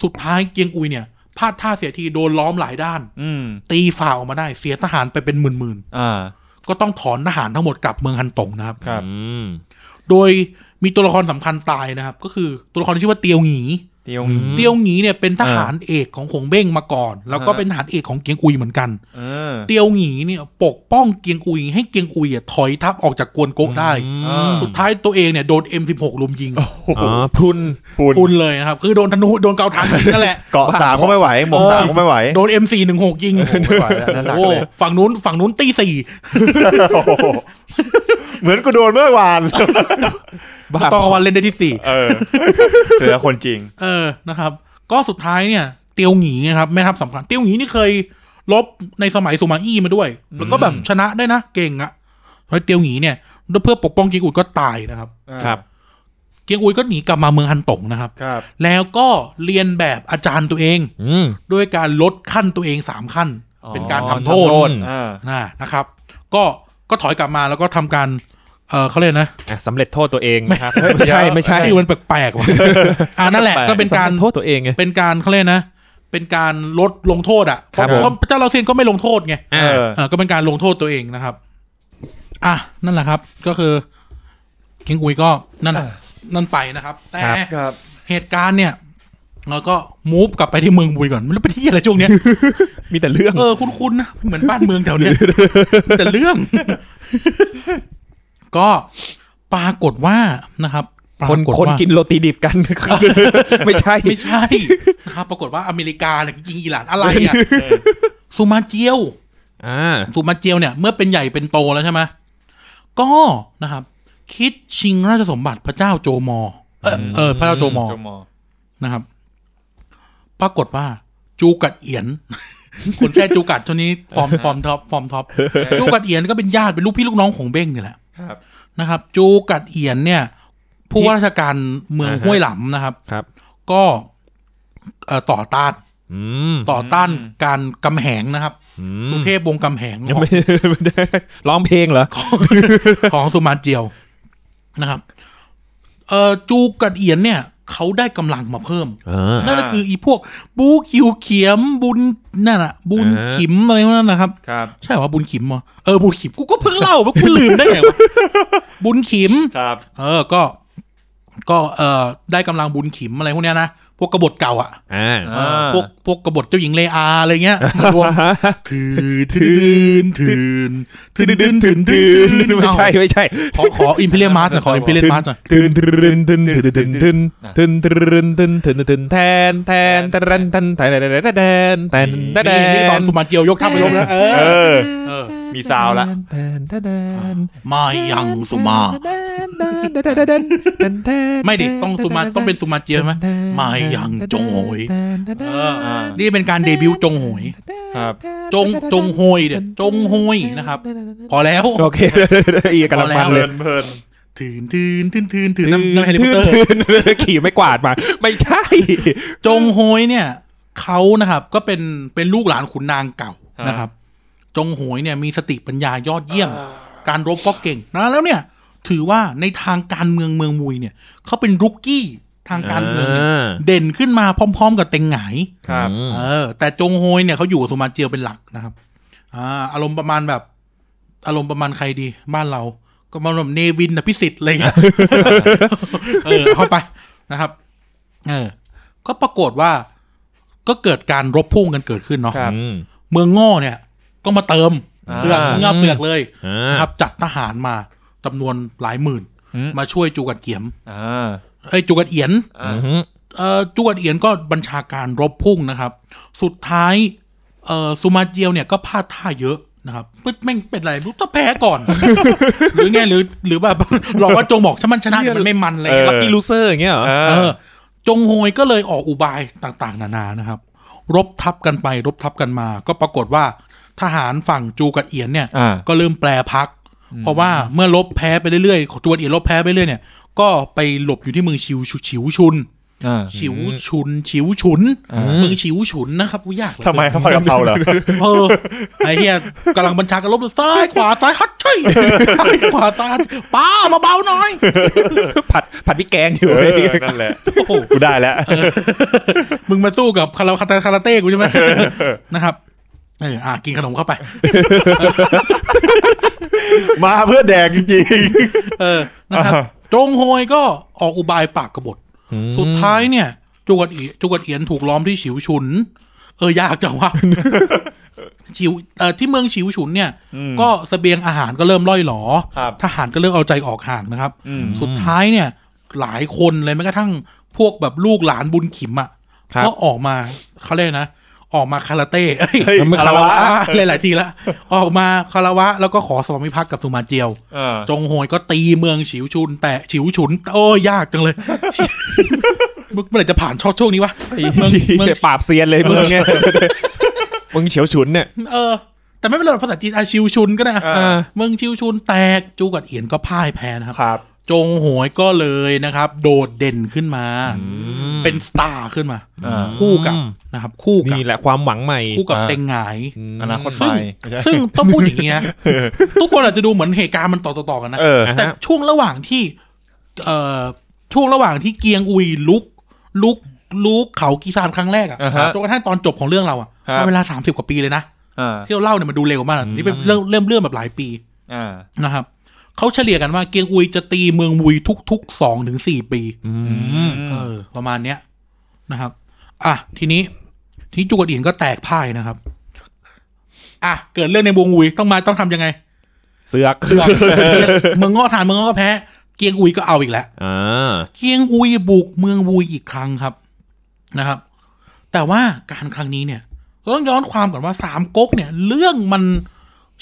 สุดท้ายเกียงอุยเนี่ยพลาดท่าเสียทีโดนล้อมหลายด้าน
อืม
ตีฝ่าออกมาได้เสียทหารไปเป็นหมื่น
อ่า
ๆ ก็ต้องถอนทหารทั้งหมดกลับเมืองฮันตงนะครับ
ครับ
อืม
โดยมีตัวละครสำคัญตายนะครับ ก็คือตัวละครที่ชื่อว่าเตียวหงี
เตียวหงี
เตียวหงีเนี่ยเป็นทหารเอกของขงเบ้งมาก่อน แล้วก็เป็นทหารเอกของเกียงอุยเหมือนกัน
เออ
เตียวหงีเนี่ยปกป้องเกียงอุย ให้เกียงอุยอ่ะถอยทัพออกจากกวนโกะได้
อืม
สุดท้ายตัวเองเนี่ยโดน M16 ลุมยิง
อ๋อพรุน
ปูน
พุนเลยนะครับ คือโดนธนูโดนเกาทันยิงนั่นแหละ
เกาะสามก็ไม่ไหว หมงสามก็ไม่ไหว
โดน M416 ยิง
ไม่ไหวแล้วนั่นหนัก
โอ้
เลย
ฝั่งนู้นฝั่งนู้นตีสี่
โอ้โห เหมือนกูโดนเมื่อวาน
บ้า
ตอนกลางวันเล่นได้ที่สี่
เออเจอคนจริง
เออ นะครับ ก็สุดท้ายเนี่ย เตียวหงีนะครับแม่ทัพสำคัญ เตียวหงีนี่เคยลบในสมัยสุมาอี้มาด้วย แล้วก็แบบชนะได้นะ เก่งอะเพราะเตียวหงีเนี่ยเพื่อปกป้องเกียงอุยก็ตายนะครับ
ครับ
เกียงอุยก็หนีกลับมาเมืองฮันตงนะครับ
ครับ
แล้วก็เรียนแบบอาจารย์ตัวเอง
อืม
ด้วยการลดขั้นตัวเองสามขั้น เป็นการทำโทษ
ทำโทษ
อ่า
นะนะครับ ก็ก็ถอยกลับมาแล้วก็ทำการ เออเขาเรียกนะ
อ่ะสำเร็จโทษตัวเองนะครับ ไม่ใช่ไม่ใช่
ชื่อมันแปล กๆว่ะ อ่านั่นแหละก็เป็น
สำ
การ
เร็จโทษตัวเองไง
เป็นการเขาเรียกนะ เป็นการลดลงโทษอ่ะ
ครับ
เพราะ
ผม
เพราะเจ้าเราเซียนก็ไม่ลงโทษไง
เอ
อ่า
อ
เออก็เป็นการลงโทษตัวเองนะครับ อ่ะนั่นแหละครับ ก็คือเคิงอุยก็นั่นนั่นไปนะครับ แต่
ครับ
เหตุการณ์เนี่ย แล้วก็มูฟกลับไปที่เมืองบุยก่อนไม่รู้ไปที่อะไรช่วงเนี้ย
มีแต่เรื่อง
เออคุ้นๆนะเหมือนบ้านเมืองแถวเนี้ย แต่เรื่อง ก็ปรากฏว่านะครับป
คน
รากฏ
คน
ว่า
กินโรตีดิบกัน ไม่ใช่
ไม่ใช่นะครับปรากฏว่าอเมริกาเนี่ยยิงอิหร่านอะไรอ่ะซูมาเจียว
อ่า
ซูมาเจียวเนี่ย เมื่อเป็นใหญ่เป็นโตแล้วใช่ไหมก็นะครับ คิดชิงราชสมบัติพระเจ้าโจมอ เออเออพระเจ้าโจมอ
จมอ
นะครับ ปรากฏว่า จูกัดเอียน คนแค่จูกัดตัวนี้ฟอร์มฟอร์มท็อปฟอร์มท็อปจูกัดเอียนก็เป็นญาติเป็นลูกพี่ลูกน้องของเบ้งนี่แหละ
ครับ
นะครับ จูกัดเอียนเนี่ย ผู้ว่าราชการเมือง
อ่าฮะ
ห้วยหลำนะครับ
ครับ
ก็เอ่อต่อต้าน
อืม
ต่อต้าน
อืม
การกำแหงนะครับ
อื
สุ
ม
เทพวงศ์กำแหง
ยัง
ของ
ไม่ ไม่ ได้ร้องเพลงเหรอ
ของสุมาเจียวนะครับเอ่อจูกัดเอียนเนี่ย เขาได้กำลังมาเพิ่ม
เออ
นั่นก็คืออีพวกบูคิวเขียมบุญนั่นอะบุญ
อ่า
ขิมอะไรพวกนั้นนะครับ
ครับ
ใช่ว่าบุญขิมเหรอเออบุญขิมกูก็เพิ่งเล่าว่ากูลืมได้ไงวะ บุญขิม
ครับ
เออก็ ก็เออได้กำลังบุญขิมอะไรพวกเนี้ยนะพวกกบฏเก่าอะ
อ่า
เออพวกพวกกบฏเจ้าหญิงเลอาอะไรเงี้ยรวมถือถืนถืนถืนถืนถืนถืน
ไม่ใช่
เอา
ไม่ใช่
ขอขออิมพีเรียมาร์สหน่อยขออิมพีเรียมาร์สหน่อย
ตึนตึนตึนตึนตึนตึนตึนตึนตึนตึนตึนแทนแทนแทนแทนแทนแทนแทนแทนแทนแท
นี่นี่ตอน
น
สุมาเกียวยกทัพไปยกนะเออ
เออ มีซาวละ
แทนแทนแทน
มายังสุมา ไม่ดิต้องสุมาต้องเป็นสุมาเจียไหมมายังจงโหยเออ
อ่า
นี่เป็นการเดบิวต์จงโหย
ครับ
จงจงโหยเนี่ยจงโหยนะครับพอแล้ว
โอเคอีกำลังมัน
เพ
เล
ลิ
ย
นเพลิน
ถืนถืนถืนถืนถืนน้ำน้ำแฮร์รี่พอตเตอร์
ขี่ไม่กวาดมา ไม่ใช่
จงโหยเนี่ยเขานะครับ ก็เป็นเป็นลูกหลานขุนนางเก่านะครับ จงโหยเนี่ยมีสติปัญญายอดเยี่ยม การรบก็เก่งนะแล้วเนี่ย ถือว่าในทางการเมืองเมืองมุยเนี่ยเขาเป็นรุกกี้ทางการเมืองเนี่ย
อ่า
เด่นขึ้นมาพร้อม ๆ กับเต็งหงาย
ครับ
เออแต่จงโฮยเนี่ยเขาอยู่กับสุมาเจียวเป็นหลักนะครับ อ่า อารมณ์ประมาณแบบ อารมณ์ประมาณใครดี บ้านเรา ก็ประมาณแบบเนวินอภิสิทธิ์อะไรอย่างเงี้ย เออเข้าไปนะครับ เออ ก็ปรากฏว่า ก็เกิดการรบพุ่งกันเกิดขึ้นเนาะ
ครับ
เมืองง่อเนี่ย ก็มาเติมเสือก
อ่า
เงาเสือกเลย
อ่าน
นะครับ จัดทหารมาจำนวนหลายหมื่น มาช่วยจูกัดเกียม
อ่า
เอ้ยจูกัดเอียน
อ่า
เอ่อจวดเอียนก็บัญชาการรบพุ่งนะครับ สุดท้ายเอ่อซูมาเจียวเนี่ยก็พลาดท่าเยอะนะครับปึ๊ดแม่งเป็นไรรู้จะแพ้ก่อน หรือไงหรือหรือแบบ หลอกว่าจงบอกฉันมันชนะเดี๋ยวมันไม่มันอะไรอย่างเงี้ย
ลักกี้ลูเซอร์อย่างเงี้ยเหรอ
อ่า
เออจงโฮยก็เลยออกอุบายต่างๆ นานานะครับ รบทับกันไป รบทับกันมา ก็ปรากฏว่าทหารฝั่งจูกัดเอียนเนี่ย
อ่า
ก็เริ่มแปลพัก เพราะว่าเมื่อลบแพ้ไปเรื่อยๆจูกัดเอียนลบแพ้ไปเรื่อยเนี่ย ก็ไปหลบอยู่ที่เมืองชิวชุชิวชุน
อ่า
ฉิวชุน ฉิวฉุน
อ่า
มึงฉิวฉุนนะครับกูยากเหลือ
ทำไมครับผัดกะเพราเหรอ
เออไอ้เฮียกำลังบัญชาการลบซ้ายขวาซ้ายฮัดช่ยซ้ายขวาซ้ายฮัดช่ยป้ามาเบาหน่อย
ผัดผัดพริกแกงอยู่
เอ
เลย
อ นั่นแหละ
โอ้โห
กูได้แล้ว
มึงมาสู้กับคาราคาตาคาราเต้กูใช่ไหมนะครับเอออ่ะกินขนมเข้าไป
มาเพื่อแดกจริง
เออนะครับ
อ่า
จงโฮยก็ออกอุบายปากกบฏ สุดท้ายเนี่ยจวดอีจวดเอียนถูกล้อมที่ฉิวฉุน เออยากจัง วะ ฉิวเอ่อที่เมืองฉิวฉุนเนี่ย ก็เสบียงอาหารก็เริ่มล่อยหลอ
ๆ ครับ
ทหารก็เริ่มเอาใจออกห่างนะครับ
อืม
สุดท้ายเนี่ย หลายคนเลยแม้กระทั่งพวกแบบลูกหลานบุญขิมอ่ะ
ครับ
ก็ออกมาเขาเรียกนะ ออกมาคาราเต้เอ้ย
เฮ้ย
มันไม่
คา
คาร ร
วะ
วะ
หลายๆทีละออกมาคารวะ แล้วก็ขอสวามิภักดิ์กับสุมาเจียว
เออ
จงโหยก็ตีเมืองฉิวชุน แต่ฉิวฉุน โอ้ยยากจังเลย เมื่อไหร่จะผ่านช่อช่วงนี้วะเมืองเมือง
ปราบเซียนเลยมึงเนี่ยมึงเฉียวฉุนเนี่ย
เออ แต่ไม่เป็นไรหรอกภาษาจีนอาชิวชุนก็ได้อะ
อ่า
เมืองชิวชุนแตกจูกัดเอียนก็พ่ายแพ้นะครับ
ครับ
จงโหยก็เลยนะครับ โดดเด่นขึ้นมา
ม
เป็นสตาร์ขึ้นมา
อ่า
คู่กับนะครับ คู่กับ
นี่แหละความหวังใหม่
คู่กับ
อ่า
เต็งหงาย
อนาคตให
ซึ่ง
ม่ไม่ใช่
ซึ่งต้องพูดอย่างนี้นะทุกคนอาจจะดูเหมือนเหตุการณ์มันต่อๆกันนะ
เออ
นะฮะ
แต่ช่วงระหว่างที่ เอ่อช่วงระหว่างที่เกียงอุยลุก ลุกลุกเขากีซานครั้งแรก
อ่า
อะ่ะ
ฮะ
จนกระทั่งตอนจบของเรื่องเราอะ
ครับ
มันเวลาสามสิบกว่าปีเลยนะ
อ่า
ที่เราเล่าเนี่ยมันดูเร็วมากนี่เป็นเรื่องเริ่มเรื่องแบบหลายปี
อ่า
นะครับเขาเฉลี่ยกันว่าเกียงอุยจะตีเมืองอุยทุกๆสองถึงสี่ปี
อืม
เออ ประมาณเนี้ยนะครับ อ่ะทีนี้ทนีจุกกระดินก็แตกพ่ายนะครับ อ่ะเกิดเรื่องในวงอุยต้องมาต้องทำยังไง
เสือก
เสือก เมืองง้อฐานเมืองง้อก็แพ้ เกียงอุยก็เอาอีกแล้ว
อ่า
เกียงอุยบุกเมืองวุยอีกครั้งครับนะครับ แต่ว่าการครั้งนี้เนี่ยเราต้องย้อนความก่อนว่าสามก๊กเนี่ย เรื่องมัน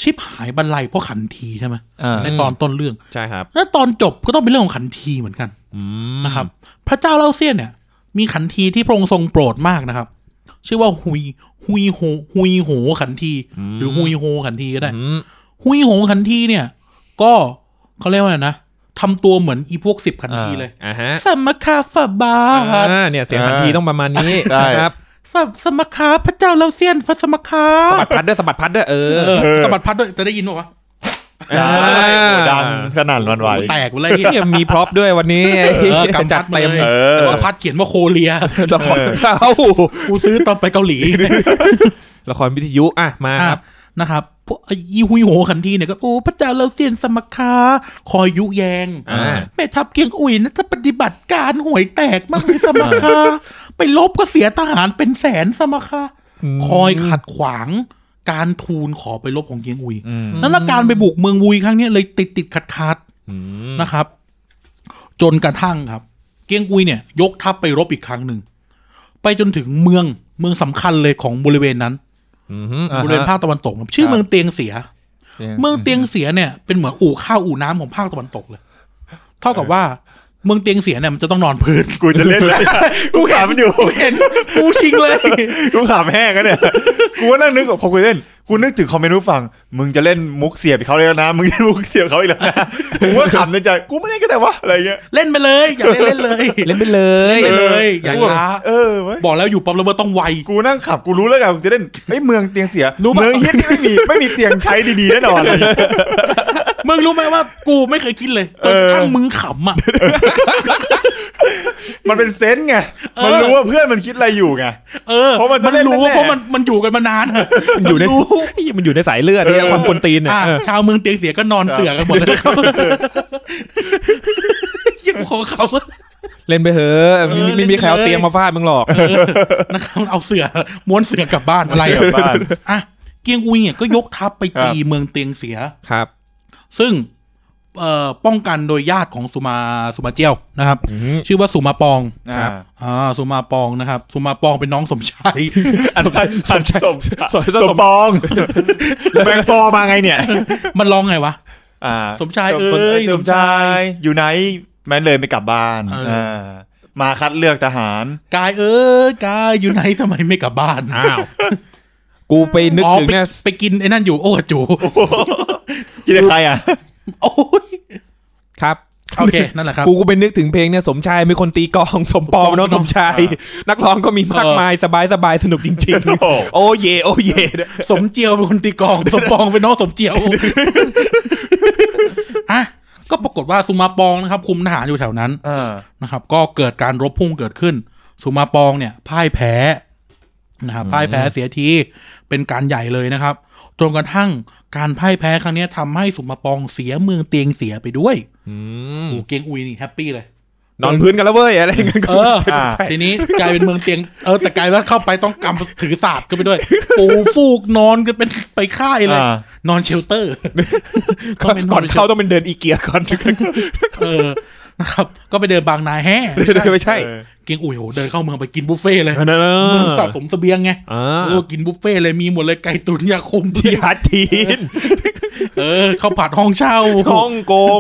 ชิบหายบรรลัยเพราะขันทีใช่ไหม
อ่า
ในตอนต้นเรื่อง
ใช่ครับ
และตอนจบก็ต้องเป็นเรื่องของขันทีเหมือนกัน
อืม
นะครับพระเจ้าเล่าเซียนเนี่ย มีขันทีที่พระองค์ทรงโปรดมากนะครับ ชื่อว่าหุยหุยโหหุยโหขันที หรือหุยโหขันทีก็ได้
อืม
หุยโหขันทีเนี่ย ก็เขาเรียกว่าอะไรนะทำตัวเหมือนอีพวกสิบขันทีเลย
อ่าฮะ
สัมมาคาฝาบาท
อ่าเนี่ยเสียงทันทีต้องประมาณนี้
ใช่
นะครับ
สัมสัมมาคาพระเจ้าเล่าเซียนพระสัมมาคา
สะบัดพัดด้วยสะบัดพัดด้วยเออ
เออสะบัดพัดด้วยจะได้ยินป่าวะ
ได้
อ่า
โอ้ดังสนั่นหวันไหว
โอ้โหแตกหมดเลย
เนี่ยมีพร็อพด้วยวันนี้
เออ
จั
กำจั
ด
ด
เต็
เต็
ม
ม
เออ
แล้วก็พัดเขียนว่าโคเรีย
ละครเข้า
กูซื้อตอนไปเกาหลี
ละครวิทยุอ่ะมาค
อ่ะ
รับ
นะครับพวกไอ้อีหุยโหขันทีเนี่ยก็โอ้พระเจ้าเราเซียนสมคา คอยยุแยง
อ่า
แม่ทัพเกียงอุ่ยนะจะปฏิบัติการห่วยแตกมากเลยสมคา ไปลบก็เสียทหารเป็นแสนสมคา คอยขัดขวางการทูลขอไปลบของเกียงอุ่ย
อืม
นั่นละการไปบุกเมืองวุยครั้งเนี้ยเลยติดติดขัดขัด
อืม
ๆนะครับ จนกระทั่งครับ เกียงอุ่ยเนี่ย ยกทัพไปรบอีกครั้งหนึ่งไปจนถึงเมืองเมืองสำคัญเลยของบริเวณนั้น
อืม
อ่าฮะ
บริเวณภาคตะวันตกครับชื่อเมืองเตียงเสีย เมืองเตียงเสียเนี่ยเป็นเหมือนอู่ข้าวอู่น้ำของภาคตะวันตกเลย เท่ากับว่าเมืองเตียงเสียเนี่ยมันจะต้องนอนพื้น
กูจะเล่นแล้วกูขำอยู่
เห็นกูชิงเลย
กูขำแห้งกันเนี่ย กูก็นั่งนึกกับพอกูเล่น กูนึกถึงคอมเมนต์ผู้ฟัง มึงจะเล่นมุกเสียบอีกเขาเลยนะ มึงเล่นมุกเสียบเขาอีกแล้วนะกูก็ขำในใจ กูไม่เล่นก็ได้วะ อะไรเงี้ย
เล่นไปเลยอย่าเล่นเล่นเลย
เล่นไปเลย
เล่นไปเลยอย่าช้า
เออเว้ย
บอกแล้วอยู่ป๊อปเลเวอร์ต้องไว
กูนั่งขำกูรู้แล้วไงมึงจะเล่นไอ้ยเมืองเตียงเสีย
รู้ปะ
เมืองเฮียนี่ ไม่มีไม่มีเตียงใช้ดีๆแน่นอนอะไรเงี้ย
มึงรู้ไหมว่ากูไม่เคยคิดเลยจนกระทั่งมึงขำอ่ะ
มันเป็นเซนส์ไง
เออ
มันรู้ว่าเพื่อนมันคิดอะไรอยู่ไง
เออ
เพราะมันจะ
มัน
เล่น
รู้
แน่ๆ
เพราะมันมันอยู่กันมานาน
มันอยู่ในไอ้มันอยู่ในสายเลือดเนี่ยความกวนตีนเนี่ย
อ่ะ
เออ
ชาวเมืองเตียงเสียก็นอนเสือกันหมดเลยนะครับเหี้ยิ่งโคเขา
เล่นไปเถอะไม่ไม่ไม่มีใครเอา
เล่นไปเลย
เตียงมาฟาดมึงหรอก
นะครับเอาเสือม้วนเสือกลับบ้านอะไร
ก
อะ
ลับบ้าน
อ่ะเกียงอุยเนี่ยก็ยกทัพไป
ครับ
ตีเมืองเตียงเสีย
ครับ
ซึ่งเอ่อป้องกันโดยญาติของสุมาสุมาเจียวนะครับ
อืม
ชื่อว่าสุมาปอง
ครับ
อ่าสุมาปองนะครับ สุมาปองเป็นน้องสมชาย
อันนั้นสมสม
สม
สมปองแมงปอมาไงเนี่ย
มันร้องไงวะ
อ่า
สมชายเอ้ย
สมชาย อยู่ไหน แม่นเลยไม่กลับบ้าน
เอออ่
่ามาคัดเลือกทหาร
กายเอ้ยกายอยู่ไหนทำไมไม่กลับบ้าน
อ้าว กูไปนึก
อ๋อ
ถึง
ไป
เนี่ย
ไปกินไอ้นั่นอยู่โอ้กระจู
กินกับใครอ่ะ
โอ้ย
ครับ
โอเคนั่นแหละครับ
กูก็ไปนึกถึงเพลงเนี่ยสมชายมีคนตีกลองสมปองเน้องสมชาย นักร้องก็มีมากมายสบายสบายสนุกจริง
โอ้
ๆ โอ้เยโอ้เย
สมเจียวเป็นคนตีกลอง สมปองเป็นน้องสมเจียว อ่ะก็ปรากฏว่าสุมาปองนะครับ คุมทหารอยู่แถวนั้น
อ่า
นะครับก็เกิดการรบพุ่งเกิดขึ้น สุมาปองเนี่ยพ่ายแพ้นะครับพ่ายแพ้เสียทีเป็นการใหญ่เลยนะครับจนกระทั่งการพ่ายแพ้ครั้งเนี้ยทำให้สุมาปองเสียเมืองเตียงเสียไปด้วยโอ้โหเกียงอุยนี่แฮปปี้เลย
นอนพื้นกันแล้วเว้ยอะไรเงี้ย
เออ
อ่า
ทีนี้กลายเป็นเมืองเตียงเออแต่กลายว่าเข้าไปต้องกำถือศาสตร์กันไปด้วย ปูฟูกนอนกันเป็นไปค่ายเลย
อ่า
นอนเชลเตอร์
ก่อนก่อนเข้าต้องเป็นเดินอีเกียก่อน
เออนะครับ ก็ไปเดินบางนาแห่
เดินไม่ใช่
เออ
เกียงอุยโหเดินเข้าเมืองไปกินบุฟเฟ่ต์เลย
เออ
เมืองสะสมเสบียงไง
อ่า
เออกินบุฟเฟ่ต์เลยมีหมดเลยไก่ตุ๋นยาคุม
ที่
ที่
ฮัทจีน
เออข้าวผัดห้องเช่า
ฮ่องกง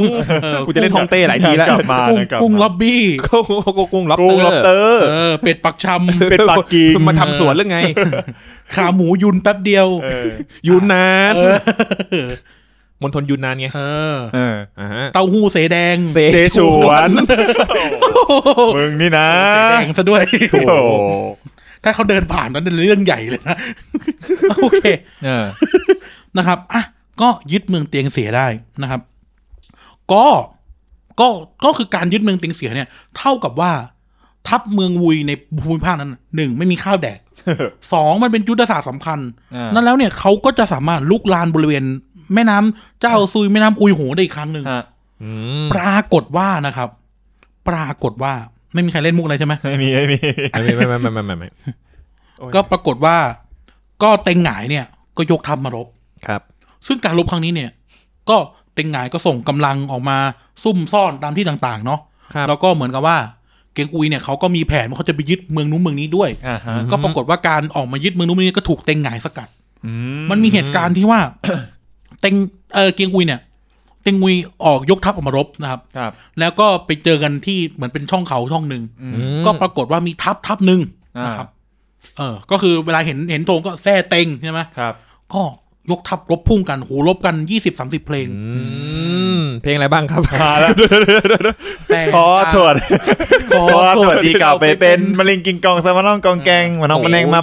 กูจะเล่นฮ่องเต้หลายทีแล้ว
กลับมา
กุ้ง
นะกลับ
กุ้ง
มา
ล็อบบี้
กุ้งกุ้งล็อบ
กุ้ง
เต
ล็อบเต
อร์
อร์
เออเป็ดปักชำ
เป็นปากกิ่ง
มาทำสวนหรือไง
ขาหมูยุนแป๊บเดียว
เออ
ยูนนาน
เออ
มณฑลยูนนานไง
เออ
เออ
อ่าฮะ
เต้าหู้เสแดง
เซ
เจช
ชู
วนมึงนี่นะ
เสแดงซะด้วย
โอ้โห
ถ้าเขาเดินผ่านนั้นเป็นเรื่องใหญ่เลยนะ โอเค
เออ
นะครับอ่ะก็ยึดเมืองเตียงเสียได้นะครับ ก็ก็ก็คือการยึดเมืองเตียงเสียเนี่ย เท่ากับว่า ทัพเมืองวุยในภูมิภาคนั้นน่ะหนึ่งไม่มีข้าวแด ก สองมันเป็นยุทธศาสตร์สำคัญ
อ่านั่
นั่นแล้วเนี่ยเขาก็จะสามารถลุกลานบริเวณ แม่น้ำเจ้าซุยแม่น้ำอุยโหได้อีกครั้งหนึ่ง
ฮะ
อืม
ปรากฏว่านะครับ ปรากฏว่า ไม่มีใครเล่นมุกอะไรใช่ไหม
ไม่มีไม่มี
ไม่ไม่ไม่ไม่ไม่ไม่ไม่
ก็ปรากฏว่า ก็เต็งหงายเนี่ย ก็ยกทัพมารบ
ครับ
ซึ่งการรบครั้งนี้เนี่ย ก็เต็งหงายก็ส่งกำลังออกมาซุ่มซ่อนตามที่ต่างๆ เนาะ
ครับ
แล้วก็เหมือนกับว่าเกงอุยเนี่ยเขาก็มีแผนว่าเขาจะไปยึดเมืองนู้นเมืองนี้ด้วย
อ่าฮะ
ก็ปรากฏว่าการออกมายึดเมืองนู้นเมืองนี้ก็ถูกเต็งหงายสกัด
อื
มันมีเหตุการณ์ที่ว่า เต็งเออเกียงอุยเนี่ย เต็งอุยออกยกทัพออกมารบนะครับ
ครับ
แล้วก็ไปเจอกันที่เหมือนเป็นช่องเขาช่องหนึ่ง
อืม
อืม
ก็ปรากฏว่ามีทัพทัพหนึ่ง
อ่าน
นะครับ เออ ก็คือเวลาเห็นเห็นธงก็แท่เต็งใช่ไหม
ครับ
ก็ยกทัพรบพุ่งกันโหรบกันยี่สิบสามสิบเพลง
อืมเพลงอะไรบ้างครับ
มาแล้ว
แท่
ขอถวด
ขอ
ขอถ
ตร
ว
ว
ด
จ
ดีกล่าวไปเป็นมะเร็งกินกองสมาน้องกองแกงมาน้องมะเร็งมา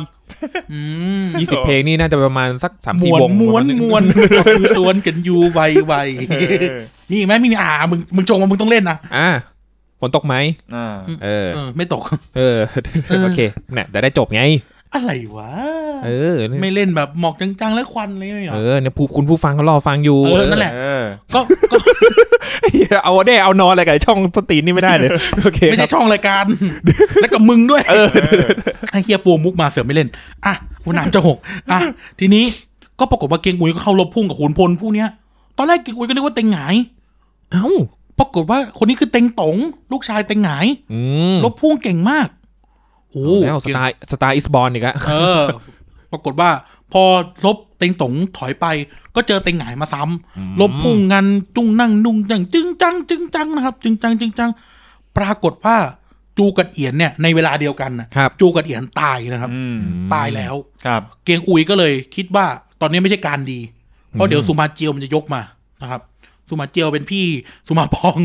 อืม
ยี่สิบเพลงนี่น่าจะประมาณสักสาม
ม
สี่
วน
วง
ม้วนม้วนคือสวนกันอยู่ไวไว
เออ
นี่อีกไหมมีอ่ามึงมึงจงมามึงต้องเล่นนะ
อ่ะฝนตกไหม
อ่า
เออ
เออไม่ตก
เออ โอเคเนี่ยจะได้จบไง
อะไรวะ
เออเนี่ย
ไม่เล่นแบบหมอกจังๆ แล้วควันเลยไม่หรอ
เออเนี่ยผู้คุณผู้ฟังเขารอฟังอยู่
เออนั่นแหละ
เออ
ก็ก็
เออ เอาได้เอานอนอะไรกับไอ้ช่องต้นตีนนี่ไม่ได้ เลย โอเค
ไม่
ครั
ใช่
บ
ช่องรายการ แล้วกับมึงด้วย
เออ
ไอ้เฮียปูมุกมาเสือไม่เล่น อ่ะวันน้ำจะหกอ่ะทีนี้ก็ปรากฏว่าเกียงอุยก็เข้ารบพุ่งกับขุนพลผู้เนี้ย ตอนแรกเกียงอุยก็นึกว่าเต็งหงาย
เอ้า
ปรากฏว่าคนนี้คือเต็งตงลูกชายเต็งหงาย
อืม
รบพุ่งเก่งมากโอ้
แล้วสไตล์สไตล์อิสบอลอีกอะ
เออ ปรากฏว่า พอรบเต็งตงถอยไป ก็เจอเต็งหงายมาซ้ำรบพุ่งงันจุ้งนั่งนุ่งจังจึงจังจึงจังนะครับ จึงจังจึงจัง ปรากฏว่าจูกัดเอียนเนี่ยในเวลาเดียวกันนะครับ จูกัดเอียนตายนะครับ
อืม
ตายแล้ว
ครับ
เกียงอุยก็เลยคิดว่าตอนนี้ไม่ใช่การดี เพราะเดี๋ยวสุมาเจียวมันจะยกมานะครับ สุมาเจียวเป็นพี่สุมาพอง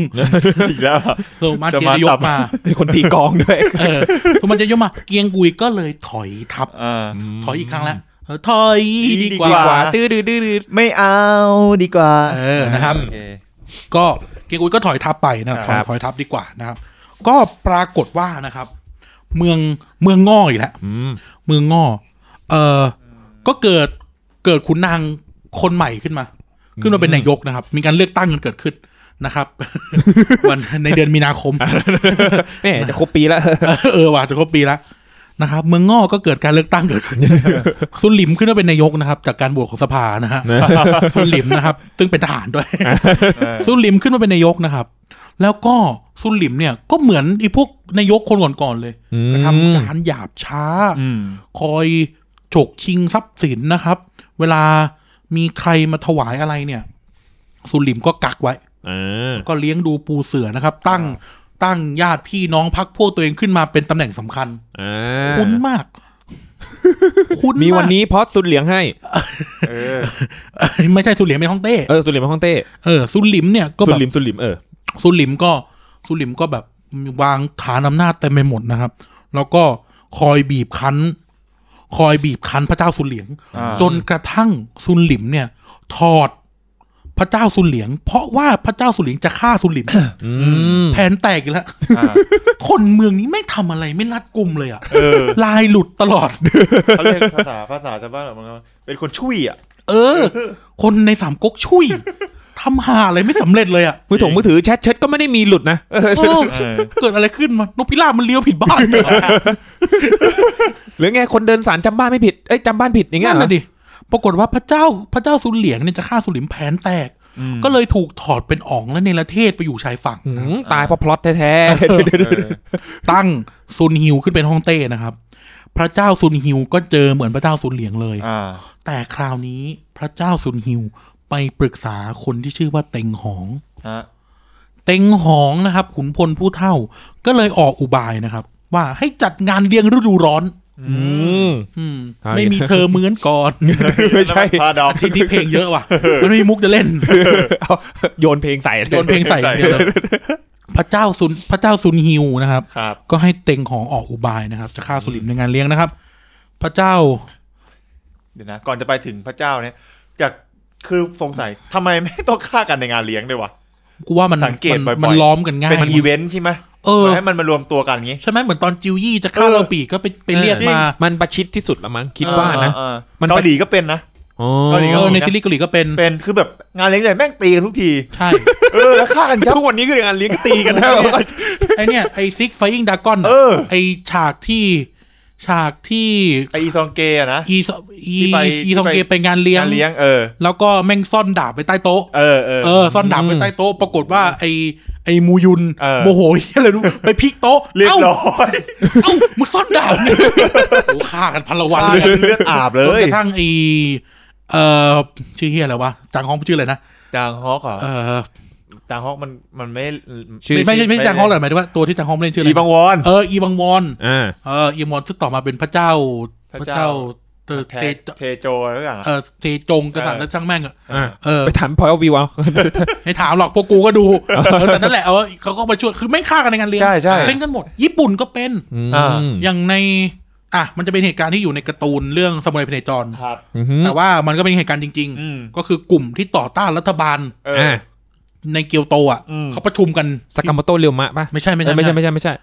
อีกแล้วเหรอ
สุมาเจียวจะยกมา
มีคนตีกองด้วย
เออสุมาเจียวยกมา เกียงอุยก็เลยถอยทับ
อ่า
ถอยอีกครั้งแล้วเออถอยดีกว่า
ดีกว่า
ตื้อดื้อดื้อดื้อ
ไม่เอาดีกว่า
เออนะครับ
โอเ
ก็เกียงอุยก็ถอยทับไปนะครับ
ครับ
ถอยทับดีกว่านะครับ ก็ปรากฏว่านะครับ เมืองเมืองง่ออีกแล้ว
อืม
เมืองง่อเออก็เกิดเกิดขุนนางคนใหม่ขึ้นมา ขึ้นมาเป็นนายกนะครับ มีการเลือกตั้งกันเกิดขึ้นนะครับ วันในเดื อนมีนาคม
แม่จะครบปีแล้ว
เออว่าจะครบปีแล้วนะครับ เมืองง่อก็เกิดการเลือกตั้งเกิดขึ้น สุนหลิมขึ้นมาเป็นนายกนะครับ จากการโหวตของสภานะฮ ะ สุนหลิมนะครับ ซึ่งเป็นทหารด้วย
เออ
สุนหลิมขึ้นมาเป็นนายกนะครับ แล้วก็สุนหลิมเนี่ยก็เหมือนไอ้พวกนายกคนก่อนๆเลย
อืม
กระทำการหยาบช้า
อืม
คอยฉกชิงทรัพย์สินนะครับ เวลามีใครมาถวายอะไรเนี่ย สุนหลิมก็กักไว้
อ่า
ก็เลี้ยงดูปูเสือนะครับ ตั้งตั้งญาติพี่น้องพักพวกตัวเองขึ้นมาเป็นตำแหน่งสำคัญ
อ่า
คุ้นมาก คุ้
มี
นาก
วันนี้พอดสุดเหลียงให้
เออ
เอ้ย ไม่ใช่สุนหลิมเป็นฮ่องเต้
เออสุดเหลียงมาห้องเต้
เออสุนหลิมเนี่ยก็
สุ
แบ
ด
บ
เหลิมสุดเหลิมเออ
สุลิมก็สุลิมก็แบบวางฐานอำนาจเต็มไปหมดนะครับ แล้วก็คอยบีบคั้น คอยบีบคั้นพระเจ้าสุนเหลียง
อ่า
จนกระทั่งสุนหลิมเนี่ย ถอดพระเจ้าสุนเหลียง เพราะว่าพระเจ้าสุนเหลียงจะฆ่าสุนห ลิม
อืม
แผนแตกอีกแล้ว
อ่า
คนเมืองนี้ไม่ทำอะไรไม่รัดกุมเลยอะ
เออ
ลายหลุดตลอด
เขาเรียกภาษาภาษาชาวบ้านแบบนั้นว่าเป็นคนช่วยอ่ะ
เออ คนในสามก๊กช่วยทำหาอะไรไม่สำเร็จเลยอะ
มือถงมือถือแชทเช็ดก็ไม่ได้มีหลุดนะ เออ
เออ
เออ
เกิดอะไรขึ้นมานกพิราบมันเลี้ยวผิดบ้านเหรอ
หรือไงคนเดินสารจำบ้านไม่ผิดเอ้ยจำบ้านผิดอย่างเงี้ย
นั่น
เหรอ
น่ะดิ ปรากฏว่าพระเจ้าพระเจ้าสุนเหลียงเนี่ยจะฆ่าสุนหลิมแผนแตก ก็เลยถูกถอดเป็นอ๋องและเนรเทศไปอยู่ชายฝั่ง
อืมตายเพราะพล็อตแท้
เออ
ตั้งซุนฮิวขึ้นเป็นฮ่องเต้นะครับ พระเจ้าซุนฮิวก็เจอเหมือนพระเจ้าซุนเหลียงเลย
อ่า
แต่คราวนี้พระเจ้าซุนฮิวไปปรึกษาคนที่ชื่อว่าเต็งหอง
ฮะ
เต็งหองนะครับขุนพลผู้เท่า ก็เลยออกอุบายนะครับ ว่าให้จัดงานเลี้ยงฤดูร้อน
ๆอืม
อืม
อ่า
ไม่มีเธอเหมือนก่อน
ไม่ใช่
พาดอก
ทีนี้เพลงเยอะว่ะ มันไม่มีมุกจะเล่น
เอา โยนเพลงใส่
โยนเพลงใส่
ใส่
เดียวเลยพระเจ้าซุนพระเจ้าซุนฮิวนะครับ
ครับ
ก็ให้เต็งหองออกอุบายนะครับ จะฆ่าสุลิมในงานเลี้ยงนะครับ พระเจ้า
เดี๋ยวนะ ก่อนจะไปถึงพระเจ้าเนี่ยอยากคือสงสัยทำไมไม่ต้องฆ่ากันในงานเลี้ยงด้วยวะ
กูว่ามัน
สังเกต
มัน
บ่อยๆ
มันล้อมกันง่าย
เป็นอีเวนต์ใช่ไหม
เออ
ให้มันมารวมตัวกันอย่างงี้
ใช่ไหมเหมือนตอนจิวยี่จะฆ่า
เออ
เราปีกก็ไปไปเรียกมา
มันประชิดที่สุดละมั้งคิดว่านะ
เออเออ
มัน
เกาหลีก็เป็นนะ
อ๋อ
เกาหลี
เออในซีรีส์เกาหลีก็เป็น
เป็นคือแบบงานเลี้ยงเลยแม่งตีกันทุกที
ใช่
เออแล้วฆ่ากันยับ
ทุกวันนี้ก็ยังเลี้ยงก็ตีกันนะ
ไอเนี่ยไอซิกไฟยิงดากอน
เออ
ไอฉากที่ฉากที่
ไออีซองเกอะนะ
อีซออี
ที่ไป
อีซอง
ที่
เก
ไป
ไปงานเลี้ยง
งานเลี้ยงเออ
แล้วก็แม่งซ่อนดาบไปใต้โต๊ะ
เออเออ
เออซ่อนดาบ
อืม
ไว้ใต้โต๊ะปรากฏว่าไอไอมูยุน
เออ
โมโหเหี้ยอะไรรู้ไปพลิกโต๊ะ
เรียบ
เอ้า
ร้อย
เอ้ามึงซ่อนดาบนี่โอ้ฆ่ากันพันละวัน
ฆ่า
เลย
กันเลือดอาบเล
จน
ย
กระทั่งไอเอ่อชื่อเฮียอะไรวะจางฮองชื่ออะไรนะ
จางฮอกเหรอ
เออ
จางฮอกมันมันไม่
ชื่อ
ไม่ไม่ไม่ไม่ใช่จางฮองเลยหมายถึงว่าตัวที่จางฮองเล่นชื่ออะไร
อีบังวอน
เอออีบังวอน
อ่า
เอออีบังวอนซึ่งต่อมาเป็นพระเจ้า
พระ
พระ
เจ้า
เจ้าเตอ
แท
เตจ
เทโจอะไรสักอย่างอะ
เออเตจงกษัตริย์
เออ
และช่างแม่งอะ
อ่า
เออ
ไปถามพอยวิวเอา
ให้ถามหรอกพวกกูก็ดูเออแต่นั่นแหละเออเขาก็มาช่วยคือไม่ฆ่ากันในงานเลี้ยง
ใช่ใช่
เป็นกันหมด ญี่ปุ่นก็เป็น
อ่า
อย่างใน อ่ะ มันจะเป็นเหตุการณ์ที่อยู่ในการ์ตูนเรื่องสมุไรพเนจร
ครับ
อือฮึ
แต่ว่ามันก็เป็นเหตุการณ์จริง
อืม
ๆ ก็คือกลุ่มที่ต่อต้านรัฐบาล
เออ
อ่า
ในเกียวโตอ่ะ
อืม
เขาประชุมกัน
สากาโมโตะเรียวมะปะ
ไม่ใช่ไม่
เอ
ใช่
อไม่ใช่ไม่ใช่ไม่ใช่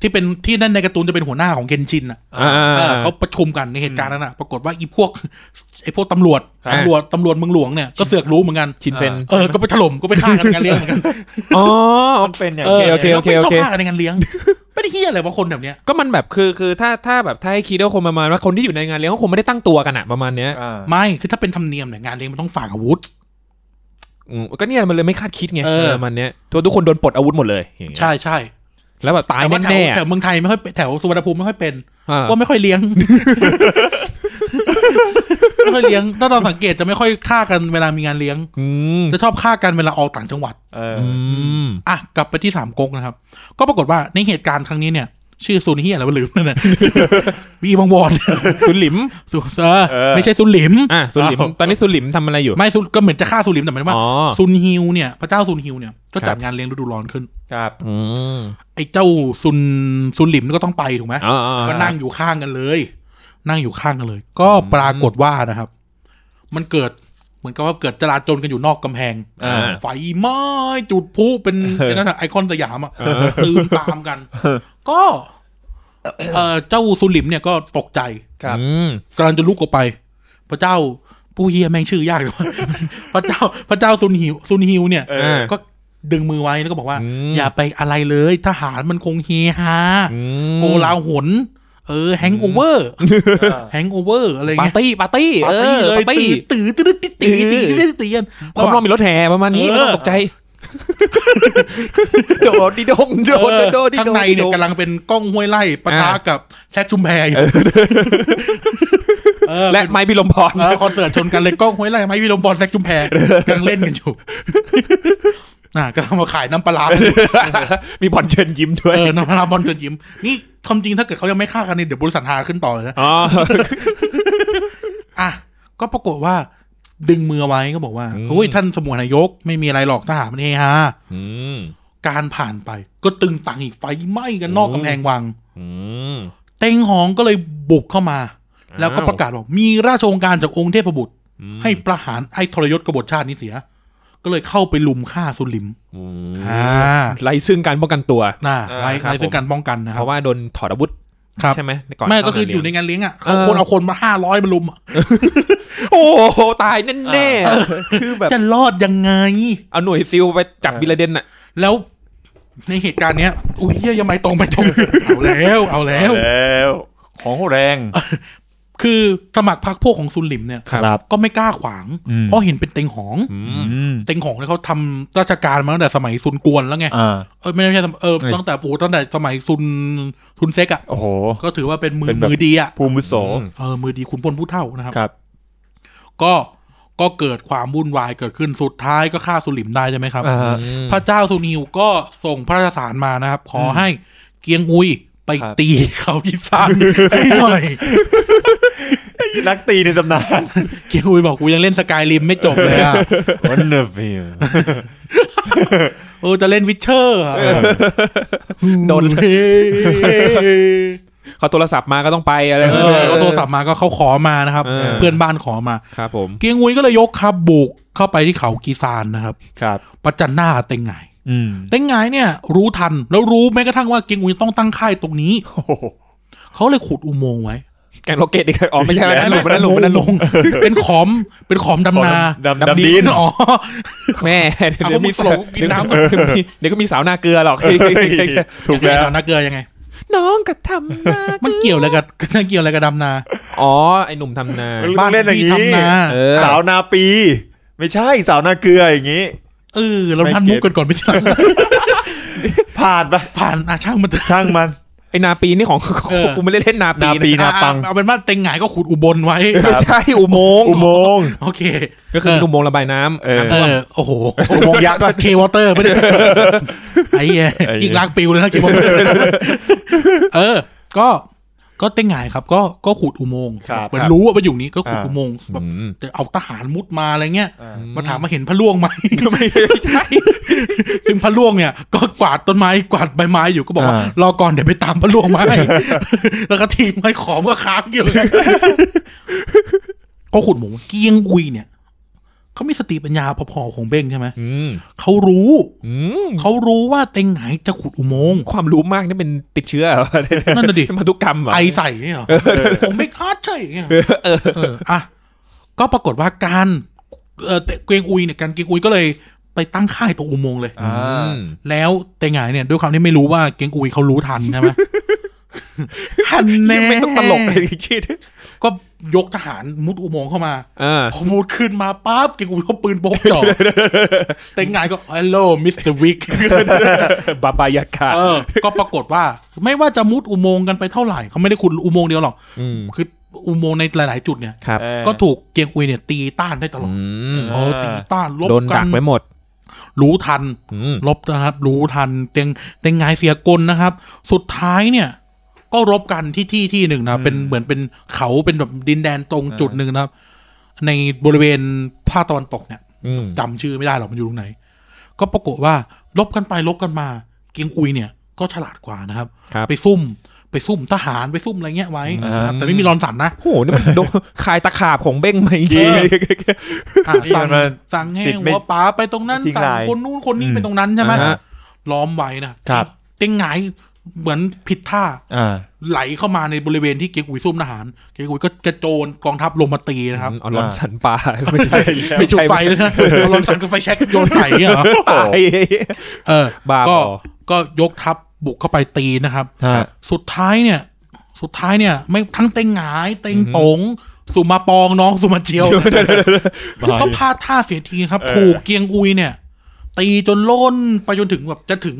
ที่เป็นที่นั่นในการ์ตูนจะเป็นหัวหน้าของเคนชินอ่ะ
อ่าอ่า
เอ
อ่า
อเขาประชุมกันในเหตุการณ์นั้นอ่ะ ปรากฏว่าอีพวก ไอพวกตำรวจ
ครับ
ตำรวจตำรวจเมืองหลวงเนี่ยก็เสือกรู้เหมือนกัน
ชินเซน
เออ ก็ไปถล่มก็ไปฆ่ากันในงานเลี้ยงเหมือนกัน
อ๋อ
มันเป็นอย่าง
โอเคโอเค
แล้วไม่ชอบฆ่ากันในงานเลี้ยง ไม่ได้เฮี้ยอะไรวะคนแบบเนี้ย
ก็มันแบบคือคือถ้าถ้าแบบถ้าให้คิดว่าคนประมาณว่าคนที่อยู่ในงานเลี้ยงเขาคงไม่ได้ตั้งตัวกันอะประมาณเนี้ย
อ่า
ไม่คือถ้าเป็นธรรมเนียมเนี่ยงานเลี้ยงมันต้องฝากอาวุธ
อืมก็เนี่ยมันเลยไม่คาดคิดไง
เออ
ประมาณเนี้ยทุกทุกคนโดนปลดอาวุธหมดเลยอย่างเงี้ย
ใช่ใช่
แล้วแบบตาย
แต่ว่าแถว
แน่ๆ
แถ
อะ
วเมืองไทยไม่ค่อยเป็นแถวสุวรรณภูมิไม่ค่อยเป็น
อ่า
ว่าะไม่ค่อย เลี้ยง ไม่ค่อยเลี้ยงถ้าเราสังเกตจะไม่ค่อยฆ่ากันเวลามีงานเลี้ยง
อืม
จะชอบฆ่ากันเวลาออกต่างจังหวัด
เออ
อืม
อ่ะกลับไปที่สามก๊กนะครับ ก็ปรากฏว่าในเหตุการณ์ครั้งนี้เนี่ย ชื่อซูนเฮียอะไรวะลืมนั่นน่ะ มีอีบังวอน
สุหลิม
ซูเซอร์ไม่ใช่ซุนหลิม
อ่ะสุหลิม ตอนนี้สุหลิมทำอะไรอยู่
ไม่ซุนก็เหมือนจะฆ่าซูนหลิมแต่หมายถึงว่า
อ๋อ
ซุนฮิวเนี่ยพระเจ้าซุนฮิวเนี่ยก็
ค
จัด
รับ
งานเลี้ยงฤดูร้อนขึ้น
ครับ
อืม
ไอ้เจ้าซุนซุนหลิมนี่ก็ต้องไปถูกไหม
อ๋ออ๋อ
ก็นั่งอยู่ข้างกันเลย นั่งอยู่ข้างกันเลย ก็ปรากฏว่านะครับ มันเกิดเหมือนกับว่าเกิดจราจนกันอยู่นอกกำแพง
อ่า
ไฟไหม้จุดพลุ เป็นไอ้นั่นอะไอคอนสยามอะตื่นตามกัน ก็เออเจ้าซุนหลิมเนี่ยก็ตกใจ
ครับอืม
กำลังจะลุกออกไป พระเจ้าผู้เฮียแม่งชื่อย ากเลยวะ พระเจ้าพระเจ้าซุนฮิวซุนฮิวเนี่ย
เออ
ก็ดึงมือไว้แล้วก็บอกว่า
อืม
อย่าไปอะไรเลย ทหารมันคงเฮฮา
อืม
โกลาหลเออแฮงโอเวอร์แฮงโอเวอร์อะไร
ปา
เงี้
ร์
ย
ตี้ปาร์ตี้เออปาร์ตี้
ตื่นตื่นตื่นตื่นตื่นตื่นตื่นตื่น
คนรอบมีรถแห่ประมาณนี้ไม่ต้องตกใจ
โดดดิดงโดดโดดโดดดิดง
ข้างในเนี่ยกำลังเป็นกล้องห้วยไล่ปะทะกับแซดชุมแพอยู่เออ
และไม้พิลมพร
เออคอนเสิร์ตชนกันเลยกล้องห้วยไล่ไม้วิลมบอลแซดชุมแพกำลังเล่นกันอยู่น่ะกำลังมาขายน้ำปลาร้า
มีบอลเชิญยิ้มด้วย
เออนาราบอลจนยิ้ม นี่ความจริงถ้าเกิดเขายังไม่ฆ่ากันเนี่ยเดี๋ยวบริษัทหาขึ้นต่อเลยนะ
อ๋อ
อ่ะ ก็ปรากฏว่า ดึงมือไว้ก็บอกว่าโอ้ยท่านสมุนนายก ไม่มีอะไรหรอกทหารมันเฮฮา
อืม
การผ่านไป ก็ตึงตังอีกไฟไหม้กันนอกกำแพงวัง
อืม
เต็งหองก็เลยบุกเข้ามา
อ้าว
แล้วก็ประกาศบอกมีราชองค์การจากองค์เทพบุตร ให้ประหารไอ้ทรยศกบฏชาตินี้เสีย ก็เลยเข้าไปลุมฆ่าสุลิม
อืม
อ่า
ไล่ซึ่งการป้องกันตัว
น่า
อ่า
ไล่
ครับ
ไล่ซึ่
ผ
ง
ม
การป้องกันนะค
เพ
รับ
ราะว่าโดนถอดอาวุธ
ครับ
ใช่ไหมนน
ไม่ก็คืออยู่ใน
เรีน
งานเลี้ยงอ่ะ
เออ
เขาคนเอาคนมาห้าร้อยมาลุมอะ
โอ้โหตายแน่ๆ
คือแบบ
จะรอดยังไง
เอาหน่วยซิลไปจับบินลาเดนน่ะ
แล้วในเหตุการณ์เนี้ย อุ้ยเหี้ยยังไม่ตรงไปตรง เอาแล้ว เอาแล้ว
แล้วของแรง
คือสมัครพรรคพวกของซุนหลิมเนี่ย
ครับ
ก็ไม่กล้าขวาง
อืม
เพราะเห็นเป็นเต็งหอง
อื
อื
ม
ม
เต็งหองเนี่ยเขาทำราชการมาตั้งแต่สมัยซุนกวนแล้วไง
อ่า
เออไม่ใช่เออ
เอ้ย
ตั้งแต่โอ้โหตั้งแต่สมัยซุนซุนเซกอ่ะ
โอ้โห
ก็ถือว่าเป็นมื
เป็
อน
แบบ
มือดีอ่ะ
ภูมิวุโส
เออมือดีคุณพลผู้เท่านะครับ
ครับ
ก็ก็เกิดความวุ่นวายเกิดขึ้นสุดท้ายก็ฆ่าซุนหลิมได้ใช่ไหมครับ
อ่า
พระเจ้าซุนฮิวก็ส่งพระราชสารมานะครับ ขอให้เกียงอุยไป
ครับ
ตี เขาพิซานให้หน่อย
นักตีในตำนาน
เกียงอุยบอกกูยังเล่นสกายริมไม่จบเลย อ่ะ
วันเดอร์ฟิล
โอ้จะเล่นวิชเชอ ร์อะ
โดน
เฮ้
เขาโทรศัพท์มาก็ต้องไปอะไร
เออก็โทรศัพท์มาก็เขาขอมานะครับ เพื่อนบ้านขอมา
ครับผม
เกียงอุยก็เลยยกครับบุกเข้าไปที่เขากีซานนะครับ
ครับ
ประจันหน้าเต็งไงาย
อืม
เต็งไงายเนี่ย รู้ทันแล้วรู้แม้กระทั่งว่าเกียงอุยต้องตั้งค่ายตรงนี้
โอ้โห
เขาเลยขุดอุโมงค์ไว้
แกงโรเกตอีกอ๋อไม่ใช่
อีกแล้ว
นะหลุมนะหลุม
ง
นะหลุม
งเป็นขอมเป็นขอมดำนา
ดำดำดิน
อ๋อ
แม่เดี๋ยวมี
เอาพวกมึงตลกกินน้ำ
เดี๋ยวมีเดี๋ยวก็มีสาวนาเกลือหรอก
ถูกแล้ว
ดำนาเกลือยังไง
น้องก็ทำนา
มันเกี่ยวอะไรกับ มันเกี่ยวอะไรกับดำนา
อ๋อไอ้หนุ่มทำนา
ต้องเล่นอย่างนี้
บ้พี่ทำนา
เออ
สาวนาปี ไม่ใช่สาวนาเกลืออย่างนี้
เออเราทันมุกกันก่อนไม่ใช่เหรอ
ผ่านไป
ผ่านอาช่างมันเถอะ
ช่างมัน
ไอ้นาปีนี่ของ
เออ
กูไม่ได้เล่นนาปี
นาปี
นะ
นาปัง
อ่ะเอาเป็นว่าเต็งหงายก็ขุดอุบลไว้
ไม่ใช่อุโมงค์
อุโมงค์
โอเค
ก็คืออุโมงค์ระบายน้ำ
เออ
น้ำ
เอ
ท่วม
อโอ้โห
อุโมงค์ยักษ์ป่ะ
เควอเตอร์ไม่ได้ ไอ้เหี้ย
ไอ้เหี้ย
อีกลากปิวเลยนะเควอเตอร์เออ ก็ก็เต็งหงายครับ ก็ก็ขุดอุโมงค์
ครับ
เหมือนรู้ว่าอยู่นี้ก็ขุด
อ่า
อุโมงค์แบบ
อืม
แต่เอาทหารมุดมาอะไรเงี้ย
อ่า
มาถามมาเห็นพระล่วงไหม ไม่ใช่ ซึ่งพระล่วงเนี่ย ก็กวาดต้นไม้กวาดใบไม้อยู่ก็บอกว่า
อ่าร
อก่อนเดี๋ยวไปตามพระล่วงมาให้ แล้วก็ทีมไม้ขอมก็ค้างอยู่ ก็ขุดหมูเกียงอุยเนี่ยเขามีสติปัญญาพอๆของเบ้งใช่ไหม
อืม
เขารู้
อืม
เขารู้ว่าเต็งไหนจะขุดอุโมงค์
ความรู้มากนี่เป็นติดเชื้อเหรอ
นั่น น่ะดิ
พันธุกร รมเหรอ
ไอใส่เนี่ยเหรอผมไม่คาดใช่อย่างเงี้ยเอออ่ะก็ปรากฏว่าการเออเกียงอุยเนี่ยการเกียงอุยก็เลยไปตั้งค่ายตรงอุโมงค์เลย
อ่า
อืม
แล้วเตงหงายเนี่ยด้วยความที่ไม่รู้ว่าเก้งกุยเขารู้ทันใช่ไหม ทันแน่
ไม่ต้องตลก เลยคิด
ก็ยกทหารมุดอุโมงค์เข้ามา
เออ
พอมุดขึ้นมาปั๊บเก้งกุยเขาปืนโบก จ่อ เตงหงายก็ hello Mr. Wick
บาบายากา
เออ ก็ปรากฏว่า ไม่ว่าจะมุดอุโมงค์กันไปเท่าไหร่เขาไม่ได้ขุดอุโมงค์เดียวหรอก
อืม
คืออุโมงค์ในหลาย ๆ จุดเนี่ย
ครับ
เออ
ก็ถูกเกียงอุยเนี่ยตีต้านได้ตลอด
อืม
เออตีต้านลบ
โดน
กั
ดั
น
กไว้หมด
รู้ทัน
อืม
ลบนะครับ รู้ทันเต็งเต็งไงายเสียกลนะครับ สุดท้ายเนี่ย ก็รบกันที่ที่ที่หนึ่งนะครับเป็นเหมือนเป็นเขาเป็นแบบดินแดนตรงจุดหนึ่งนะครับ ในบริเวณภาคตะวันตกเนี่ย
อืม
จำชื่อไม่ได้หรอกมันอยู่ตรงไหน ก็ปรากฏว่าลบกันไปลบกันมา เกียงอุยเนี่ย ก็ฉลาดกว่านะครับ
ครับ
ไปซุ่ม ไปซุ่มทหารไปซุ่มอะไรเงี้ยไว้นะครับแต่ไม่มีรอนสันนะ
โหนี่ มันโดนคายตะขาบของเบ้งมาจริง
จริง
อ่ะ
นี่
สั่
มั
ง
นมา
สั่งให้
สิบไม่
หัวป๋าไปตรงนั้น
ทิ้ง
สั่ง
ลาย
คนนู้นคนนี้
อืม
ไปตรงนั้นใช่ไหม
อ่าฮะ
ล้อมไว้นะครับ เต็งหงายเหมือนผิดท่า
อ่า
ไหลเข้ามาในบริเวณที่เกียงอุยซุ่มทหาร เกียงอุยก็กระโจนกองทัพลงมาตีนะครับ
อ๋อลอนสันปลาไม่ใช่
ไม่จุด
ไม่ใช่
ไฟเลยนะเอาลอนสันกับไฟแช็กโยนใส่เนี่ยเหรอ
ตาย
เออ
บ้าบอ
ก็ก็ยกทัพบุกเข้าไปตีนะครับ
ฮะ
สุดท้ายเนี่ย สุดท้ายเนี่ย ไม่ทั้งเต็งหงาย เต็งตงสุมาปองน้องสุมาเจียวก็พลาดท่าเสียทีครับ
เออ
ถูกเกียงอุยเนี่ย ตีจนล่นไปจนถึงแบบจะถึง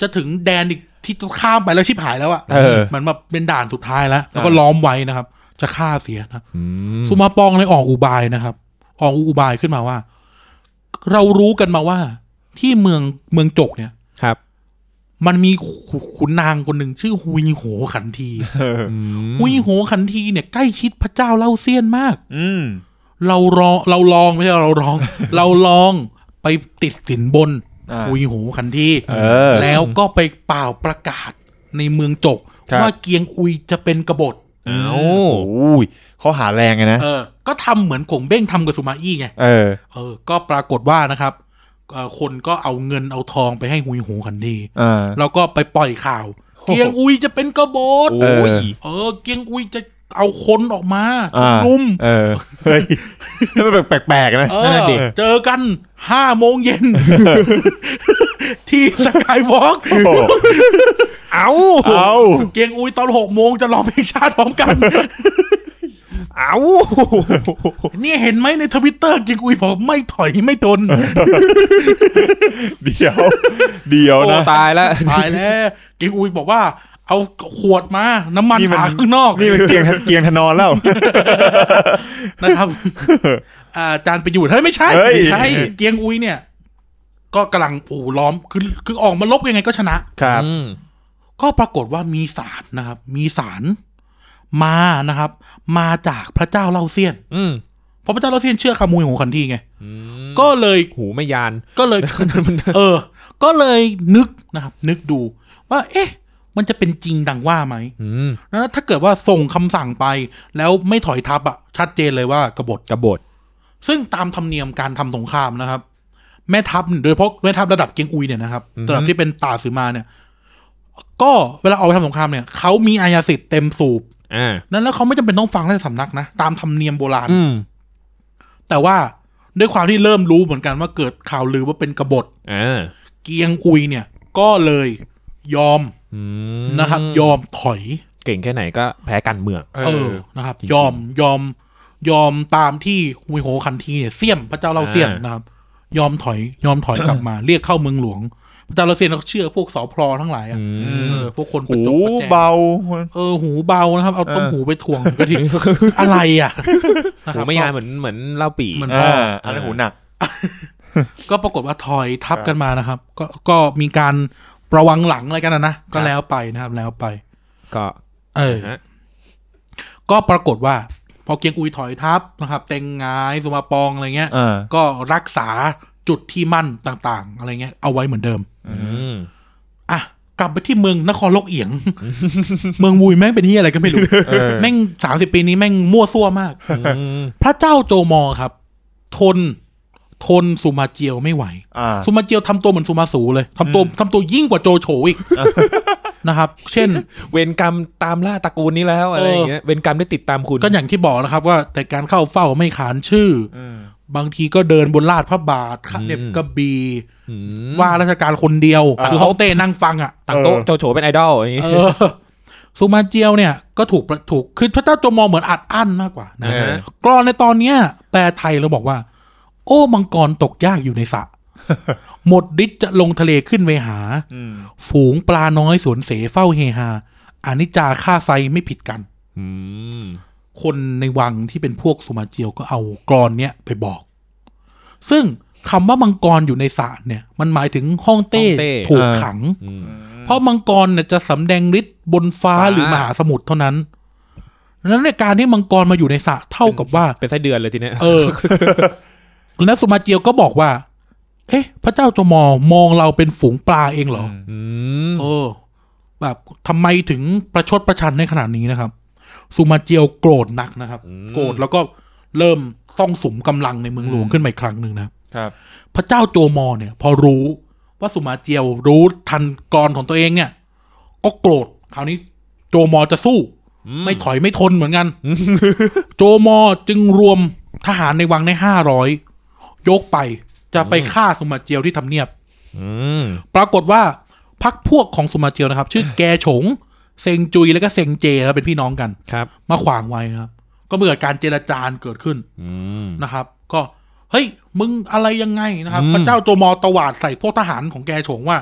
จะถึงแดนอีกที่จะข้ามไปแล้วชิบหายแล้วอะ
เออ
มันมาเป็นด่านสุดท้ายแล้ว แล้วก็
อ่า
ล้อมไว้นะครับ จะฆ่าเสียนะครับ
อืม
สุมาปองเลยออกอุบายนะครับ ออกอุบายขึ้นมาว่า เรารู้กันมาว่า ที่เมืองเมืองจกเนี่ย
ครับ
มันมีขุขุนนางคนหนึ่งชื่อฮุยโหขันที
เออ
อืม
ฮุยโหขันทีเนี่ยใกล้ชิดพระเจ้าเล่าเซียนมาก
อืม
เรารอเราลองไม่ใช่เรา ลอง เราลองไปติดสินบน
อ่า
ฮุยโหขันที
เออ
แล้วก็ไปเป่าประกาศในเมืองจก
ครับ
ว่าเกียงอุยจะเป็นกบฏ
เอ้า
โอ้ยเขาหาแรงไงนะ
เออ ก็ทำเหมือนกงเบ้งทำกับสุมาอี้ไง
เออ
เออ ก็ปรากฏว่านะครับเอ่อคนก็เอาเงินเอาทองไปให้หุยหูขันดี
อ่า
แล้วก็ไปปล่อยข่าว เกียงอุยจะเป็นกบฏ
โอ้ย
เออ เกียงอุยจะเอาคนออกมา
อ่า
ชุมนุม
เออเฮ้ยนี่มันแปลกๆนะ
เออเจอกันห้าโมงเย็ น ที่สกายวอล์ก
โอ้โห
เอา
เอา
เกียงอุยตอนหกโมงจะร้องเพลงชาติพร้อมกัน
เอา
เนี่ยเห็นไหมในทวิตเตอร์เกียงอุยบอกไม่ถอยไม่ ทน
เดี๋ยว เดี๋ยว
โอ้
นะ
ตายแล้ว
ตายแล้วเกียงอุยบอกว่า เอาขวดมาน้ำมัน
นี่มัน
หาข้างนอก
นี่มันเกียง เกียงธนอนแล้ว
นะครับ อาจารย์ไปอยู่เฮ้ยไม่ใช่
เฮ้ย
ไม่ใช่เกียงอุยเนี่ย ก็กำลังอู่ล้อมคือคือออกมาลบยังไงก็ชนะ
ครับ
อืม
ก็ปรากฏว่ามีสารนะครับ มีสารมานะครับ มาจากพระเจ้าเล่าเซียน
อืม
เพราะพระเจ้าเล่าเซียนเชื่อคำมูยของขันทีไง
อืม
ก็เลย
หูไม่ยาน
ก็เลย เออ ก็เลยนึกนะครับ นึกดูว่า เอ๊ะ มันจะเป็นจริงดังว่าไหม
อืม
แล้วถ้าเกิดว่าส่งคำสั่งไป แล้วไม่ถอยทัพอ่ะ ชัดเจนเลยว่ากบฏ
กบฏ
ซึ่งตามธรรมเนียมการทำสงครามนะครับ แม่ทัพโดยเฉพาะแม่ทัพระดับเกียงอุยเนี่ยนะครับระดับที่เป็นตาสือมาเนี่ย ก็เวลาออกไปทำสงครามเนี่ยเขามีอายาสิทธิ์เต็มสูบ
อ่า
นั้นแล้วเขาไม่จำเป็นต้องฟังราชสำนักนะ ตามธรรมเนียมโบราณ
อืม
แต่ว่าด้วยความที่เริ่มรู้เหมือนกันว่าเกิดข่าวลือว่าเป็นกบฏ
อ่า
เกียงอุยเนี่ย ก็เลยยอม
อืม
นะครับ ยอมถอย
เก่งแค่ไหนก็แพ้การเมือง
เออนะครับ ยอมยอมยอมตามที่ฮุยโหคันทีเนี่ยเสี่ยมพระเจ้าเล่าเสี่ยม
อ่าน
นะครับ ยอมถอย ยอมถอยกลับมา เรียกเข้าเมืองหลวง พระเจ้าเล่าเสี่ยมก็เชื่อพวกสอพลอทั้งหลายอะ
อืม
เออพวกคนประ
หู
จบประแจง
เบา
เออหูเบานะครับ เอาต้ม
เออ
หูไปถ่วงกระถิ่นอะไรอ่ะนะค
หู
รับ
ไม่ยานเหมือนเหมือนเหล่าปี
เหมือน
อ่าอันนั้นหูหนัก
ก็ปรากฏว่าถอยทับกันมานะครับ ก็ก็มีการประวังหลังอะไรกันนะนะก็แล้วไปนะครับแล้วไป
ก็
เออ
ฮะ
ก็ปรากฏว่า พอเกียงอุยถอยทับนะครับ เต็งงายสุมาปองอะไรเงี้ย
เออ
ก็รักษาจุดที่มั่นต่างๆ อะไรเงี้ยเอาไว้เหมือนเดิม
อืม
อ่ะ กลับไปที่เมืองนครโลกเอียง เมืองวุยแม่งเป็นที่อะไรก็ไม่รู้
เออ
แม่งสามสิบปีนี้แม่งมั่วซั่วมาก
อืม
พระเจ้าโจมอครับ ทน ทนสุมาเจียวไม่ไหว
อ่า
สุมาเจียวทำตัวเหมือนสุมาสูเลยทำตัวทำตัวยิ่งกว่าโจโฉอี กนะครับ เช่น
เวรกรรมตามล่าตระกูลนี้แล้วอะไรอย่างเงี้ยเวรกรรมได้ติดตามคุณ
ก็อย่างที่บอกนะครับ ว่าแต่การเข้าเฝ้าไม่ขานชื่อ
อืม
บางทีก็เดินบนลาดพระบาทขัดเด็บกระบี่
อืม
ว่าราชการคนเดียว
อ่า
คือเขาเต้นั่งฟังอ่ะ
ต่างโต๊ะโจโฉเป็นไอดอลอย่างงี้
เออซูมาเจียวเนี่ยก็ถูกประถูกคือพระเจ้าโจมองเหมือนอัดอั้นมากกว่านะ
นะฮะ
กรอนในตอนเนี้ย แปลไทยเราบอกว่า โอ้มังกรตกยากอยู่ในสระ หมดฤทธิ์จะลงทะเลขึ้นไปหา
อืม
ฝูงปลาน้อยสวนเสเฝ้าเฮฮาอานิจจาฆ่าไซไม่ผิดกัน
อืม
คนในวังที่เป็นพวกสุมาเจียวก็เอากรอนเนี้ยไปบอก ซึ่งคำว่ามังกรอยู่ในสระเนี่ย มันหมายถึงห้องเต้ถูกขัง
อืม
เพราะมังกรเนี่ยจะสำแดงฤทธิ์บนฟ้า
ฟ้า
หรือมหาสมุทรเท่านั้นดังนั้นในยการที่มังกรมาอยู่ในสระเท่ากับว่า
เป็นไส้เดือนเลยทีเนี้ย
เออ แล้วสุมาเจียวก็บอกว่า เอ๊ะ พระเจ้าจมอมองเราเป็นฝูงปลาเองเหรอ
อืม
เออ แบบทำไมถึงประชดประชันในขนาดนี้นะครับสุมาเจียวโกรธหนักนะครับ โกรธแล้วก็เริ่มซ่องสุมกำลังในเมืองหลวงขึ้นมาอีกครั้งหนึ่งนะครับ พระเจ้าโจมอเนี่ย พอรู้ว่าสุมาเจียวรู้ทันกรของตัวเองเนี่ย ก็โกรธคราวนี้โจมอจะสู้ ไม่ถอยไม่ทนเหมือน กัน โจมอจึงรวมทหารในวังในห้าร้อยยกไปจะไปฆ่าสุมาเจียวที่ทำเนียบ
อืม
ปรากฏว่าพักพวกของสุมาเจียวนะครับ ชื่อแกฉงเซงจุยแล้วก็เซงเจนะเป็นพี่น้องกัน
ครับ
มาขวางไว้นะครับ ก็เกิดการเจรจารเกิดขึ้น
อืม
นะครับ ก็เฮ้ยมึงอะไรยังไงนะครับ
อืม
พระเจ้าโจมอตวาดใส่พวกทหารของแกฉงว่า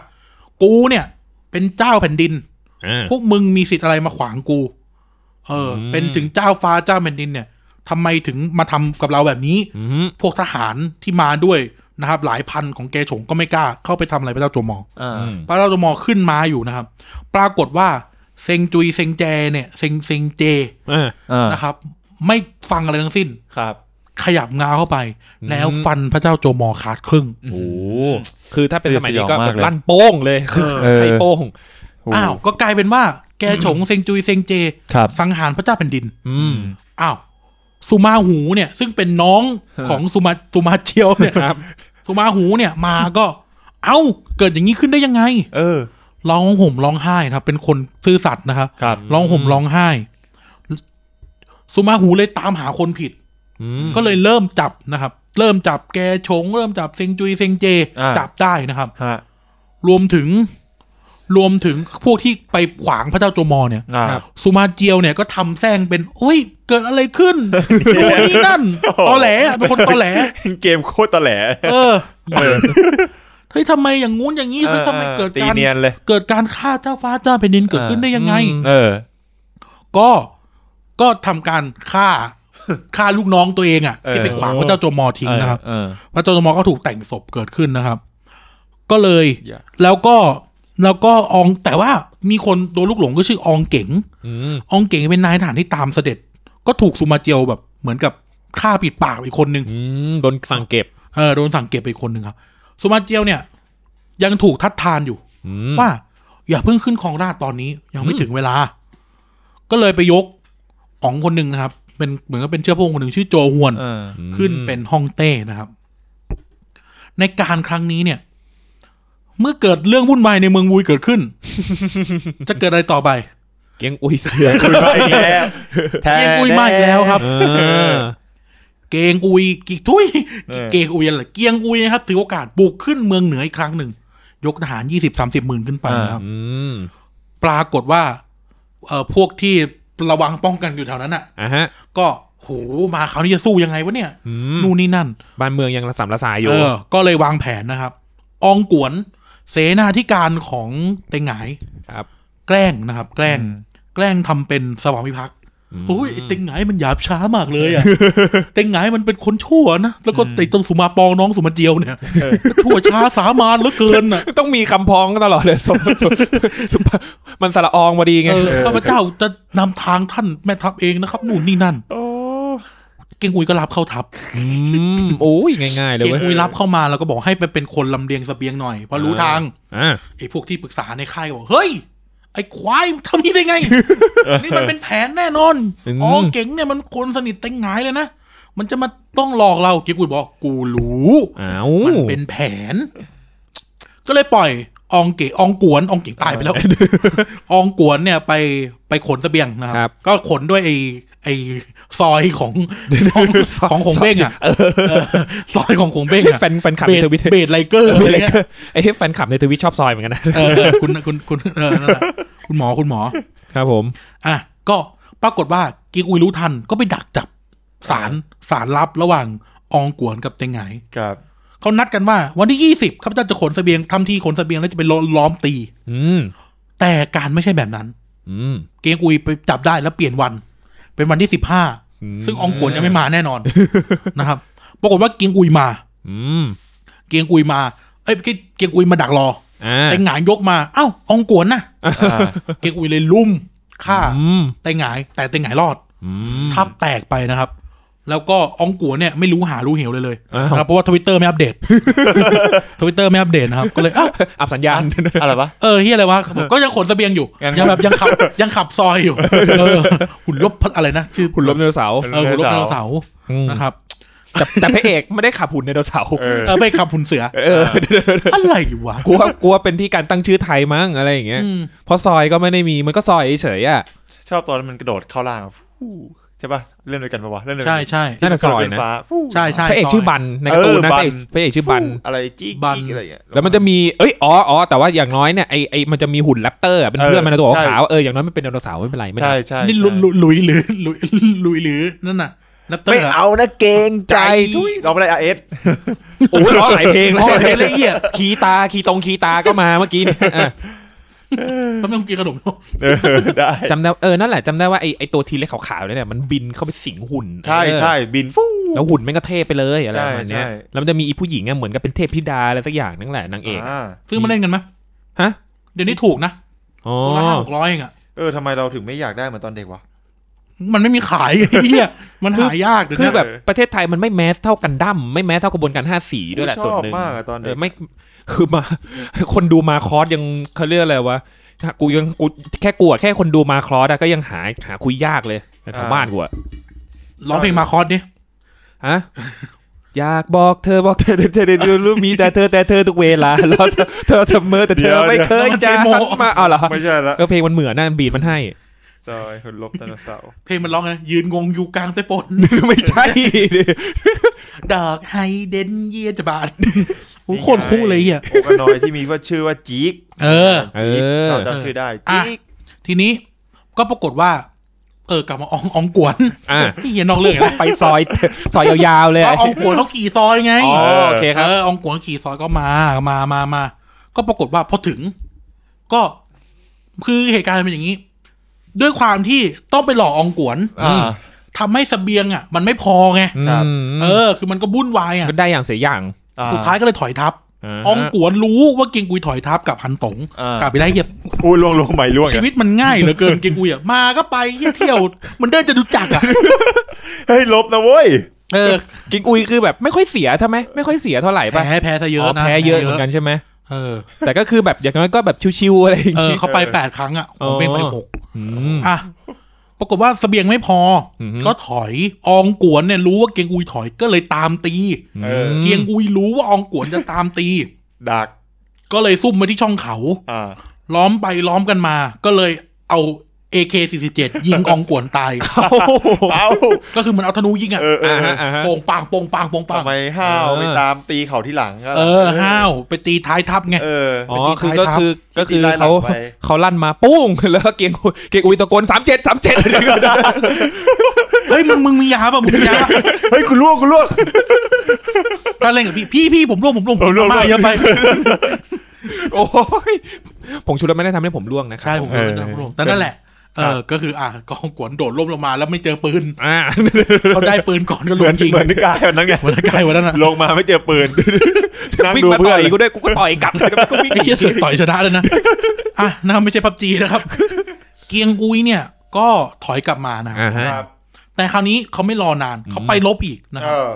กูเนี่ย เป็นเจ้าแผ่นดิน
อ่า
พวกมึงมีสิทธิ์อะไรมาขวางกู เอออ
ม
เป็นถึงเจ้าฟ้าเจ้าแผ่นดินเนี่ยทำไมถึงมาทำกับเราแบบนี้
อืม
พวกทหารที่มาด้วยนะครับ หลายพันของแกฉงก็ไม่กล้าเข้าไปทำอะไรพระเจ้าโจมอ
อ่า
อืม
พระเจ้าจมอขึ้นมาอยู่นะครับ ปรากฏว่าเซงจุยเซงแจเนี่ยเซงเซงเจ
อ่า
อ่า
นะครับ ไม่ฟังอะไรทั้งสิ้น
ครับ
ขยับงาเข้าไป
อืม
แล้วฟันพระเจ้าโจมอขาดครึ่ง
โอ้คือถ้าเป็นสมัยนี้ก็
สยอง
แบ
มาก
บ
เลย
ลั่นโป้งเลยคือ
เออ
ใช้โป้ง
อ้าว ก็กลายเป็นว่าแกฉงเซงจุยเซงเจ
ครับ
สังหารพระเจ้าแผ่นดิน
อืม
อ้าวสุมาหูเนี่ย ซึ่งเป็นน้องของสุมาสุมาเชียว เนี่ย
ครับ
สุมาหูเนี่ยมาก็ เอ้าเกิดอย่างนี้ขึ้นได้ยังไง
เออ
ร้องห่มร้องไห้นะครับ เป็นคนซื่อสัตย์นะครับ
ครับ
ร้องห่มร้องไห้ สุมาหูเลยตามหาคนผิด
อืม
ก็เลยเริ่มจับนะครับ เริ่มจับแกชง เริ่มจับเซงจุยเซงเจ
อ่า
จับได้นะครับ
ฮะ
รวมถึง รวมถึงพวกที่ไปขวางพระเจ้าโจมอเนี่ย
อ่า
สุมาเจียวเนี่ยก็ทำแซงเป็นโอ้ย เกิดอะไรขึ้น โน่นนี่นั่น ตอแหลอะเป็นคนตอแหล
เกมโคตรตะแหล
เออ เฮ้ยทำไมอย่างงู้นอย่างนี้เฮ้ยทำไมเกิด
ตี
การ
เนียนเลย
เกิดการฆ่าเจ้าฟ้าเจ้าแผ่นดินเกิดขึ้นได้ยังไง
เออ
ก็ก็ทำการฆ่า ฆ่าลูกน้องตัวเองอ่ะ
เออ
ที่ไปขวางพระเจ้าโจมอทิ้งนะครับ
เออ
พระเจ้าโจมอก็ถูกแต่งศพเกิดขึ้นนะครับ ก็เลย
อย่า
แล้วก็แล้วก็อองแต่ว่ามีคนโดนลูกหลงก็ชื่ออองเก๋ง
อืม
อองเก๋งเป็นนายทหารที่ตามเสด็จ ก็ถูกสุมาเจียวแบบ เหมือนกับฆ่าปิดปากอีกคนนึง
อืมโดนสั่งเก็บ
เออโดนสั่งเก็บไปอีกคนนึงครับสุมาเจียวเนี่ย ยังถูกทัดทานอยู่
อืม
ว่าอย่าเพิ่งขึ้นครองราชย์ตอนนี้ยังไม่ถึงเวลา ก็เลยไปยกอ๋องคนหนึ่งนะครับ เป็นเหมือนกับเป็นเชื้อพระวงศ์คนหนึ่งชื่อโจฮวน
เออ
ขึ้นเป็นฮ่องเต้นะครับ ในการครั้งนี้เนี่ย เมื่อเกิดเรื่องวุ่นวายในเมืองวุยเกิด ขึ้น จะเกิดอะไรต่อไป
เกียงอุ้ยเสือ
คุยมาอีกแล้วแท้
เกงอุยมาอีกแล้วครับ
เออ
เกงอุยกิทุย
เออ
เกงอุยอะไรเกียงอุยนะครับถือโอกาสบุกขึ้นเมืองเหนืออีกครั้งหนึ่ง ยกทหารยี่สิบสามสิบหมื่นขึ้นไปนะครับ
อืม
ปรากฏว่าเอ่อพวกที่ระวังป้องกันอยู่แถวนั้นอ่ะ
อ่ะฮะ
ก็โหมาคราวนี้จะสู้ยังไงวะเนี่ย
อืม
นู่นนี่นั่น
บ้านเมืองยังระสำระสายอยู่
เออ ก็เลยวางแผนนะครับ อองกวน เสนาธิการของเตงหงาย
ครับ
แกล้งนะครับ แกล้ง แกล้งทำเป็นสวามิภักดิ์โอ้ยไอ้เตงหงายมันหยาบช้ามากเลยอะ เตงหงายมันเป็นคนชั่วนะ แล้วก็ติดตรงสุมาปองน้องสุมาเจียวเนี่ยก็ชั่วช้าสามานเหลือเกินอ่ะ
ต้องมีคำพ้องตลอดเลยส มสมสมมันสละอองพอดีไง
เออข้าพเจ้าจะนำทางท่านแม่ทัพเองนะครับนู่นนี่นั่น
โอ้
เก่งอุยก็รับเข้าทัพ
อืมโอ้ยง่ายๆเลย
เก่ง
เว้ย
อุยรับเข้ามาแล้วก็บอกให้ไปเป็นคนลำเลียงเสบียงหน่อยเพราะรู้ทาง
อ่ะ
ไอ้พวกที่ปรึกษาในค่ายก็บอก เฮ้ย ไอ้ควายทำนี้ได้ไง นี่มันเป็นแผนแน่นอนอ๋อเก่งเนี่ยมันคนสนิทเต็งหงายเลยนะ มันจะมาต้องหลอกเราเก่งอุยบอกกูรู้
อ้าว
มันเป็นแผน ก็เลยปล่อยอองเก๋อองกวนอองเก๋ตายไปแล้ว อองกวนเนี่ยไปไปขนเสบียงนะค
ครั
รับ
บ
ก็ขนด้วยไอ้ไอ้ซอยของของของขงเบ้งอ่ะเออซอยของขงเบ้งอ่ะ
แฟนแฟนคลับ
เบ
ใน
ด
ทวิต
เบดไลเกอร์อะไรเงี้ย
ไอ้ยแฟนคลับในทวิตชอบซอยเหมือนกันนะ
เออเออคุณคุณคุณเออนั่นแหละคุณหมอคุณหมอ
ครับผม
อ่ะก็ปรากฏว่ากิกอุยรู้ทันก็ไปดักจับสารสารลับระหว่างอองกวนกับเตงไหง
ครับ
เขานัดกันว่าวันที่ยี่สิบข้าพเจ้าจะขนเสบียงทำทีขนเสบียงแล้วจะไปล้อมตี
อืม
แต่การไม่ใช่แบบนั้น
อืม
เกียงอุยไปจับได้แล้วเปลี่ยนวัน เป็นวันที่สิบห้า
อืม
ซึ่งอองกวนยังไม่มาแน่นอน นะครับ ปรากฏว่าเกียงอุยมา
อืม
เกียงอุยมาเอ้ยเกียงอุยมาดักรอ
อ่า
เตงไหงยกมาเอ้าอองกวนนะ
อ่า
เกียงอุยเลยลุ่มฆ่า
อืม
เตงหงายแต่เตงหงายรอด
อืม
ทับแตกไปนะครับ แล้วก็อองกัวเนี่ยไม่รู้หารู้เหวเลยเลย
อ้าว
นะครับเพราะว่าทวิตเตอร์ไม่อัปเดต ทวิตเตอร์ไม่อัปเดตนะครับ ก็เลยอ้าว
อับสัญ ญาณ
อะไรวะ
เออเฮียอะไรวะบอกก็ยังขนเสบียงอยู่
งั้น
ยังแบบยังขับยังขับซอยอยู่เออหุ่นลบพัดอะไรนะชื่อ
หุ่นลบไดโนเสาร์
เออหุ่นลบไดโนเสาร์นะครับ
แต่แต่พระเอกไม่ได้ขับหุ่นไดโนเสาร์
เออ
เออไม่ขับหุ่นเสือ
เออ
อะไรวะ
กลัวกลัวเป็นที่การตั้งชื่อไทยมั้งอะไรอย่างเงี้ย
อืม
เพราะซอยก็ไม่ได้มีมันก็ซอยเฉยๆอ่ะ
ชอบตอนมันกระโดดเข้าล่างอะฟู่ใช่ป่ะเล่นด้วยกันปะวะเล่นด้วยกั
ใช่ใช่
นั่นน่ะ
กระโด
ซ
ด
อย
ขึ้
นะ
ฟ้าฟู่
ใช่ใช่
พระเอก
ซย
ชื่อบันในการ์ตูนนะ
เออ
พ
บั
ระ
น
เอกพระเอกชื่อบัน
อะไรจี้
บัน
จี้อะไรอย่างเงี้ย
แล้วมันจะมีเอ้ยอ๋ออ๋อแต่ว่าอย่างน้อยเนี่ยไอไอมันจะมีหุ่นแรปเตอร์อะเป็นเพื่อน
เออ
มันนะตัว
ใช่
ขาวๆเอออย่างน้อยมันเป็นไดโนเสาร์ไม่เป็นไรไม่เป็น
ใช่
ไร
ใช่
นี่
ใช่
ลุลุลุยหรือลุยลุยหรือนั่นน่ะนับเตอ
ไม่
ร์
เอานะเกรงใจ
ทุย
เราไม่ได้อาเอส
โอ้ยร้องหลายเพลงเล
อ๋อเพล
ย
งละเอียด
คีตาคีตรงคีตาก็มาเมื่อกี้เนี่ยเออ
แป๊บนึงกินขนม
ได้
จำได้เออนั่นแหละจำได้ว่าไอไอตัวทีเล็กขาวๆเนี่ยมันบินเข้าไปสิงหุ่น
ใช่
เออ
ใช่บินฟู่
แล้วหุ่นแม่งก็เทไปเลยอะไรประมาณเนี้ย
ใช่ใช่
แล้วมันจะมีอีผู้หญิงอะเหมือนกับเป็นเทพธิดาอะไรสักอย่างนั่นแหละนางเอกอะ
อ่า
ซื้อมาเล่นกันไหม
ฮะ
เดี๋ยวนี้ถูกนะ
อ๋อ
ตัวละห้าหกร้อยเองอะ
เออทำไมเราถึงไม่อยากได้เหมือนตอนเด็กวะ
มันไม่มีขาย ไอ้เหี้ยมันหายากเดี๋ยว
คือ
นี้
แบบประเทศไทยมันไม่แมสเท่ากันดั้มไม่แมสเท่ากระบวนการห้าสีด้วยแหละ
ชอบ
ส่วนหนึ่ง
มากอะตอนเด็ก
เไม่คือมา คนดูมาคอร์สยังเขาเรียกอะไรวะกูยังกูแค่กลัวแค่คนดูมาคอร์สอะก็ยังหาหาคุยยากเลยทางบ้านกูอะ
ร้องเพลงมาคอสดิ
ฮะ อยากบอกเธอบอกเธอเธอเธอเธอรู้มีแต่เธอแต่เธอทุกเวลา เราเธอเธอเสมอแต่เธอไม่เคยจะหันมาเอาเหรอ
ไม่ใช่ละ
เออเพลงมันเหมือนนะบีดมันให้
จอยหุ่นลบไดโนเสาร์
เพลงมันร้องไงยืนงงอยู่กลางไซโฟน
ไม่ใช่
ดอกไฮเดนเยียจะบา ดโอ้โหโคนคู่เลยเหี้ย
โอกานอยที่มีว่าชื่อว่าจีก
เออ
เอ
จีก
อ
ชอบจำชื่อได้
อ่ะ
จีก
ทีนี้ก็ปรากฏว่า เออกลับมาอองอองกวน
อ่ะ
นี่เหี้ยนอกเรื่องอี กแล้ว
ไปซอยซอยยาวๆเลย
ก็อองกวนเขาขี่ซอยไง
อ๋อโอเคครับ
เอออองกวนขี่ซอยก็มามามามา ก็ปรากฏว่าพอถึง ก็คือเหตุการณ์มันเป็นอย่างนี้ ด้วยความที่ต้องไปหลอกอองกวน
อ่า
ทำให้สเสบียงอ่ะ มันไม่พอไง
ครับ
อืม
เออ คือมันก็วุ่นวายอ่ะ
ก็ได้อย่างเสียอย่าง
อ่
สุดท้ายก็เลยถอยทับ
า
อองกวนรู้ว่าเกียงกุยถอยทับกับฮันตง
อ่า
กลับไปได้เหี้ย
อู้ล่วงลวงใหม่ล่วง
ชี
อ่ะ
วิตมันง่ายเหลือเกิน เกียงกุยอ่ะ มาก็ไปเหี้ยเที่ยว มันเดินจะดูจักอ่ะ
เฮ้ยลบนะเว้ย
เออ
กิกอุยคือแบบไม่ค่อยเสียใช่ไหมไม่ค่อยเสียเท่าไหร่ป่ะ
แพ้แพ้ซะเย
อ๋
อะ
อ
นะ
แพ้เยอะเหมือนกันใช่ไหม
เออ
แต่ก็คือแบบอย่างน้อยก็แบบชิวๆอะไรอย่าง
เออ
งี้
เขาไปแปดครั้งอ่ะผมเป็นไป
อ๋อ
หก
ม
อ่ะ ปรากฏว่าเสบียงไม่พออ
อหือ
ก็ถอย อองกวนเนี่ยรู้ว่าเกียงกุยถอยก็เลยตามตี
เออ
เกียงกุยรู้ว่าอองกวนจะตามตี
ดัก
ก็เลยซุ่มมาที่ช่องเขา
อ่า
ล้อมไปล้อมกันมา ก็เลยเอา AK47 ยิงกองกวนตาย
เอา
ก็คือเหมันเอาธนูยิงอะ
เออเอ
อ่า
อ
ฮะอ่าฮะ
โป่งปางโป่งปางโป่งปาง
ทำไมห้าว
เออ
ไปตามตีเขาที่หลังก็
เออห้าวไปตีท้ายทับไง
เออ
อ๋อ
ไปตี
คือ
ท้าย
ก็
ทัพ
คือก็คือ
ตีท้ายหลัง
เขา
ไป
เขาลั่นมาปุ้ง แล้วก็เกียงเกียงอุยตะโกนสามเจ็ดสามเจ็ด
เฮ้ยมึงมึงมียาป่ะมึงมียาป่ะ
เฮ้ยคุณลวกคุณลวก
ถ้าเล่นกับพี่พี่พี่ผมร่วงผมร่วงผ
ผม มร่วง
มาเยอะไป
โอ้ยผงชูรสไม่ได้ทำให้ผมร่วงนะครับ
ใช่ผมร่วงผมร่วงแต่นั่นแหละเออก็คืออ่ะกองกวนโดดล่มลงมาแล้วไม่เจอปืน
อ่า
เขาได้ปืนก่อนก็
เห
ลุ
มือน
มยิง
เหมือนนึกกายวันนั้นไง
วันละกายวันนั้นอ่ะ
ลงมาไม่เจอปืนนั่ง
วิ่ง
ดู
มา
เพื่
ต่
อ
อน ยกูด้วยกูก็ต่อยกลับก็วิ่ง
ไอ้เหี้ยเสือกต่อยชนะเลยนะอ่ะนะไม่ใช่พับจีนะครับ เกียงอุยเนี่ย ก็ถอยกลับมานะครับ
อ่าฮะ
ครับ
แต่คราวนี้เขาไม่รอนานเขาไปลบอีกนะค
เอ
รับ
อ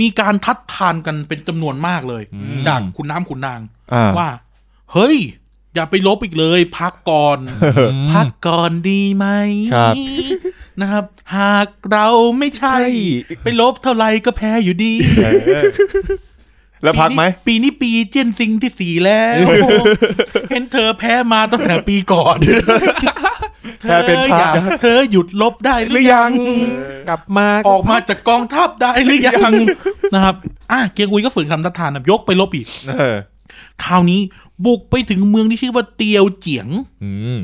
มีการทัดทานกันเป็นจำนวนมากเลย
อืม
จากขุนน้ำขุนนาง
อ่า
ว่า เฮ้ย อย่าไปลบอีกเลย พักก่อน พักก่อนดีไหม
ครับ
นะครับ หากเราไม่ใช่
ใช่
ไปลบเท่าไหร่ก็แพ้อยู่ดี
เออแล้วพักไหม
ปีนี้ปีเจยนซิงที่สี่แล้ว เห็นเธอแพ้มาตั้งแต่ปีก่อน
แพ้เป็นพ
ธ
ระ
ออยากเธอหยุดลบได้ห
ห
รื
รือ อ
ยั
ยัง ง กลับมา
ออกมาจากกองทัพได้หรือยังนะครับ อ่ะเกียงอุยก็ฝืนคำทัดทานนะยกไปลบอีก
เออ
คราวนี้บุกไปถึงเมืองที่ชื่อว่าเตียวเจียง
อืม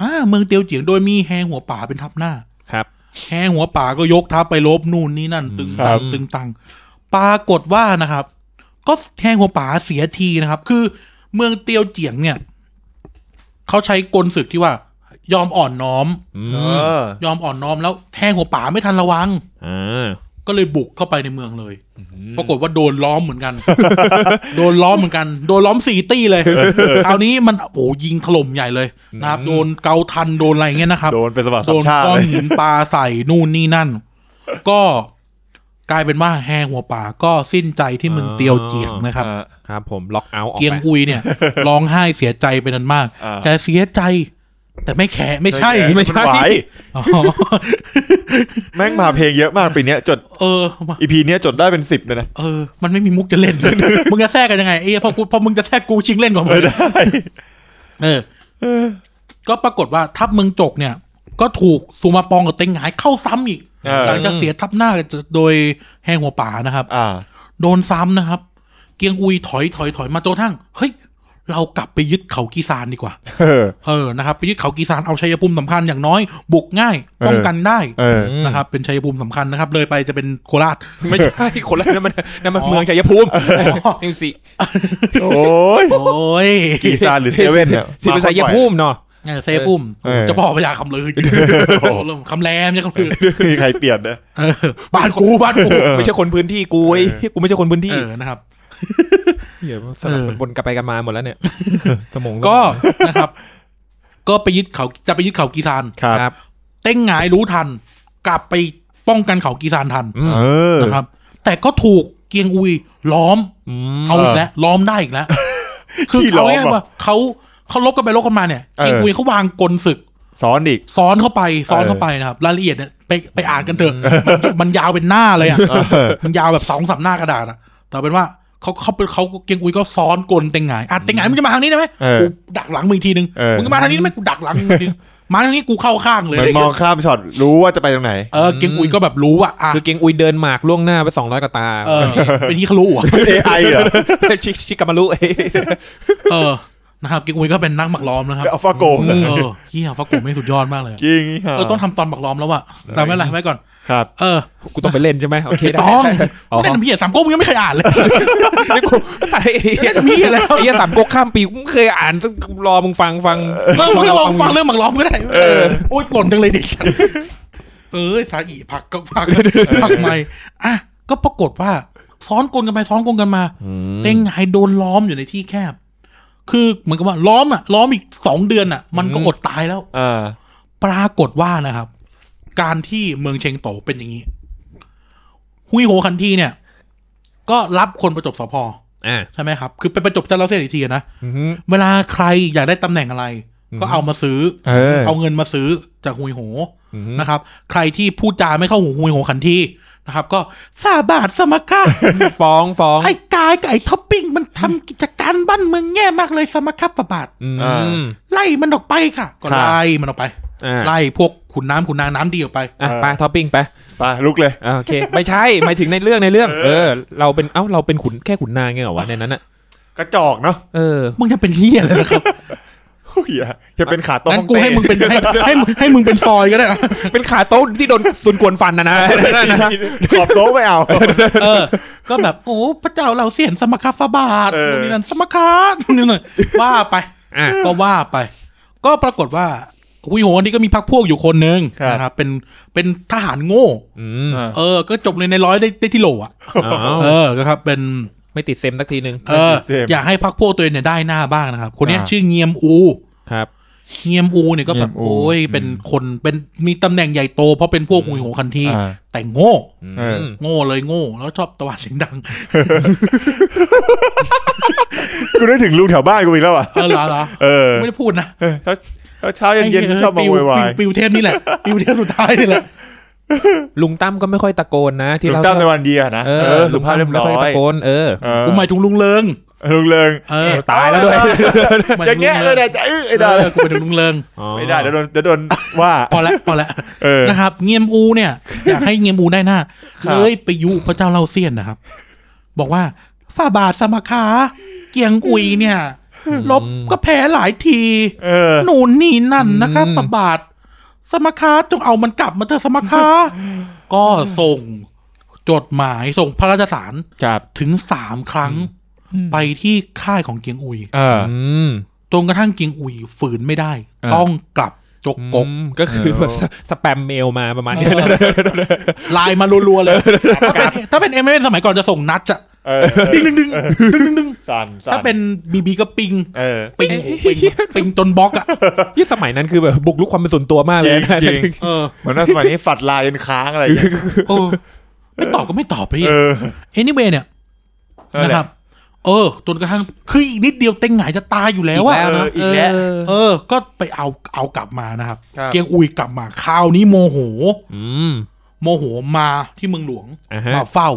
อ่าเมืองเตียวเจียงโดยมีแฮหัวป่าเป็นทัพหน้า
ครับ
แฮหัวป่าก็ยกทัพไปลบนู่นนี่นั่น ตึง
ครั
ตัง
บ
ตึงตังปรากฏว่านะครับ ก็แฮหัวป่าเสียทีนะครับ คือเมืองเตียวเจียงเนี่ยเขาใช้กลศึกที่ว่า ยอมอ่อนน้อม
อื
เอ
ม
อ
ยอมอ่อนน้อมแล้วแฮหัวป่าไม่ทันระวัง
อ่า
ก็เลยบุกเข้าไปในเมืองเลย ปรากฏว่าโดนล้อมเหมือนกัน โดนล้อมเหมือนกัน โดนล้อมสี่ตี้ เลย คราวนี้มันโอ้โหยิงถล่มใหญ่เลยนะครับ โดนเกาทันโดนอะไรอย่างเงี้ยนะครับ
โดนเป็นสวัสดิ์
โด
สัม
น
ชาติ
ก้อ
เล
น
ย
หินปลาใส่นู่นนี่นั่น ก็กลายเป็นว่าแฮหัวป่าก็สิ้นใจที่เมึงเตียวเจียงนะครับ
เออ
ครับผมล็อกเอาท์ออก
เกียง
ไป
อุยเนี่ย ร้องไห้เสียใจเป็นนั้นมาก
อ่า
แต่เสียใจ แต่ไม่แขะไม่ใช่
แกะ
ไม่ใช่
นไหว
อ๋อ
แม่งมาเพลงเยอะมากปีเนี้ยจด
เออ
อีพีเนี้ยจดได้เป็นสิบเลยนะ
เออ มันไม่มีมุกจะเล่น มึงจะแทรกกันยังไงเอ้ยพอกูพอมึงจะแทรกกูชิงเล่นก่อนมึง
ไม่ได้
เออ ก็ปรากฏว่าทัพเมืองจกเนี่ย ก็ถูกสุมาปองกับเต็งหงายเข้าซ้ำอีก
เออ
หลังจากเสียทัพหน้าโดยแหงหัวป่านะครับ
อ่า
โดนซ้ำนะครับ เกียงอุยถอยถอยถอยมาโจนกระทั้ง เฮ้ย เรากลับไปยึดเขากีซานดีกว่า
เออ
เออ นะครับ ไปยึดเขากีซานเอาชัยภูมิสำคัญอย่างน้อย บุกง่าย ป้องกันได้
เออ
อืม
นะครับ เป็นชัยภูมิสำคัญนะครับ เลยไปจะเป็นโคราช
ไม่ใช่คนละนั่นมันนั่นมันเมืองชัยภูมินิวสิ
โอ้ย
โอ้ย
กีซานหรือเซเว่นเนี่ย
สิเป็นชัย
บ่อ
ภูมิเนาะ
เออเซฟุ่ม
เออ
จะบอกพยาคำเลยจริงๆคำแรมเนี่ยคำลือ
ไม่มีใครเปลี่ยนนะ
เออบ้านกูบ้านกู
ไม่ใช่คนพื้นที่กูไอ้เหี้ยกูไม่ใช่คนพื้นที่
เออนะครับ
เหี้ยสลับกันบนกลับไปกันมาหมดแล้วเนี่ยสมอง
ก็นะครับ ก็ไปยึดเขาจะไปยึดเขากีซาน
ครับ
ครับ
เต้งหงายรู้ทัน กลับไปป้องกันเขากีซานทัน
อืม
เออ
นะครับ แต่ก็ถูกเกียงอุยล้อม
อืม
เอาอีกแล้วล้อมได้อี กแล้วคือ
ที่
เขา
ล้อม
ง่ายๆว่าเขาเขาลบกันไปลบกันมาเนี่ย
เออ
เกียงอุยเขาวางกลศึก
ซ้อนอีก
ซ้อนเข้าไปซ้อน
เออ
เข้าไปนะครับรายละเอียดเนี่ยไปไปอ่านกันเถอะมันมันยาวเป็นหน้าเลยอ่ะ
อ
มันยาวแบบสองสามหน้ากระดาษอ่ะแต่เอาเป็นว่าเขาเขาเป็นเขาเกียงอุยก็ซ้อนกลเต็งหงายอ่ะเต็งหงายมึงจะมาทางนี้ได้ไหม
เออ
กูดักหลังมึงอีกทีนึง
เออ
มึงจะมาทางนี้ได้ไหมกูดักหลังมึงอีกทีนึงมาทางนี้กูเข้าข้างเล
เห
ย
มือนมองข้ามช็อตรู้ว่าจะไปตรงไหน
เออเกียงอุยก็แบบรู้อ่ะอ่ะ
คือเกียงอุยเดินหมากล่วงหน้าไปสองร้อยกว่าตา
เออเป็นที่เขารู้อ่ะ
AI เหรอ
ชิชิกามา รุไอ้
เออนะครับเกียงอุยก็เป็นนักหมักล้อมนะครับ
อัลฟาโกเหรอ
เออเฮียฟักกูไม่งสุดยอดมากเลย
จริง
เออต้องทำตอนหมักล้อมแล้วอ่ะแต่ไม่เป็นไรไว้ก่อน
ครับ
เออ
กูต้องไปเล่นใช่ไหมโอเคได้
ต้อง
ได้อ๋อ
เล่นเพียสามก๊กมึงยังไม่เคยอ่านเลย
ไม่กูไอ้เหี้ย
มีอะไรครับ
ไอ้เหี้ยสามก๊กข้ามปีกูไม่เคยอ่านรอมึงฟังฟัง
เออมันก็ลองฟังเรื่องหมักล้อมก็ได้ เออ โอ๊ยหล่นจังเลยเด็ก เออสาอีพักก็พักพักใหม่อ่ะ ก็ปรากฏว่า ซ้อนกลนกันไปซ้อนกลนกันมา เต็งไงโดนล้อมอยู่ในที่แคบ คือเหมือนกับว่าล้อมอ่ะ ล้อมอีกสองเดือนอ่ะ มันก็อดตายแล้ว
อ่า
ปรากฏว่านะครับ การที่เมืองเชงโตเป็นอย่างนี้ หุยโหคันทีเนี่ย ก็รับคนประจบสพ
อ่า
ใช่ไหมครับ คือไปประจบเจ้าเราเสียอีกทีนะ
อือหือ
เวลาใครอยากได้ตำแหน่งอะไร ก็เอามาซื้อ
เออ
เอาเงินมาซื้อจากหุยโห
อืม
นะครับ ใครที่พูดจาไม่เข้าหูหุยโหขันที นะครับ ก็สาบาทสมัครค่ะ
ฟ้องฟ้อง
ไอ้กายกับไอ้ท็อปปิ้งมันทำกิจการบ้านเมืองแย่มากเลยสมัครครับประบาท
อืม
อ่า
ไล่มันออกไปค่ะ ก็
ครับ
ไล่มันออกไป
อ่า
ไล่พวกขุนน้ำขุนนางน้ำดีออกไป
อ่ะไปท็อปปิ้งไป
ไปลุกเลย
อ่าโอเค ไม่ใช่หมายถึงในเรื่องในเรื่อง เออ เราเป็นเอ้าเราเป็นขุนแค่ขุนนางไงเหรอวะในนั้นอ่ะ
กระจอกเนาะ
เออ
มึงจะเป็นเฮียเลยครับ
โอ้ยอย่าอย่าเป็นขาโต้
งั้
อน ง
กูให้มึงเป็นให้ให้มึงให้มึงเป็นซอยก็ได้
เป็นขาโต๊ะที่โดนซุนกวนฟันนะนะ
ขอบโต๊ะไม่เอา
เออ ก็แบบโอ้พระเจ้าเราเสียนสมครฟาบาท
เออ
นู่นนี่นั่นสมครต รงนี้หน่อยว่าไป
อ่ะ
ก็ว่าไป ก็ปรากฏว่าวิโหนี่ก็มีพักพวกอยู่คนหนึ่ง
ครับ
นะครับเป็นเป็นทหารโง่
อืม
อ่า
เออ ก็จบเลยในร้อยได้ได้ที่โหลอ่ะ
อ้าว
เออก็ครับ เป็น
ไม่ติดเซมสักทีหนึ่ง
เออ
เซฟ
อยากให้พักพวกตัวเองเนี่ยได้หน้าบ้างนะครับ คนเนี้ย
อ่า
ชื่อเงียมอู
ครับ
เงียมอูเนี่ยก็แบบ
เงียมอู
โอ้ยเป็นคนเป็นมีตำแหน่งใหญ่โต เพราะเป็นพวกหุยโหคันที
อ่า
แต่โง่
เออ
อืม
โง่เลยโง่ แล้วชอบตะวัดเสียงดัง
กูนึกถึงลุงแถวบ้านกูอีกแล้วอ่ะ
เออเหรอเหรอ
เออ
ไม่ได้พูดนะ
เออเช้าเช้าเย็นเย็นๆชอบมา
ปิ
โวยวาย
ปิวปิวเทปนี่แห ละปิวเทปสุดท้ายนี่แหละ
ลุงตั้มก็ไม่ค่อยตะโกนนะ ที่
ลุง
เรา
ตั้มในวันเดียนะ
เอ
เอ
อ
อ สุภาพเรียบร้อ
ลุงตั้มไม่ค่
ย
ตะโกนเออ
เออ
กูหมายถึงลุงเลิง
ลุงเริง
เออ
ตายแล้วด้วย
หม
อย่างเงี้ยเลยนะจะเออไอ้ด่า
เออกูหมายถึงลุงเลิง
ไม่ได้เดี๋ยวโดนเดี๋ยวโดนว่า
พอละพอละ
เออ
นะครับ เงียมอูเนี่ย อยากให้เงียมอูได้หน้า
ครับ
เลยไปยุพระเจ้าเล่าเซียนนะครับ บอกว่าฝ่าบาทสมคาเกียงอุยเนี่ยลบก็แพ้หลายที
เออ
หนูนนี่นั่นนะคะฝ่าบาท สมคาจงเอามันกลับมาเถอะสมคา ก็ส่งจดหมายส่งพระราชสาร
ครับ
ถึงสามครั้งไปที่ค่ายของเกียงอุย
เออ
อืม
จนกระทั่งเกียงอุยฝืนไม่ได้
อ่า
ต้องกลับจกก
ก
ก
บก็คือแบบสสแปมเมลมาประมาณเนี้ยนะ
ไลายมารัว ๆเลย ถ้าเป็นถ้าเป็นเอเมสมัยก่อนจะส่งนัดจะ
เออ
ดึงดึงดึงดึงดึงดึง
สั่นสั่น
ถ้าเป็นบีบีก็ปิง
เออ
ปิงปิงปิงจนบล็อกอ่ะ
ที่สมัยนั้นคือแบบบุกลุกความเป็นส่วนตัวมากเลยนะ
จริงจริง
เออ
เหมือนว่าสมัยนี้ฝัดลายเป็นค้างอะไรอย่างเงี้ย
เออไม่ตอบก็ไม่ตอบไป
เออ
เอนิเวเนี่ย
นั่
นะ
นแหละ
ครับ เออจนกระทั่งคืออีกนิดเดียวเต็งหงายจะตายอยู่แล้วอะ
เน
อีกแล้ว
เอ
เออ ก็ไปเอาเอากลับมานะครับ
ครับ
เกียงอุยกลับมา คราวนี้โมโห
อืม
โมโหมาที่เมืองหลวง
อ่าฮะ
มาเฝ้า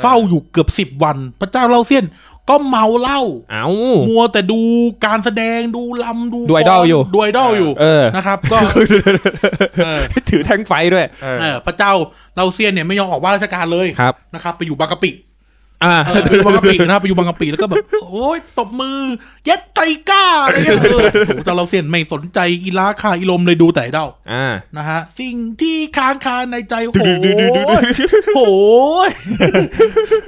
เฝ้าอยู่เกือบสิบวัน พระเจ้าเล่าเสี้ยน ก็เมาเหล้า
เอ้า
มัวแต่ดูการแสดงดูลำดู
ดูไอดอล
ฟ้น
อยู่
ดูไอดอลอยู่
เออ
นะครับ ก็เออ
ถือแท่งไฟด้วย
เออ
เออ พระเจ้าเล่าเสี้ยนเนี่ยไม่ยอมออกว่าราชการเลย
ครับ
นะครับ ไปอยู่บางกะปิ
อ่า
เออไปอยู่บางกะปินะครับไปอยู่บางกะปิแล้วก็แบบ โอ้ยตบมือ เย็ดใจกล้าอะไรเงี้ยเออโหพระเจ้าเล่าเสี้ยนไม่สนใจอีลาคาอีลมเลยดูแต่ไอดอล
อ่า
นะฮะสิ่งที่ค้างคาในใจโหยโหย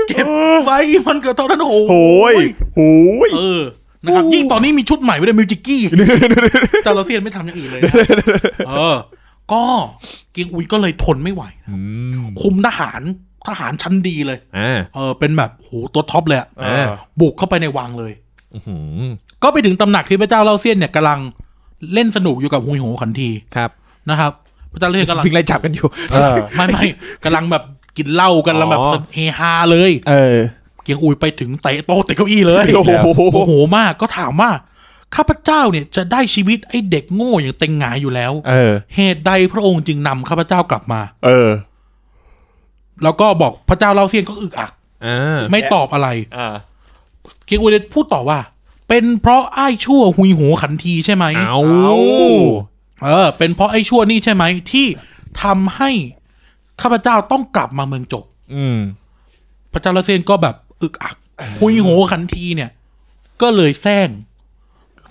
เก็บไว้มันก็เท่านั้นโหย
โอ้ยโอ้ย
เออนะครับยิ่งตอนนี้มีชุดใหม่ไว้ด้วยมิวจิกี้จาราเซียนไม่ทำอย่างอื่นเลยนะเออ ก็เกียงอุยก็เลยทนไม่ไหว
อืม
คุมทหารทหารชั้นดีเลย
อ่า
เออ เป็นแบบโหตัวท็อปเลยอะ
อ่า
บุกเข้าไปในวังเลย
อื้อหือ
ก็ไปถึงตำหนักที่พระเจ้าเล่าเซียนเนี่ยกำลังเล่นสนุกอยู่กับหุยโหขันที
ครับ
นะครับ พระเจ้าเล่าเซียนกำ ลัง
วิ่งไล่จับกันอยู่
เออ
ไม่ไม่กำลังแบบกินเหล้ากำลันแล้วแบบ
อ๋อ
เฮฮาเลย
เออ
เกียงอุยไปถึงเตะโต๊ะเตะเก้าอี้เลย
โอ้โห
โอ้โหมากก็ถามว่า ข้าพเจ้าเนี่ยจะได้ชีวิตไอ้เด็กโง่อย่างเต็งหงายอยู่แล้ว
เออ
เหตุใดพระองค์จึงนำข้าพเจ้ากลับมา
เออ
แล้วก็บอกพระเจ้าเล่าเซียนก็อึกอัก
อ่า
ไม่ตอบอะไร
อ่า
เกียงอุยเลยพูดต่อว่า เป็นเพราะไอ้ายชั่วหุยโหขันทีใช่ไหม
เอา
เออ เป็นเพราะไอ้ชั่วนี่ใช่ไหมที่ทำให้ข้าพเจ้าต้องกลับมาเมืองจก
อืม
พระเจ้าละเซนก็แบบอึกอัก คุยโหขันทีเนี่ย ก็เลยแซง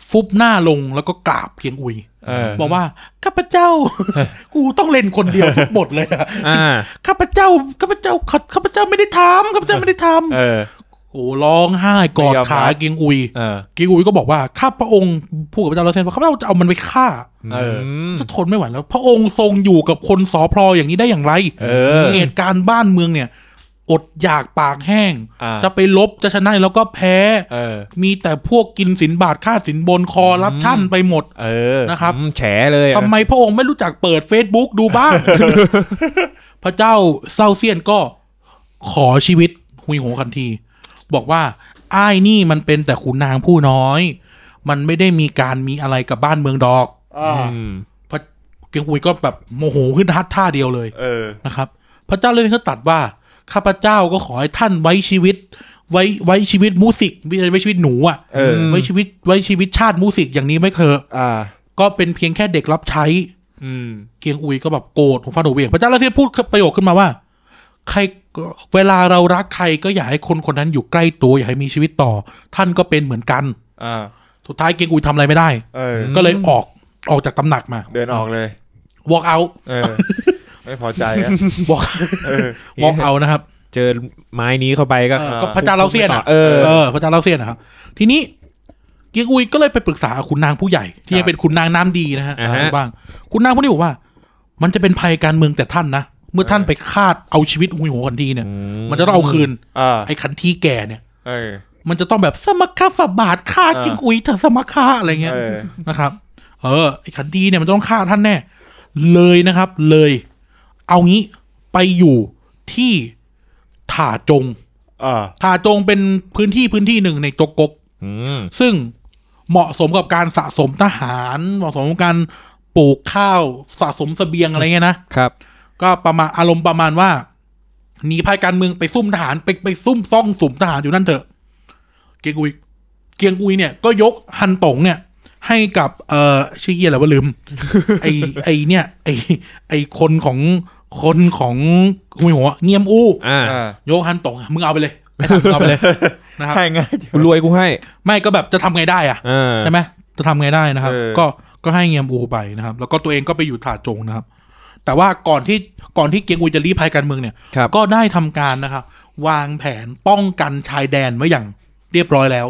ฟุบหน้าลงแล้วก็กราบเพียงอุย
เออ
บอกว่าข้าพเจ้า กูต้องเล่นคนเดียวทุกบทเลยอะ
อ่า
ข้าพเจ้าข้าพเจ้าขอข้าพเจ้าไม่ได้ทำข้าพเจ้าไม่ได้ท
เออ
ำโอ้ร้องไห้กอด
ไม่ยอม
ขา
รับ
เกียงอุย
เออ
เกียงอุยก็บอกว่าข้าพระองค์พูดกับพระเจ้าละเซนว่าข้าพเจ้าจะเอามันไปฆ่า
เออ
ม
จะทนไม่ไหวแล้ว พระองค์ทรงอยู่กับคนสอพลออย่างนี้ได้อย่างไร
เออ
เหตุการณ์บ้านเมืองเนี่ย อดอยากปากแห้ง
อ่า
จะไปลบจะชนะแล้วก็แพ้
เออ
มีแต่พวกกินสินบาทค่าสินบนคอรับชั่นไปหมด
เออ
นะครับ
อืมแฉเลยอะ
ทำไมพระองค์ไม่รู้จักเปิด Facebook ดู บ้าง พระเจ้าเซาเซียนก็ขอชีวิตหุยโหงคันที บอกว่า อ้ายนี่มันเป็นแต่ขุนนางผู้น้อย มันไม่ได้มีการมีอะไรกับบ้านเมืองดอก
อ่า
อืม
พระเกียงอุยก็แบบโมโหขึ้นทัดท่าเดียวเลย
เออ
นะครับ พระเจ้าเล่นเขาตัดว่า ข้าพเจ้าก็ขอให้ท่านไว้ชีวิต ไว้ไว้ชีวิตมูสิกไม่ใช่ไว้ชีวิตหนูอ่ะ
เออ
ไว้ชีวิตไว้ชีวิตชาติมูสิกอย่างนี้ไม่เคอะ
อ่า
ก็เป็นเพียงแค่เด็กรับใช้
อืม
เกียงอุยก็แบบโกรธของฟาโดเวียงพระเจ้าลาเซียนพูดประโยคขึ้นมาว่า ใครเวลาเรารักใครก็อย่าให้คนคนนั้นอยู่ใกล้ตัวอย่าให้มีชีวิตต่อ ท่านก็เป็นเหมือนกัน
อ่า
สุดท้ายเกียงอุยทำอะไรไม่ได้
เออ
ก็เลยออกออกจากตำหนักมา
เดินออกเลย
walk out
เออ ไม่พอใจอะ
walk
เออ
walk out นะครับ
เจอไม้นี้เข้าไปก็
เออก็พระเจ้าเราเซียนอ่ะ
เออ
เออพระเจ้าเราเซียนนะครับทีนี้เกียงอุยก็เลยไปปรึกษาขุนนางผู้ใหญ่ ที่ยังเป็นขุนนางน้ำดีนะฮะ
อ่าฮะ
บ้างขุนนางผู้นี้บอกว่า มันจะเป็นภัยการเมืองแต่ท่านนะเมื่อท่านไปคาดเอาชีวิตอุยหัวขันทีเนี่ย มันจะต้องเอาคืน
อ่า
ไอ้ขันทีแก่เนี่ย
เออ
มันจะต้องแบบสมัครค่าฝาบาทค่า
เออ
กิ้งอุยเถอะสมัครค่าอะไรเงี้ย
เออ
นะครับ เออไอ้ขันทีเนี่ยมันจะต้องฆ่าท่านแน่ เลยนะครับ เลย เอางี้ไปอยู่ที่ถ่าจง
อ่า
ถ่าจงเป็นพื้นที่พื้นที่หนึ่งในจกกก
อืม
ซึ่งเหมาะสมกับการสะสมทหารเหมาะสมกับการปลูกข้าวสะสมเสบียงอะไรเงี้ยนะ
ครับ
ก็ประมาณอารมณ์ประมาณว่าหนีภัยการเมืองไปซุ่มทหารไปไปซุ่มซ่องสุมทหารอยู่นั่นเถอะ เกียงอุย เกียงอุยเนี่ยก็ยกฮันตงเนี่ย ให้กับเอ่อชื่อเฮียอะไรวะลืม ไอไอเนี่ย ไอไอคนของคนของหุยหัวเงียมอู้
อ่า
อ่า
ยกฮันตงอะมึงเอาไปเลยไอ้สัตว์มึงเอาไปเลย นะครับ
ให้ง่ายจัง
กูรวยกูให้
ไม่ก็แบบจะทำไงได้อะ
อ่า
ใช่ไหมจะทำไงได้นะครับ
เออ
ก็ก็ให้เงียมอูไปนะครับ แล้วก็ตัวเองก็ไปอยู่ถาจงนะครับ แต่ว่าก่อนที่ก่อนที่เกียงอุยจะรีภัยการเมืองเนี่ย
ครับ
ก็ได้ทำการนะครับ วางแผนป้องกันชายแดนไว้อย่างเรียบร้อยแล้ว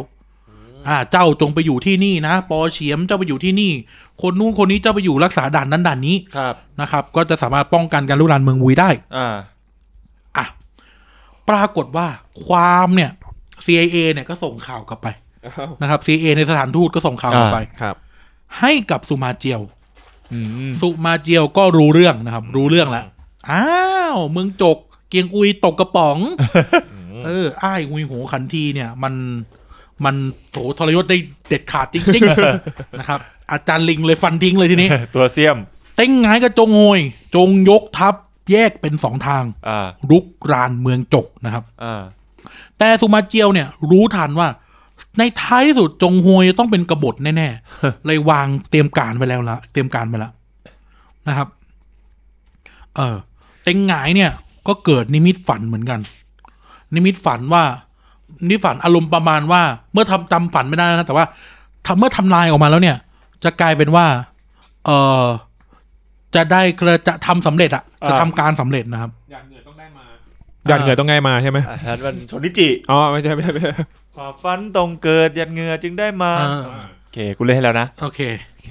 อ่า เจ้าจงไปอยู่ที่นี่นะ ปอเฉียมเจ้าไปอยู่ที่นี่ คนนู้นคนนี้เจ้าไปอยู่รักษาด่านนั้นด่านนี้
ครับ
นะครับ ก็จะสามารถป้องกันการลุกรานเมืองวุยได้
อ่า
อ่ะ ปรากฏว่าความเนี่ย CIA เนี่ยก็ส่งข่าวกลับไปนะครับ CIA ในสถานทูตก็ส่งข่าวกลับไป
ครับ
ให้กับสุมาเจียว
อืม
สุมาเจียวก็รู้เรื่องนะครับ รู้เรื่องแล้วอ้าวเมืองจกเกียงอุยตกกระป๋อง เออ อ้ายอุยโหขันทีเนี่ย มันมันโถทรยศได้เด็ดขาดจริง ๆ นะครับ อาจารย์ลิงเลยฟันทิ้งเลยทีนี้
ตัวเสียม
เต้งไงกับจงโวยจงยกทัพแยกเป็นสองทาง
อ่า
รุกรานเมืองจกนะครับ
อ่า
แต่สุมาเจียวเนี่ย รู้ทันว่า ในท้ายที่สุดจงฮวยจะต้องเป็นกบฏแน่ ๆ เลยวางเตรียมการไปแล้วละเตรียมการไปแล้วนะครับ เออเต็งหงายเนี่ย ก็เกิดนิมิตฝันเหมือนกัน นิมิตฝันว่า นิมิตฝันอารมณ์ประมาณว่า เมื่อทำจำฝันไม่ได้นะแต่ว่าทำเมื่อทำลายออกมาแล้วเนี่ย จะกลายเป็นว่า เออจะได้กระจะทำสำเร็จอะจะ
อ่า
ทำการสำเร็จนะครับ
หยาดเหงื่อต้องได้มาหยาดเหงื่อต้องได้มาใช่ไหม
อ่าฉันวันชนนิจิ
อ๋อไม่ใช่ไม่ใช่ไม่ใช่
ความฝันต้องเกิดยันเหงือจึงได้มา
เออ
โอเค กูเล่นให้แล้วนะ
โอเค
โอเค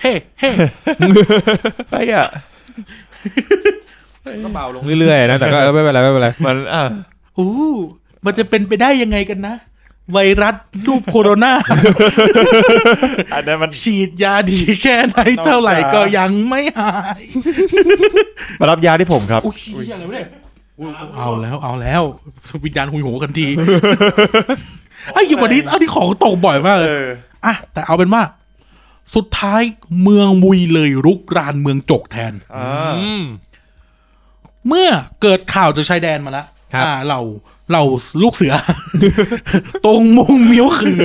เฮ้เฮ้
ไปอ่ะ
ก็เบาลงเรื่อยๆนะแต่ก็เออไม่เป็นไรไม่เป็นไร
มัน อ่า
อู้มันจะเป็นไปได้ยังไงกันนะ ไวรัสรูปโคโรนา
อันนั้นมัน
ฉีดยาดีแค่ไหนเท่าไหร่ก็ยังไม่หาย
มารับยาที่ผมครับ
โอ้ยเหี้ยอะไรวะเนี่ยเอาแล้วเอาแล้ววิญญาณหุยโหกันทีไอ้ยอยู่วันนี้เอาที่ของตกบ่อยมากเล
เอย อ
อ่ะแต่เอาเป็นว่า สุดท้ายเมืองมุยเลยรุกรานเมืองจกแทน
อ่า
อืม
เมื่อเกิดข่าวจากชายแดนมาแล้ว
ครับ
อ่าเราเราลูกเสือ ตรงมงมิ้วคือ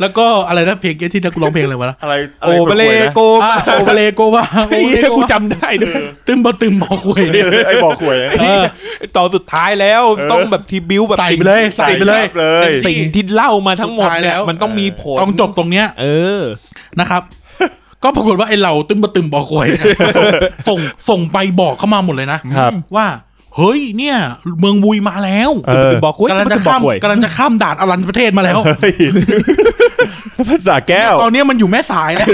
แล้วก็อะไรนะเพลงเกี้ยที่นักร้องเพลงอะไรวะนะ
อะไระ
โอ
ไร
เบเล
ป่วยๆนะ
โก
อ่าโอเวเลโกว่าโอ
ไอ้
เว
เหี้
เลย โก
กู
ว่า
จำได้ด้วย
ตึมบะตึมบอคุยเนี่ย
ไอ้บอกหวยนะ
เออ
ตอนสุดท้ายแล้ว
เออ
ต้องแบบทีบิวแบบ
ใส่ไปเลยใส่ไปเลย
ยับเลย
สิ่งที่เล่ามาทั้งหมด
สุดท้ายแล้
เนี่ยว มันต้องมีผล
ต้องจบตรงเนี้ย
เออ
นะครับ ก็ปรากฏว่าไอ้เราตึมบะตึมบอคุยเนี่ยส่งส่งส่งไปบอกเข้ามาหมดเลยนะครับ ว่า เฮ้ยเนี่ย เมืองบุยมาแล้ว
เออ
บอกกู
กำลังจะ
บอ
ข้าก ม
กูอีก
กำลังจะข้ามด่านอรัญญประเทศมาแล้ว
เฮ้ยภาษาแก้ว
ตอนเนี้ยมันอยู่แม่สายแล้ว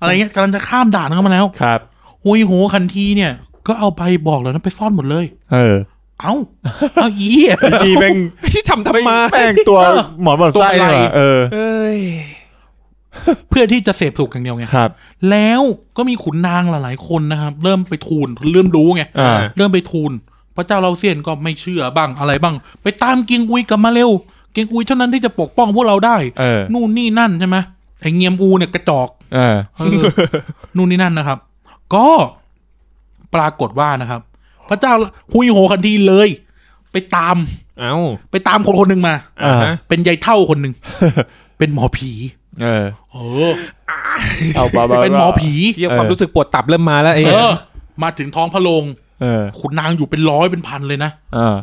อะไรเงี้ยกำลังจะข้ามด่านเข้ามาแล้ว
ครับ
หุยโหคันทีเนี่ย ก็เอาใบบอกแล้วนั้นไปซ่อนหมดเลย
เออ
เอ้า เอาอีเหี้ย
ดีแม่ง
ที่ทำทำไมา
แม่งตัวหมอนหมอนไส้
ตัวอะไร
ว่ะเออ
เอ้ย
เพื่อที่จะเสพสุขอย่างเดียวไง
ครับ
แล้วก็มีขุนนางหลายๆคนนะครับ เริ่มไปทูลเริ่มรู้ไง
อ่า
เริ่มไปทูลพระเจ้าเราเซียนก็ไม่เชื่อบ้างอะไรบ้าง ไปตามเกียงอุยกลับมาเร็ว เกียงอุยเท่านั้นที่จะปกป้องพวกเราได้
เออ
นู่นนี่นั่นใช่ไหมไอเงียมอูเนี่ยกระจอก
เออ
เออนู่นนี่นั่นนะครับ ก็ปรากฏว่านะครับ พ พระเจ้าหุยโหคันทีเลย ไปตาม
เอ้า
ไปตามคนคนหนึ่งมา
อ่าฮะ
เป็นยายเท่าคนหนึ่ ง เป็นหมอผี
เออ
เออ
เอาบ้าๆๆ
เป็นหมอผี
เทียบความรู้สึกปวดตับเริ่มมาแล้วเอ
เออ
ง
มาถึงท้องพระโรง
เออ
ขุนนางอยู่เป็นร้อยเป็นพันเลยนะ
เออ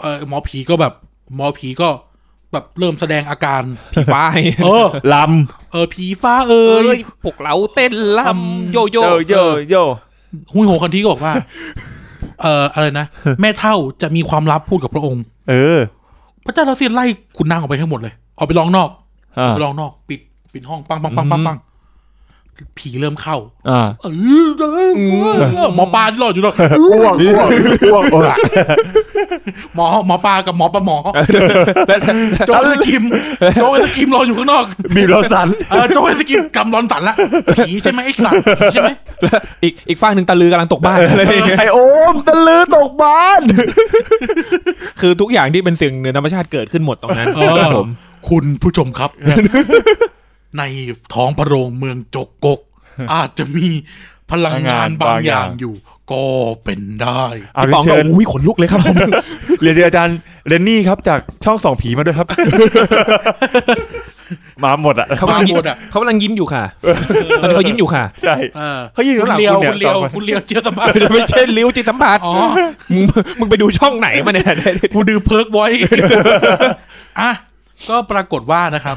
เออหมอผีก็แบบหมอผีก็แบบเริ่มแสดงอาการ
ผีฟ้าให้
เออ
ล
เออผีฟ้าเอ
เอ้
ย
ยพวกเราเต้นลำโย
ำ
โย่
โยโย
หุยโหคันทีก็บอกว่า เอออะไรนะ แม่เท่าจะมีความลับพูดกับพระองค์
เออ
พระเจ้าเราเซียนไล่ขุนนางออกไปทั้งหมดเลย ออกไปร้องนอก
อ่า
ไปร้องนอก ปิดปิดห้องปังปังปังปังปังผีเริ่มเข้า
อ่า
เออเออเออหมอปลาที่รอดอยู่เนาะ
อ้วกอ้วกอ้วกอ้วก
หมอหมอปลากับหมอปลาหมอโจ้สกิมโจ้สกิมรออยู่ข้างนอก
บีบเราสัน
เออโจ้สกิมกำร้อนสันละผีใช่ไหมไอ้สัตว์ผีใช่ไหม
อีกอีกฝั่งหนึ่งตะลือกำลังตกบ้านอะไรอย่างเงี้ย
ไอโอมตะลือตกบ้าน
คือทุกอย่างที่เป็นสิ่งเหนือธรรมชาติเกิดขึ้นหมดตรงนั้น
เออ
ผม
คุณผู้ชมครับ ในท้องพระโรงเมืองจกกก อาจจะมีพลังงานบางอย่างอยู่ ก็เป็นได้
เอา
พี่ป๋อง
เชิ
ก็
ญ
อุ้ยขนลุกเลยครับผม
เรียนเชิญอาจารย์เรนนี่ครับจากช่องสองผีมาด้วยครับ มาหมดอ่ะ
เขากำลังยิ้ม
หมดอะ
เขากำลังยิ้มอยู่ค่ะตอนนี้เขายิ้มอยู่ค่ะ
ใช่
เออ
เขายืนอ
คุณ
ยู่ข้างหลัง
เลียว
คุณเนี่
คุณ
ย
เลี
ส
ยวคุณเลียวเจีย
องคน
สมบัติ
ไม่ใช่ลิ้วจิตสัมผัส
อ๋อ
มึงมึงไปดูช่องไหนมาเนี่ย
กูดื้อเพิร์กไว้ อ่ะ ก็ปรากฏว่านะครับ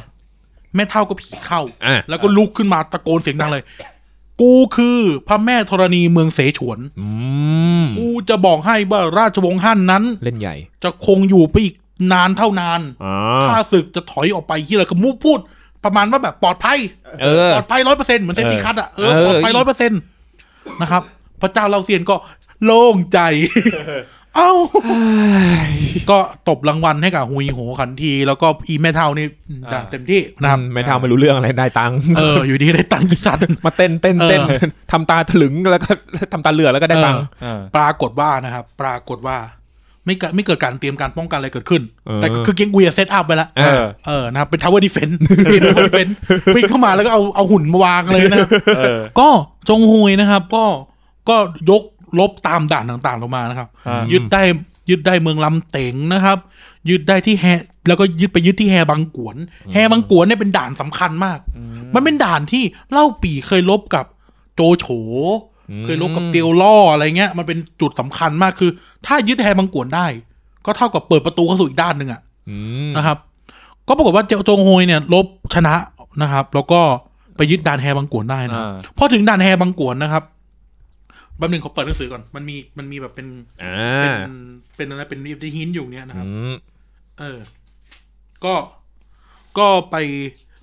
แม่เท่าก็ผีเข้า
อ่ะ
แล้วก็ลุกขึ้นมาตะโกนเสียงดังเลย กูคือพระแม่ธรณีเมืองเสฉวน
อืม
กูจะบอกให้ว่าราชวงศ์ฮั่นนั้น
เล่นใหญ่
จะคงอยู่ไปอีกนานเท่านาน
อ๋อ
ข้าศึกจะถอยออกไปที่อะไรคือมูพูด ประมาณว่าแบบปลอดภัย
เออ
ปลอดภัยร้อยเปอร์เซ็นต์เหมือนเซนติคัตอ่ะเออ
เออ
ปลอดภัยร้อยเปอร์เซ็นต์นะครับ พระเจ้าเราเซียนก็โล่งใจ เอ้า ก็ตบรางวัลให้กับหุยโหขันที แล้วก็อีแม่เท่านี่ด่าเต็มที่นะครับ
ไม่ทำไม่รู้เรื่องอะไรได้ตังค์
เออ อยู่ดีได้ตังค์อีสัตว์
มาเต้นเต้นเต้น
เออ
ทำตาถลึงแล้วก็ ทำตาเหลือแล้ว ก็ได้ตังค์
เออ
ปรากฏว่านะครับ ปรากฏว่า ไม่เกิดไม่เกิดการเตรียมการป้องกันอะไรเกิดขึ้น
เออ
แต่คือเกียงกุยอะเซตอัพไปแล้ว
เออ
เออ
เออนะครับเป็นทาวเวอร์ดิเฟนต์ เป็นทาวเวอร์ดิเฟนต์วิ่งเข้ามาแล้วก็เอาเอาหุ่นมาวางเลยนะ
เออ
ก็จงฮุยนะครับ ก็ก็ยกลบตามด่านต่างๆลงมานะครับ
อ่ายึ
ยึดได้ยึดได้เมืองลำเต๋งนะครับ ยึดได้ที่แฮแล้วก็ยึดไปยึดที่แฮบังกวน แฮบังกวนเนี่ยเป็นด่านสำคัญมาก มันเป็นด่านที่เล่าปี่เคยลบกับโจโฉ
อืม
เคยลบกับเตียวล่ออะไรเงี้ย มันเป็นจุดสำคัญมากคือ ถ้ายึดแฮบังกวนได้ ก็เท่ากับเปิดประตูเข้าสู่อีกด้านหนึ่งอะ
อืม
นะครับ ก็ปรากฏว่าเจ้าจงโฮยเนี่ยลบชนะนะครับ แล้วก็ไปยึดด่านแฮบังกวนได้นะครับ
อ่า
พอถึงด่านแฮบังกวนนะครับแป๊บหนึงเขาเปิดหนังสือก่อน มันมีมันมีแบบเป็น
อ่
เป็
าน
เป็นอะไรเป็นเป็นฮินอยู่เนี่ยนะครับ
อืม
เออ ก็ก็ไป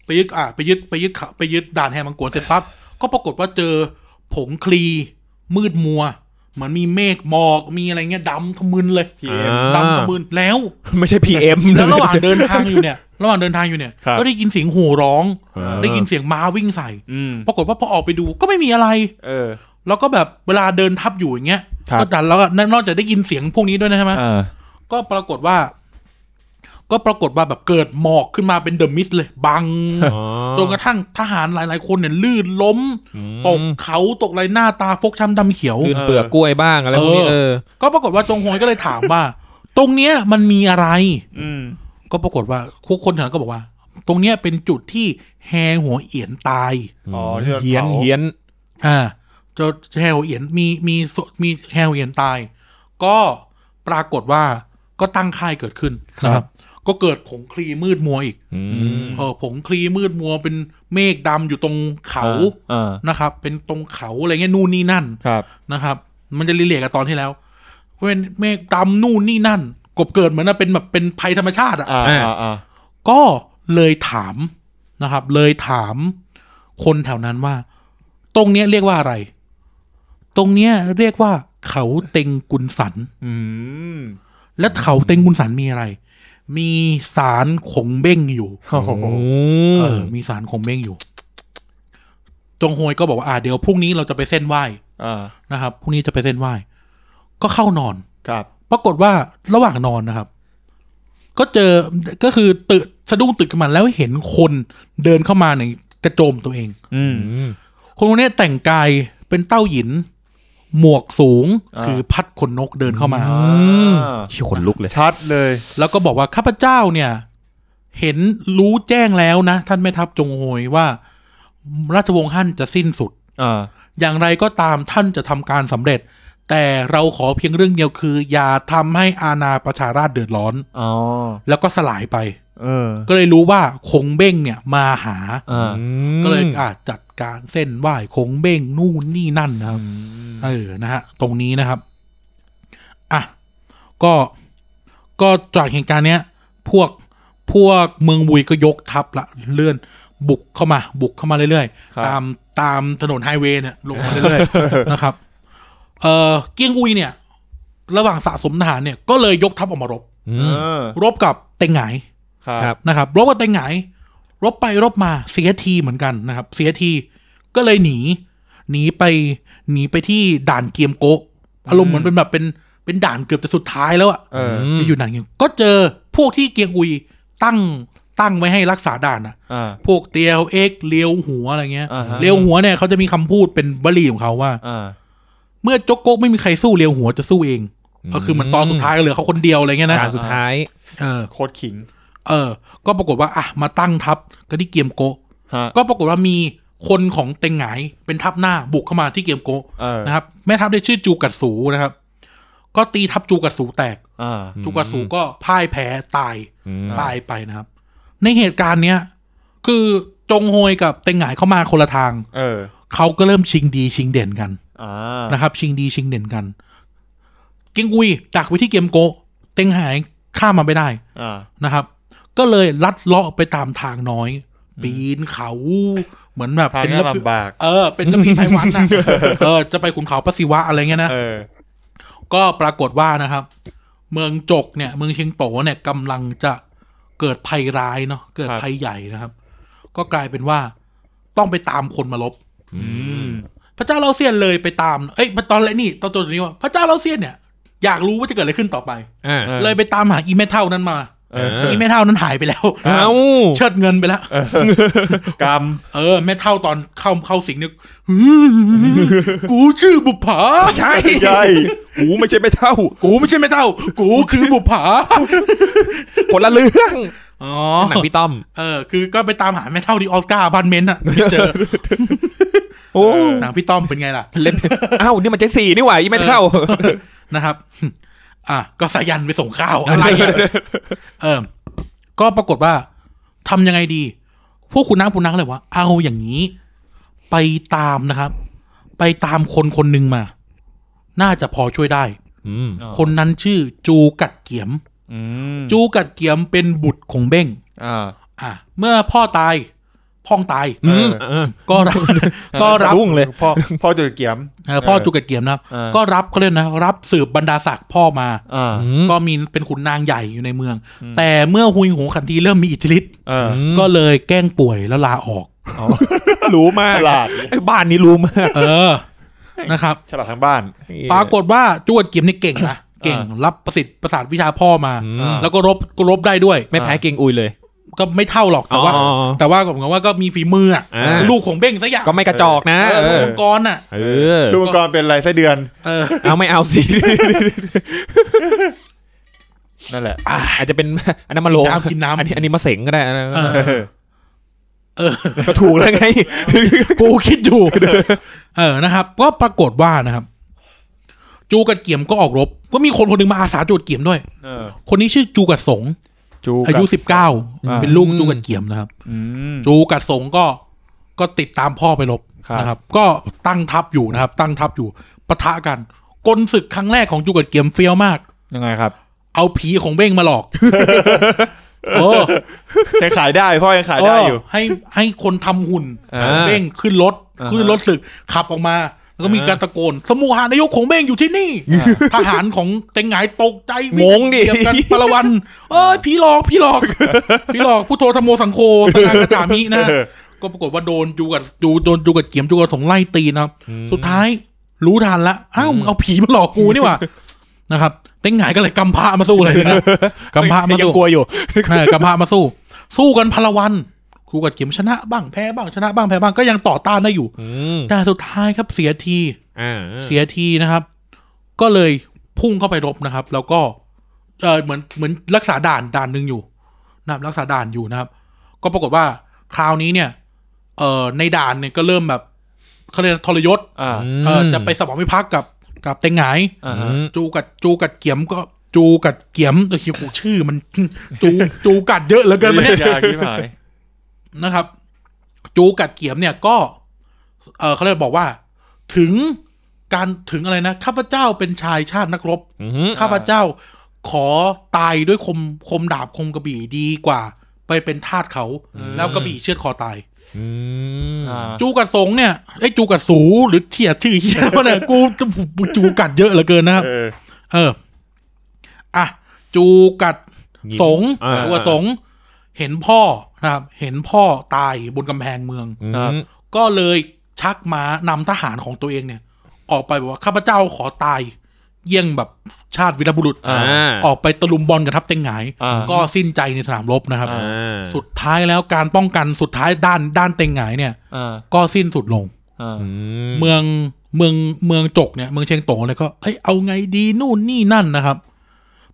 ไปยึดอ่ะไปยึดไปยึดเขาไปยึดด่านแฮมังกวนเสร็จปั๊บก็ปรากฏว่าเจอผงคลี มืดมัว เหมือนมีเมฆหมอกมีอะไรเงี้ยดำทะมึนเลย
เอ็ม
ดำทะมึนแล้ว
ไม่ใช่พีเอ็ม
แล้วระหว่างเดินทางอยู่ เนี่ย ระหว่างเดินทางอยู่เนี่ย
ครับ
ก็ได้ยินเสียงโห่ร้อง
อ่า
ได้ยินเสียงม้าวิ่งใส่
อืม
ปรากฏว่าพอออกไปดูก็ไม่มีอะไร
เออ
แล้วก็แบบเวลาเดินทับอยู่อย่างเงี้ย
ครับ
ก็ดันแล้วก็นอกจากได้ยินเสียงพวกนี้ด้วยนะใช่ไหม
เออ
ก็ปรากฏว่า ก็ปรากฏว่าแบบเกิดหมอกขึ้นมาเป็นเดอะมิสเลย บัง จนกระทั่งทหารหลาย ๆ คนเนี่ยลื่นล้ม ตกเขาตกอะไรหน้าตาฟกช้ำดำเขียว
ลื่นเปลือกกล้วยบ้างอะไรพวกนี้เออ
ก็ปรากฏว่าจงโฮยก็เลยถามว่า ตรงเนี้ยมันมีอะไร
อืม
ก็ปรากฏว่าทุกคนแถวนั้นก็บอกว่า ตรงเนี้ยเป็นจุดที่แฮหัวเอียนตาย
อ๋อ
เ
ที่รา
ฮียน
ผา
เฮียน
อ่าเจะแฮหัวเอียนมีมีสมีแฮหัวเอียนตาย ก็ปรากฏว่าก็ตั้งค่ายเกิดขึ้นนะครับ ก็เกิดผงคลีมืดมัวอีก
อืม
เออผงคลีมืดมัวเป็นเมฆดำอยู่ตรงเขา
เออ
นะครับ เป็นตรงเขาอะไรเงี้ยนู่นนี่นั่น
ครับ
นะครับ มันจะรีเลทกับตอนที่แล้วเป็นเมฆดำนู่นนี่นั่น กบเกิดเหมือนนะเป็นแบบเป็นภัยธรรมชาติอะ
อ่าอ่าอ่า
ก็เลยถามนะครับ เลยถามคนแถวนั้นว่า ตรงเนี้ยเรียกว่าอะไร ตรงเนี้ยเรียกว่าเขาเต็งกุนสัน
อืม
และเขาเต็งกุนสันมีอะไร มีสารขงเบ้งอยู่
โอ้โห
โอ้
เออมีสารขงเบ้งอยู่ จงโฮยก็บอกว่าอ่าเดี๋ยวพรุ่งนี้เราจะไปเส้นไหว้
อ่า
นะครับพรุ่งนี้จะไปเส้นไหว้ ก็เข้านอน
ครับ
ปรากฏว่าระหว่างนอนนะครับ ก็เจอก็คือตื่นสะดุ้งตื่นขึ้นมาแล้วเห็นคนเดินเข้ามาในกระโจมตัวเอง
อืม
อืม
คนคนนี้แต่งกายเป็นเต้าหยิน หมวกสูง
อ่า
คือพัดขนนกเดินเข้ามา
อ่า
ขี้ขนลุกเลย
ชัดเลย
แล้วก็บอกว่าข้าพเจ้าเนี่ย เห็นรู้แจ้งแล้วนะ ท่านแม่ทัพจงโฮยว่า ราชวงศ์ฮั่นจะสิ้นสุด
อ่า
อย่างไรก็ตามท่านจะทำการสำเร็จ แต่เราขอเพียงเรื่องเดียวคือ อย่าทำให้อาณาประชาราชเดือดร้อน
อ๋อ
แล้วก็สลายไป
เออ
ก็เลยรู้ว่าคงเบ้งเนี่ยมาหา
อ่า
ก็เลยอ่ะจัดการเส้นไหว้คงเบ้งนู่นนี่นั่นนะครับเออนะฮะ ตรงนี้นะครับอ่ะก็ก็จากเหตุการณ์เนี้ย พวกพวกเมืองบุยก็ยกทัพละเลื่อน บุกเข้ามา บุกเข้ามาเรื่อย
ครั
ๆ
บ
ตามตามถนนไฮเวย์เนี่ยลงมาเรื่อยๆ นะครับ เออเกียงอุยเนี่ย ระหว่างสะสมทหารเนี่ย ก็เลยยกทัพออกมารบ
อื
เอ
ม
อ
รบกับเต็งไหง
ครับ
ครับ
นะครับรบกันไปไหนรบไปรบมาเสียทีเหมือนกันนะครับ เสียทีก็เลยหนี หนีไปหนีไปที่ด่านเกียมโกะอารมณ์เหมือนเป็นแบบเป็นเป็นด่านเกือบจะสุดท้ายแล้วอะ
เออ
ไปอยู่ด่านเกียมก็เจอพวกที่เกียงอุยตั้งตั้งไว้ให้รักษาด่านอะ
อ่า
พวกเตียวเอ็กเลียวหัวอะไรเงี้ย
อ่าฮะ
เลียวหัวเนี่ยเขาจะมีคำพูดเป็นวลีของเขาว่า
อ่า
เมื่อจกโกกไม่มีใครสู้เลียวหัวจะสู้เองก็คือเหมือนตอนสุดท้ายก็เหลือเขาคนเดียวอะไรเงี้ยนะ
การสุดท้าย
เออ
โคตรขิง
เออ ก็ปรากฏว่าอ่ะมาตั้งทัพก็ที่เกียมโกะ
ฮะ
ก็ปรากฏว่ามีคนของเต็งหงายเป็นทัพหน้าบุกเข้ามาที่เกียมโกะ
เออ
นะครับแม่ทัพได้ชื่อจูกัดสูนะครับ ก็ตีทัพจูกัดสูแตก
อ่า
จูกัดสูก็พ่ายแพ้ตาย
อืม
ตายไปนะครับ ในเหตุการณ์เนี้ยคือจงโฮยกับเต็งหงายเข้ามาคนละทาง
เออ
เขาก็เริ่มชิงดีชิงเด่นกัน
อ่า
นะครับ ชิงดีชิงเด่นกัน เกียงอุยดักไว้ที่เกียมโกะเต็งหงายข้ามมาไม่ได้
อ่า
นะครับ ก็เลยลัดเลาะไปตามทางน้อย ปีนเขาเหมือนแบบ
ทาง
เป็น
นี้
ระเบียบ
ลำบาก
เออ เป็นระเบียบไต้หวันนะ เออ จะไปขุนเขาปะสิวะอะไรเงี้ยนะ
เออ
ก็ปรากฏว่านะครับ เมืองจกเนี่ย เมืองเชียงโตเนี่ยกำลังจะเกิดภัยร้ายเนาะ เกิด
ครับ
ภัยใหญ่นะครับ ก็กลายเป็นว่าต้องไปตามคนมาลบ
อืม
พระเจ้าเราเซียนเลยไปตาม เอ้ยตอนแรกนี่ตอนตัวนี้ว่าพระเจ้าเราเซียนเนี่ย อยากรู้ว่าจะเกิดอะไรขึ้นต่อไป
อ่า
เออ
เลยไปตามหาอีเมทัลนั้นมา
เออ
อีเมทัลนั้นหายไปแล้ว
เอ้า
เชิดเงินไปแล้ว
กรรม
เออแม่เท่าตอนเข้าเข้าสิงเนี่ย หืมกูชื่อบุปผา
ใช่
ใช่
กูไม่ใช่ไม่เท่า
กูไม่ใช่แม่เท่า กูคือบุปผา
คนละเรื่อง
อ๋อ
หนังพี่ต้อม
เออ คือก็ไปตามหาแม่เท่าที่ออสการ์บ้านเมนต์อ่ะไม่เจอ
โอ้
หนังพี่ต้อมเป็นไงล่ะ เล่น
เอ้านี่มันเจสี่นี่หว่าอีไม่เท่า
นะครับ อ่ะ ก็สายันไปส่งข้าว อะไรอ่ะเออ ก็ปรากฏว่าทำยังไงดี พวกคุณนักคุณนักเลยว่าเอาอย่างนี้ ไปตามนะครับ ไปตามคนคนหนึ่งมา น่าจะพอช่วยได้
อืม
อ๋อ
คนนั้นชื่อจูกัดเกียม
อืม
จูกัดเกียมเป็นบุตรของเบ้ง
อ่า
อ่ะ เมื่อพ่อตายพ่องตาย
อืม
เออ
เออ
ก็ รับ ก็รับ
สะดุ้งเลย
พ่อ พ่อจุดเกียม
เออพ่อจูกัดเกียมนะครับ
เออ
ก็รับเขาเรียกนะ รับสืบบรรดาศักดิ์พ่อมา
อ่า
ก็มีเป็นขุนนางใหญ่อยู่ในเมือง แต่เมื่อหุยหูขันทีเริ่มมีอิทธิฤทธิ์
เออ
ก็เลยแกล้งป่วยแล้วลาออก
รู้มาก
ฉลาด
ไอ้บ้านนี้รู้มาก
เออ นะครับ
ฉลาดทั้งบ้าน
ปรากฏว่าจูกัดเกียมเนี่ยเก่งนะ เก่ง รับประสิทธิ์ประสาทวิชาพ่อมา
อ่า
แล้วก็รบก็รบได้ด้วย
ไม่แพ้เก่งอุยเลย
ก็ไม่เท่าหรอกแต่ว่า
อ๋ออ๋ออ๋อ
แต่ว่าผมว่าก็มีฝีมืออะ
อ่า
ลูกของเบ้งสักอย่าง
ก็ไม่กระจอกนะ
เอ
เอ
อ
อ
มังกรน่ะ
เออ
ลูกมังกรเป็นไรไส้เดือน
เออ
เอาไม่เอาสิ
นั่นแหละ
อาจจะเป็นอันนั้นมาโล
กินน้ำกินน้ำ
อันนี้อันนี้มาเสงก็ได้อันนั้น
เออ
ก็ถูกแล้วไง
กูคิดอยู่ เออนะครับ ก็ปรากฏว่านะครับ จูกัดเกี่ยมก็ออกรบ ก็มีคนคนหนึงมาอาสาจูกัดเกี่ยมด้วย
เออ
คนนี้ชื่อจูกัดสง
จู
อายุสิบเก้า
อ่า
เป็นลูกจูกัดเกี่ยมนะครับ
อืม
จูกัดสงก็ก็ติดตามพ่อไปรบ
ครับ
นะครับ ก็ตั้งทัพอยู่นะครับ ตั้งทัพอยู่ปะทะกันกลศึกครั้งแรกของจูกัดเกี่ยมเฟี้ยวมาก
ยังไงครับ
เอาผีของเบ้งมาหล อก เออ
ยังขายได้ พ่อยังขายได้อยู่
เให้ให้คนทำหุ่น
อ่า
เบ้งขึ้นรถ
อ่าฮะ
ขึ้นรถศึกขับออกมา แล้วก็มี
อ่า
การตะโกน สมุหานายกของเบ้งอยู่ที่นี่ ทหารของเต็งหงายตกใจวิ่
งงดิ
เหยียบ กันปะละวัน เอ้ยผีหลอกผีหลอก ผีหลอกผู้โทธรรมโมสังโฆสนากระจามินะ ก็ปรากฏว่าโดนจูกัดจูโดนจูกัดเกียมจูกัดสงไล่ตีนะครับสุดท้ายรู้ทันละอ้าวมึงเอาผีมาหลอกกูนี่หว่า นะครับเต็งหงายก็เลยกำพร้ามาสู้ เลยนะกำพร้ามา
ยัง
สู้
กลัวอยู่
เออกลับมามาสู้ สู้กันพลวันครูกัดเข็มชนะบ้างแพ้บ้างชนะบ้างแพ้บ้างก็ยังต่อต้านได้อยู่
อืม
แต่สุดท้ายครับเสียที
อ่า
เสียทีนะครับ ก็เลยพุ่งเข้าไปรบนะครับ แล้วก็เออเหมือนเหมือนรักษาด่านด่านหนึ่งอยู่นะครับรักษาด่านอยู่นะครับ ก็ปรากฏว่าคราวนี้เนี่ย เออในด่านเนี่ยก็เริ่มแบบเขาเรียกทรยศ
อ่า
อืม
เออจะไปสมรวิภักษ์กับกับเต็งหงาย
อ่า
อื
ฮะ
ม
จูกัดจูกัดเกียมก็จูกัดเกียมเออกูชื่อมัน จูจูกัดเยอะเหลือเกิน
ไม่
เนี่ย
ยากที่หมาย
นะครับ จูกัดเกียมเนี่ยก็ เออเขาเลยบอกว่า ถึงการถึงอะไรนะข้าพเจ้าเป็นชายชาตินักรบ
อืม
ข้าพเจ้าขอตายด้วยคมคมดาบคมกระบี่ดีกว่า ไปเป็นทาสเขา
อืม
แล้วกระบี่เชือดคอตาย
อืม
อ่า
จูกัดสงเนี่ยไอ้ยจูกัดสูหรือเทียดชื่อเฮียมันเนี่ยกูจูกัดเยอะเหลือเกินนะครับ
เออ
เออ อ่ะ จูกัดสง
อ่า
ตัวสง เห็นพ่อนะครับ เห็นพ่อตายบนกำแพงเมือง
อืม
ครับ
ก็เลยชักม้านำทหารของตัวเองเนี่ย ออกไปบอกว่าข้าพเจ้าขอตาย เยี่ยงแบบชาติวีรบุรุษ
อ่า
ออกไปตะลุมบอลกับทัพเต็งหงาย
อ่า
ก็สิ้นใจในสนามรบนะครับ
อ่า
สุดท้ายแล้วการป้องกันสุดท้ายด้านด้านเต็งหงายเนี่ย
อ่า
ก็สิ้นสุดลง
อ่า
อืม
เมืองเมืองเมืองจกเนี่ยเมืองเชียงโตงเลยก็เอ้ยเอาไงดีนู่นนี่นั่นนะครับ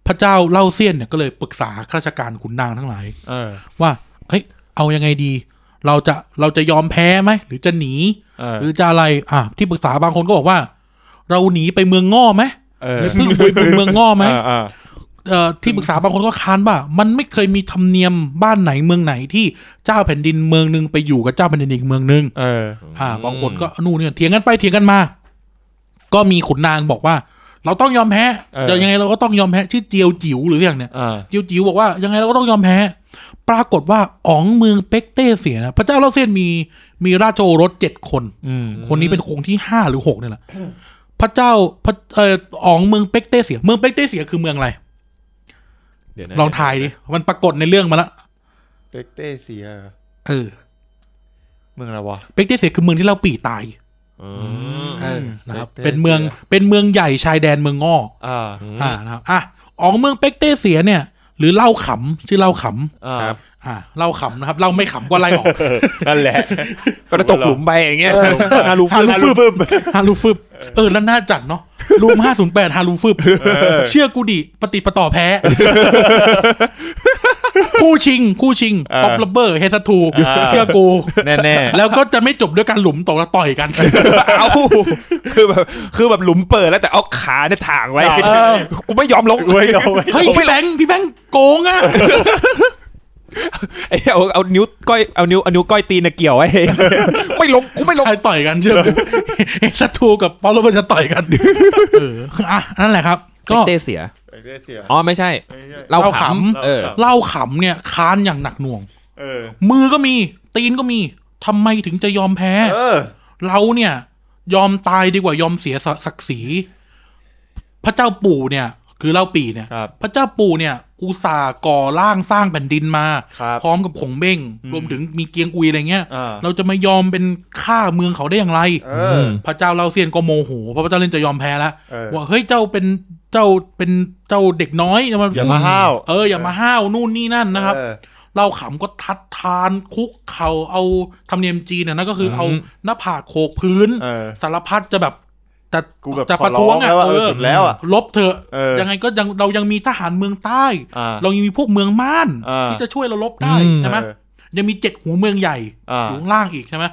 พระเจ้าเล่าเซียนเนี่ยก็เลยปรึกษาข้าราชการขุนนางทั้งหลาย
เออ
ว่าเฮ้ยเอายังไงดี เราจะเราจะยอมแพ้ไหมหรือจะหนี
เออ
หรือจะอะไรอ่ะที่ปรึกษาบางคนก็บอกว่า เราหนีไปเมืองง่อไหม
เอ
ห
อ
รือพึ่งบุยบุญเมืองง่อไหม
อ่าอ่า
เอ่อที่ปรึกษาบางคนก็ค้านว่า มันไม่เคยมีธรรมเนียมบ้านไหนเมืองไหนที่เจ้าแผ่นดินเมืองหนึงไปอยู่กับเจ้าแผ่นดินอีกเมืองหนึง
เออ
อ่าบางคนก็นู่นเนี่ยเถียงกันไปเถียงกันมา ก็มีขุนนางบอกว่า เราต้องยอมแพ้
เออ
เดี๋ยวยังไงเราก็ต้องยอมแพ้ชื่อเจียวจิ๋วหรืออย่างเนี่ย
อ่า
เจียวจิ๋วบอกว่ายังไงเราก็ต้องยอมแพ้ ปรากฏว่าอ๋องเมืองเป็กเต้เสียนะพระเจ้าเล่าเส้นมีมีราชโอรสเจ็ดคน
อืม
คนนี้เป็นคงที่ห้าหรือหกเนี่ยแหละพระเจ้าพระเอออ๋องเมืองเป็กเต้เสีย เมืองเป็กเต้เสียคือเมืองอะไร
เดี๋ยวนะ
ลองทายดิมันปรากฏในเรื่องมาละ
เป็กเต้เสียเหรอ
เออ
เมืองอะไรวะ
เป็กเต้เสียคือเมืองที่เราปี่ตาย
อืม
เออนะครับ
เป็กเต้เสีย
เป็นเมืองเป็นเมืองใหญ่ชายแดนเมืองง่อ
อ่า
อ่านะครับอ่ะอ๋องเมืองเป็กเต้เสียเนี่ย หรือเล่าขำชื่อเล่าข
อ่า
ครับ
ำอ่าเล่าขำนะครับเล่าไม่ขำก็ไล่ออก
นั่นแหละ
ก็จะตกหลุมไปอย่างเงี้ยฮารุ
ฮา
ฟึบ
รูฟึบ ฮารูฟึบเออแล้วน่าจัดเนาะรูมห้าศูนย์แปดฮารูฟึบเชื่อกูดิปฏิดปะต่อ แพ้ คู่ชิง คู่ชิง
เออ
ป๊อปลับเบอร์เฮสทู
อ่า
เชื่อกู
แน่แน่
แล้วก็จะไม่จบด้วยการหลุมตกแล้วต่อยกัน
เอ้าคือแบบคือแบบหลุมเปิดแล้วแต่เอาขาเนี่ยถางไว้
เออ
กูไม่ยอมลง
ๆเว้ยเอาไว้
เฮ้ยพี่แบงค์พี่แบงค์โกงอ่ะ
ไอ้เอาเอานิ้วก้อยเอานิ้วเอานิ้วก้อยตีนน่ะเกี่ยวไว้ ไม่ลงกูไม่ลง
ใช่ต่อยกันเชื่ อกูเอสัตทูกับปอลโลมันจะต่อยกัน เอออ่ะนั่นแหละครับ ก็
ก็เตเสีย
เป็กเต้เสีย
อ๋อไม่ใช่
ไม่ใช่
เราขำเออ
เล่าขำเนี่ยค้านอย่างหนักหน่วง
เออ
มือก็มี ตีนก็มีทำไมถึงจะยอมแพ้
เออ
เราเนี่ย ยอมตายดีกว่ายอมเสียศัศักดิ์ศรีพระเจ้าปู่เนี่ย คือเล่าปีเนี่ย
ครับ
พระเจ้าปู่เนี่ย อุตส่าห์ก่อร่างสร้างแผ่นดินมา
ครับ
พร้อมกับขงเบ้ง
อืม
รวมถึงมีเกียงอุยอะไรเงี้ย
อ่า
เราจะไม่ยอมเป็นข้าเมืองเขาได้อย่างไร
เออ
พระเจ้าเล่าเซียนก็โมโหเพราะพระเจ้าเล่นจะยอมแพ้แล้ว
เออ
ว่าเฮ้ยเจ้าเป็นเจ้าเป็นเจ้าเด็กน้อยอย่ามา
อย่ามาห้าว
เอออย่ามาห้าวนู่นนี่นั่นนะครับ
เออ
เล่าขำก็ทัดทานคุกเข่าเอาธรรมเนียมจีนนะนะก็คืออ
ม
เอาหน้าผากโขกพื้น
เออ
สารพัดจะแบบแต่
กูแบบ
จะ
ข
ป
อ
ระ
ร้
ท้ว
อง ง
อ่ะ
แล้วว่าเอ
เอ
อ
อ
สุดแล้วอ่ะ
ลบเถอะ
เออ
ยังไงก็ยังเรายังมีทหารเมืองใต้
อ่า
เรายังมีพวกเมืองม่าน
อ่า
ที่จะช่วยเราลบได้
อืม
ใช่ไหม
เออ
ยังมีเจ็ดหัวเมืองใหญ่
อ่า
อยู่ข้างล่างอีกใช่ไหม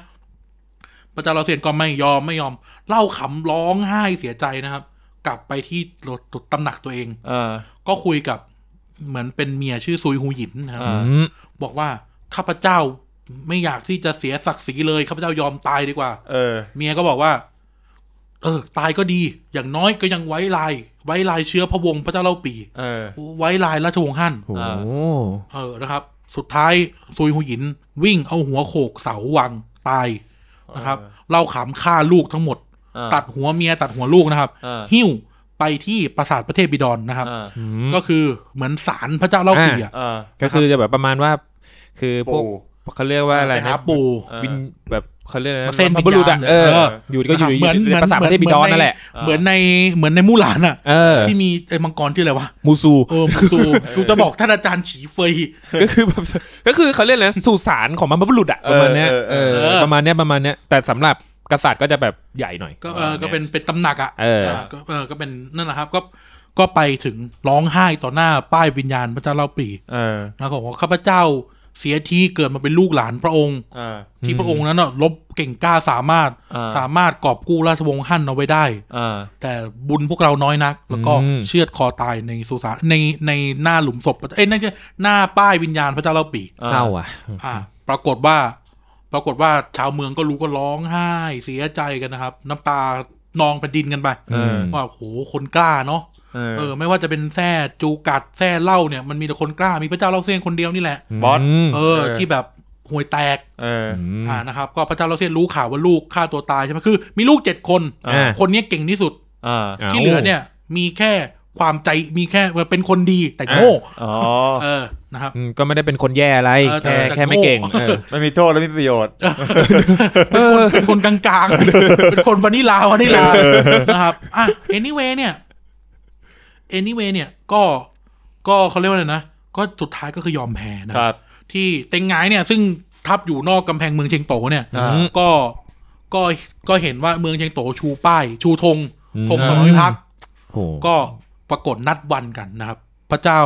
พระเจ้าเราเซียนก็ไม่ยอมไม่ยอม เล่าขำร้องไห้เสียใจนะครับ กลับไปที่รถตำหนักตัวเอง
เออ
ก็คุยกับเหมือนเป็นเมียชื่อซุยฮูหยินนะครับ
อ่า
อืม
บอกว่าข้าพเจ้าไม่อยากที่จะเสียศักดิ์ศรีเลยข้าพเจ้ายอมตายดีกว่า
เออ
เมียก็บอกว่า เออ ตายก็ดี อย่างน้อยก็ยังไว้ลาย ไว้ลายเชื้อพระวงศ์พระเจ้าเล่าปี
เออ
ไว้ลายราชวงศ์ฮั่น
โอ้
อ่า
โห
เออ นะครับ สุดท้ายซุยหูหยิน วิ่งเอาหัวโขกเสาวังตายนะครับ เล่าขำฆ่าลูกทั้งหมด
อ่า
ตัดหัวเมียตัดหัวลูกนะครับ
อ่า
หิ้วไปที่ปราสาทประเทศบิดอนนะครับ
อ่า
อืม
ก็คือเหมือนศาลพระเจ้าเล่าปีอะ
อ่า
ก็คือจะแบบประมาณว่า คือพวก
ปู่
เขาเรียกว่าอะไร
ไปหา
นะ
ปู่
เออ
วินแบบเขาเรียกอะไรนะ
มาเส้น
บพบุรุษอะ
วิญญาณ
เออ
เออ
อยู่ก็อยู่
ะครับ
อยู่
เหมือนเห
ใน
มือน
ภาษาประเทศบิดอนนั่นแหละ
เหมือนในเหมือนในมู่หลานอะ
เออ
ที่มีไอ้มังกรชื่ออะไรวะ
มูซู
เออสูกูจะบอกท่านอาจารย์ฉีเฟย
ก็คือแบบก็คือเขาเรียกอะไรนะสุสานของบรรพบุรุษอะประมาณเนี้ย
เออ
เอ
เอ
อ
อ
ประมาณเนี้ยประมาณเนี้ยแต่สำหรับ กษัตริย์ก็จะแบบใหญ่หน่อย
ก็เออก็เป็นเป็นตำหนักอ่ะ
เออ
ก็เออก็เป็นนั่นแหละครับ ก็ก็ไปถึงร้องไห้ต่อหน้าป้ายวิญญาณพระเจ้าเล่าปี
เออ
แล้วก็บอกว่าข้าพเจ้าเสียทีเกิดมาเป็นลูกหลานพระองค์
เออ
ที่
อืม
พระองค์นั้นน่ะลบเก่งกล้าสามารถ
อ่า
สามารถกอบกู้ราชวงศ์ฮั่นเอาไว้ได้
เออ
แต่บุญพวกเราน้อยนัก แล้วก็
อืม
เชือดคอตายในสุสานในในหน้าหลุมศพเอ้ยนั่นจะหน้าป้ายวิญญาณพระเจ้าเล่าปี
อ่า
เศร้าอ่ะ
อ่า ปรากฏว่า ปรากฏว่าชาวเมืองก็รู้ก็ร้องไห้ เสียใจกันนะครับ น้ำตานองแผ่นดินกันไป
เออ
ว่าโหคนกล้าเนาะ
เออ
เออ ไม่ว่าจะเป็นแท่จูกัดแท่เหล่าเนี่ยมันมีแต่คนกล้ามีพระเจ้าเล่าเสี้ยนคนเดียวนี่แหละ
บอส
ม
เออ
เออ
ที่แบบห่วยแตก
เออ
ม
อ่านะครับก็พระเจ้าเราเสียนรู้ข่าวว่าลูกฆ่าตัวตายใช่ไหมคือ มีลูกเจ็ดคน
อ่า
คนเนี้ยเก่งที่สุด
อ่า
ที่เหลือเนี่ย มีแค่ความใจมีแค่เป็นคนดีแต่โง่
อ๋อ
เออนะครับ
อืมก็ไม่ได้เป็นคนแย่อะไร
เออแต่
แค่
แต่
แค่ไม่
โง่
เก่งเออ
ไม่มีโทษและไม่มีประโยชน์
เป็นคนเป็นคนกลางๆ เป็นคนวานิลาวานิลานะครับอ่ะ anyway เนี่ย anyway เนี่ยก็ก็เขาเรียกว่าอะไรนะ ก็สุดท้ายก็คือยอมแพ้นะครับ ที่เต็งหงายเนี่ย ซึ่งทับอยู่นอกกำแพงเมืองเชียงโตเนี่ย
อ่า
ก็ก็ก็เห็นว่าเมืองเชียงโตชูป้าย ชูธงธงสมรพักษ์
โห
ก็ปรากฏนัดวันกันนะครับ พระเจ้า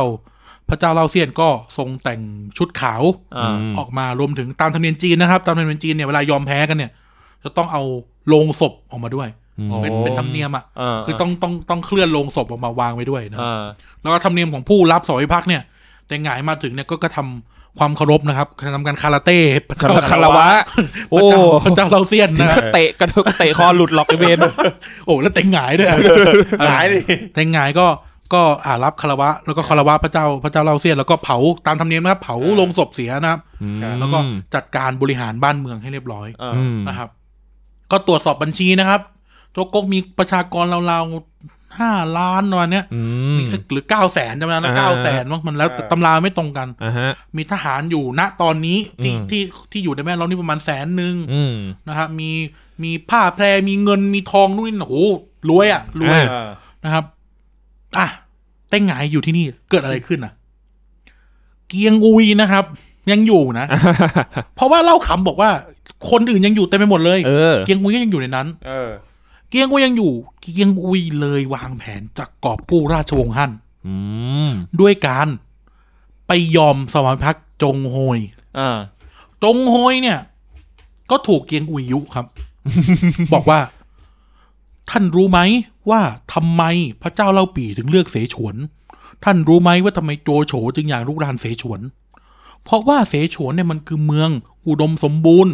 พระเจ้าเล่าเซียนก็ทรงแต่งชุดขาว
อ่า
ม
ออกมารวมถึงตามธรรมเนียมจีนนะครับ ตามธรรมเนียมจีนเนี่ยเวลายอมแพ้กันเนี่ย จะต้องเอาโลงศพออกมาด้วย
โอ้
เป็นเป็นธรรมเนียมอ่ะ
อ่า
คือต้องต้องต้องเคลื่อนโลงศพออกมาวางไว้ด้วยนะ
อ่า
แล้วก็ธรรมเนียมของผู้รับสวิพักษ์เนี่ย แต่หงายมาถึงเนี่ยก็กระทำความเคารพนะครับทำการคาราเต้พระเจ้า
คารวะ
พ
โอ้
ระเจ้าพระเจ้าเล่าเซียนนะ
เตะกระดูกเตะคอหลุดหลอกไอ้เวน
โอ้แล้วแต่หงายด้วย
หายดิ
แต่งงายก็ก็อ่ารับคารวะ แล้วก็คารวะพระเจ้าพระเจ้าเล่าเสียนแล้วก็เผาตามธรรมเนียมนะครับเผาโลงศพเสียนะครับ แล้วก็จัดการบริหารบ้านเมืองให้เรียบร้อย
อ่า
อืม
นะครับ ก็ตรวจสอบบัญชีนะครับโจกกกมีประชากรราวๆห้าล้านวันเนี้ย
อืม
หรือเก้าแสนจำนวนแล้วเก้า
อ่า
แสนมั้งมันแล้วแต่ตำราไม่ตรงกัน
อ่าฮะ
มีทหารอยู่ณตอนนี้ที่
อืม
ที่ที่อยู่ในแม่เรานี่ประมาณแสนหนึ่ง
อืม
นะครับมีมีผ้าแพรมีเงินมีทองนู่นนี่โอ้โหรวยอ่ะรวย
อ่า
อ่า
นะครับ อ่ะเต้งหงายอยู่ที่นี่ เกิดอะไรขึ้นอ่ะ เกียงอุยนะครับ ยังอยู่ นะ เพราะว่าเล่าขำบอกว่า คนอื่นยังอยู่เต็มไปหมดเลย
เออ
เกียงอุยก็ยังอยู่ในนั้น
เออ
เกียงอุยยังอยู่ เกียงอุยเลยวางแผนจะกอบกู้ราชวงศ์ฮั่น
อืม
ด้วยการ ไปยอมสวามิภักดิ์จงโฮย
อ่า
จงโฮยเนี่ย ก็ถูกเกียงอุยยุครับ บอกว่า ท่านรู้ไหมว่าทำไมพระเจ้าเล่าปีถึงเลือกเสฉวน ท่านรู้ไหมว่าทำไมโจโฉจึงอยากลุกรานเสฉวน เพราะว่าเสฉวนเนี่ยมันคือเมือง อุดมสมบูรณ์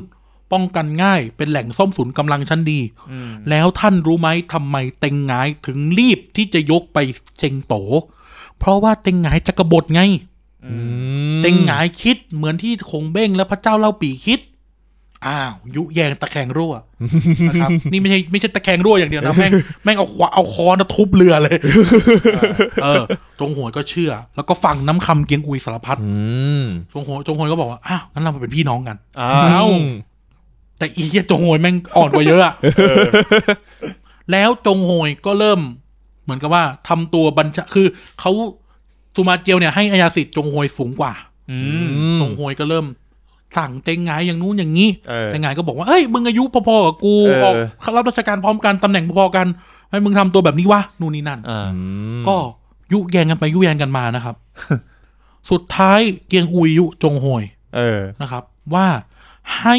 ป้องกันง่ายเป็นแหล่งซ่อมศูนย์กำลังชั้นดี
อืม
แล้วท่านรู้ไหมทำไมเต็งหงายถึงรีบที่จะยกไปเชงโต เพราะว่าเต็งหงายจะกบฏไง
อืม
เต็งหงายคิดเหมือนที่คงเบ้งและพระเจ้าเล่าปีคิด อ้าว ยุแยงตะแคงรั่วนะครับ นี่ไม่ใช่ไม่ใช่ตะแคงรั่วอย่างเดียว นะ แม่งแม่งเอาขวาเอาคอนทุบเรือเลย เออจงหวยก็เชื่อ แล้วก็ฟังน้ำคำเกียงอุยสารพัด
อืม
จงหวยจงหวยก็บอกว่า อ้าว งั้นเราเป็นพี่น้องกัน
อ่า
เอ้า แต่อีเหี้ยจงโหยแม่งอ่อน กว่าเยอะอะ แล้วจงโหยก็เริ่ม เหมือนกับว่าทำตัวบัญชาคือเขาสุมาเจียวเนี่ยให้อายาสิทธิ์จงโหยสูงกว่า
อื
อื
ม
ม
ตรงโฮยก็เริ่มสั่งเต็งหงายอย่างนู้นอย่างนี้
เออ
เต็งหงายก็บอกว่าเอ้ยมึงอายุพอๆกับกู
เออ
ออกเข้ารับราชการพร้อมกันตำแหน่งพอๆกันทำไมมึงทำตัวแบบนี้วะนู่นนี่นั่น
อ่า
อืม
ก็ยุแยงกันไปยุแยงกันมา นะครับ สุดท้ายเกียงอุยยุจงโฮย
เออ
นะครับ ว่าให้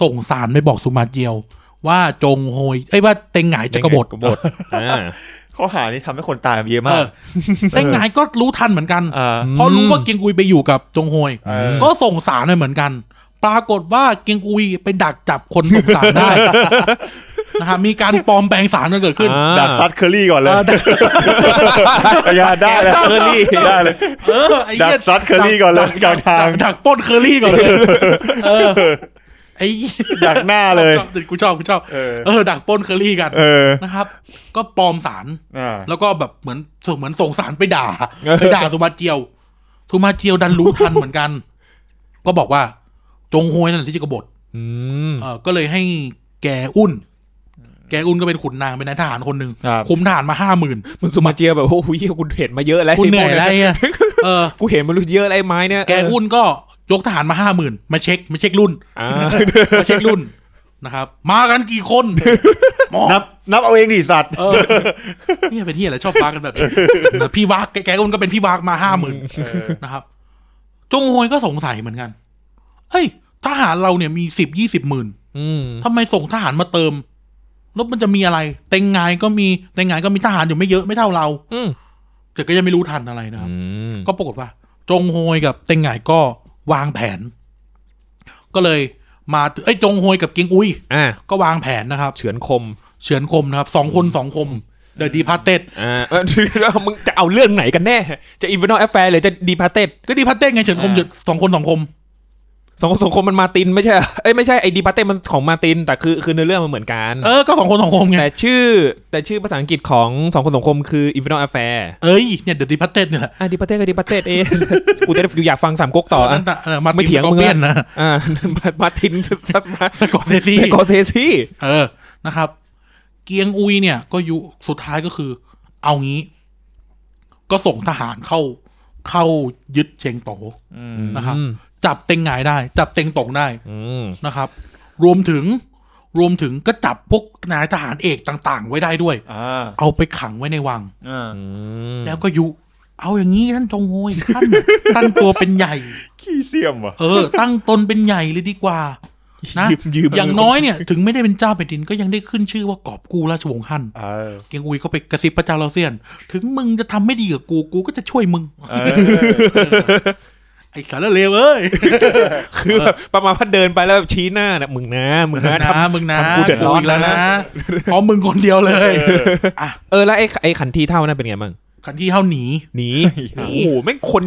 ส่งสารไปบอกสุมาเจียว ว่าจงโฮยเอ้ยว่าเต็งหงายจะกบฏ
กบฏอ่า
ข้อหานี้ทำให้คนตายเยอะ
เอ
มาก
อเต็งหงายก็รู้ทันเหมือนกัน
อ่า
เพราะรู้ว่าเกียงอุยไปอยู่กับจงโฮย
เออ
ก็ส่งสารไปเหมือนกัน ปรากฏว่าเกียงอุยไปดักจับคนส่งสาร ได้ นะครับมีการปลอมแปลงสารกันเกิดขึ้น
อ่า
ดักซัดเคอรี่ก่อนเลย
เออดัก
พยานได้เลย
ชอบชอบ
ได้เลย
เออไอ้เหี้ย
ดักซัดเคอรี่ก่อนเลย
ดั
กลางทาง
ดักดักปล้นเคอรี่ก่อนเลย เออไอ้เหี้ย
ดักหน้าเลย
ชอบกูชอบกูชอบ
เออ
เออ ดักปล้นเคอรี่กัน
เออ
นะครับ ก็ปลอมสาร
อ่า
แล้วก็แบบเหมือนเหมือนส่งสารไปด่าไปด่าสุมาเจียวสุมาเจียวดันรู้ทันเหมือนกัน ก็บอกว่า จงโฮยนั่นแหละที่จะกบฏ
อืม
เออก็เลยให้แกอุ่น แกอุ่นก็เป็นขุนนางเป็นนายทหารคนหนึ่ง
ครับ
คุมทหารมาห้าหมื่น
มึงสุมาเจียแบบโอ้โหกูเห็นมาเยอะแล้ว
คุณเหนื่อยแล้วไรอะเออ
กูเห็นมันรู้เยอะแล้วไอ้ไม้เนี่ย
แกอุ่นก็ยกทหารมาห้าหมื่นมาเช็คมาเช็ครุ่น
อ่า
มาเช็ครุ่น นะครับ มากันกี่คน หมอ
นับนับเอาเองดิสัตว์
เออเนี่ยเป็นที่อะไรชอบวากกันแบบนี้นะพี่วากแกแกคนก็เป็นพี่วากมาห้าหมื่นนะครับจงโวยก็สงสัยเหมือนกันเฮ้ยทหารเราเนี่ยมีสิบยี่สิบหมื่น
อืม
ทำไมส่งทหารมาเติมแล้วมันจะมีอะไร เต็งงายก็มีเต็งงายก็มีทหารอยู่ไม่เยอะไม่เท่าเรา
อืม
แต่ก็ยังไม่รู้ทันอะไรนะครับ
อืม
ก็ปรากฏว่า จงโฮยกับเต็งงายก็วางแผน ก็เลยมาเอ้ยจงโฮยกับเกียงอุย
อ่ะ
ก็วางแผนนะครับ
เฉือนคม
เฉือนคมนะครับสองคนสองคมเดอะดีพาเต็ด
อ่าเออ แล้วมึงจะเอาเรื่องไหนกันแน่ จะอินเวนอลแอฟแฟร์หรือจะดีพาเต็ด
ก็ดีพาเต็ดไงเฉือนคม
อ่า
เฉือนสองคนสองคม
สองคนสองคนมันมาร์ตินไม่ใช่เหรอเอ้ยไม่ใช่ไอ้ดีพาเต็ดมันของมาร์ติน แต่คือคือเนื้อเรื่องมันเหมือนกัน
เออก็สองคนสองคมไง
แต่ชื่อแต่ชื่อภาษาอังกฤษของสองคนสองคมคืออินเวนอลแอฟแฟร์
เอ้ยเนี่ยเดอะดีพาเต็ดเนี่ยแหละ
อ่ะดีพาเต็ดก็ดีพาเต็ดเอง กูจะได้อยากฟังสามก๊กต่ออ่ะ
นั่นน่ะเออมาร์ติน
ไม่เถียง
สกอ
มึ
ร์
ง
เปีย
ละ
นนะ
อ่ามามาร์ตินสักมา
สกอร์เซซี่
สกอร์เซซี่
เออ นะครับ เกียงอุยเนี่ย ก็ยุสุดท้ายก็คือ เอางี้ ก็ส่งทหารเข้า เข้ายึดเชียงโตนะครับ จับเต็งหงายได้ จับเต็งตงได้
อืม
นะครับ รวมถึง รวมถึงก็จับพวกนายทหารเอกต่างๆ ไว้ได้ด้วย
อ่า
เอาไปขังไว้ในวัง
อ่า
อืม
แล้วก็ยุ เอาอย่างนี้ท่านจงโวยท่าน ท่านตัวเป็นใหญ่
ขี้เสียมว่ะ
เออ ตั้งตนเป็นใหญ่เลยดีกว่า นะ
ยืมยืม
อย่างน้อยเนี่ย ถึงไม่ได้เป็นเจ้าแผ่นดินก็ยังได้ขึ้นชื่อว่ากอบกู้ราชวงศ์ฮั่น
เออ
เกียงอุยก็ไปกระซิบพระเจ้าเราเซียน ถึงมึงจะทำไม่ดีกับกู กูก็จะช่วยมึง
เออ
ไอ้สารเลวเอ้ย
คือแบบประมาณพัดเดินไปแล้วแบบชี้หน้านะมึงนะมึงนะทำ
นะมึงนะ
ทำกูเดือดร้อน
กแล้วนะเพราะมึงคนเดียวเลยอ่ะ
เออแล้วไอ้ไอ้ขันทีเท่านั่นเป็นไงบ้าง
คันที่เท่าหนี
หนี
หนี
โอ้โหแม่งคน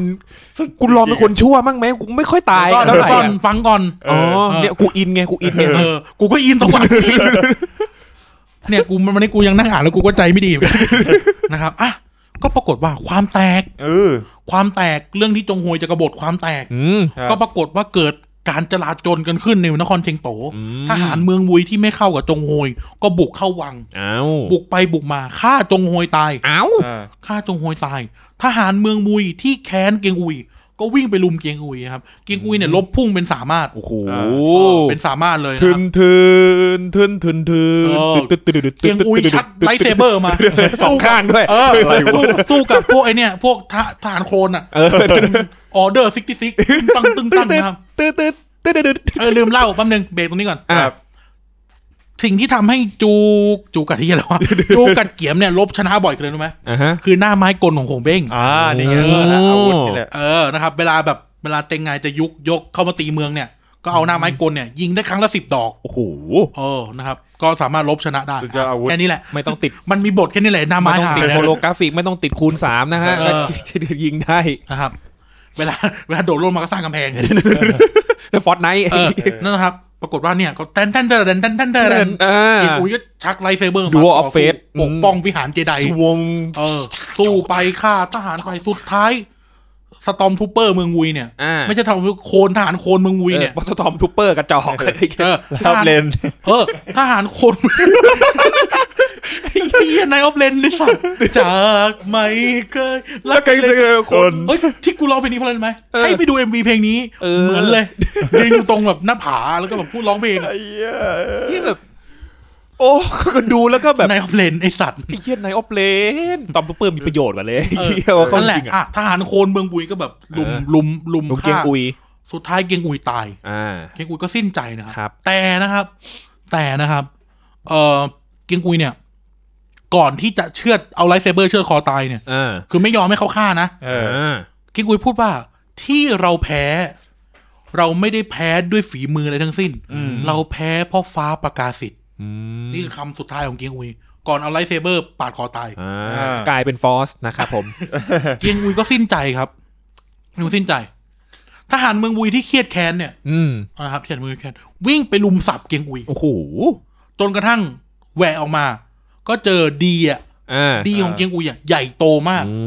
กูรอเป็นคนชั่วมั้งไหมกูไม่ค่อยตาย
ก่อน
เท่าไหร่
ก่อน
อะ
ฟังก่อน
เออ
อ๋อเนี่ยกูอินไงกูอินไง
เออ กูก็อินตะวันที่เนี่ยกูมันนี้กูยังนั่งอ่านแล้วกูก็ใจไม่ ดีเหมือนกันนะครับอ่ะก็ปรากฏว่าความแตก
เออ
ความแตกเรื่องที่จงฮวยจะกบฏความแตก
อืม
ก็ปรากฏว่าเกิดการจลาจลกันขึ้นในนครเชียงโต
อืม
ทหารเมืองวุยที่ไม่เข้ากับจงโฮยก็บุกเข้าวัง
อ้าว
บุกไปบุกมาฆ่าจงโฮยตาย
อ้าว
อ่า
ฆ่าจงโฮยตาย ทหารเมืองวุยที่แค้นเกียงอุย ก็วิ่งไปลุมเกียงอุยครับเกียงอุยเนี่ยลบพุ่งเป็นสามารถ
โอ้โห
อ่
เป็นสามารถเลยนะค
ทึ
รับ
นทึนทึนทึนทึน
เออ
ตึ๊ดตึ๊ดตึ๊ดตึ๊ด
เกียงอุยชักไลท์เซเบอร์มา
สองข้างด้วย
เออสู้สู้กับพวกไอเนี่ย พวกทหทหารโคลนอ่ะ
เออ
ออเดอร์ซิกติซิกตั้งตึงตั้งนะครับ
ตึ๊ดตึ๊ดตึ๊ดตึ๊ดตึ๊ด
เออลืมเล่าแป๊บนึงเบรกตรงนี้ก่อน
อ่ะ
สิ่งที่ทำให้จูจูกัดที่อะไรวะ จูกัดเกียมเนี่ยลบชนะบ่อยเกินรู้ไหม
อ่ะฮะ
คือหน้าไม้กลของโหงเบ้ง
อ่านี่ไงว่าแล้วอาวุธนี่แหละ
เออนะครับ เวลาแบบเวลาเต็งไงจะยุกยกเข้ามาตีเมืองเนี่ย ก็เอาหน้าไม้กลเนี่ย ยิงได้ครั้งละสิบดอก
โอ้โห
เออนะครับ ก็สามารถลบชนะได้
สุดยอดอาวุธ
แค่นี้แหละ
ไม่ต้องติด
มันมีบทแค่นี้แหละหน้า
ไม่
ไม้
ต้อง
หา
ติด
ย
โฮโลกราฟิก ไม่ต้องติดคูณสามนะฮะ
เออ
ก็ยิงได้
นะครับ เวลาเวลาโดดร่มมาก็สร้างกำ แพง
แล้วฟอร์ตไนท์
เออนั่นนะครับ ปรากฏว่าเนี่ยก็แทนแทนเดินแทนแทนเดิน
เออ
อีกอุ้ยก็ชักไลท์เซเบอร์มา
Duel of Fate
ปกป้องวิหารเจได
สวม
เออสู้ไปฆ่าทหารไปสุดท้าย สตอมทูเปอร์เมืองวุยเนี่ย
อ่า
ไม่ใช่ทำโคลนทหารโคลนเมืองวุยเนี่ย
บอสตอมทูเปอร์กระจอกอะไรอย่างเงี้ย
เออ
ชอบเลน
เออทหารโคลนไอ้เฮียนายออฟเลนนี่สัตว์จากไม่เคย
แล้วใครจะคน
เฮ้ยที่กูร้องเพลงนี้เพราะอะไรรู้ไหม
เออ
ให้ไปดู MV เพลงนี้
เออ
เหมือนเลยยืนอยู่ตรงแบบหน้าผาแล้วก็แบบพูดร้องเพลงอะ
ไอ้เหี้ย
ที่แบบโอ้ก็ดูแล้วก็แบบ
นายออฟเลนไอสัตว์
ไอ้เหี้ยนายออฟเลนตอมทูเปอร์มีประโยชน์กว่าเลย
เออ
เหี้ยว่าเขา
นั่นแห
จ
ละ
ริงอ่ะ
อ่ะทหารโคลนเมืองวุยก็แบบลุม
เออ
ลุมลุม
ลุงเกียง
ฆ่า
อุย
สุดท้ายเกียงอุยตาย
อ่า
เกียงกุยก็สิ้นใจนะครับ
ครับ
แต่นะครับ แต่นะครับ เออเกียงกุยเนี่ย ก่อนที่จะเชือดเอาไลท์เซเบอร์เชือดคอตายเนี่ย
อ่า
คือไม่ยอมให้เขาฆ่านะ
เอ
เอ
อ
อ
เกียงกุยพูดว่าที่เราแพ้ เราไม่ได้แพ้ด้วยฝีมืออะไรทั้งสิ้น เราแพ้เพราะฟ้าประกาศสิทธิ์
อืม
นี่คือคำสุดท้ายของเกียงกุย ก่อนเอาไลท์เซเบอร์ปาดคอตาย
อ่
อ่า
ากลายเป็นฟอสนะครับผม
เกียงกุยก็สิ้นใจครับเกียงกุยสิ้นใจ ทหารเมืองวุยที่เครียดแค้นเนี่ย
อืม
นะครับทหารเมืองวุยเครียดแค้นวิ่งไปลุมสับเกียงกุย
โอ้โห
จนกระทั่งแหวะออกมา ก็เจอดีอ่ะ
อ่า
ดีของเกียงอุยอ่ะใหญ่โตมาก
อื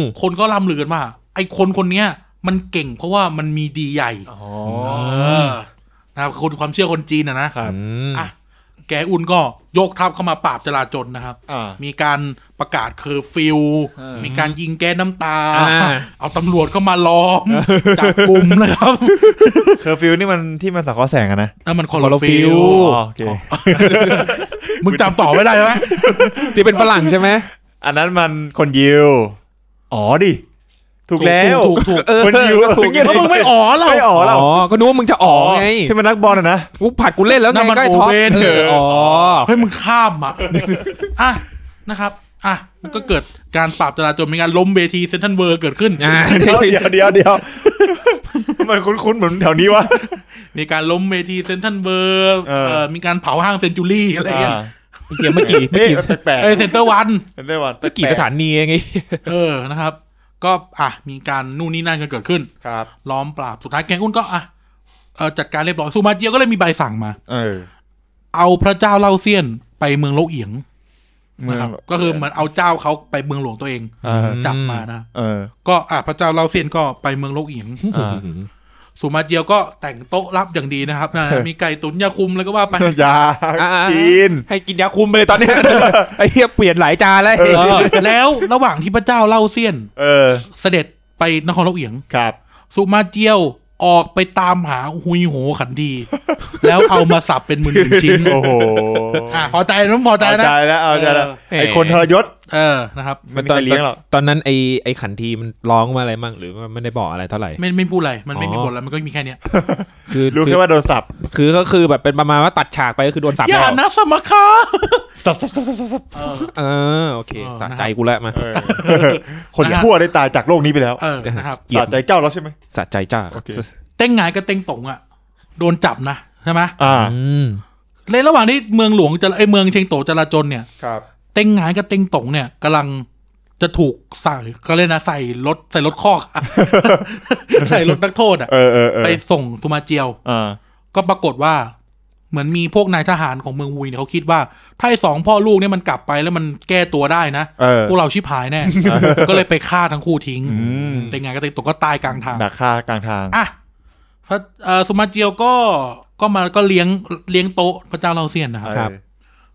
ม
คนก็ล่ำลือกันว่าไอ้คนคนเนี้ย มันเก่งเพราะว่ามันมีดีใหญ่
อ๋อ
เออนะครับคนความเชื่อคนจีนนะนะครับ
อืม
อ่ะ แกอุ่นก็ยกทัพเข้ามาปราบจลาจลนะครับ
อ่า
มีการประกาศเคอร์ฟิว มีการยิงแก๊สน้ำตา
อ่า
เอาตำรวจเข้ามาล้อมจับกลุ่มนะครับ
เคอร์ฟิวนี่มันที่มันสังเคราะห์แสงอะนะ
นั่นมันคอร์ฟิว
โอ้
อ๋อโอเค
มึงจำต่อไม่ได้ใช่ไหม
ที่เป็นฝรั่งใช่ไหม
อันนั้นมันคนยิวอ๋อดิถูกแล้ว
ถูกถูก
เออคนยิว
ถูก
เงี้ย
แล้วมึงไม่อ๋อเรา
ไม่อ๋อเรา
อ๋อก็นึกว่ามึงจะอ๋อไง
ที่มันนักบอลอะนะ
กูผัดกูเล่นแล้วไง
นั่นมัน
ก็ไอ้ท็อป
โอเว่น
เอออ๋อ
เฮ้ยมึงข้าม อ่ะ อ่ะนะครับ อ่ะมันก็เกิดการปราบจราจรมีการล้มเวทีเซนทันเวอร์เกิดขึ้น
อ่า
เดี๋ยวเดี๋ยวเดี๋ยวเดี๋ยวมันคุ้นๆเหมือนแถวนี้วะ
มีการล้มเวทีเซนทันเวอร์
เออ
เอ่อมีการเผาห้างเซนจูรี่อะไรเงี้ย
เดี๋ยวเมื่อกี้เมื่อ
เอ๊ะ
กี้
มันแปลก
เออเซนเตอร์วัน
ๆเป็นไต้หวันแปล
เมื่อกี้
กๆ
สถานีเองไง
เออนะครับ ก็อ่ะมีการนู่นนี่นั่นกันเกิดขึ้น
ครับ
ล้อมปราบสุดท้ายแกงอุ้นก็อ่ะเอ่อจัดการเรียบร้อยซูมาเจียวก็เลยมีใบสั่งมา
เออ
เอาพระเจ้าเล่าเซียนไปเมืองโลกเอียง
เมือ
นะ
ง
ครับก็คือเหมือนเอาเจ้าเขาไปเมืองหลวงตัวเอง
เออ
จับมานะ
เออ
ก็อ่ะพระเจ้าเล่าเซียนก็ไปเมืองโลกเอียง
อ่า
สุมาเจียวก็แต่งโต๊ะรับอย่างดีนะครับนะ มีไก่ตุ๋นยาคุมแล้วก็ว่า ไป
ยา
อ่าๆ
จีน
ให้กินยาคุมไปเลยตอนเนี้ย ไอ้เหี้ยเปลี่ยนหลายจานแล้ว
เอ
เออแล้วระหว่างที่พระเจ้าเล่าเซียน
เออ
เสด็จไปนครโลกเอียง
ครับ
สุมาเจียวออกไปตามหาหุยโหขันดี แล้วเอามาสับเป็นหมื่นๆชิ้น
โอ้โห
อ่ะพอใจนะพอใจ
เอา
นะ
ใจแล้วเอาใจแล้ว
เออ
ไอคนทรยศ
เออนะครับ
ไม่มีใครเลี้ยงหรอก
ตอนนั้นไอ้ไอ้ขันทีมันร้องมาอะไรมั่งหรือว่าไม่ได้บอกอะไรเท่าไหร่
ไม่ไม่พูดอะไร มันไม่มี
อ๋อ
ผลแล้วมันก็มีแค่เนี้ย
คือ
รู้
คื
แค่
อ
ว่าโดนสับ
คือก็คือแบบเป็นประมาณว่าตัดฉากไปก็คือโดนสับ
อย่า
แล้ว
นะสมคา
สับสับสับสับสับสับ
เออโอเค
เออ
สะใจกูแล้วมา
เออ คนชั่วได้ตายจากโลกนี้ไปแล้ว
เออนะครับ
เกลีย
สะ
ด
ใจเจ้าแล้วใช่ไหม
สะใจจ้า
โอเค
เต้งหงายกับเต้งตงอ่ะ โดนจับนะใช่ไหม
อ่า
อืม
ในระหว่างที่เมืองหลวงจะไอยเมืองเชียงโตจราจนเนี่ย
ครับ
เต้งหงายกับเต้งตงเนี่ยกำลังจะถูกใส่ก็เลยกนะใส่รถใส่รถคอกอะ ใส่รถนักโทษอ่ะ
เออเออเออ
ไปส่งสุมาเจียว
อ่า
ก็ปรากฏว่า เหมือนมีพวกนายทหารของเมืองวุยเนี่ยเขาคิดว่า ถ้าไอ้สองพ่อลูกเนี่ยมันกลับไปแล้วมันแก้ตัวได้นะ
เออ
พวกเราชิบ หายแน่ ก็เลยไปฆ่าทั้งคู่ทิ้ง
อืม
แต่ไงก็ติดตกก็ตายกลางทาง
ดักฆ่ากลางทาง
อ่ะพระเอ่อสุมาเจียวก็ก็มาก็เลี้ยงเลี้ยงโต๊ะพระเจ้าเล่าเซียนนะครับ
ครับ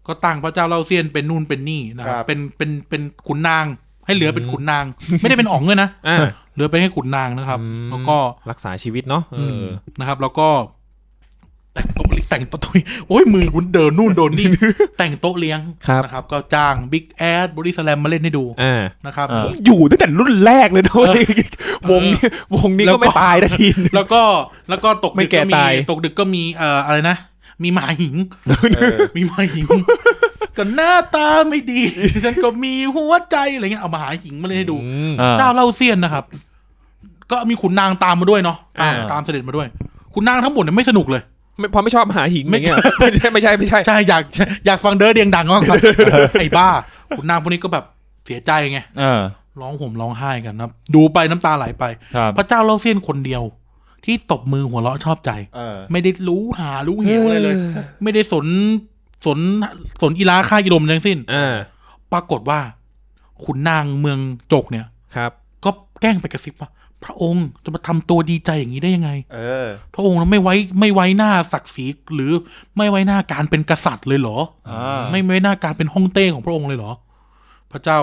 ก็ตั้งพระเจ้าเล่าเซียนเป็นนู่นเป็นนี่นะค
ครั
รับ
บ
เป็นเป็นเป็นขุนนาง ให้เหลือเป็นขุนนาง ไม่ได้เป็นอ๋องด้วยนะ
อ่า
เหลือเป็นแค่ขุนนางนะครับ
อืม
แล้วก็
รักษาชีวิตเนาะเอออ
นะครับ แล้วก็ แต่งโต๊ะเลี้ยงแต่งโต๊ะตุยโอ้ยมือคุณเดินนู่นโดนนี่ แต่งโต๊ะเลี้ยง
ครับ
นะครับ ก็จ้างบิ๊กแอดบริสแลมมาเล่นให้ดู
อ่า
นะครับ
อ่า
อยู่ตั้งแต่รุ่นแรกเลยด้วย
อ
วงนี้วงนี้
แล้ว
ก็
ก็
ไม่ตายนะทีน
แล้วก็แล้วก็ตก
ไม่
ดึก
แก่
ก็มี
ตาย
ตกดึกก็มีเอ่ออะไรนะ มีหมาหิง
เออ
มีหมาหิง ก็หน้าตาไม่ดีฉันก็มีหัวใจอะไรเงี้ยเอามาหาหิงมาเลยให้ดู
อืม
อ่า
เจ้าเล่าเซียนนะครับ ก็มีขุนนางตามมาด้วยเนาะตาม
อ่า
ตามเสด็จมาด้วยขุนนางทั้งหมดเนี่ยไม่สนุกเลย
ไม่พอไม่ชอบหาหิงอย่างเงี้ยไม่ใช่ไม่ใช่ไม่ใช่
ใช่อยากอยากฟังเด้อเดียงดังมากครับ ไอ้บ้าขุนนางพวกนี้ก็แบบเสียใจไง
อ่า
ร้องห่มร้องไห้กันนะครับดูไปน้ำตาไหลไป
ครับ
พระเจ้าเล่าเซียนคนเดียว ที่ตบมือหัวเราะชอบใจ
เออ
ไม่ได้รู้หารู้เหวอะไรเลย ไม่ได้สนสนสนอีลาค่ากิโลมทั้งสิ้น
อ่า
ปรากฏว่าขุนนางเมืองจกเนี่ย
ครับ
ก็แกล้งไปกระซิบว่าพระองค์จะมาทำตัวดีใจอย่างนี้ได้ยังไง
เออ
พระองค์ไม่ไว้ไม่ไว้หน้าศักดิ์ศรีหรือไม่ไว้หน้าการเป็นกษัตริย์เลยเหรอ
อ่า
ไม่ไว้หน้าการเป็นฮ่องเต้ของพระองค์เลยเหรอ พระเจ้า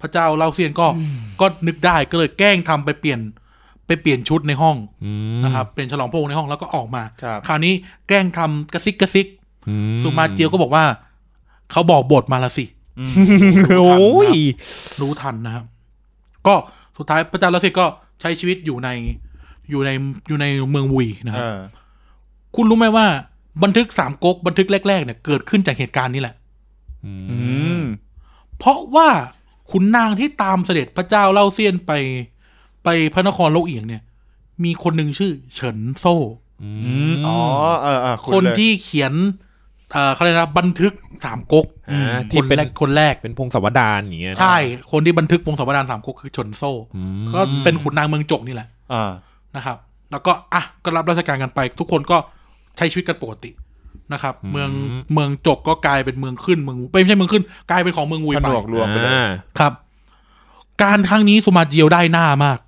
พระเจ้าเล่าเซียนก็ก็นึกได้ก็เลยแกล้งทำไปเปลี่ยนไปเปลี่ยนชุดในห้อง
อืม
นะครับเปลี่ยนฉลองพระองค์ในห้องแล้วก็ออกมา
ครับ
คราวนี้แกล้งทำกระซิกกระซิก
อื
สุมาเจียวก็บอกว่า เขาบอกบทมาละสิ
อืม
โอ้ย
รู้ทันนะครับ ก็สุดท้ายพระเจ้าลาสิตก็ใช้ชีวิตอยู่ในอยู่ในอยู่ในเมืองวุยนะค
เอ
รับ
อ
คุณรู้ไหมว่าบันทึกสามก๊กบันทึกแรก ๆ เนี่ยเกิดขึ้นจากเหตุการณ์นี้แหละ
อืม
เพราะว่าขุนนางที่ตามเสด็จพระเจ้าเล่าเซียนไป ไปพระนครโลกเอียงเนี่ย มีคนหนึ่งชื่อ เฉินโซ่
อืมอ๋อเออเออ
คน
เลย
ที่เขียนเอ่อเขาเรียกนะบันทึกสามก๊ก
อ่าที่
คน
เป็น
แรกคนแรก
เป็นพงศาวดารอย่างเงี้ยนะ
ใช่ คนที่บันทึกวงศาวดารสามก๊กคือเฉินโซ่
อืม
ก็เป็นขุนนางเมืองจกนี่แหละ
อ่า
นะครับ แล้วก็อ่ะก็รับราชการกันไป ทุกคนก็ใช้ชีวิตกันปกตินะครับ เมืองเมืองจกก็กลายเป็นเมืองขึ้นเมืองไม่ใช่เมืองขึ้น กลายเป็นของเมืองวุย
ผ
ไป
นวกรวมไปเลย
อ่า
ครับ การครั้งนี้สุมาเจียวได้หน้ามาก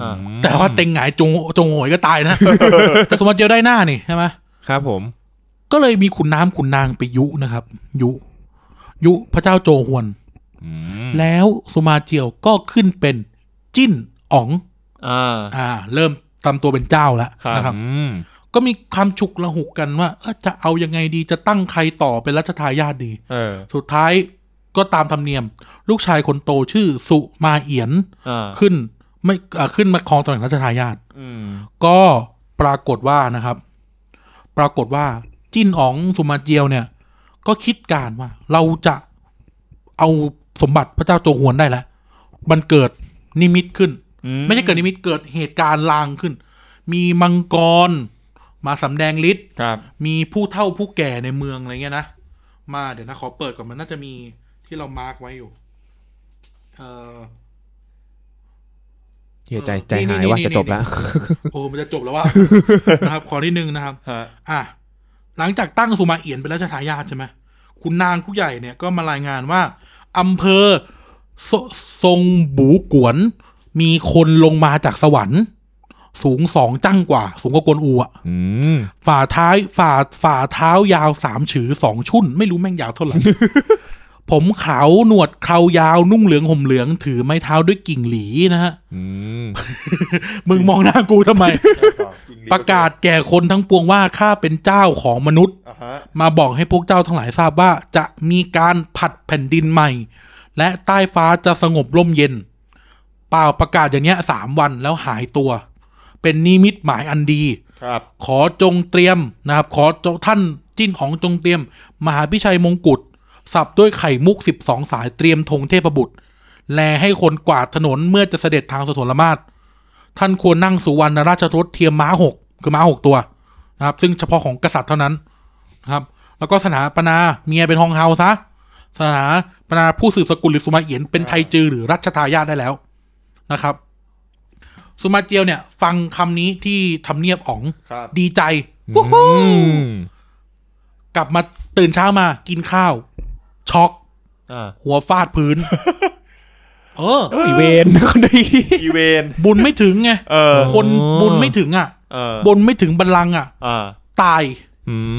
อ่า
แต่ ว่าเต็งหงายจงจงโหยก็ตายนะ แต่สุมาเจียวได้หน้านี่ใช่ไหม
ครับผม
ก็เลยมีขุนน้ำขุนนางไปยุนะครับ ยุ ยุพระเจ้าโจฮวน
อืม
แล้วสุมาเจียวก็ขึ้นเป็นจิ้นอ๋อง
อ่า
อ่า เริ่มตำตัวเป็นเจ้าแล้ว
ครับ
นะครับ
อืม
ก็มีความฉุกละหุกกันว่าเอ้อจะเอายังไงดีจะตั้งใครต่อเป็นรัชทายาทดี
เออ
สุดท้ายก็ตามธรรมเนียม ลูกชายคนโตชื่อสุมาเอียน
อ่า
ขึ้นไม่อ่าขึ้นมาครองตำแหน่งรัชทายาท
อืม
ก็ปรากฏว่านะครับ ปรากฏว่าจิ้นอ๋องสุมาเจียวเนี่ย ก็คิดการว่า เราจะเอาสมบัติพระเจ้าโจวหวนได้แล้ว มันเกิดนิมิตขึ้น
อื
ไม่ใช่เกิดนิมิตเกิดเหตุการณ์ลางขึ้น มีมังกรมาสำแดงฤทธิ์
ครับ
มีผู้เฒ่าผู้แก่ในเมืองอะไรเงี้ยนะ มาเดี๋ยวนะขอเปิดก่อนมันน่าจะมีที่เรามาร์กไว้อยู่ เออ
เฮียใจ
เออ
ใจหาย
นี่
ว่า
นี่
จะจบแล้ว
นี่ โอ้มันจะจบแล้วว่า นะครับ ขอนิดนึงนะครับ
ฮะ
อ่ะหลังจากตั้งสุมาเอียนเป็นราชทายาทใช่ไหมคุณนางผู้ใหญ่เนี่ยก็มารายงานว่าอำเภอซทรงบูกวน มีคนลงมาจากสวรรค์ สูงสองจังกว่า สูงกว่ากวนอูอะ
อืม
ฝ่าท้ายฝ่าฝ่าเท้ายาวสามฉือสองชุ่น ไม่รู้แม่งยาวเท่า ไหร่ ผมขาวหนวดเครายาวนุ่งเหลืองห่มเหลืองถือไม้เท้าด้วยกิ่งหลีนะฮะ
อืม
มึงมองหน้ากูทำไม
จงหอ
ประกาศแก่คนทั้งปวงว่าข้าเป็นเจ้าของมนุษย์
อ่าฮะ
มาบอกให้พวกเจ้าทั้งหลายทราบว่าจะมีการผัดแผ่นดินใหม่ และใต้ฟ้าจะสงบร่มเย็น เปล่าประกาศอย่างเนี้ยสามวันแล้วหายตัว เป็นนิมิตหมายอันดี
ครับ
ขอจงเตรียมนะครับ ขอจงท่านจิ้นของจงเตรียม มหาพิชัยมงกุฎสับด้วยไข่มุกสิบสองสายเตรียมธงเทพบุตร แลให้คนกวาดถนนเมื่อจะเสด็จทางสถนมาศท่านควรนั่งสุวรรณราชรถเทียมม้าหกคือม้าหกตัวนะครับ ซึ่งเฉพาะของกษัตริย์เท่านั้นนะครับ แล้วก็สถาปนาเมียเป็นฮองเฮาซะสถาปนาผู้สืบสกุลหรือสุมาเอียนเป็นไทจือหรือรัชทายาทได้แล้วนะครับ สุมาเจียวเนี่ย ฟังคำนี้ที่ทำเนียบอ๋อง
ครับ
ดีใจ
อืม
กลับมาตื่นเช้ามากินข้าว ช็อก
อ่า
หัวฟาดพื้น เออ
อีเวนคนดี
อีเวน
บุญไม่ถึงไง
เออ
คนบุญไม่ถึงอ่ะ
เออ
บุญไม่ถึงบัลลังก์อ่ะ
อ่า
ตาย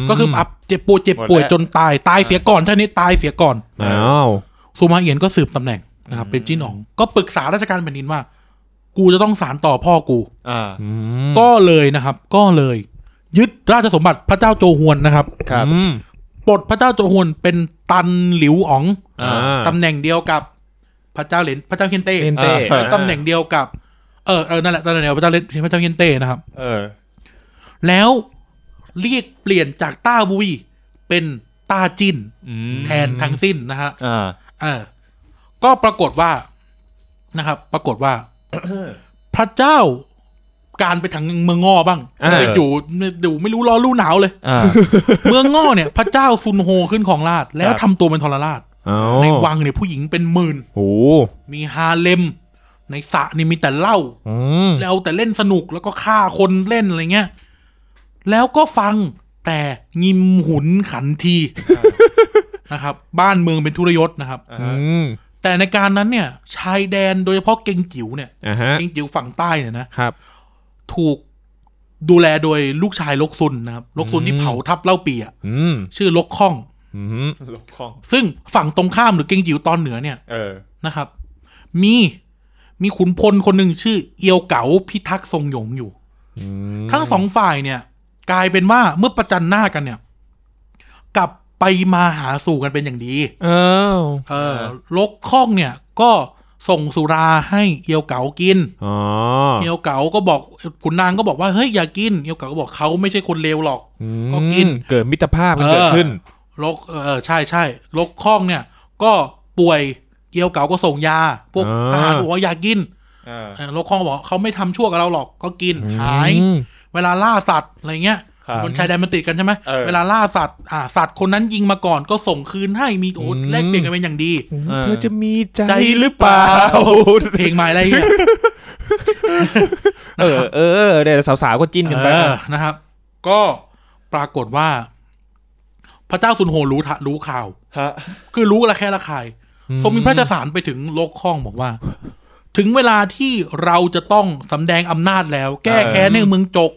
ก็คืออับเจ็บป่วยเจ็บป่วย
หมดแล้ว
จนตาย ตายเสียก่อนท่านี้ตายเสียก่อน
อ้าว
สุมาเอียนก็สืบตำแหน่งนะครับเป็นจิ้นอ๋อง ก็ปรึกษาราชการแผ่นดินว่า กูจะต้องสารต่อพ่อกู
อ่า
อืม
ก็เลยนะครับ ก็เลย ยึดราชสมบัติพระเจ้าโจฮวนนะครับ
ครับ
อืม
ปลดพระเจ้าโจฮวนเป็นตันหลิวอ๋อง
อ่า
ตำแหน่งเดียวกับพระเจ้าเหรนพระเจ้าเฮียนเต้
เต้นเต้
เออ
ตำแหน่งเดียวกับเออเออนั่นแหละตำแหน่งเดียวกับพระเจ้าเหรนพระเจ้าเฮียนเต้นะครับ
เออ
แล้วเรียกเปลี่ยนจากต้าบุยเป็นต้าจิน
อืม
แทนทั้งสิ้นนะฮะ
อ่า
เออ ก็ปรากฏว่านะครับ ปรากฏว่า พระเจ้าการไปทางเมืองงอบ้าง
อ่า
ไปอยู่อยู่ไม่รู้ร้อนรู้หนาวเลย
อ่า
เมืองงอเนี่ย พระเจ้าซุนโฮขึ้นของราชย์แล้ว
ครับ
ทำตัวเป็นทรราชย์
อ้า
ในวังเนี่ยผู้หญิงเป็นหมื่น
โอ้
มีฮาเลม ในสระนี่มีแต่เหล้า
อืม
แล้วแต่เล่นสนุกแล้วก็ฆ่าคนเล่นอะไรเงี้ย แล้วก็ฟังแต่งิมหุนขันทีนะครับ บ้านเมืองเป็นทุรยศนะครับ
อ่า
อื
ฮะ
ม
แต่ในการนั้นเนี่ย ชายแดนโดยเฉพาะเกงจิ๋วเนี่ย
อ่าฮะ
เกงจิ๋วฝั่งใต้เนี่ยนะครับ ถูกดูแลโดยลูกชายลกซุนนะครับลกซุนที่เผาทับเล่าปีอะ
อืม
ชื่อลกข้อง
อืม
ลบคล่อง
ซึ่งฝั่งตรงข้ามหรือเกงจิ๋วตอนเหนือเนี่ย
เออ
นะครับ มีมีขุนพลคนหนึ่งชื่อเอียวเก๋าพิทักษ์ทรงหยงอยู่
อืม
ทั้งสองฝ่ายเนี่ย กลายเป็นว่าเมื่อประจันหน้ากันเนี่ย กลับไปมาหาสู่กันเป็นอย่างดี
อ้าว
เออ
อ่า
ลกข้องเนี่ย ก็ส่งสุราให้เอียวเก๋ากิน
อ๋อ
เอียวเก๋าก็บอกขุนนางก็บอกว่าเฮ้ยอย่ากินเอียวเก๋าก็บอกเขาไม่ใช่คนเลวหรอก
อืม
ก็กิน
เกิดมิตรภาพกันเกิดขึ้น
ลกเออใช่ใช่ลกข้องเนี่ย ก็ป่วยเอียวเก๋าก็ส่งยา พวก
อ่า
ทหารบอกว่าอย่ากิน
อ่า
เออโลคองก็บอกเขาไม่ทำชั่วกับเราหรอกก็กินหาย
อืม
เวลาล่าสัตว์อะไรเงี้ย
ครับ
นชายแดนมันติดกันใช่ไหม
เออ
ลาล่าสัตว์อ่าสัตว์คนนั้นยิงมาก่อนก็ส่งคืนให้มีโอ้
อืม
แลกเปลี่ยนกันเป็นอย่างดี
เออ
เธอจะมีใจ
ใจห
ห
รื
รือ อ
เป
เป
ล่า
ล่า
เพลงใหม่อะไรเงี้ย
เออเออเออเดี๋ยวสาวๆก็จิ้นกันไป
เออนะครับ ก็ปรากฏว่า พระเจ้าซุนโฮรู้ทะรู้ข่าว
ฮะ
คือรู้ละแค่ละคาย
อืม
ทรงมีพระราชสารไปถึงโลกข้องบอกว่า ถึงเวลาที่เราจะต้องสำแดงอำนาจแล้ว แก้แค้นให้เมืองจก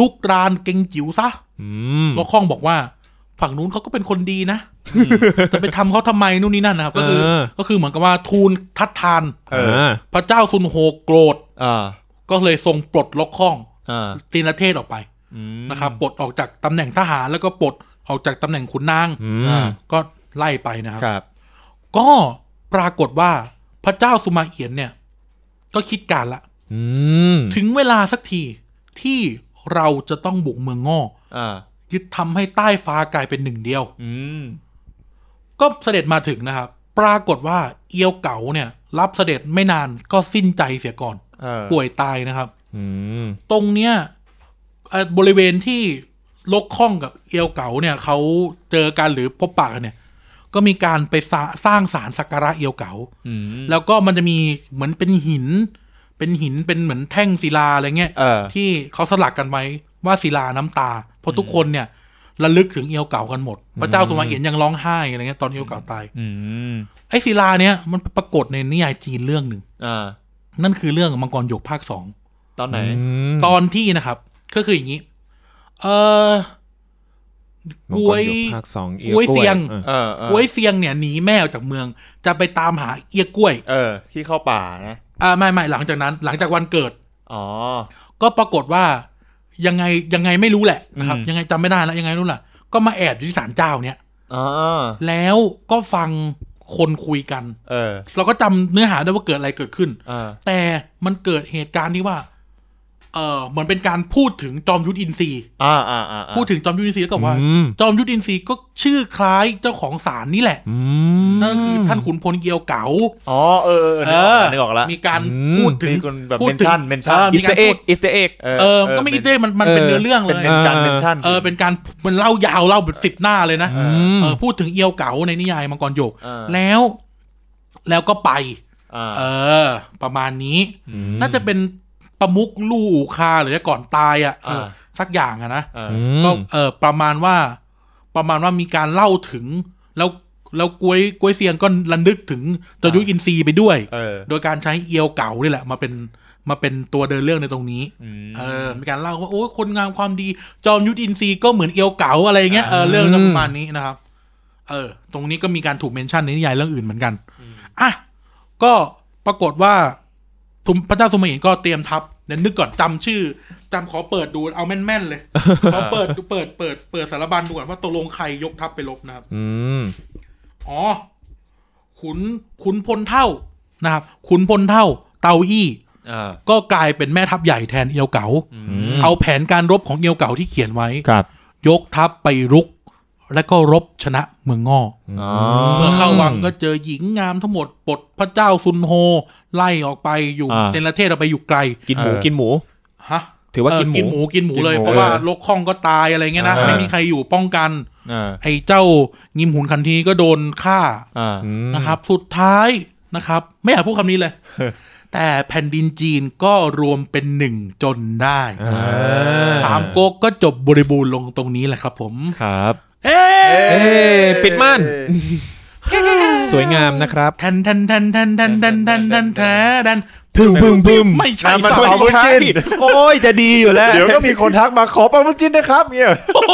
ลุกรานเก่งจิ๋วซะ
อืม
แล้วข้องบอกว่า ฝั่งนู้นเขาก็เป็นคนดีนะจะไปทำเขาทำไมนู่นนี่นั่นนะครับก็คือ
เออ
ก็คือเหมือนกับว่าทูลทัดทาน
เอออ่
อ่า
พระเจ้าซุนโฮโกรธ
อ่า
ก็เลยทรงปลดล็อกข้อง
อ่า
ตีนเทศออกไป
อืม
นะครับปลดออกจากตำแหน่งทหารแล้วก็ปลดออกจากตำแหน่งขุนนาง
อื
อ่า
ม
ก็ไล่ไปนะครับ
ครับ
ก็ปรากฏว่าพระเจ้าสุมาเอียนเนี่ย ก็คิดการละ
อืม
ถึงเวลาสักทีที่เราจะต้องบุกเมืองง่อ
อ่า
ยึดทำให้ใต้ฟ้ากลายเป็นหนึ่งเดียว
อืม
ก็เสด็จมาถึงนะครับ ปรากฏว่าเอียวเก๋าเนี่ย รับเสด็จไม่นานก็สิ้นใจเสียก่อน
เออ
ป่วยตายนะครับ
อืม
ตรงเนี้ยเอ่อบริเวณที่ลกข้องกับเอียวเก๋าเนี่ยเขาเจอกันหรือพบปะกันเนี่ย ก็มีการไปสร้าสร้างสารสักการะเอียวเก๋า
อืม
แล้วก็มันจะมีเหมือนเป็นหิน เป็นหินเป็นเหมือนแท่งศิลาอะไรเงี้ย
เออ
ที่เขาสลักกันไว้ว่าศิลาน้ำตา เพราะทุกคนเนี่ยระลึกถึงเอียวเก๋ากันหมด พระเจ้าสุมาเอียนยังร้องไห้อะไรเงี้ยตอนเอียวเก๋าตาย
อืม
ไอ้ศิลาเนี่ยมันปรากฏในนิยายจีนเรื่องหนึ่ง
อ่า
นั่นคือเรื่องมังกรหยกภาคสอง
ตอนไหน
ตอนที่นะครับ ก็คืออย่างนี้ เออ
มังกรหยภาคสอง
กล้วยเสี่ยง
ออ
เออเออ
ก้วยเซียงเนี่ยหนีแม่ออกจากเมือง จะไปตามหาเอียกล้วย
เออ ที่เข้าป่านะ
อ่าไม่ไม่หลังจากนั้น หลังจากวันเกิด
อ๋อ
ก็ปรากฏว่า ยังไงยังไงไม่รู้แหละนะครับ
อืม
ยังไงจำไม่ได้แล้วยังไงรู้ล่ะ ก็มาแอบอยู่ที่ศาลเจ้าเนี่ย
อ๋อ
แล้วก็ฟังคนคุยกัน
เออ
เราก็จำเนื้อหาได้ว่าเกิดอะไรเกิดขึ้น
อ่า
แต่มันเกิดเหตุการณ์ที่ว่า เออเหมือนเป็นการพูดถึงจอมยุทธอินทรีย์
อ่าอ่าอ่า
พูดถึงจอมยุทธอินทรีย์แล้วก็บอกว่า
อืม
จอมยุทธอินทรีย์ก็ชื่อคล้ายเจ้าของศาลนี่แหละ
อืม
นั่นก็คือท่านขุนพลเกียวเก๋า
อ๋อเออเออนึกออกแล้วนึกออกแล้ว
มีการ
อืม
พูดถึง
มีคนแบบ
พูดถึง
mention mention
อ่า
อิ
มี
ส
กา
เตอร์เอ็
ร
ก
พูด
อิสเตอร์เอ็ก
เออก็ไม่อิเตอร์มันมัน
เออ
เป็นเนื้อเรื่อง
เป็
เลย
นเป็นการ
เออ
เมนชั่น
เออเป็นการมันเล่ายาวเล่าเป็นสิบหน้าเลยนะ
เอ
เออพูดถึงเอียวเก๋าในนิยายมังกรหยก
เออ
แล้ว แล้วก็ไป
อ่า
เออ ประมาณนี้ น่าจะเป็นประมุกลู่อูคาหรือก่อนตายอ่ะเอออา สักอย่างอะนะ
เออ
ก็เออประมาณว่า ประมาณว่ามีการเล่าถึง แล้วแล้วกวยกวยเซียงก็ระลึกถึงจอยุทธอินทรีย์ไปด้วย
เออ
โดยการใช้เอียวเก่านี่แหละ มาเป็นมาเป็นตัวเดินเรื่องในตรงนี้
ม
เออมีการเล่าว่าโอ้ยคนงามความดี จอมยุทธอินทรีย์ก็เหมือนเอียวเก่าอะไรอย่างเงี้ยเออเรื่องจะประมาณนี้นะครับ เออ ตรงนี้ก็มีการถูกเมนชั่นในนิยายเรื่องอื่นเหมือนกันอ่ะก็ปรากฏว่าทุมพระเจ้าสุมาเห็นก็เตรียมทัพเดี๋ยวนึกก่อนจำชื่อจำขอเปิดดูเอาแม่น ๆเลย ขอเปิดดูเปิดเปิดเปิดสารบัญดูก่อนว่าตกลงใครยกทัพไปลบนะครับ
อืม
อ๋อ ขุนขุนพลเท่านะครับ ขุนพลเท่า เตาอี้
อ่า
ก็กลายเป็นแม่ทัพใหญ่แทนเอียวเก๋า
ม
เอาแผนการรบของเอียวเก๋าที่เขียนไว้
ครับ
ยกทัพไปรุก และก็รบชนะเมืองง่อ
อ๋อ
อเมื่อเข้าวังก็เจอหญิงงามทั้งหมดปลดพระเจ้าซุนโฮ ไล่ออกไปอยู่
า
เนรเทศเอาไปอยู่ไกล
กินหมูกินหมู
ฮะ
ถือว่า
เออ
กินหมู
กินหมูกินหมูเลย
กินหมู
เพราะว่า
เออ
ลกข้องก็ตายอะไรเงี้ยนะ
อ่า
ไม่มีใครอยู่ป้องกัน
อ่า
ไอ้เจ้างิมหุนคันทีก็โดนฆ่า
อ่า
นะครับ สุดท้ายนะครับ ไม่อยากพูดคำนี้เลย แต่แผ่นดินจีนก็รวมเป็นหนึ่งจนได้สามก๊กก็จบบริบูรณ์ลงตรงนี้แหละครับผม
ครับ
เอ๊ะ
เอ้ปิดม่าน สวยงามนะครับ
แทนแทนแทนแทนแทนแทนแทนแทนแทนแทน
พึ่งพึ่งพึ่ง
ไม่ใช่
น้ำมัน
ต่อ
เผา
ไม่ใช่
โอ้ยจะดีอยู่แล้ว
เดี๋ยวก็มีคนทักมาขอปลาหมึกจิ้นนะครับเนี่ย
โอ้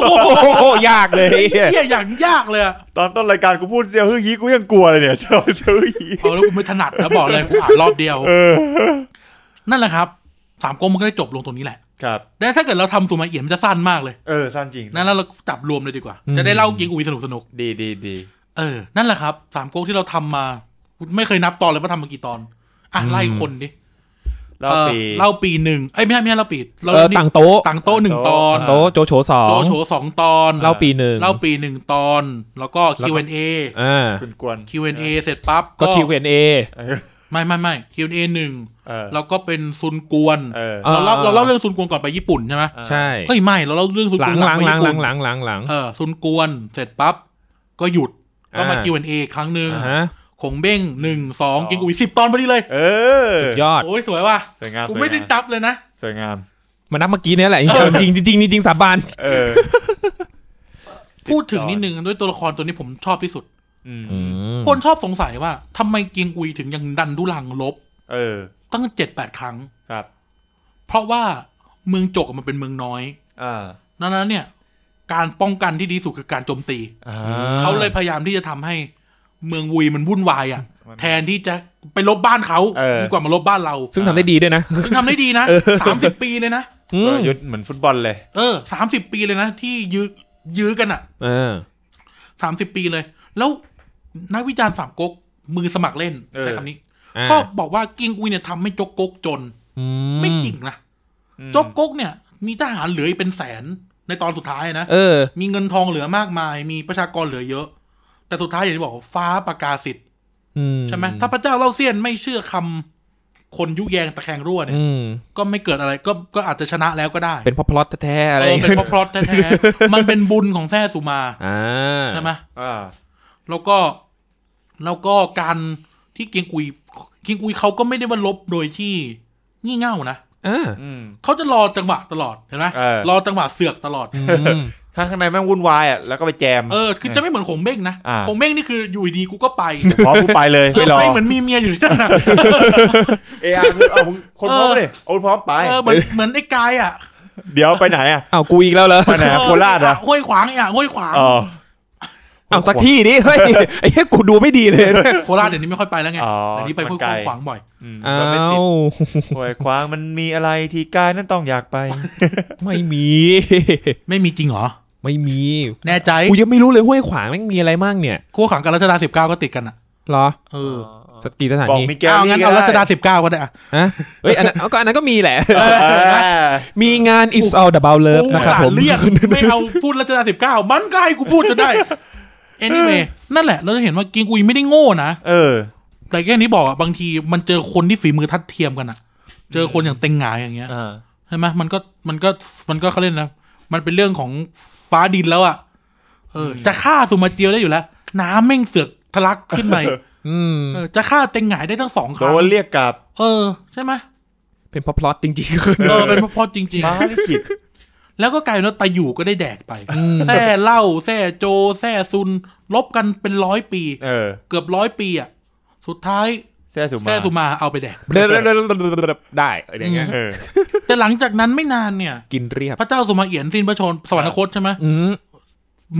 โหยากเลย
เหี้ยอย่างยากเลยอะ
ตอนต้นรายการกูพูดเซียวฮื้อยี้กูยังกลัวเลยเนี่ย เซียวฮื้อยี้
เอาแล้วกูไม่ถนัดนะบอกเลยกูอ่านรอบเดียว นั่นแหละครับสามก๊กมันก็ได้จบลงตรงนี้แหละ
ครับ
แต่ถ้าเกิดเราทำสูมาเอียมมันจะสั้นมากเลย
เออสั้นจริง
นั่นแล้วเราจับรวมเลยดีกว่า จะได้เล่ากิงอุยสนุกสนุกๆ
ดีดีดี
เออ นั่นแหละครับสามก๊กที่เราทำมา ไม่เคยนับตอนเลยว่าทำมากี่ตอน อ่ะ ไล่คนดิ
เล่าปี
ออเล่าปีหนึ่งเอ้ยไม่ใช่ไม่ใช่เล่าปีเรา
เออต่างโต๊ะ
ต่างโต๊ะหนึ่งตอน
โต๊ะโจโฉสอง
โตโฉสองตอน
เล่าปีหนึ่ง
เล่าปีหนึ่งตอน แล้วก็ Q&A
อ่า
สุนกวน
Q&A เสร็จปั๊บ
ก็ Q&A
เออ
ไม่ไม่ไม่ Q&A หนึ่ง
เออ
แล้วก็เป็นซุนกวน
เออ
เราเล่าเราเล่าเรื่องซุนกวนก่อนไปญี่ปุ่นใช่ไหม
อ่า
ใช่
เอ้ยไม่เราเล่าเรื่องซุน
ห
ก
ลัง
วน
ห
ห
ลั
ลั
ง
งไป
หลังห
ญี่
ลั
ปุ่
ง
น
หลังหลังหลัง
เออซุนกวนเสร็จปั๊บก็หยุดก็มา
อ่า
Q&A ครั้งหนึ่ง
อ่าฮะ
ขงเบ้งหนึ่งสอง
สอง
กิงอุ๋ยสิบตอนพอดีเลย
เออ
สุดยอด
โอ้ยสวยว่ะ
สวยงาม
กูไม่
ส
ได้
วยงาม
ตับเลยนะ
สวยงาม
มานับเมื่อกี้เนี่ยแหละ จริงๆจริงๆจริงๆสาบาน
เอ อ
พูดถึง
ตอน
นิดนึงด้วยตัวละครตัวนี้ผมชอบที่สุด
อืม
คนชอบสงสัยว่าทำไมกิงอุ๋ยถึงยังดันทุลังลบ
เออ
ตั้งเจ็ดแปดครั้ง
ครับ
เพราะว่าเมืองจกมันเป็นเมืองน้อย
อ่า
ดังนั้นเนี่ย การป้องกันที่ดีสุดคือการโจมตี
อ่า
เขาเลยพยายามที่จะทำให้เมืองวุยมันวุ่นวายอ่ะ
มัน
แทนที่จะไปลบบ้านเขา
เออ
ดีกว่ามาลบบ้านเรา
ซึ่งทำได้ดีด้วยนะ
ซึ่งทำได้ดีนะสามสิบปีเลยนะ
อื
ก
ม
ลยุทธ์เหมือนฟุตบอลเลย
เออสามสิบปีเลยนะ ที่ยื้อยื้อกันอ่ะ
เออ
สามสิบปีเลย แล้วนักวิจารณ์สามก๊กมือสมัครเล่น
เออ
ใช้คำนี้
อ่า
ชอบบอกว่ากิงอุยเนี่ยทำให้จกก๊กจน
อื
ไม่จริงนะจกก๊กเนี่ย มีทหารเหลืออีกเป็นแสนในตอนสุดท้ายนะ
เออ
มีเงินทองเหลือมากมาย มีประชากรเหลือเยอะ แต่สุดท้ายอย่างที่บอกฟ้าประกาศสิทธิ
อื
ใช่ไหมถ้าพระเจ้าเล่าเซียนไม่เชื่อคำคนยุแยงตะแคงรั่วเนี่ย
อืม
ก็ไม่เกิดอะไรก็ก็อาจจะชนะแล้วก็ได้
เป็นเพราะพล็อตแท้ๆ
เอ
อะไร
อเป็นเพราะพลอตแท้ ๆ มันเป็นบุญของแท้สุมา
อ่า
ใช่ไหม
อ่า
แล้วก็แล้วก็การที่เกียงกุยเกียงกุยเขาก็ไม่ได้ว่าลบโดยที่งี่เง่านะ
อ่า
อืม
เขาจะรอจังหวะตลอดเห็นไหม
เออ
รอจังหวะเสือกตลอด
อืม
ถ้าข้างในแม่งวุ่นวายอ่ะแล้วก็ไปแจม
เออคือจะไม่เหมือนขงเบ้งนะ
อ่า
ขงเบ้งนี่คืออยู่ดีๆกูก็ไป
พร้อมกูไปเลย
เอ
ไม่
อ
รอ
ไม่เหมือนมีเมียอยู่ที่นั่นนะ
เออาร์มึงเอามึงคนพร้อมมาดิเอาพร้อมไป
เออเหมือนเหมือนไอ้กายอ่ะ
เดี๋ยวไปไหนอ่ะ
อ้าวกูอีกแล้วเหรอ
ไปไหน อ่ะโคราชเหรอ
ห้วยขวางอ่ะห้วยขวาง
อ๋อ
อ้าวสักที่ดิเฮ้ยไอ้เหี้ยกูดูไม่ดีเลยเนี่ย
โคราชเดี๋ยวนี้ไม่ค่อยไปแล้วไง
อ๋อ
เดี๋ยวนี้ไป
มั
พวก
นไกล
ขวางบ่อย
อืม
อ้า
เราไม่ติด
ว
หวยคว้างมันมีอะไรที่กายนั่นต้องอยากไป
ไม่มี
ไม่มีจริงเหรอ
ไม่มี
แน่ใจ
กูยังไม่รู้เลยห้วยขวางแม่งมีอะไรมั่งเนี่ย
คู่ขวางกับรัชดาสิบเก้าก็ติดกันอ่ะ
เหรอ
เออ
สตรีสถา
บอก
นี
มีแก้ว
เอางั้น
ก็
เอา
ไ
รัชดาสิบเก้าก็ได้อ่ะ
อ่ะเฮ้ยอัน นั้นเอาก็อันนั้นก็มีแหละ
เออ
มีงาน is all about
กู
love
อุ
นะ
ต
ครับ
ส่า
ผ
ห์
ม
เรียก ไม่เอาพูดรัชดาสิบเก้ามันก็ให้กูพูดจนได้ anyway นั่นแหละ เราจะเห็นว่ากิงกุยไม่ได้โง่นะ
เออ
แต่แค่นี้บอกอ่ะบางทีมันเจอคนที่ฝีมือทัดเทียมกันอ่ะ เจอคนอย่างเต็งหงายอย่างเงี้ย
อ่า
ใช่ไหมมันก็มันก็มันก็เขาเล่นนะมันเป็นเรื่องของฟ้าดินแล้วอ่ะเออ จะฆ่าสุมาเจียวได้อยู่แล้ว น้ำแม่งเสือกทะลักขึ้นมาอีก
อืม
เออจะฆ่าเต็งหงายได้ทั้งสองค
โด
รั้ง
นเรียกกลับ
เออ ใช่ไหม
เป็นเพราะพล็อตจริงๆคือ
เออเป็นเพราะพอจริง
ฟ้าลิขิต
ๆ แล้วก็กลายเป็นว่าตาอยู่ก็ได้แดกไปแท่เหล่าแท่โจแท่ซุน ลบกันเป็นร้อยปี
เออ
เกือบร้อยปีอ่ะ สุดท้าย
แซ่สุมา
แท่สุมาเอาไปแดก
ได้อะไรอย่างเงี้ย
เออ
แต่หลังจากนั้นไม่นานเนี่ย
กินเรียบ
พระเจ้าสุมาเอียนสิ้นพระชนม์สวรรคตใช่ไหม
อืม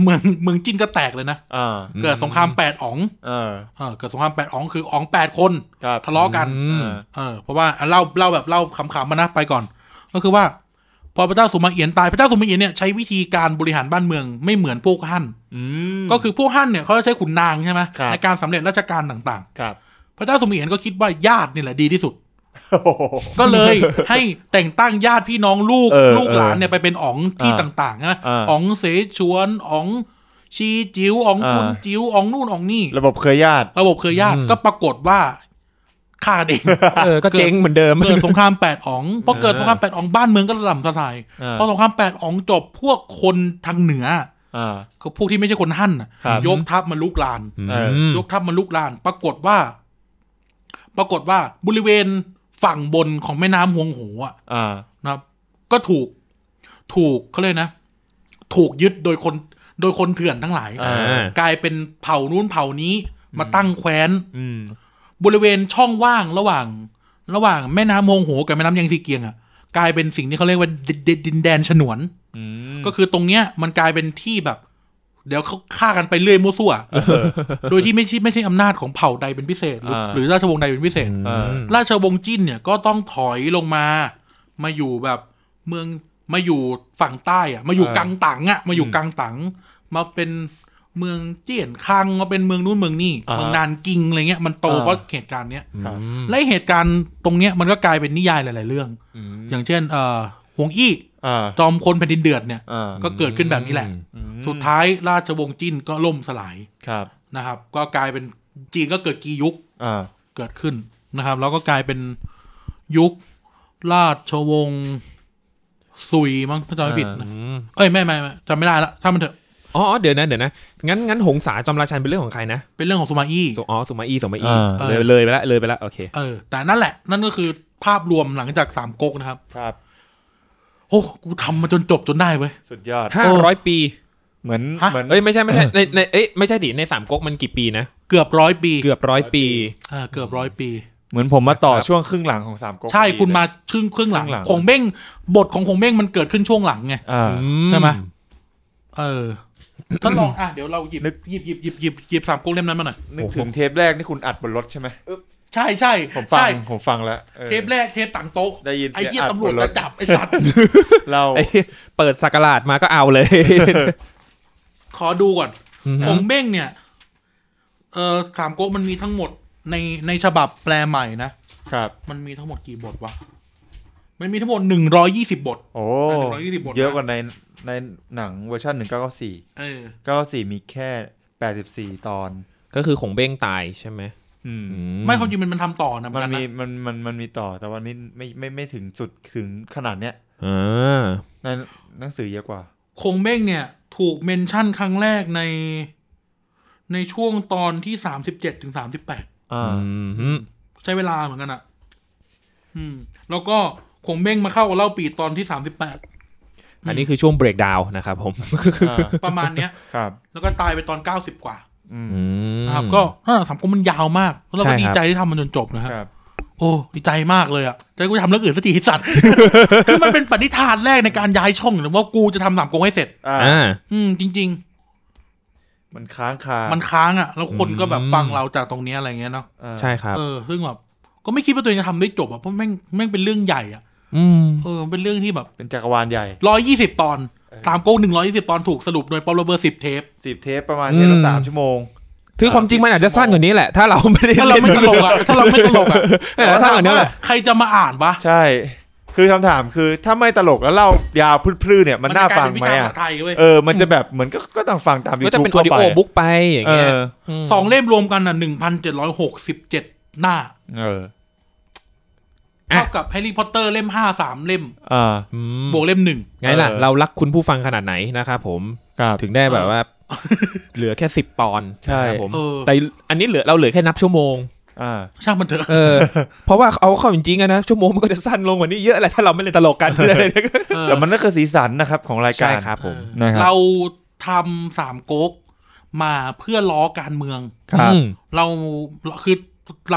เมืองเมืองจีนก็แตกเลยนะ
อ่า
เกิดสงครามแปดอ๋อง
เออ
เออเกิดสงครามแปดอ๋องคืออ๋องแปดคน
ครับ
ทะเลาะกัน
อืม
เอ
อ่า
อเพราะว่าอ่ะเล่าเล่าแบบเล่าขำๆมานะไปก่อน ก็คือว่า พอพระเจ้าสุมาเอียนตายพระเจ้าสุมาเอียนเนี่ยใช้วิธีการบริหารบ้านเมืองไม่เหมือนพวกฮั่น
อืม
ก็คือพวกฮั่นเนี่ยเขาจะใช้ขุนนางใช่ไหม
ครับ
ในการสำเร็จราชการต่าง
ครับ
ๆ พระเจ้าสุมาเอียนก็คิดว่าญาตินี่แหละดีที่ สุด
โอ้โห
ก็เลย ให้แต่งตั้งญาติพี่น้องลูก
เออ
ลูกหลาน
เออ
เนี่ยไปเป็นอ๋องที่
อ่า
ต่างๆนะ
อ่า
อ๋องเสฉวนอ๋องชีจิ๋วอ๋องคุณ
อ่า
จิ๋วอ๋องนู่นอ๋องนี่
ระบบเคยญาติ
ระบบเครือญาติก็ปรากฏว่าฆ่าเอง
เออก็เจ๊งเหมือนเดิม
เกิดสงครามแปดอ๋องพอเกิดสงครามแปดอ๋องบ้านเมืองก็ระล่ำสลาย
อ่า
พอสงครามแปดอ๋องจบพวกคนทางเหนือ
อ่า
ก็พวกที่ไม่ใช่คนหั่นน่ะ
ครับ
ยกทัพมาลุกลาน
อืม
เออ
ยกทัพมาลุกลาน ปรากฏว่า ปรากฏว่าบริเวณฝั่งบนของแม่น้ำหวงโหอะ
อ่า
นะครับ ก็ถูกถูกเขาเลยกนะ ถูกยึดโดยคนโดยคนเถื่อนทั้งหลาย
อ่า
กลายเป็นเผ่านู้นเผ่านี้มาตั้งแคว้น
อืม
บริเวณช่องว่างระหว่าง ระหว่างแม่น้ำโมงโหกับแม่น้ำยังซีเกียงอ่ะกลายเป็นสิ่งที่เขาเรียกว่าดิดิดินแดนฉนวน
อืม
ก็คือตรงเนี้ยมันกลายเป็นที่แบบ เดี๋ยวเขาฆ่ากันไปเรื่อยมั่วซั่วโดยที่ไม่ใช่ไม่ใช่อำนาจของเผ่าใดเป็นพิเศษ หรือ
อ่า
หรือราชวงศ์ใดเป็นพิเศษ
เออ
ราชวงศ์จิ้นเนี่ยก็ต้องถอยลงมา มาอยู่แบบเมืองมาอยู่ฝั่งใต้อะมาอยู่
เออ
กังตังอะมาอยู่กังตัง มาเป็นเมืองเจียนคังมาเป็นเมืองนู้นเมืองนี่เมืองนานกิงอะไรเงี้ยมันโตเพราะเหตุการณ์เนี้ย
ครับ
และเหตุการณ์ตรงเนี้ยมันก็กลายเป็นนิยายหลาย ๆ เรื่อง อย่างเช่นเอ่อหวงอี้
อ่า
จอมคนแผ่นดินเดือดเนี่ย
อ่า
ก็เกิดขึ้นแบบนี้แหละ
อืม
สุดท้ายราชวงศ์จีนก็ล่มสลาย
ครับ
นะครับ ก็กลายเป็นจีนก็เกิดกียุค
อ่า
เกิดขึ้นนะครับ แล้วก็กลายเป็นยุคราชวงศ์ซุยมั้งถ้าจำไม่ผิดนะเอ้ยไม่ไม่ไม่จำไม่ได้ละถ้างมันเถอะ
อ๋อเดี๋ยวนะเดี๋ยวนะงั้นงั้นหงสาจอมราชันเป็นเรื่องของใครนะ
เป็นเรื่องของสุมาอี้
สอ๋อสุมาอีสุมาอี
อ่า
เลยเลยไปละเลยไปละโอเค
เออ แต่นั่นแหละ นั่นก็คือภาพรวมหลังจากสามก๊กนะครับ
ครับ
โอ้กูทำมาจนจบจนได้เว้ย
สุดยอด
ห้าร้อยปี
เหมือน
ฮะ
เหมือน
เอ้ยไม่ใช่ไม่ใช่ ในในเอ้ยไม่ใช่ดิในสามก๊กมันกี่ปีนะ
เกือบร้อยปี
เกือบร้อยปี
อ่าเกือบร้อยปี
เหมือนผมมาต่อ
ครับ
ช่วงครึ่งหลังของสามก๊ก
ใช่
พอดี
คุณมา
เลย
ครึ่งครึ่งหลัง
ครึ่งหลัง
ของเบ้งบทของของเบ้งมันเกิดขึ้นช่วงหลังไง
อ่า
ใช่ไหม เออ ท่านลองอ่ะเดี๋ยวเราหยิบ
นึก
หยิบหยิบหยิบหยิบหยิบสามก๊กเล่มนั้นมาหน่อย
นึกถึงเทปแรกที่คุณอัดบนรถใช่ไหม
ใช่ใช่
ผมฟัง
ใช่
ผมฟังแล้วออ
เทปแรกเทปต่างโต๊ะ
ได้ยิน
ไอ้เหี้ย
สีง
ตำรวจ
อัดบน
จะจับไอ้ สัตว์
เรา
ไอ้เปิดสักราชมาก็เอาเลย
ขอดูก่อน
อือฮึ
ของเบ้งเนี่ย เออสามก๊กมันมีทั้งหมดในในฉบับแปลใหม่นะ
ครับ
มันมีทั้งหมดกี่บทวะ มันมีทั้งหมดหนึ่งร้อยี่สิบบท
โอ้
อ่ะ120บทนะ
เยอะกว่าในในหนังเวอร์ชันหนึ่งเก้าเก้าสี่
เออ
เก้าสี่มีแค่แปดสิบสี่ตอน
ก็คือของเบ้งตายใช่ไหม
อืม
อื
ไม่ความจริงมันมันทำต่อนะเห
มั
อน กัะ
มีมันมันมันมีต่อแต่วันนี้ไม่ไม่ไม่ถึงจุดถึงขนาดเนี้ย
อ่า
ในหนังสือเยอะกว่า
คงเบ้งเนี่ย ถูกเมนชั่นครั้งแรกใน ในช่วงตอนที่สามสิบเจ็ดถึงสามสิบแปด
อ่า
อืม
ใช้เวลาเหมือนกันอะอืม แล้วก็คงเบ้งมาเข้ากับเล่าปีตอนที่สามสิบแปด
อันนี้คือช่วงเบรกดาวน์นะครับผม
อ่า
ประมาณเนี้ย
ครับ
แล้วก็ตายไปตอนเก้าสิบกว่า
อืม
นะครับ ก็เออสามก๊กมันยาวมาก แล้วเราก็ดีใจที่ทำมันจนจบนะครับ
ครับ
โอ้ดีใจมากเลยอ่ะใจกูทำเรื่องอื่นสักทีไอ้สัตว์ คือมันเป็นปณิธานแรกในการย้ายช่องหรือว่ากูจะทำสามกงให้เสร็จ
อ่า
อ่า
อืม จริง
มันค้างคา
ๆ
มั
มันค้างอ่ะ แล้วคนก็แบบ
อืม
ฟังเราจากตรงเนี้ยอะไรเงี้ยเนาะ
ใช่ครับ
เออซึ่งแบบก็ไม่คิดว่าตัวเองจะทำได้จบอ่ะเพราะแม่งแม่งเป็นเรื่องใหญ่อ่ะ
อืม
เออเป็นเรื่องที่แบบ
เป็นจักรวาลใหญ่
ร้อยยี่สิบตอนสามโกงหนึ่งร้อยยี่สิบตอนถูกสรุปโดยปอลโรเบอร์สิบเทป
สิบเทปประมาณเทปละ
อืม
สามชั่วโมง
คือความจริงมันอาจจะสั้นกว่านี้แหละ ถ้าเราไม่ได้
ถ้าเราไม่ตล กอ่ะถ้าเราไม่ตลกอ่ะ
เออสั้นกว่านี้แหละ
ใครจะมาอ่านวะ
ใช่ คือคำถามคือถ้าไม่ตลกแล้วเล่ายาวพลื้นๆเนี่ย มันน่า
จะกลย
ฟัง
เป็
ไหม
วิชาภา
อ่ะ
ษาไทยเว้ย
เออ มันจะแบบเหมือนก็ก็ต้องฟังตามยู
ก็จะ
ทูบ
เป็นอ
ทั่
อ
ว
ดิ
ไป
โอบุ๊กไปอย่าง
เอ
เงี้ย
อ
ม
สองเล่มรวมกันอ่ะหนึ่งพันเจ็ดร้อยหกสิบเจ็ดหน้า
เออ
เท่ากับแฮร์รี่พอตเตอร์เล่มห้าสามเล่ม
อ่า
อืม
บวกเล่มหนึ่ง
ไงล่ะ
เออ
เรารักคุณผู้ฟังขนาดไหนนะครับผม
ครับ
ถึงได้แบบว่า เหลือแค่สิบตอน
ใช่
นะครับผม
เออ
แต่อันนี้เหลือเราเหลือแค่นับชั่วโมง
อ่า
ช่างมันเถอะ
เออ เพราะว่าเอาเข้าจริงๆอะนะชั่วโมงมันก็จะสั้นลงกว่านี้เยอะแหละถ้าเราไม่เล่นตลกกันเลย
แต่มันก็คือสีสันนะครับของรายกา
ใช่
ร
ครับผม
นะครับ
เราทำสามก๊กมาเพื่อล้อการเมือง
ครับ
อืม
เราคือ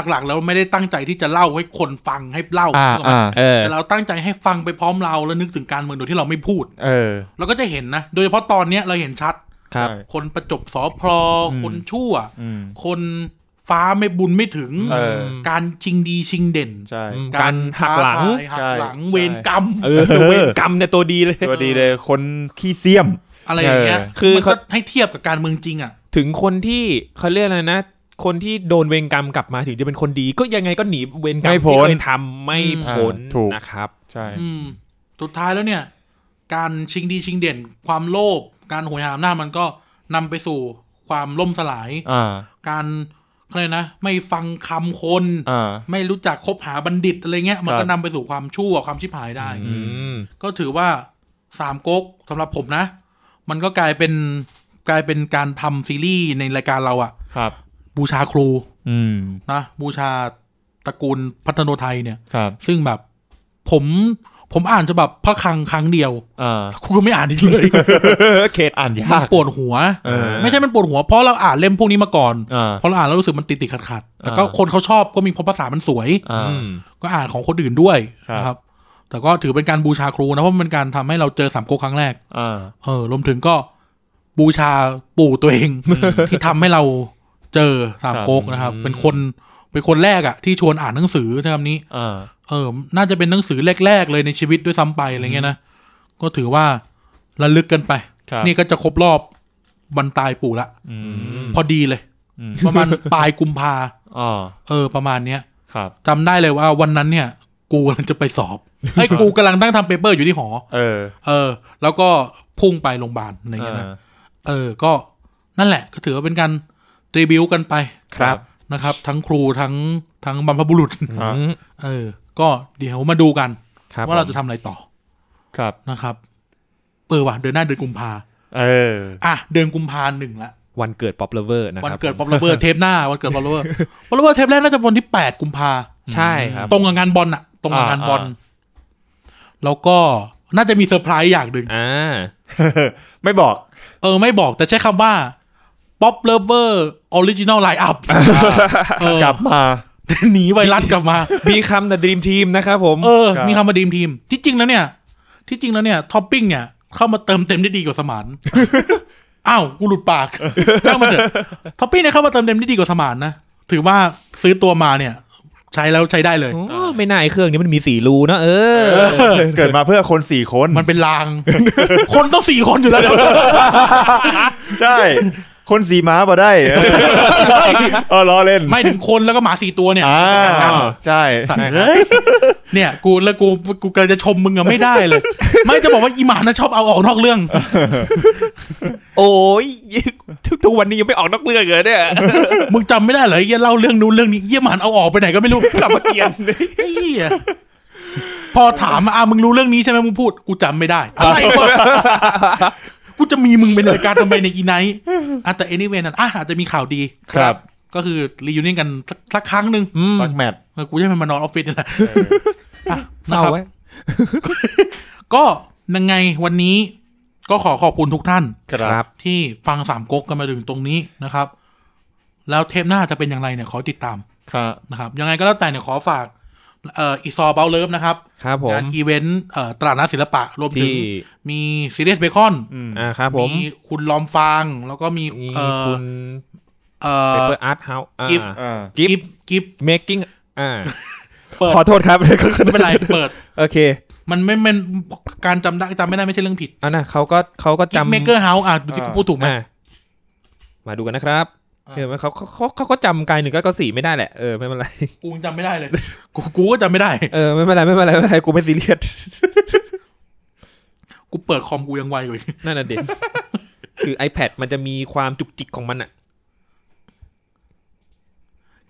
หลักๆ แล้วไม่ได้ตั้งใจที่จะเล่าให้คนฟังให้เล่า
อ่า
ถูกไหม
อ่า
เออ
แต่เราตั้งใจให้ฟังไปพร้อมเราแล้วนึกถึงการเมืองโดยที่เราไม่พูด
เออ
เราก็จะเห็นนะ โดยเฉพาะตอนเนี้ยเราเห็นชัด
ครับ
คนประจบสอพล
อืม
คนชั่ว
อืม
คนฟ้าไม่บุญไม่ถึง
เออ
การชิงดีชิงเด่น
ใช่
อืม การหักหลัง
การท้าทายหักหลัง
ใช่
เวรกรรม
เออเวรกรรมเนี่ยตัวดีเลย
ตัวดีเลยคนขี้เสียม
อะไรอย่างเงี้ย
เออ
คือ
มันก็
เขาให้เทียบกับการเมืองจริงอ่ะ
ถึงคนที่เขาเรียกอะไรนะ คนที่โดนเวรกรรมกลับมาถึงจะเป็นคนดี ก็ยังไงก็หนีเวรกรรม
ไม่พ้
ที่
น
เคยทำไม่พ้น
อ่าถูก
นะครับ
ใช่
อืม สุดท้ายแล้วเนี่ย การชิงดีชิงเด่น ความโลภ การโหวยหาอำนาจมันก็นำไปสู่ความล่มสลาย
อ่า
การอะไรยกนะ ไม่ฟังคำคน
อ่า
ไม่รู้จักคบหาบัณฑิตอะไรเงี้ย มัน
ครั
ก็
บ
นำไปสู่ความชั่วความชิบหายได้
อืม
ก็ถือว่าสามก๊กสำหรับผมนะ มันก็กลายเป็นกลายเป็นการทำซีรีส์ในรายการเราอะ
ครับ
บูชาครู
อืม
นะบูชาตระกูลพัฒโนไทยเนี่ย
ครับ
ซึ่งแบบผมผมอ่านจะแบบพระคลังครั้งเดียว
อ่า
กูก็ไม่อ่านอีก เลย
เขต
อ่าน
มั
ยาน ก
ปวดหัว
เออ
ไม่ใช่มันปวดหัวเพราะเราอ่านเล่มพวกนี้มาก่อน
อ่า
พอเราอ่านแล้วรู้สึกมันติดติดขัดขัดๆแต่ก็
อ่า
คนเขาชอบก็มีเพราะภาษามันสวย
อ่า
อืม
ก็อ่านของคนอื่นด้วย
ครับ
นะครับ แต่ก็ถือเป็นการบูชาครูนะเพราะมันเป็นการทำให้เราเจอสามก๊กครั้งแรก
อ่า
เออรวมถึงก็บูชาปู่ตัวเอง ที่ทำให้เราเจอสามก๊กนะครับ เป็นคนเป็นคนแรกอะที่ชวนอ่านหนังสือใช้คำนี้
อ่า
เออ น่าจะเป็นหนังสือแรก ๆ เลยในชีวิตด้วยซ้ำไปอะไรเงี้ยนะ ก็ถือว่าระลึกกันไป
ครับ
นี่ก็จะครบรอบวันตายปู่ละ
อืม
พอดีเลย
อืม
ประมาณ ปลายกุมภา
อ่า
เออ ประมาณเนี้ย
ครับ
จำได้เลยว่าวันนั้นเนี่ย กูกำลังจะไปส อบไอ้ยกูกำลังนั่งทำเปเปอร์อยู่ที่หอ
เออ
เออ แล้วก็พุ่งไปโรงพยาบาลอะไร
อ่า
เงี้ยนะ เออ ก็นั่นแหละ ก็ถือว่าเป็นการรีวิวกันไป
ครับ
นะครับ ทั้งครูทั้งทั้งบรรพบุรุษ
ครับ
อืม
เออ ก็เดี๋ยวมาดูกัน
ครับ
ว่าเราจะ
ผม
ทำอะไรต่อ
ครับ
นะครับเออว่ะเดือนหน้าเดือนกุมภา
เออ
อ่ะเดือนกุมภาหนึ่งละ
วันเกิดป๊อปเลเวอร์นะค
วัน
รับ
เกิดป๊อปลเบอร์เทปหน้าวันเกิดป๊อป ลเบอร์ป๊อปลเบอร์เทปแรกน่าจะวันที่แปดกุมภา
ใช่ครับ
ตรงกับงานบอลอะตรงกับงานบอล
อ่า
แล้วก็น่าจะมีเซอร์ไพรส์อย่างหนึ่ง
อ่า
ไม่บอก
เออไม่บอกแต่ใช้คำว่าป๊อปเลเวอร์ออริจินอลไลน์อัพ
กลับมา
หนีไวรัสกลับมา
มีคำแต่ Dream Team นะครับผม
เออ
ครับ
มีคำว่าดีมทีม ที่จริงแล้วเนี่ย ที่จริงแล้วเนี่ย ท็อปปิ้งเนี่ย เข้ามาเติมเต็มได้ดีกว่าสมาน อ้าว กูหลุดปาก จ้างมาเถอะ ท็อปปิ้งเนี่ยเข้ามาเติมเต็มได้ดีกว่าสมานนะ ถือว่าซื้อตัวมาเนี่ย ใช้แล้วใช้ได้เลย
โอ้ไม่น่าไอ้เครื่องนี้มันมีสี่รูเนอะเออ
เกิดมาเพื่อคนสี่คน
มันเป็นลาง คนต้องสี่คนอยู่แล้ว
ใช่ คนสี่ม้าบ่ได้เออเออล้อเล่น
ไม่ถึงคนแล้วก็หมาสี่ตัวเนี่ย
อ่าใช่
สัตว์เอ้ยเนี่ยกูแล้วกูกูกำลังจะชมมึงอะไม่ได้เลย ไม่จะบอกว่าอีหมานะชอบเอาออกนอกเรื่อง
โอ้ยทุกทุกวันนี้ยังไม่ออกนอกเรื่องเลยเนี่ย
มึงจำไม่ได้เหรอไอ้เหี้ยเล่าเรื่องนู้นเรื่องนี้เยี่ยหมานเอาออกไปไหนก็ไม่รู้
กลับมาเกียน
ไอ้เหี้ยพอถามอ่ะมึงรู้เรื่องนี้ใช่ไหมมึงพูด กูจำไม่ได้อะไรวะกูจะมีมึงเป็นรายการทำไมในอีไนท์อ่ะแต่ anyway นั่นอ่ะอาจจะมีข่าวดี
ครับ
ก็คือรียูเนียนกันสักสักครั้งหนึ่ง
ฟังแมท
เออกูจะให้มันมานอนออฟฟิศนี่แหละอ่ะ
เศร้า
นะครับ
ไว้
ก็ยังไงวันนี้ก็ขอขอบคุณทุกท่าน
ครับ
ที่ฟังสามก๊กกันมาถึงตรงนี้นะครับ แล้วเทปหน้าจะเป็นอย่างไรเนี่ยขอติดตาม
ครับ
นะครับ ยังไงก็แล้วแต่เนี่ยขอฝากเอ่ออีซอเบลเลิฟนะครับ
ครับผม
งานอีเวนต์เอ่อตลาดนัดศิลปะรวมถึง
ที่
มีซีเรียสเบคอน
อ่าครับผม
มีคุณลอมฟางแล้วก็มี
มี
เอ่อ
คุณ
เอ่
เป
อ
เปอร์อาร์ตเฮาส์
กิฟต์
อ่า
กิฟ
กิฟ
ต์
กิฟ
making อ่า
เปิด
ขอโทษครับ
ไม่เป็นไร เปิด
โอเค
มันไม่เป็นการจำได้จำไม่ได้ไม่ใช่เรื่องผิด
อันน่ะเขาก็เขาก็
กิฟ
จำ
เมเกอร์เฮาส์อ่ะดูสิ
อ่า
กูพูดถูกไหม
อ่ามาดูกันนะครับ
อ่า
เห็นไหมเขาเขาเขาเขาก็จำกายหนึ่งก็สี่ไม่ได้แหละเออไม่เป็นไร
กูยังจำไม่ได้เลย กูกูก็จำไม่ได้
เออไม่เป็นไรไม่เป็นไรไม่เป็นไรกูไม่ซีเรียส
กูเปิดคอมกูยังไวอยู่อีก
นั่นน่ะเด็กคือ iPad มันจะมีความจุกจิกของมันอ่ะ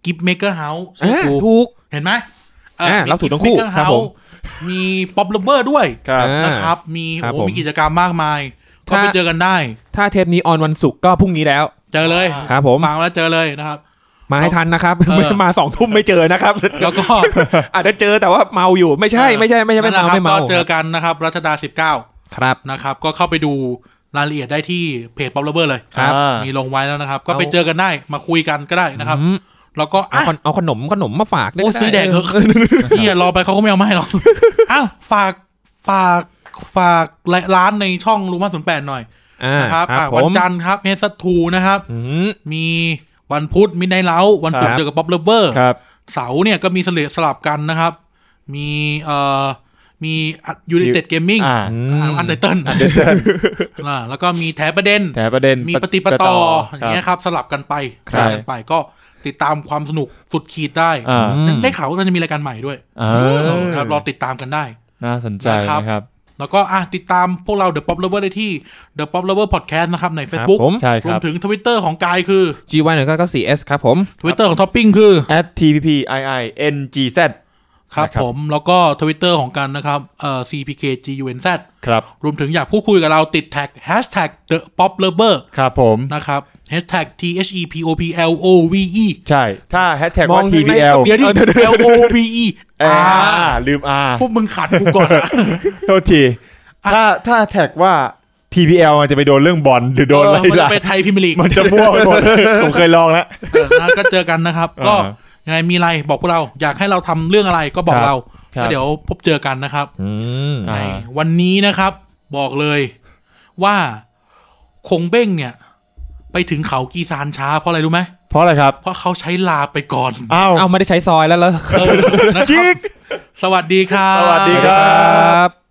กิฟเมเกอร์เฮาส์
อ่าถูก
เห็นไหม
อ่าเราถูกทั้งคู่ครับผม
มีป๊อปลเบอร์ด้วย
ครับ
อ่า
นะครับ มี
ครับ
โอ้
ผม
มีกิจกรรมมากมาย ก็
ถ้า
ไปเจอกันได้
ถ้าเทปนี้ออนวันศุกร์ก็พรุ่งนี้แล้ว
เจอเลย
ครับผม
ฟังแล้วเจอเลย นะครับ
มาให้ทันนะครับ
เออ
ไม่มาสองทุ่มไม่เจอนะครับ
แล้วก็
อาจจะเจอแต่ว่าเมาอยู่ไม่ใช่ ไม่ใช่ไม่ใช่ไม่
นั่
เมา
นแหละครับ
ไม่เมา
ก็เจอกันนะครับ รัชดา 19
ครับ
นะครับ ก็เข้าไปดูรายละเอียดได้ที่เพจป๊อปลเบอร์เลย
ครับ
อ่า
มีลงไว้แล้วนะครับ ก็ไป
เอา
เจอกันได้มาคุยกันก็ได้นะครับ
อืม
แล้วก็
เอา
อ่ะ
ขนเอาขนมขนมมาฝากด้วย
โอ้
ก็ไ
ซื้อแดกเถอะ เฮียรอไปเขาก็ไม่เอามาให้หรอก อ้าวฝากฝากฝากร้านในช่องรูมาศูนย์แปดหน่อย
อ่า
นะครับ
ครั
อ่ะ
บผ
วัน
ม
จันทร์ครับเฮสัตทูนะครับ
อืม
มีวันพุธมินไนเล้าวันศุก
ครั
ร์
บ
เจอกับป๊อปเลเวอร์
ครับ
เสาร์เนี่ยก็มีสลับสลับกันนะครับ มีเอ่อมียูนิเต็ดเกมมิ่ง
อ่า
อันเดอร์เติล แล้วก็มีแถประเด็น
แต่ประเด็น
มีปฏิปต่อ
ค
อ
รับ
ย่างเงี้ยครับ สลับกันไป
ค
ส
รับ
ลับกันไปก็ติดตามความสนุกสุดขีดได้
อ่า
อืม
ได้ข่าวว่ามันจะมีรายการใหม่ด้วย
เออ
ครับรอติดตามกันได้
น่าสนใจ
นะครับ
นะครับ
แล้วก็อ่ะติดตามพวกเรา The Pop Lover ได้ที่ The Pop Lover Podcast นะครับใน
ครับ
Facebook
ผม
ใช่ค
รว
รั
ม
บ
ถึง Twitter ของกายคือ
G1 หนึ่งก็ 4S ครับผม
Twitter ของท็อปปิ้งคือ
at tpp ii ngz
ครับ
นะครับ
ผมแล้วก็ Twitter ของกันนะครับเอ่อ CPKGUNZ
ครับ
รวมถึงอยากพูดคุยกับเราติดแท็ก Hashtag The Pop Lover
ครับผม
นะครับ Hashtag THEPOPLOVE
ใช่ ถ้าแฮชแท็ก
มอ
ว่า
งยังไง
tpl
ก็
เดี๋ยวดิ
เออเดี๋ยวเดี๋ยว
LOVE
อ่า
อ่า
ลืมอ่า
พวกมึงขัดกูก่อนอะ
โทษที
อ่ะ
ถ้าถ้าแท็กว่า tpl มันจะไปโดนเรื่องบอลหรือโดนอะ
เอ
ไร
อมันจะ
ล่ะ
ไปไทยพิมยร์ลีก
มันจะมั่วไปหม ด ผมเคยลองแล้ว
เออนะก็เจอกันนะครับ ก็
อ่า
ยังไงมีอะไรบอกพวกเราอยากให้เราทำเรื่องอะไรก็บอ
ค
ก
รับ
เรา
ครับ
แล้วเดี๋ยวพบเจอกันนะครับ
อืม
อ่า
ในวันนี้นะครับ บอกเลยว่าคงเบ้งเนี่ย ไปถึงเขากีซานช้าเพราะอะไรรู้ไหม
เพราะอะไรครับ
เพราะเขาใช้ลาไปก่อน
อ้าว
เอาไม่ได้ใช้ซอยแล้วเหรอ
เออนะครับ
จิก
สวัสดีครับ
สวัสดี
ครับ